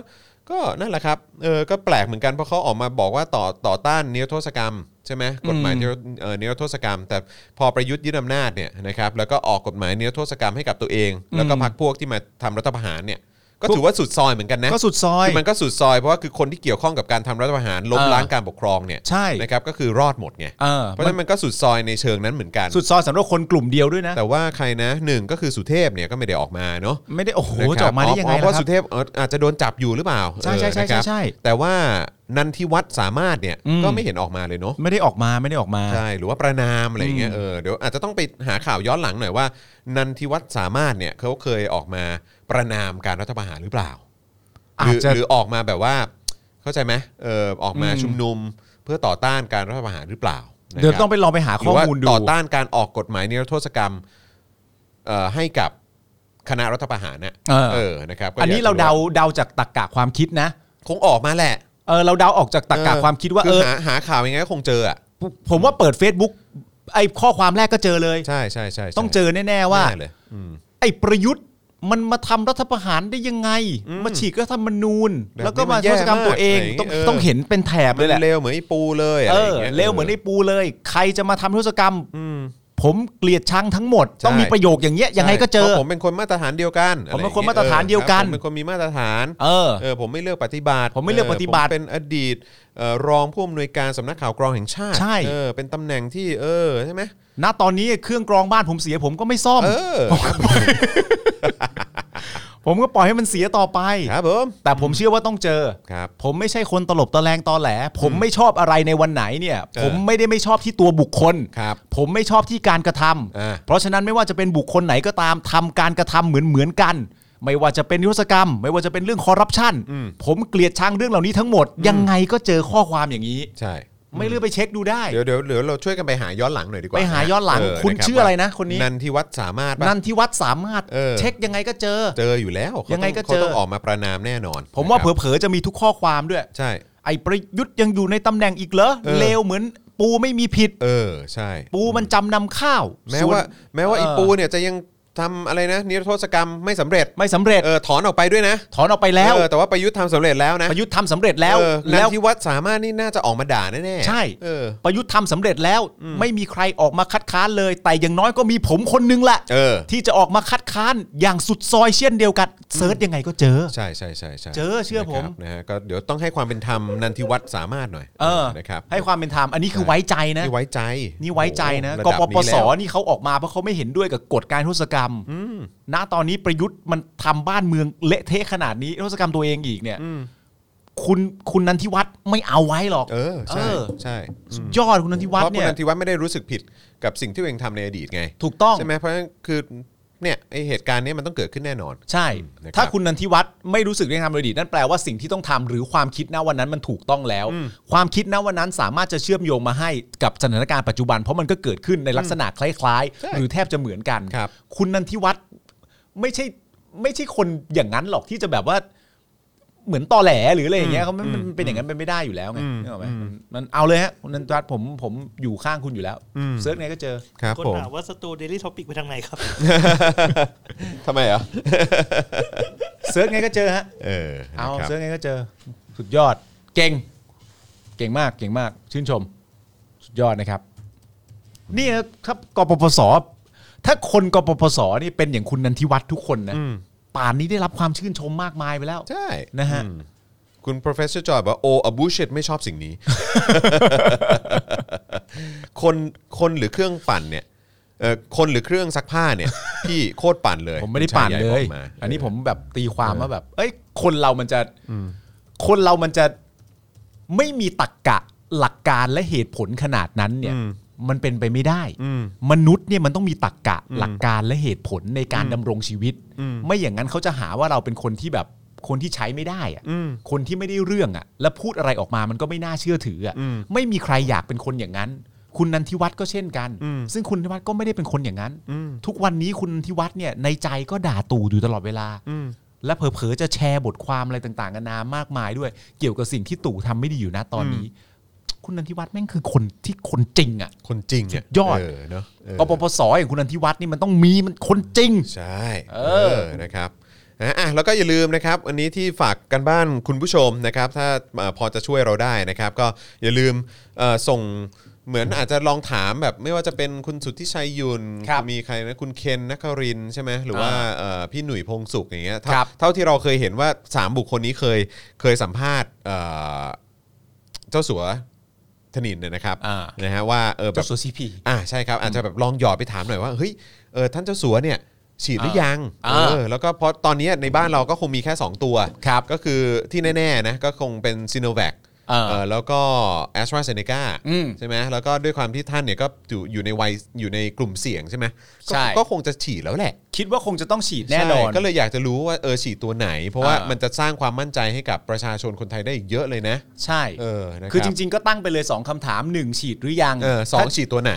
Speaker 2: ก็นั่นแหละครับ เออ ก็แปลกเหมือนกัน เพราะเขาออกมาบอกว่าต่อ ต่อต้านนิรโทษกรรม ใช่ไหมกฎหมายนิรเอ่อนิรโทษกรรม แต่พอประยุทธ์ยึดอำนาจเนี่ยนะครับ แล้วก็ออกกฎหมายนิรโทษกรรมให้กับตัวเอง แล้วก็พรรคพวกที่มาทำรัฐประหารเนี่ย ก็ถือว่าสุดซอยเหมือนกันนะ
Speaker 3: ก็สุดซอย
Speaker 2: คือมันก็สุดซอยเพราะว่าคือคนที่เกี่ยวข้องกับการทำรัฐประหารล้ม
Speaker 3: เออ
Speaker 2: ล้างการปกครองเนี่ย
Speaker 3: ใช่
Speaker 2: นะครับก็คือรอดหมดไง
Speaker 3: เออ
Speaker 2: ราะฉะนั้นมันก็สุดซอยในเชิงนั้นเหมือนกัน
Speaker 3: สุดซอยสำหรับคนกลุ่มเดียวด้วยนะ
Speaker 2: แต่ว่าใครนะหนึ่งก็คือสุเทพเนี่ยก็ไม่ได้ออกมาเนาะ
Speaker 3: ไม่ได้ โอ้โห
Speaker 2: นะครับ
Speaker 3: จะออกมาได้ยังไง
Speaker 2: อ๋อเพ
Speaker 3: ล่ะ
Speaker 2: ราะ
Speaker 3: ครั
Speaker 2: สุ
Speaker 3: บ
Speaker 2: เทพเอ่ออาจจะโดนจับอยู่หรือเปล่า
Speaker 3: ใช่ใช่
Speaker 2: เออ
Speaker 3: ใช่
Speaker 2: นะครับ
Speaker 3: ใช่ใช่
Speaker 2: แต่ว่านันทิวัฒน์สามารถเนี่ย
Speaker 3: อืม
Speaker 2: ก็ไม่เห็นออกมาเลยเนาะ
Speaker 3: ไม่ได้ออกมาไม่ได้ออกมา
Speaker 2: ใช่หรือว่าประนามอะไรอย่างเงี้ยเออเดี๋ยวอาจจะต้องไปหาข่าวย้อนหลังหน่อยว่า นันทิวัฒน์สามารถเนี่ยเขาเคยออกมาประนามการรัฐประหารหรือเปล่า ห
Speaker 3: อา
Speaker 2: รือ
Speaker 3: จจะ
Speaker 2: หรือออกมาแบบว่าเข้าใจไหมเออออกมา
Speaker 3: อืม
Speaker 2: ชุมนุมเพื่อต่อต้านการรัฐประหารหรือเปล่านะครับ
Speaker 3: เดี๋ยวต้องไปลองไปหา
Speaker 2: ห
Speaker 3: ข้
Speaker 2: รืออว่า
Speaker 3: มูลดู
Speaker 2: ต่อต้านการออกกฎหมายนิรโทษกรรมเอ่อให้กับคณะรัฐประหารเนี่ย
Speaker 3: เออ
Speaker 2: เออนะครับก็ยก
Speaker 3: อันนี้เราเดาเดาจากตรรกะความคิดนะ
Speaker 2: คงออกมาแหละ
Speaker 3: เออเราเดาออกจากตรรกะความคิดว่า
Speaker 2: อ
Speaker 3: เออ
Speaker 2: หาหาข่าวยังไงก็คงเจออ่ะ
Speaker 3: ผมผมว่าเปิด Facebook ไอ้ข้อความแรกก็เจอเลย
Speaker 2: ใช่ใช่ใช่ใช่
Speaker 3: ต้องเจอแน่ๆว่า
Speaker 2: แน่เลยอืม
Speaker 3: ไอ้ประยุทธ์มันมาทำรัฐประหารได้ยังไง
Speaker 2: อืม
Speaker 3: มาฉีกรัฐธรรมนูญ
Speaker 2: แบบนี้
Speaker 3: แล้วก็มา
Speaker 2: มัน
Speaker 3: โท
Speaker 2: แย่
Speaker 3: ษกรรมตัวเอง
Speaker 2: มาก
Speaker 3: ต้อง
Speaker 2: เออ
Speaker 3: ต้องเห็นเป็นแถบ
Speaker 2: มั
Speaker 3: เลยแหละ
Speaker 2: นเร็วเหมือนไอ้ปูเลยอะ
Speaker 3: เอ
Speaker 2: ไรอ
Speaker 3: อย่าง
Speaker 2: เงี้ย
Speaker 3: เร็วเหมือนไอ้ปูเลย ใครจะมาทำโทษกรรม
Speaker 2: อืม
Speaker 3: ผมเกลียดชังทั้งหมด
Speaker 2: ใช่
Speaker 3: ต้องมีประโยคอย่างเงี้ยยังไงก็เจอ
Speaker 2: พราะผมเป็นคนมาตรฐานเดียวกัน
Speaker 3: ผมเป็
Speaker 2: อะไรอย่
Speaker 3: น
Speaker 2: ง
Speaker 3: คนมาตรฐานเดียวกัน
Speaker 2: ออครับผมเป็นคนมีมาตรฐาน
Speaker 3: เออ
Speaker 2: เออผมไม่เลือกปฏิบัติ
Speaker 3: ผมไม่เลือกปฏิบัติ
Speaker 2: ผมเป็นอดีตเอ่อรองผู้อำนวยการสำนักข่าวกรองแห่งชาติ
Speaker 3: ใช่
Speaker 2: เออเป็นตำแหน่งที่เออใช่ไหม
Speaker 3: ณตอนนี้เครื่องกรองบ้านผมเสียผมก็ไม่ซ่อม
Speaker 2: เออ
Speaker 3: ผมก็ปล่อยให้มันเสียต่อไป
Speaker 2: ครับผม
Speaker 3: แต่ผมเชื่อว่าต้องเจอ
Speaker 2: ครับ
Speaker 3: ผมไม่ใช่คนตลบตะแลงตอแหล ผมไม่ชอบอะไรในวันไหนเนี่ย ผมไม่ได้ไม่ชอบที่ตัวบุคคล
Speaker 2: ครับ
Speaker 3: ผมไม่ชอบที่การกระทำ
Speaker 2: อ่า
Speaker 3: เพราะฉะนั้นไม่ว่าจะเป็นบุคคลไหนก็ตามทำการกระทำเหมือนเหมือนๆกัน ไม่ว่าจะเป็นนิรศกรรม ไม่ว่าจะเป็นเรื่องคอร์รัปชันผมเกลียดชังเรื่องเหล่านี้ทั้งหมด ยังไงก็เจอข้อความอย่างนี้
Speaker 2: ใช่
Speaker 3: ไม่เลือกไปเช็คดูได้
Speaker 2: เดี๋ยวเดี๋ยวเดี๋ยวเราช่วยกันไปหาย้อนหลังหน่อยดีกว่า
Speaker 3: ไปหาย้อนหลัง
Speaker 2: เ
Speaker 3: คุณ
Speaker 2: บ
Speaker 3: ชื่ออะไรนะคนนี้
Speaker 2: นันที่วัดสามารถปะ
Speaker 3: นั่นที่วัดสามารถ
Speaker 2: เออ
Speaker 3: เช็คยังไงก็เจอ
Speaker 2: เจออยู่แล้วขาต้อ
Speaker 3: ยังไงก็เจ
Speaker 2: ขา
Speaker 3: อ
Speaker 2: ต้องออกมาประนามแน่นอน
Speaker 3: ผมว่า
Speaker 2: นะครับ
Speaker 3: เผลอๆจะมีทุกข้อความด้วย
Speaker 2: ใช่
Speaker 3: ไอ้ประยุทธ์ยังอยู่ในตำแหน่งอีกเหรอ
Speaker 2: เออ
Speaker 3: เลวเหมือนปูไม่มีผิด
Speaker 2: เออใช่
Speaker 3: ปูมันจำนำข้าว
Speaker 2: แม้
Speaker 3: ส่น
Speaker 2: ว่าแม้ว่า
Speaker 3: เออ
Speaker 2: ไอีปูเนี่ยจะยังทำอะไรนะ นิรโทษกรรมไม่สำเร็จ
Speaker 3: ไม่สำเร็จ
Speaker 2: เออถอนออกไปด้วยนะ
Speaker 3: ถอนออกไปแล้ว
Speaker 2: เออแต่ว่าประยุทธ์ทำสำเร็จแล้วนะ
Speaker 3: ประยุทธ์ทำสำเร็จแล้ว
Speaker 2: เออนัน
Speaker 3: แล้ว
Speaker 2: ที่วัดสามารถนี่น่าจะออกมาด่าแน่ๆ
Speaker 3: ใช่
Speaker 2: เออ
Speaker 3: ประยุทธ์ทำสำเร็จแล้ว ไม่มีใครออกมาคัดค้านเลย แต่อย่างน้อยก็มีผมคนนึงแหละ
Speaker 2: เออ
Speaker 3: ที่จะออกมาคัดค้านอย่างสุดซอยเช่นเดียวกันเซิร์ชยังไงก็เจอ
Speaker 2: ใช่ใช่ใช่ใช่
Speaker 3: เจอเชื่อผม
Speaker 2: นะครับนะฮะก็เดี๋ยวต้องให้ความเป็นธรรมนันทิวัฒน์สามารถหน่อย
Speaker 3: เออ
Speaker 2: นะครับ
Speaker 3: ให้ความเป็นธรรมอันนี้คือไว้ใจนะ
Speaker 2: นี่ไว้ใจ
Speaker 3: นี่ไว้ใจนะ
Speaker 2: โอ้
Speaker 3: ก
Speaker 2: โหรดั
Speaker 3: ป
Speaker 2: บ
Speaker 3: ปส
Speaker 2: แล้ว
Speaker 3: นี่เขาออกมาเพราะเขาไม่เห็นด้วยกับกฎการทศกรรมณตอนนี้ประยุทธ์มันทำบ้านเมืองเละเทะขนาดนี้ทศกรรมตัวเองอีกเนี่ยคุณคุณนันทิวัฒน์ไม่เอาไว้หรอก
Speaker 2: เออใช่
Speaker 3: เออ
Speaker 2: ใช่
Speaker 3: สุดยอดคุณนันทิ
Speaker 2: เพ
Speaker 3: วัฒ
Speaker 2: ราะ
Speaker 3: น์
Speaker 2: คุ
Speaker 3: เนี่
Speaker 2: ณ
Speaker 3: ย
Speaker 2: นันทิวัฒน์ไม่ได้รู้สึกผิดกับสิ่งที่ตัวเองทำในอดีตไง
Speaker 3: ถูกต้อง
Speaker 2: ใช่ไหมเพราะฉะนั้นคือเนี่ยไอเหตุการณ์เนี้ยมันต้องเกิดขึ้นแน่นอน
Speaker 3: ใช่
Speaker 2: นะครับ
Speaker 3: ถ้าคุณนันทิวัฒน์ไม่รู้สึกเรื่องทำโดยดีนั่นแปลว่าสิ่งที่ต้องทำหรือความคิดณวันนั้นมันถูกต้องแล้ว ความคิดณวันนั้นสามารถจะเชื่อมโยงมาให้กับสถานการณ์ปัจจุบัน เพราะมันก็เกิดขึ้นในลักษณะคล้าย
Speaker 2: ใช่
Speaker 3: ๆ หรือแทบจะเหมือนกัน
Speaker 2: ครับ
Speaker 3: ณนันทิวัฒน์ไม่ใช่ไม่ใช่คนอย่างนั้นหรอกที่จะแบบว่า เหมือนตอแหลหรืออะไรอย่างเงี้ยเขาไม่มันมันเป็นอย่างนั้นเป็นไม่ได้อยู่แล้วไงนึกออกไหมมันมันเอาเลยฮะคุณนันทิวัฒน์ผมผมอยู่ข้างคุณอยู่แล้วเซิร์ชไงก็เจอ
Speaker 2: ครับ
Speaker 4: คน
Speaker 2: ผม
Speaker 4: ถามว่าสตูเดลี่ท็อปิกไปทางไหนครับ
Speaker 2: ทำไมเหรอ
Speaker 3: เซิร์ชไงก็เจอฮะ
Speaker 2: เออ
Speaker 3: เอา
Speaker 2: นะครับ
Speaker 3: เสื้อไงก็เจอ สุดยอด เก่ง เก่งมากเก่งมากชื่นชม สุดยอดนะครับ นี่นะครับกปปส ถ้าคนกปปสนี่เป็นอย่างคุณนันทิวัฒน์ทุกคนนะป่านนี้ได้รับความชื่นชมมากมายไปแล้ว
Speaker 2: ใช่
Speaker 3: นะฮะ
Speaker 2: อืมคุณ professor Joy บอกว่าโออบูเชตไม่ชอบสิ่งนี้ คนคนหรือเครื่องปั่นเนี่ยเออคนหรือเครื่องซักผ้าเนี่ย พี่โคตรปั่นเลย
Speaker 3: ผมไม่ได้ป่าน
Speaker 2: คุณช
Speaker 3: เลย
Speaker 2: ใหญ่บอกมา
Speaker 3: อันนี้ผมแบบตีความว่าแบบ เอ้ย คนเรามันจะคนเรามันจะไม่มีตรกกะหลักการและเหตุผลขนาดนั้นเนี่ย มันเป็นไปไม่ได้ มนุษย์เนี่ยมันต้องมีตรกกะหลักการและเหตุผลในการดำรงชีวิต ไม่อย่างนั้นเขาจะหาว่าเราเป็นคนที่แบบคนที่ใช้ไม่ได้อะคนที่ไม่ได้เรื่องอะและพูดอะไรออกมามันก็ไม่น่าเชื่อถืออะไม่มีใครอยากเป็นคนอย่างนั้น คุณนันทิวัฒน์ก็เช่นกัน ซึ่งคุณนันทิวัฒน์ก็ไม่ได้เป็นคนอย่างนั้น ทุกวันนี้คุณนันทิวัฒน์เนี่ยในใจก็ด่าตู่อยู่ตลอดเวลา และเผลอๆจะแชร์บทความอะไรต่างๆนานามากมายด้วย เกี่ยวกับสิ่งที่ตู่ทำไม่ดีอยู่นะตอนนี้ คุณนันทิวัฒน์แม่งคือคนที่คนจริงอะ
Speaker 2: คนจริงเนี่ย
Speaker 3: สุดยอด
Speaker 2: เเนาะเออ
Speaker 3: กปปสอย่างคุณนันทิวัฒน์นี่มันต้องมีมันคนจริง
Speaker 2: ใช่
Speaker 3: เอ
Speaker 2: เอ
Speaker 3: อ
Speaker 2: อนะครับนะอ่ะแล้วก็อย่าลืมนะครับ อันนี้ที่ฝากกันบ้านคุณผู้ชมนะครับ ถ้าเอ่อพอจะช่วยเราได้นะครับ ก็อย่าลืมเอ่อส่งเหมือนอาจจะลองถามแบบไม่ว่าจะเป็นคุณสุทธิชัยยุน
Speaker 5: ครับ
Speaker 2: มีใครนะคุณเคนนักคารินทร์ใช่ไหมหรือว่าเอ่อพี่หนุ่ยพงสุขอย่างเงี้ยเท่า
Speaker 5: ครับ
Speaker 2: เท่าที่เราเคยเห็นว่า 3 บุคคลนี้เคยเคยสัมภาษณ์เอ่อเจ้าสัวธนินเนี่ยนะครับ
Speaker 5: อ่าน
Speaker 2: นะฮะว่าเออแบบ
Speaker 5: เจ้าสัวซีพี
Speaker 2: อ่าใช่ครับอาจจะแบบลองหยอดไปถามหน่อยว่าเฮ้ยเออท่านเจ้าสัวเนี่ยฉีดหรือยัง
Speaker 5: อ่า
Speaker 2: เออแล้วก็เพราะตอนนี้ในบ้านเราก็คงมีแค่ 2 ตัว
Speaker 5: ครับ
Speaker 2: ก็คือที่แน่ๆนะก็คงเป็นซีโนแวค
Speaker 5: เออ
Speaker 2: แล้วก็แอสตราเซเนกา
Speaker 5: อืม
Speaker 2: ใช่ไหมแล้วก็ด้วยความที่ท่านเนี่ยก็อยู่อยู่ในวัยอยู่ในกลุ่มเสี่ยงใช่ไหมก็
Speaker 5: ใช่
Speaker 2: ก็คงจะฉีดแล้วแหละ
Speaker 5: คิดว่าคงจะต้องฉีดแน่นอน
Speaker 2: ใช่ก็เลยอยากจะรู้ว่าเออฉีดตัวไหน เพราะว่า
Speaker 5: อ่ามั
Speaker 2: มันจะสร้างความมั่นใจให้กับประชาชนคนไทยได้อีกเยอะเลยนะ
Speaker 3: ใช่
Speaker 2: เออนะ
Speaker 3: คือจ
Speaker 2: ง
Speaker 3: ริง ๆ ก็ตั้งไปเลยสองคำถามหนึ่งฉีดหรือยัง
Speaker 2: เออสอง
Speaker 3: ถ้า
Speaker 2: ฉีดตัวไหน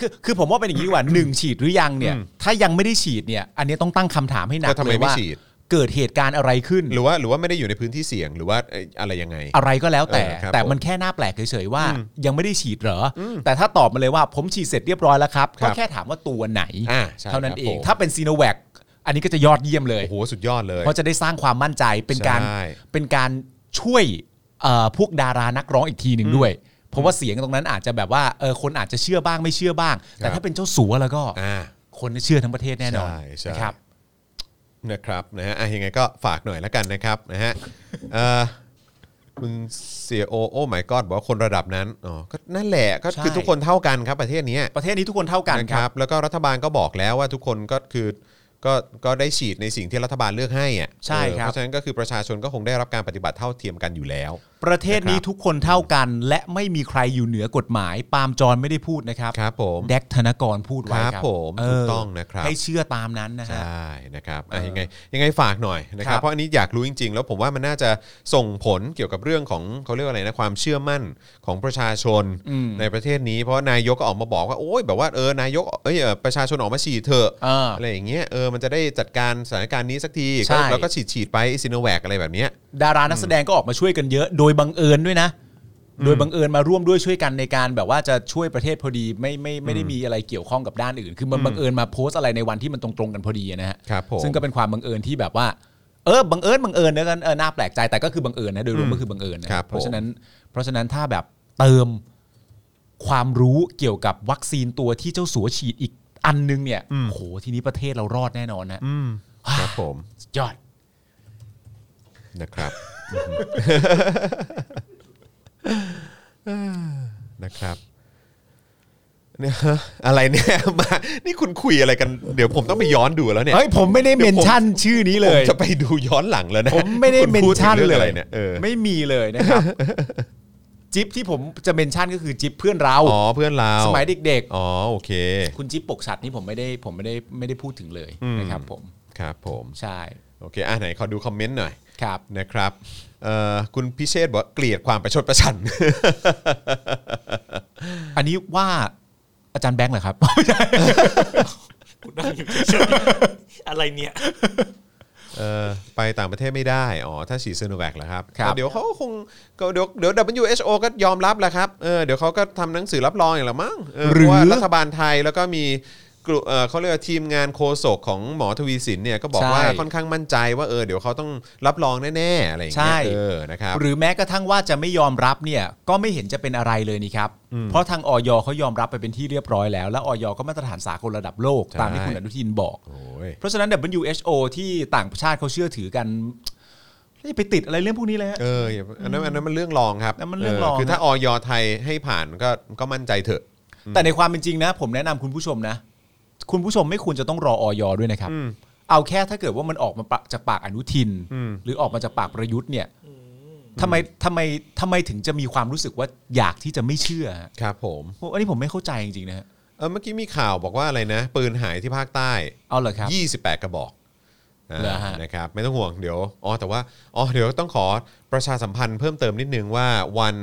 Speaker 3: คือคือผมว่าเป็นอย่างนี้ดีกว่าหนึ่งฉีดหรือยังเนี่ย
Speaker 2: อืม
Speaker 3: ถ้ายังไม่ได้ฉีดเนี่ย อันนี้ต้องตั้งคำถามให้หนัก
Speaker 2: ว่าทำไม
Speaker 3: เลยว่า
Speaker 2: ไม่ฉีด
Speaker 3: เกิดเหตุการณ์อะไรขึ้น
Speaker 2: หรือว่าหรือว่าไม่ได้อยู่ในพื้นที่เสี่ยงหรือว่าเอ่ออะไรยังไง
Speaker 3: อะไรก็แล้วแต่
Speaker 2: เออครับ
Speaker 3: แต่
Speaker 2: ผม
Speaker 3: มันแค่หน้าแปลกเฉยๆว่า ยังไม่ได้ฉีดเหรออแต่ถ้าตอบมาเลยว่าผมฉีดเสร็จเรียบร้อยแล้วครับ
Speaker 2: ครั
Speaker 3: ก็
Speaker 2: บ
Speaker 3: แค่ถามว่าตัวไหน
Speaker 2: อ่าใช่
Speaker 3: เท่านั้น
Speaker 2: ครับ
Speaker 3: เอง
Speaker 2: ผม
Speaker 3: ถ้าเป็นซีโนแวคอันนี้ก็จะยอดเยี่ยมเลย
Speaker 2: โอ้โหสุดยอดเลย
Speaker 3: เพราะจะได้สร้างความมั่นใจเป็นการ
Speaker 2: ใช่
Speaker 3: เป็นการช่วยเอ่อพวกดารานักร้องอีกทีหนึ่งด้วย เพราะว่าเสียงตรงนั้นอาจจะแบบว่าเออคนอาจจะเชื่อบ้างไม่เชื่อบ้าง แต่ถ้าเป็นเจ้าสัวแล้วก็
Speaker 2: อ่า
Speaker 3: คนเชื่อทั้งประเทศแน่นอน
Speaker 2: ใช่ใช่
Speaker 3: นะครับ
Speaker 2: นะครับนะฮะอ่ะยังไงก็ฝากหน่อยละกันนะครับนะฮะเอ่อคุณเสียโอโอ้หมายกอดบอกว่าคนระดับนั้นอ๋อก็นั่นแหละก็
Speaker 3: ใช่
Speaker 2: คือทุกคนเท่ากันครับประเทศเนี้ย
Speaker 3: ประเทศนี้ทุกคนเท่ากัน
Speaker 2: นะ
Speaker 3: ค
Speaker 2: ค
Speaker 3: รั
Speaker 2: รับ บ แล้วก็รัฐบาลก็บอกแล้วว่าทุกคนก็คือ ก็ก็ได้ฉีดในสิ่งที่รัฐบาลเลือกให้อ่ะ
Speaker 3: ใช่ค
Speaker 2: เออ
Speaker 3: รับ
Speaker 2: เพราะฉะนั้นก็คือประชาชนก็คงได้รับการปฏิบัติเท่าเทียมกันอยู่แล้ว
Speaker 3: ประเทศนี้
Speaker 2: นะครับ
Speaker 3: ทุกคนเท่ากัน และไม่มีใครอยู่เหนือกฎหมาย ปาล์มจรไม่ได้พูดนะครับ
Speaker 2: ครับผม
Speaker 3: แดกธนกรพูดไว้
Speaker 2: ค
Speaker 3: ค
Speaker 2: รั
Speaker 3: รั
Speaker 2: บบ ผม
Speaker 3: เ
Speaker 2: ถูกต้องนะครับ
Speaker 3: ให้เชื่อตามนั้นนะฮะ
Speaker 2: ใช่นะครับอ่ะยังไงยังไงฝากหน่อยนะครั
Speaker 3: ครับ บ
Speaker 2: เพราะอันนี้อยากรู้จริง ๆ แล้วผมว่ามันน่าจะส่งผลเกี่ยวกับเรื่องของเขาเรียกว่าอะไรนะความเชื่อมั่นของประชาชน
Speaker 3: อืม
Speaker 2: ในประเทศนี้ เพราะนายกก็ออกมาบอกว่าโอ้ยแบบว่าเออนายกเอ้ยเอ่อประชาชนออกมาฉีดเถอะ
Speaker 3: เอออ
Speaker 2: อะไรอย่างเงี้ยเออมันจะได้จัดการสถานการณ์นี้สักที
Speaker 3: ใช่
Speaker 2: แล้วก็ฉีดฉีดๆไปซิโนแวคอะไรแบบเนี้ย
Speaker 3: ดารานักแสดงก็ออกมาช่วยกันเยอะ โดยบังเอิญด้วยนะ โดยบังเอิญมาร่วมด้วยช่วยกันในการแบบว่าจะช่วยประเทศพอดีไม่ไม่ไม่ได้มีอะไรเกี่ยวข้องกับด้านอื่น คือมันบังเอิญมาโพสต์อะไรในวันที่มันตรงๆกันพอดีนะฮะ
Speaker 2: ครับผม
Speaker 3: ซึ่งก็เป็นความบังเอิญที่แบบว่า เออบังเอิญบังเอิญเนอะกันเออน่าแปลกใจแต่ก็คือบังเอิญนะโดยรวมก็คือบังเอิญนะครับ
Speaker 2: ผม
Speaker 3: เพราะฉะนั้นเพราะฉะนั้นถ้าแบบเติมความรู้เกี่ยวกับวัคซีนตัวที่เจ้าสัวฉีดอีกอันนึงเนี่ยโอ้โหทีนี้ประเทศเรารอดแน่นอนนะ
Speaker 2: ครับผม
Speaker 3: สุดยอด
Speaker 2: นะครับ นะครับเนี่ยฮะอะไรเนี่ย มานี่คุณคุยอะไรกันเดี๋ยวผมต้องไปย้อนดูแล้วเนี่ย
Speaker 3: เฮ้ยผมไม่ได้
Speaker 2: เดี๋
Speaker 3: เม
Speaker 2: ยวน ผม
Speaker 3: ชั่นชื่อนี้เลย
Speaker 2: ผมจะไปดูย้อนหลังแล้วนะ
Speaker 3: ผมไม่ได้
Speaker 2: คุณ
Speaker 3: เมน
Speaker 2: พูถึง
Speaker 3: ชั่น
Speaker 2: รื่อง
Speaker 3: เล
Speaker 2: อะไร
Speaker 3: ย
Speaker 2: เนี่ยเออ
Speaker 3: ไม่มีเลยนะครับ จิ๊บที่ผมจะเมนชั่นก็คือจิ๊บเพื่อนเรา
Speaker 2: อ๋อเพื่อนเรา
Speaker 3: สมัยเด็ก
Speaker 2: อ๋อโอเค
Speaker 3: ๆ คุณจิ๊บปกฉัดนี่ผมไม่ได้ผมไม่ได้ไม่ได้พูดถึงเลยนะครับผม
Speaker 2: ครับผม
Speaker 3: ใช่
Speaker 2: โอเคอ่ะไหนขอดูคอมเมนต์หน่อย
Speaker 3: ครับ
Speaker 2: นะครับเอ่อคุณพิเชษฐ์บอกว่าเกลียดความประชดประชัน
Speaker 3: อันนี้ว่าอาจารย์แบงค์เหรอครับ
Speaker 4: กูนั่งอยู่เฉยๆอะไรเนี่ย
Speaker 2: เออไปต่างประเทศไม่ได้ อ๋อ ถ้าฉีดซีโนแวคเหรอครับ
Speaker 3: ครับ
Speaker 2: แต่เดี๋ยวเขาก็คงก็เดี๋ยวเดี๋ยว WHO ก็ยอมรับแหละครับ เออ เดี๋ยวเขาก็ทำหนังสือรับรองอย่างละมั้งเออเพราะว่ารัฐบาลไทยแล้วก็มีกลุ่มเออเขาเรียกว่าทีมงานโคศกของหมอทวีสินเนี่ยก็บอกว่าค่อนข้างมั่นใจว่าเออเดี๋ยวเขาต้องรับรองแน่ๆอะไรอย่างเงี้ย เออ นะครับ
Speaker 3: หรือแม้กระทั่งว่าจะไม่ยอมรับเนี่ยก็ไม่เห็นจะเป็นอะไรเลยนี่ครับ เพราะทางออยเขายอมรับไปเป็นที่เรียบร้อยแล้ว และออยก็มาตรฐานสากลระดับโลก
Speaker 2: ใช่
Speaker 3: ตามที่คุณอนุทินบอก
Speaker 2: โอ้ย
Speaker 3: เพราะฉะนั้น WHO ที่ต่างชาติเขาเชื่อถือกันไม่ไปติดอะไรเรื่องพวกนี้เลยฮะ
Speaker 2: เอออย่าอันนั้นอันนั้นมันเรื่องรองครับ
Speaker 3: นั่นมันเรื่องรอง
Speaker 2: คือถ้า
Speaker 3: นะ
Speaker 2: ออยไทยให้ผ่านก็ก็มั่นใจเถอะ
Speaker 3: แต่ในความเป็นจริงนะ ผมแนะนำคุณผู้ชมนะ คุณผู้ชมไม่ควรจะต้องรอออยด้วยนะครับ เอาแค่ถ้าเกิดว่ามันออกมาปะจากปากอนุทิน หรือออกมาจากปากประยุทธ์เนี่ยทำไมทำไมทำไมถึงจะมีความรู้สึกว่าอยากที่จะไม่เชื่อฮะ
Speaker 2: ครับผม
Speaker 3: โอ้อันนี้ผมไม่เข้าใจจริงๆนะฮะ
Speaker 2: เออเมื่อกี้มีข่าวบอกว่าอะไรนะ ปืนหายที่ภาคใต้
Speaker 3: เอาเหรอครับ
Speaker 2: 28 กระบอกอ่า
Speaker 3: เหรอฮะ
Speaker 2: นะครับไม่ต้องห่วงเดี๋ยวอ๋อแต่ว่าอ๋อเดี๋ยวต้องขอประชาสัมพันธ์เพิ่มเติมนิดนึงว่าวัน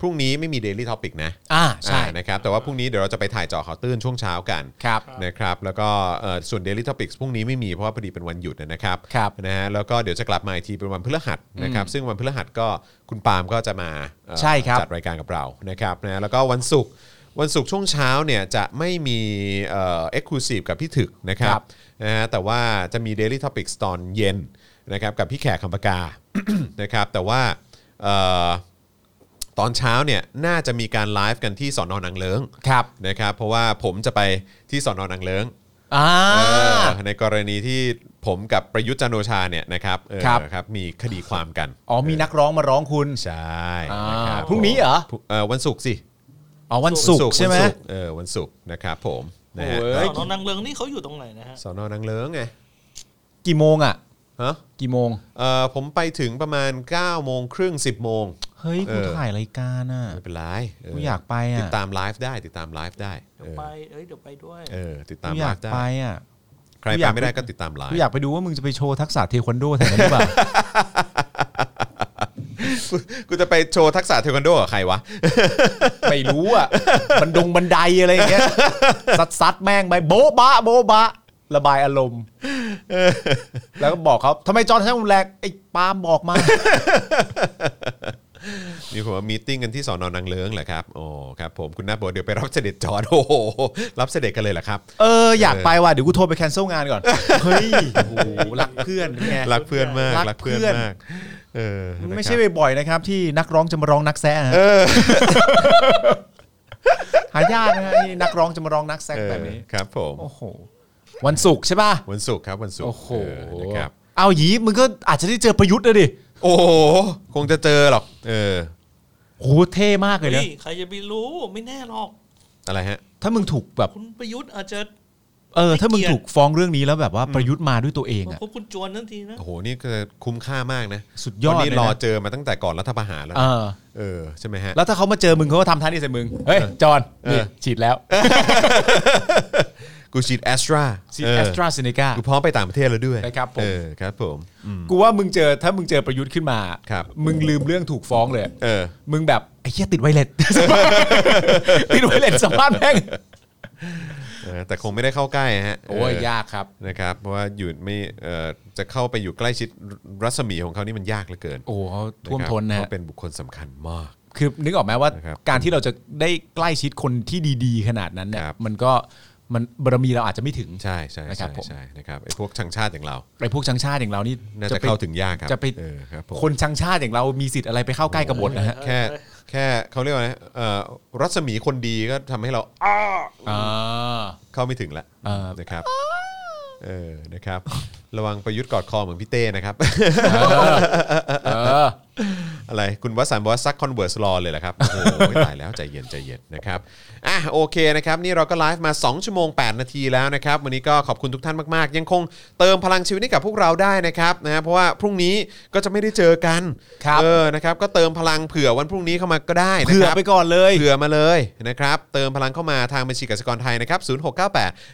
Speaker 2: พรุ่งนี้ไม่มี Daily Topic นะ
Speaker 3: อ่าใช่
Speaker 2: อ่านะครับแต่ว่าพรุ่งนี้เดี๋ยวเราจะไปถ่ายเจาะข่าวตื้นช่วงเช้ากัน
Speaker 3: ครับ
Speaker 2: นะครับแล้วก็เอ่อส่วน Daily Topics พรุ่งนี้ไม่มีเพราะว่าพอดีเป็นวันหยุดนะครับ
Speaker 3: ครับ
Speaker 2: นะฮะแล้วก็เดี๋ยวจะกลับมาอีกทีเป็นวันพฤหัสนะครับซึ่งวันพฤหัสก็คุณปาล์มก็จะมาเอ่อ
Speaker 3: ใช่ครับ
Speaker 2: จัดรายการกับเรานะครับนะแล้วก็วันศุกร์วันศุกร์ช่วงเช้าเนี่ยจะไม่มีเอ็กซ์คลูซีฟกับพี่ถึกนะ นะค
Speaker 3: ค
Speaker 2: รั
Speaker 3: รั
Speaker 2: บบ นะฮะแต่ว่าจะมี Daily Topics ตอนเย็นนะครับกับพี่แขกคำปากา นะครับแต่ว่าเอ่อตอนเช้าเนี่ยน่าจะมีการไลฟ์กันที่สอนอนังเลิง
Speaker 3: ครับ
Speaker 2: นะครับเพราะว่าผมจะไปที่สอนอนังเลิง
Speaker 3: อ่า
Speaker 2: เออในกรณีที่ผมกับประยุทธ์จันทร์โอชาเนี่ยนะครับเออ
Speaker 3: ครับ
Speaker 2: ครับมีคดีความกัน
Speaker 3: อ๋อมีนักร้องมาร้องคุณ
Speaker 2: ใช่นะครับ
Speaker 3: อ่าพรุ่งนี้เหรอ
Speaker 2: พงเออวันศุกร์สิ
Speaker 3: อ๋อวันศุกร์ใช่ไหม
Speaker 2: วันศุกร์เออวันศุกร์นะครับผมนะฮะ
Speaker 3: โอ้
Speaker 4: ส
Speaker 3: ย
Speaker 4: อนอนังเลิงนี่เขาอยู่ตรงไหนนะฮะ
Speaker 2: สอนอนังเลิงไง
Speaker 3: กี่โมงอ่ะ
Speaker 2: ฮะ
Speaker 3: กี่โมง
Speaker 2: เอ่อผมไปถึงประมาณ9โมงครึ่ง10 โมง
Speaker 3: เฮ้ย
Speaker 2: เอ
Speaker 3: กู
Speaker 2: อ
Speaker 3: ถ่ายรายการอ่ะ
Speaker 2: ไม่เป็นไรเ
Speaker 3: กูอยากไปอ่ะ
Speaker 2: ติดตามไลฟ์ได้ติดตามไลฟ์ได้
Speaker 4: เดี๋ย
Speaker 2: เอ
Speaker 4: ว
Speaker 2: อ
Speaker 4: ไปเอ้ยเดี๋ยวไปด้วย
Speaker 2: เออติดตาม
Speaker 3: กูอ
Speaker 2: ไล
Speaker 3: ยาก
Speaker 2: ฟ์ได้
Speaker 3: ไปอ่ะ
Speaker 2: ใคร
Speaker 3: กู
Speaker 2: ไป
Speaker 3: อยาก
Speaker 2: ไม่ได้ก็ติดตามไล
Speaker 3: กู
Speaker 2: ฟ์
Speaker 3: อยากไปดูว่ามึงจะไปโชว์ทักษะเทควันโดแถวนั้นหรือเปล่า
Speaker 2: กูกูจะไปโชว์ทักษะเทควันโดกับใครวะ
Speaker 3: ไม่รู้อ่ะ บันดงบันไดอะไรอย่างเงี้ย ซัด ซัดแม่งไปโบ๊ะบะโบ๊ะบะ ระบายอาร มณ์ แล้วก็บอกเขาทำไมจอห์นใช้รุนแรงไอ้ปาล์มบอกมา
Speaker 2: มีผมว่ามีตติ้งกันที่สอนอนังเลิ้งเหรอครับโอ้ครับผมคุณน้าบอกเดี๋ยวไปรับเสด็จจอ ดโอ้โหรับเสด็จกันเลยเหรอครับ
Speaker 3: เออ อยากไปว่ะ เดี๋ยวกูโทรไปแคนเซิลงานก่อน เฮ้ยโอ้โหรักเพื่อนไง
Speaker 2: รักเพื่อนมาก
Speaker 3: รั
Speaker 2: รัก
Speaker 3: กเพื่
Speaker 2: เพื่อ
Speaker 3: อน น
Speaker 2: มากเออนะครับ
Speaker 3: ไม่ใช่บ่อยๆนะครับ ที่นักร้องจะมาร้องนักแซะฮะหายากนะฮะที่นักร้องจะมาร้องนักแซะ
Speaker 2: เออ
Speaker 3: แบบนี้
Speaker 2: ครับผม
Speaker 3: โอ้โหวันศุกร์ใช่ป่ะ
Speaker 2: วันศุกร์ครับวันศุกร์
Speaker 3: โอ้โห
Speaker 2: เออนะครับ
Speaker 3: เอาหยีมึงก็อาจจะได้เจอประยุทธ์นะดิ
Speaker 2: โอ้โหคงจะเจอหรอกเออ
Speaker 3: โหเท่มากเลยนะ
Speaker 4: เฮ้ยใครจะไปรู้ไม่แน่หรอก
Speaker 2: อะไรฮะ
Speaker 3: ถ้ามึงถูกแบบ
Speaker 4: คุณประยุทธ์อาจจะ
Speaker 3: เออ ถ้ามึง
Speaker 4: ไม่เกี่ยว
Speaker 3: ถูกฟ้องเรื่องนี้แล้วแบบว่าประยุทธ์มาด้วยตัวเอง
Speaker 4: มา
Speaker 3: อ่ะ
Speaker 4: พบคุณจวนทั้งทีนะ
Speaker 2: โอ้โหนี่คือคุ้มค่ามากนะ
Speaker 3: สุดยอด
Speaker 2: คนนี่
Speaker 3: เลยนะ
Speaker 2: รอเจอมาตั้งแต่ก่อนรัฐประหารแล้ว
Speaker 3: เอ
Speaker 2: นะ
Speaker 3: อ
Speaker 2: เออใช่ไหมฮะ
Speaker 3: แล้วถ้าเขามาเจอมึงเขาก็ทำท่านี้ใส่มึง เฮ้ย จอนนี่
Speaker 2: เออ
Speaker 3: ฉีดแล้ว
Speaker 2: กูฉีดแอสตรา
Speaker 3: ฉีดแอสตราเซเนกา
Speaker 2: กูพร้อมไปต่างประเทศแล้วด้วย
Speaker 3: นะครับผม
Speaker 2: เออครับผม
Speaker 3: กูว่ามึงเจอถ้ามึงเจอประยุทธ์ขึ้นมา
Speaker 2: ครับ
Speaker 3: มึงลืมเรื่องถูกฟ้องเลย
Speaker 2: เออ
Speaker 3: มึงแบบไอ้เหี้ยติดไวเลส ติดไวเลสสัมภาษณ์แม่ง
Speaker 2: เออแต่คงไม่ได้เข้าใกล้ฮะ
Speaker 3: โอ้ย
Speaker 2: เ
Speaker 3: ยากครับ
Speaker 2: นะครับเพราะว่าอยู่ไม่เอ่อจะเข้าไปอยู่ใกล้ชิดรัศมีของเขานี่มันยากเหลือเกิน
Speaker 3: โอ้โหเขาท่วมท้นนะ
Speaker 2: ครับ
Speaker 3: ฮะ
Speaker 2: เพราเป็นบุคคลสำคัญมาก
Speaker 3: คือนึกออกไหมว่า
Speaker 2: นะครับ
Speaker 3: การที่เราจะได้ใกล้ชิดคนที่ดีๆ ขนาดนั้นเนี่ย
Speaker 2: ครับ
Speaker 3: มันก็มันบารมีเราอาจจะไม่ถึง
Speaker 2: ใช่ใช่
Speaker 3: นะครั
Speaker 2: ใช่
Speaker 3: บผม
Speaker 2: ใช่นะครับไอ้พวกชังชาติอย่างเรา
Speaker 3: ไอ้พวกชังชาติอย่างเรานี่
Speaker 2: น่าจะ
Speaker 3: ไป
Speaker 2: เข้าถึงยากครับ
Speaker 3: จะไป
Speaker 2: เออครับผม
Speaker 3: คนชังชาติอย่างเรามีสิทธิ์อะไรไปเข้าใกล้กบฏนะฮะ
Speaker 2: แค่แค่เขาเรียกว่าไงเอ่อรัศมีคนดีก็ทำให้เรา
Speaker 3: อ่า
Speaker 2: เข้าไม่ถึงละ
Speaker 3: เออ
Speaker 2: นะครับเออนะครับ ระวังประยุทธ์กอดคอเหมือนพี่เต้นะครับ
Speaker 3: เออ
Speaker 2: อะไรคุณวสันต์บอกว่าซักคอนเวิร์สรอเลยเหรอครับ โอ้โหตายแล้วใจเย็นใจเย็นนะครับอ่ะโอเคนะครับ นี่เราก็ไลฟ์มา 2 ชั่วโมง 8 นาทีแล้วนะครับ วันนี้ก็ขอบคุณทุกท่านมาก ๆ ยังคงเติมพลังชีวิตให้กับพวกเราได้นะครับนะเพราะว่าพรุ่งนี้ก็จะไม่ได้เจอกัน
Speaker 3: ครับ
Speaker 2: เออนะครับก็เติมพลังเผื่อวันพรุ่งนี้เข้ามาก็ได้นะค
Speaker 3: เผื่อ
Speaker 2: รับ
Speaker 3: ไปก่อนเลย
Speaker 2: เผื่อมาเลยนะครับ เติมพลังเข้ามาทางบัญชีกสิกรไทยนะครับ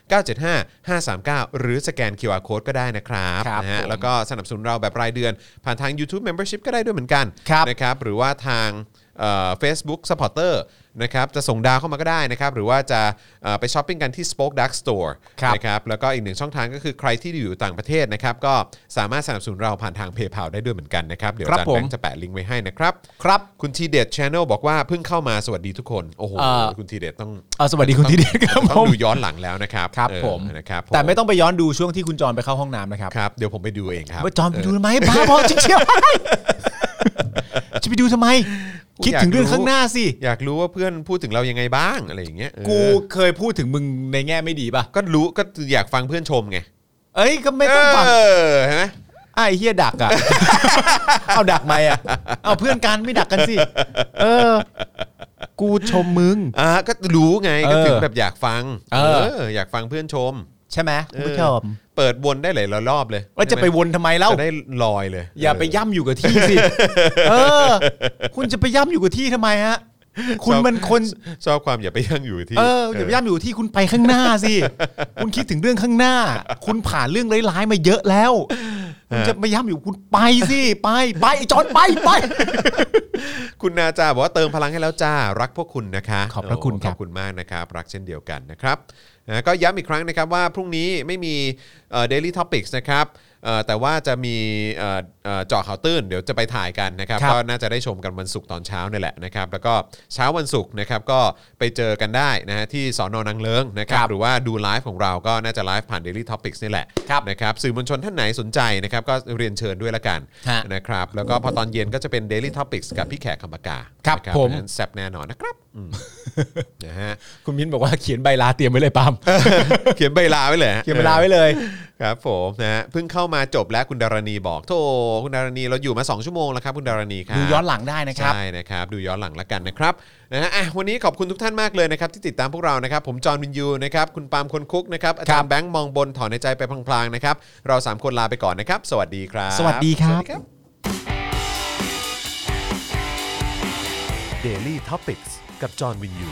Speaker 2: 0698 975 539 หรือสแกน QR Code ก็ได้นะครับ
Speaker 3: ครับ
Speaker 2: นะฮะ
Speaker 3: ผม
Speaker 2: แล้วก็สนับสนุนเราแบบรายเดือน ผ่านทาง YouTube Membership ก็ได้ด้วยเหมือนกัน
Speaker 3: ครับ
Speaker 2: นะครับ หรือว่าทางเฟซบุ๊กสปอร์เตอร์นะครับจะส่งดาวเข้ามาก็ได้นะครับ หรือว่าจะเอ่อไปช้อปปิ้งกันที่ Spoke Dark Store
Speaker 3: ครับ
Speaker 2: นะครับแล้วก็อีกหนึ่งช่องทางก็คือใครที่อยู่ต่างประเทศนะครับ ก็สามารถสนับสนุนเราผ่านทางเพย์พาได้ด้วยเหมือนกันนะครับเดี๋ยว
Speaker 3: ครั
Speaker 2: อา
Speaker 3: บ
Speaker 2: จารย์แบง
Speaker 3: ผม
Speaker 2: ค์จะแปะลิงก์ไว้ให้นะครับ
Speaker 3: ครับ
Speaker 2: คุณทีเด็ดช n นลบอกว่าเพิ่งเข้ามาสวัสดีทุกคน โอ้โห
Speaker 3: เอ่อ
Speaker 2: คุณทีเด็ดต้อง
Speaker 3: เออสวัสดีคุณทีเดียครับ
Speaker 2: ต้
Speaker 3: ผ
Speaker 2: อง
Speaker 3: ม
Speaker 2: ดูย้อนหลังแล้วนะครับ
Speaker 3: ครับ
Speaker 2: เออ
Speaker 3: ผม
Speaker 2: นะครับผ
Speaker 3: แต่ไม่ต้องไปย้อนดูช่วงที่คุณจอนไปเข้าห้องน้ำนะครับ
Speaker 2: ครับ เดี๋ยวผมไปดูเองครับ
Speaker 3: ว่าจอนไป
Speaker 2: เ
Speaker 3: ดูทำไมบ้าบอจริงเชียวจะไปดูทำไม
Speaker 2: กู
Speaker 3: คิด
Speaker 2: อยาก
Speaker 3: ถึงเรื่อง
Speaker 2: รู้
Speaker 3: ข้างหน้าสิ
Speaker 2: อยากรู้ว่าเพื่อนพูดถึงเรายังไงบ้างอะไรอย่างเงี้ยเออ
Speaker 3: กูเคยพูดถึงมึงในแง่ไม่ดีป่ะ
Speaker 2: ก็รู้ก็อยากฟังเพื่อนชมไง
Speaker 3: เอ้ยก็ไม่ต้องฟัง
Speaker 2: เออเห็นไหม
Speaker 3: ไอ้เฮียดัก อ่ะ เอาดักไหมอ่ะ เอาเพื่อนกันไม่ดักกันสิ เออ กูชมมึง
Speaker 2: อ่าก็รู้ไงก็ถึงแบบอยากฟัง
Speaker 3: เออ
Speaker 2: อยากฟังเพื่อนชม
Speaker 3: ใช่ไหมคุณผู้ชม
Speaker 2: เปิดวนได้หลายรอบเลย
Speaker 3: ว่าจะไปวนทำไมเล่า
Speaker 2: จะได้ลอยเลย
Speaker 3: อย่าไปย่ำอยู่กับที่สิ เออ คุณจะไปย่ำอยู่กับที่ทำไมฮะ คุณมันคน
Speaker 2: ชอบความอย่าไปยั่งอยู่ที่
Speaker 3: เอออย่าไปย่ำอยู่ที่คุณไปข้างหน้าสิ คุณคิดถึงเรื่องข้างหน้า คุณผ่านเรื่องร้ายๆมาเยอะแล้ว คุณจะไม่ย่ำอยู่คุณไปสิไปไปไอ้จอนไปไป
Speaker 2: คุณนาจาบอกว่าเติมพลังให้แล้วจ้ารักพวกคุณนะคะ
Speaker 3: ขอบพระคุณ
Speaker 2: โข
Speaker 3: ครั
Speaker 2: อบ บคุณมากนะครับ รักเช่นเดียวกันนะครับนะก็ย้ำอีกครั้งนะครับว่าพรุ่งนี้ไม่มีเดลี่ท็อปิกส์นะครับเอ่อแต่ว่าจะมีเอ่อเอ่อเจาะข่าวตื้นเดี๋ยวจะไปถ่ายกันนะครับ
Speaker 3: ครับ
Speaker 2: ก็น่าจะได้ชมกันวันศุกร์ตอนเช้านี่แหละนะครับแล้วก็เช้าวันศุกร์นะครับก็ไปเจอกันได้นะฮะที่สอนอนังเลิงนะครับ
Speaker 3: ครับ
Speaker 2: หรือว่าดูไลฟ์ของเราก็น่าจะไลฟ์ผ่าน Daily Topics นี่แหละ
Speaker 3: ครับ
Speaker 2: นะครับสื่อมวลชนท่านไหนสนใจนะครับก็เรียนเชิญด้วยละกัน
Speaker 3: ฮะ
Speaker 2: นะครับแล้วก็พอตอนเย็นก็จะเป็น Daily Topics กับพี่แขกคำปากา
Speaker 3: ครับ
Speaker 2: นะ
Speaker 3: ผม
Speaker 2: เพาะฉะนั้นแซบแน่นอนนะครับอื มนะฮะ
Speaker 3: คุณมิ้นบอกว่าเขียนใบลาเตรียมไว้เลยปาล์ม
Speaker 2: เขียนใบลาไว้เลยฮะ
Speaker 3: เขียนใบลาไว้เลย
Speaker 2: ครับผมนะฮะเพิ่งเข้ามาจบแล้วคุณดารณีบอกโธ่คุณดารณีเราอยู่มา 2 ชั่วโมงแล้วครับคุณดารณีครับ
Speaker 3: ดูย้อนหลังได้นะครับ
Speaker 2: ใช่นะครับ ดูย้อนหลังละกันนะครับนะฮะอ่ะวันนี้ขอบคุณทุกท่านมากเลยนะครับ ที่ติดตามพวกเรานะครับ ผมจอห์นวินยูนะครับ คุณปาล์มคนคุกนะครับอาจารย์แบงค์มองบนถอนในใจไปพลางๆนะครับ เราสามคนลาไปก่อนนะครับ สวัสดีครับ
Speaker 3: สวัสดีครับ
Speaker 1: Daily t o p i c กกับจอห์นวินยู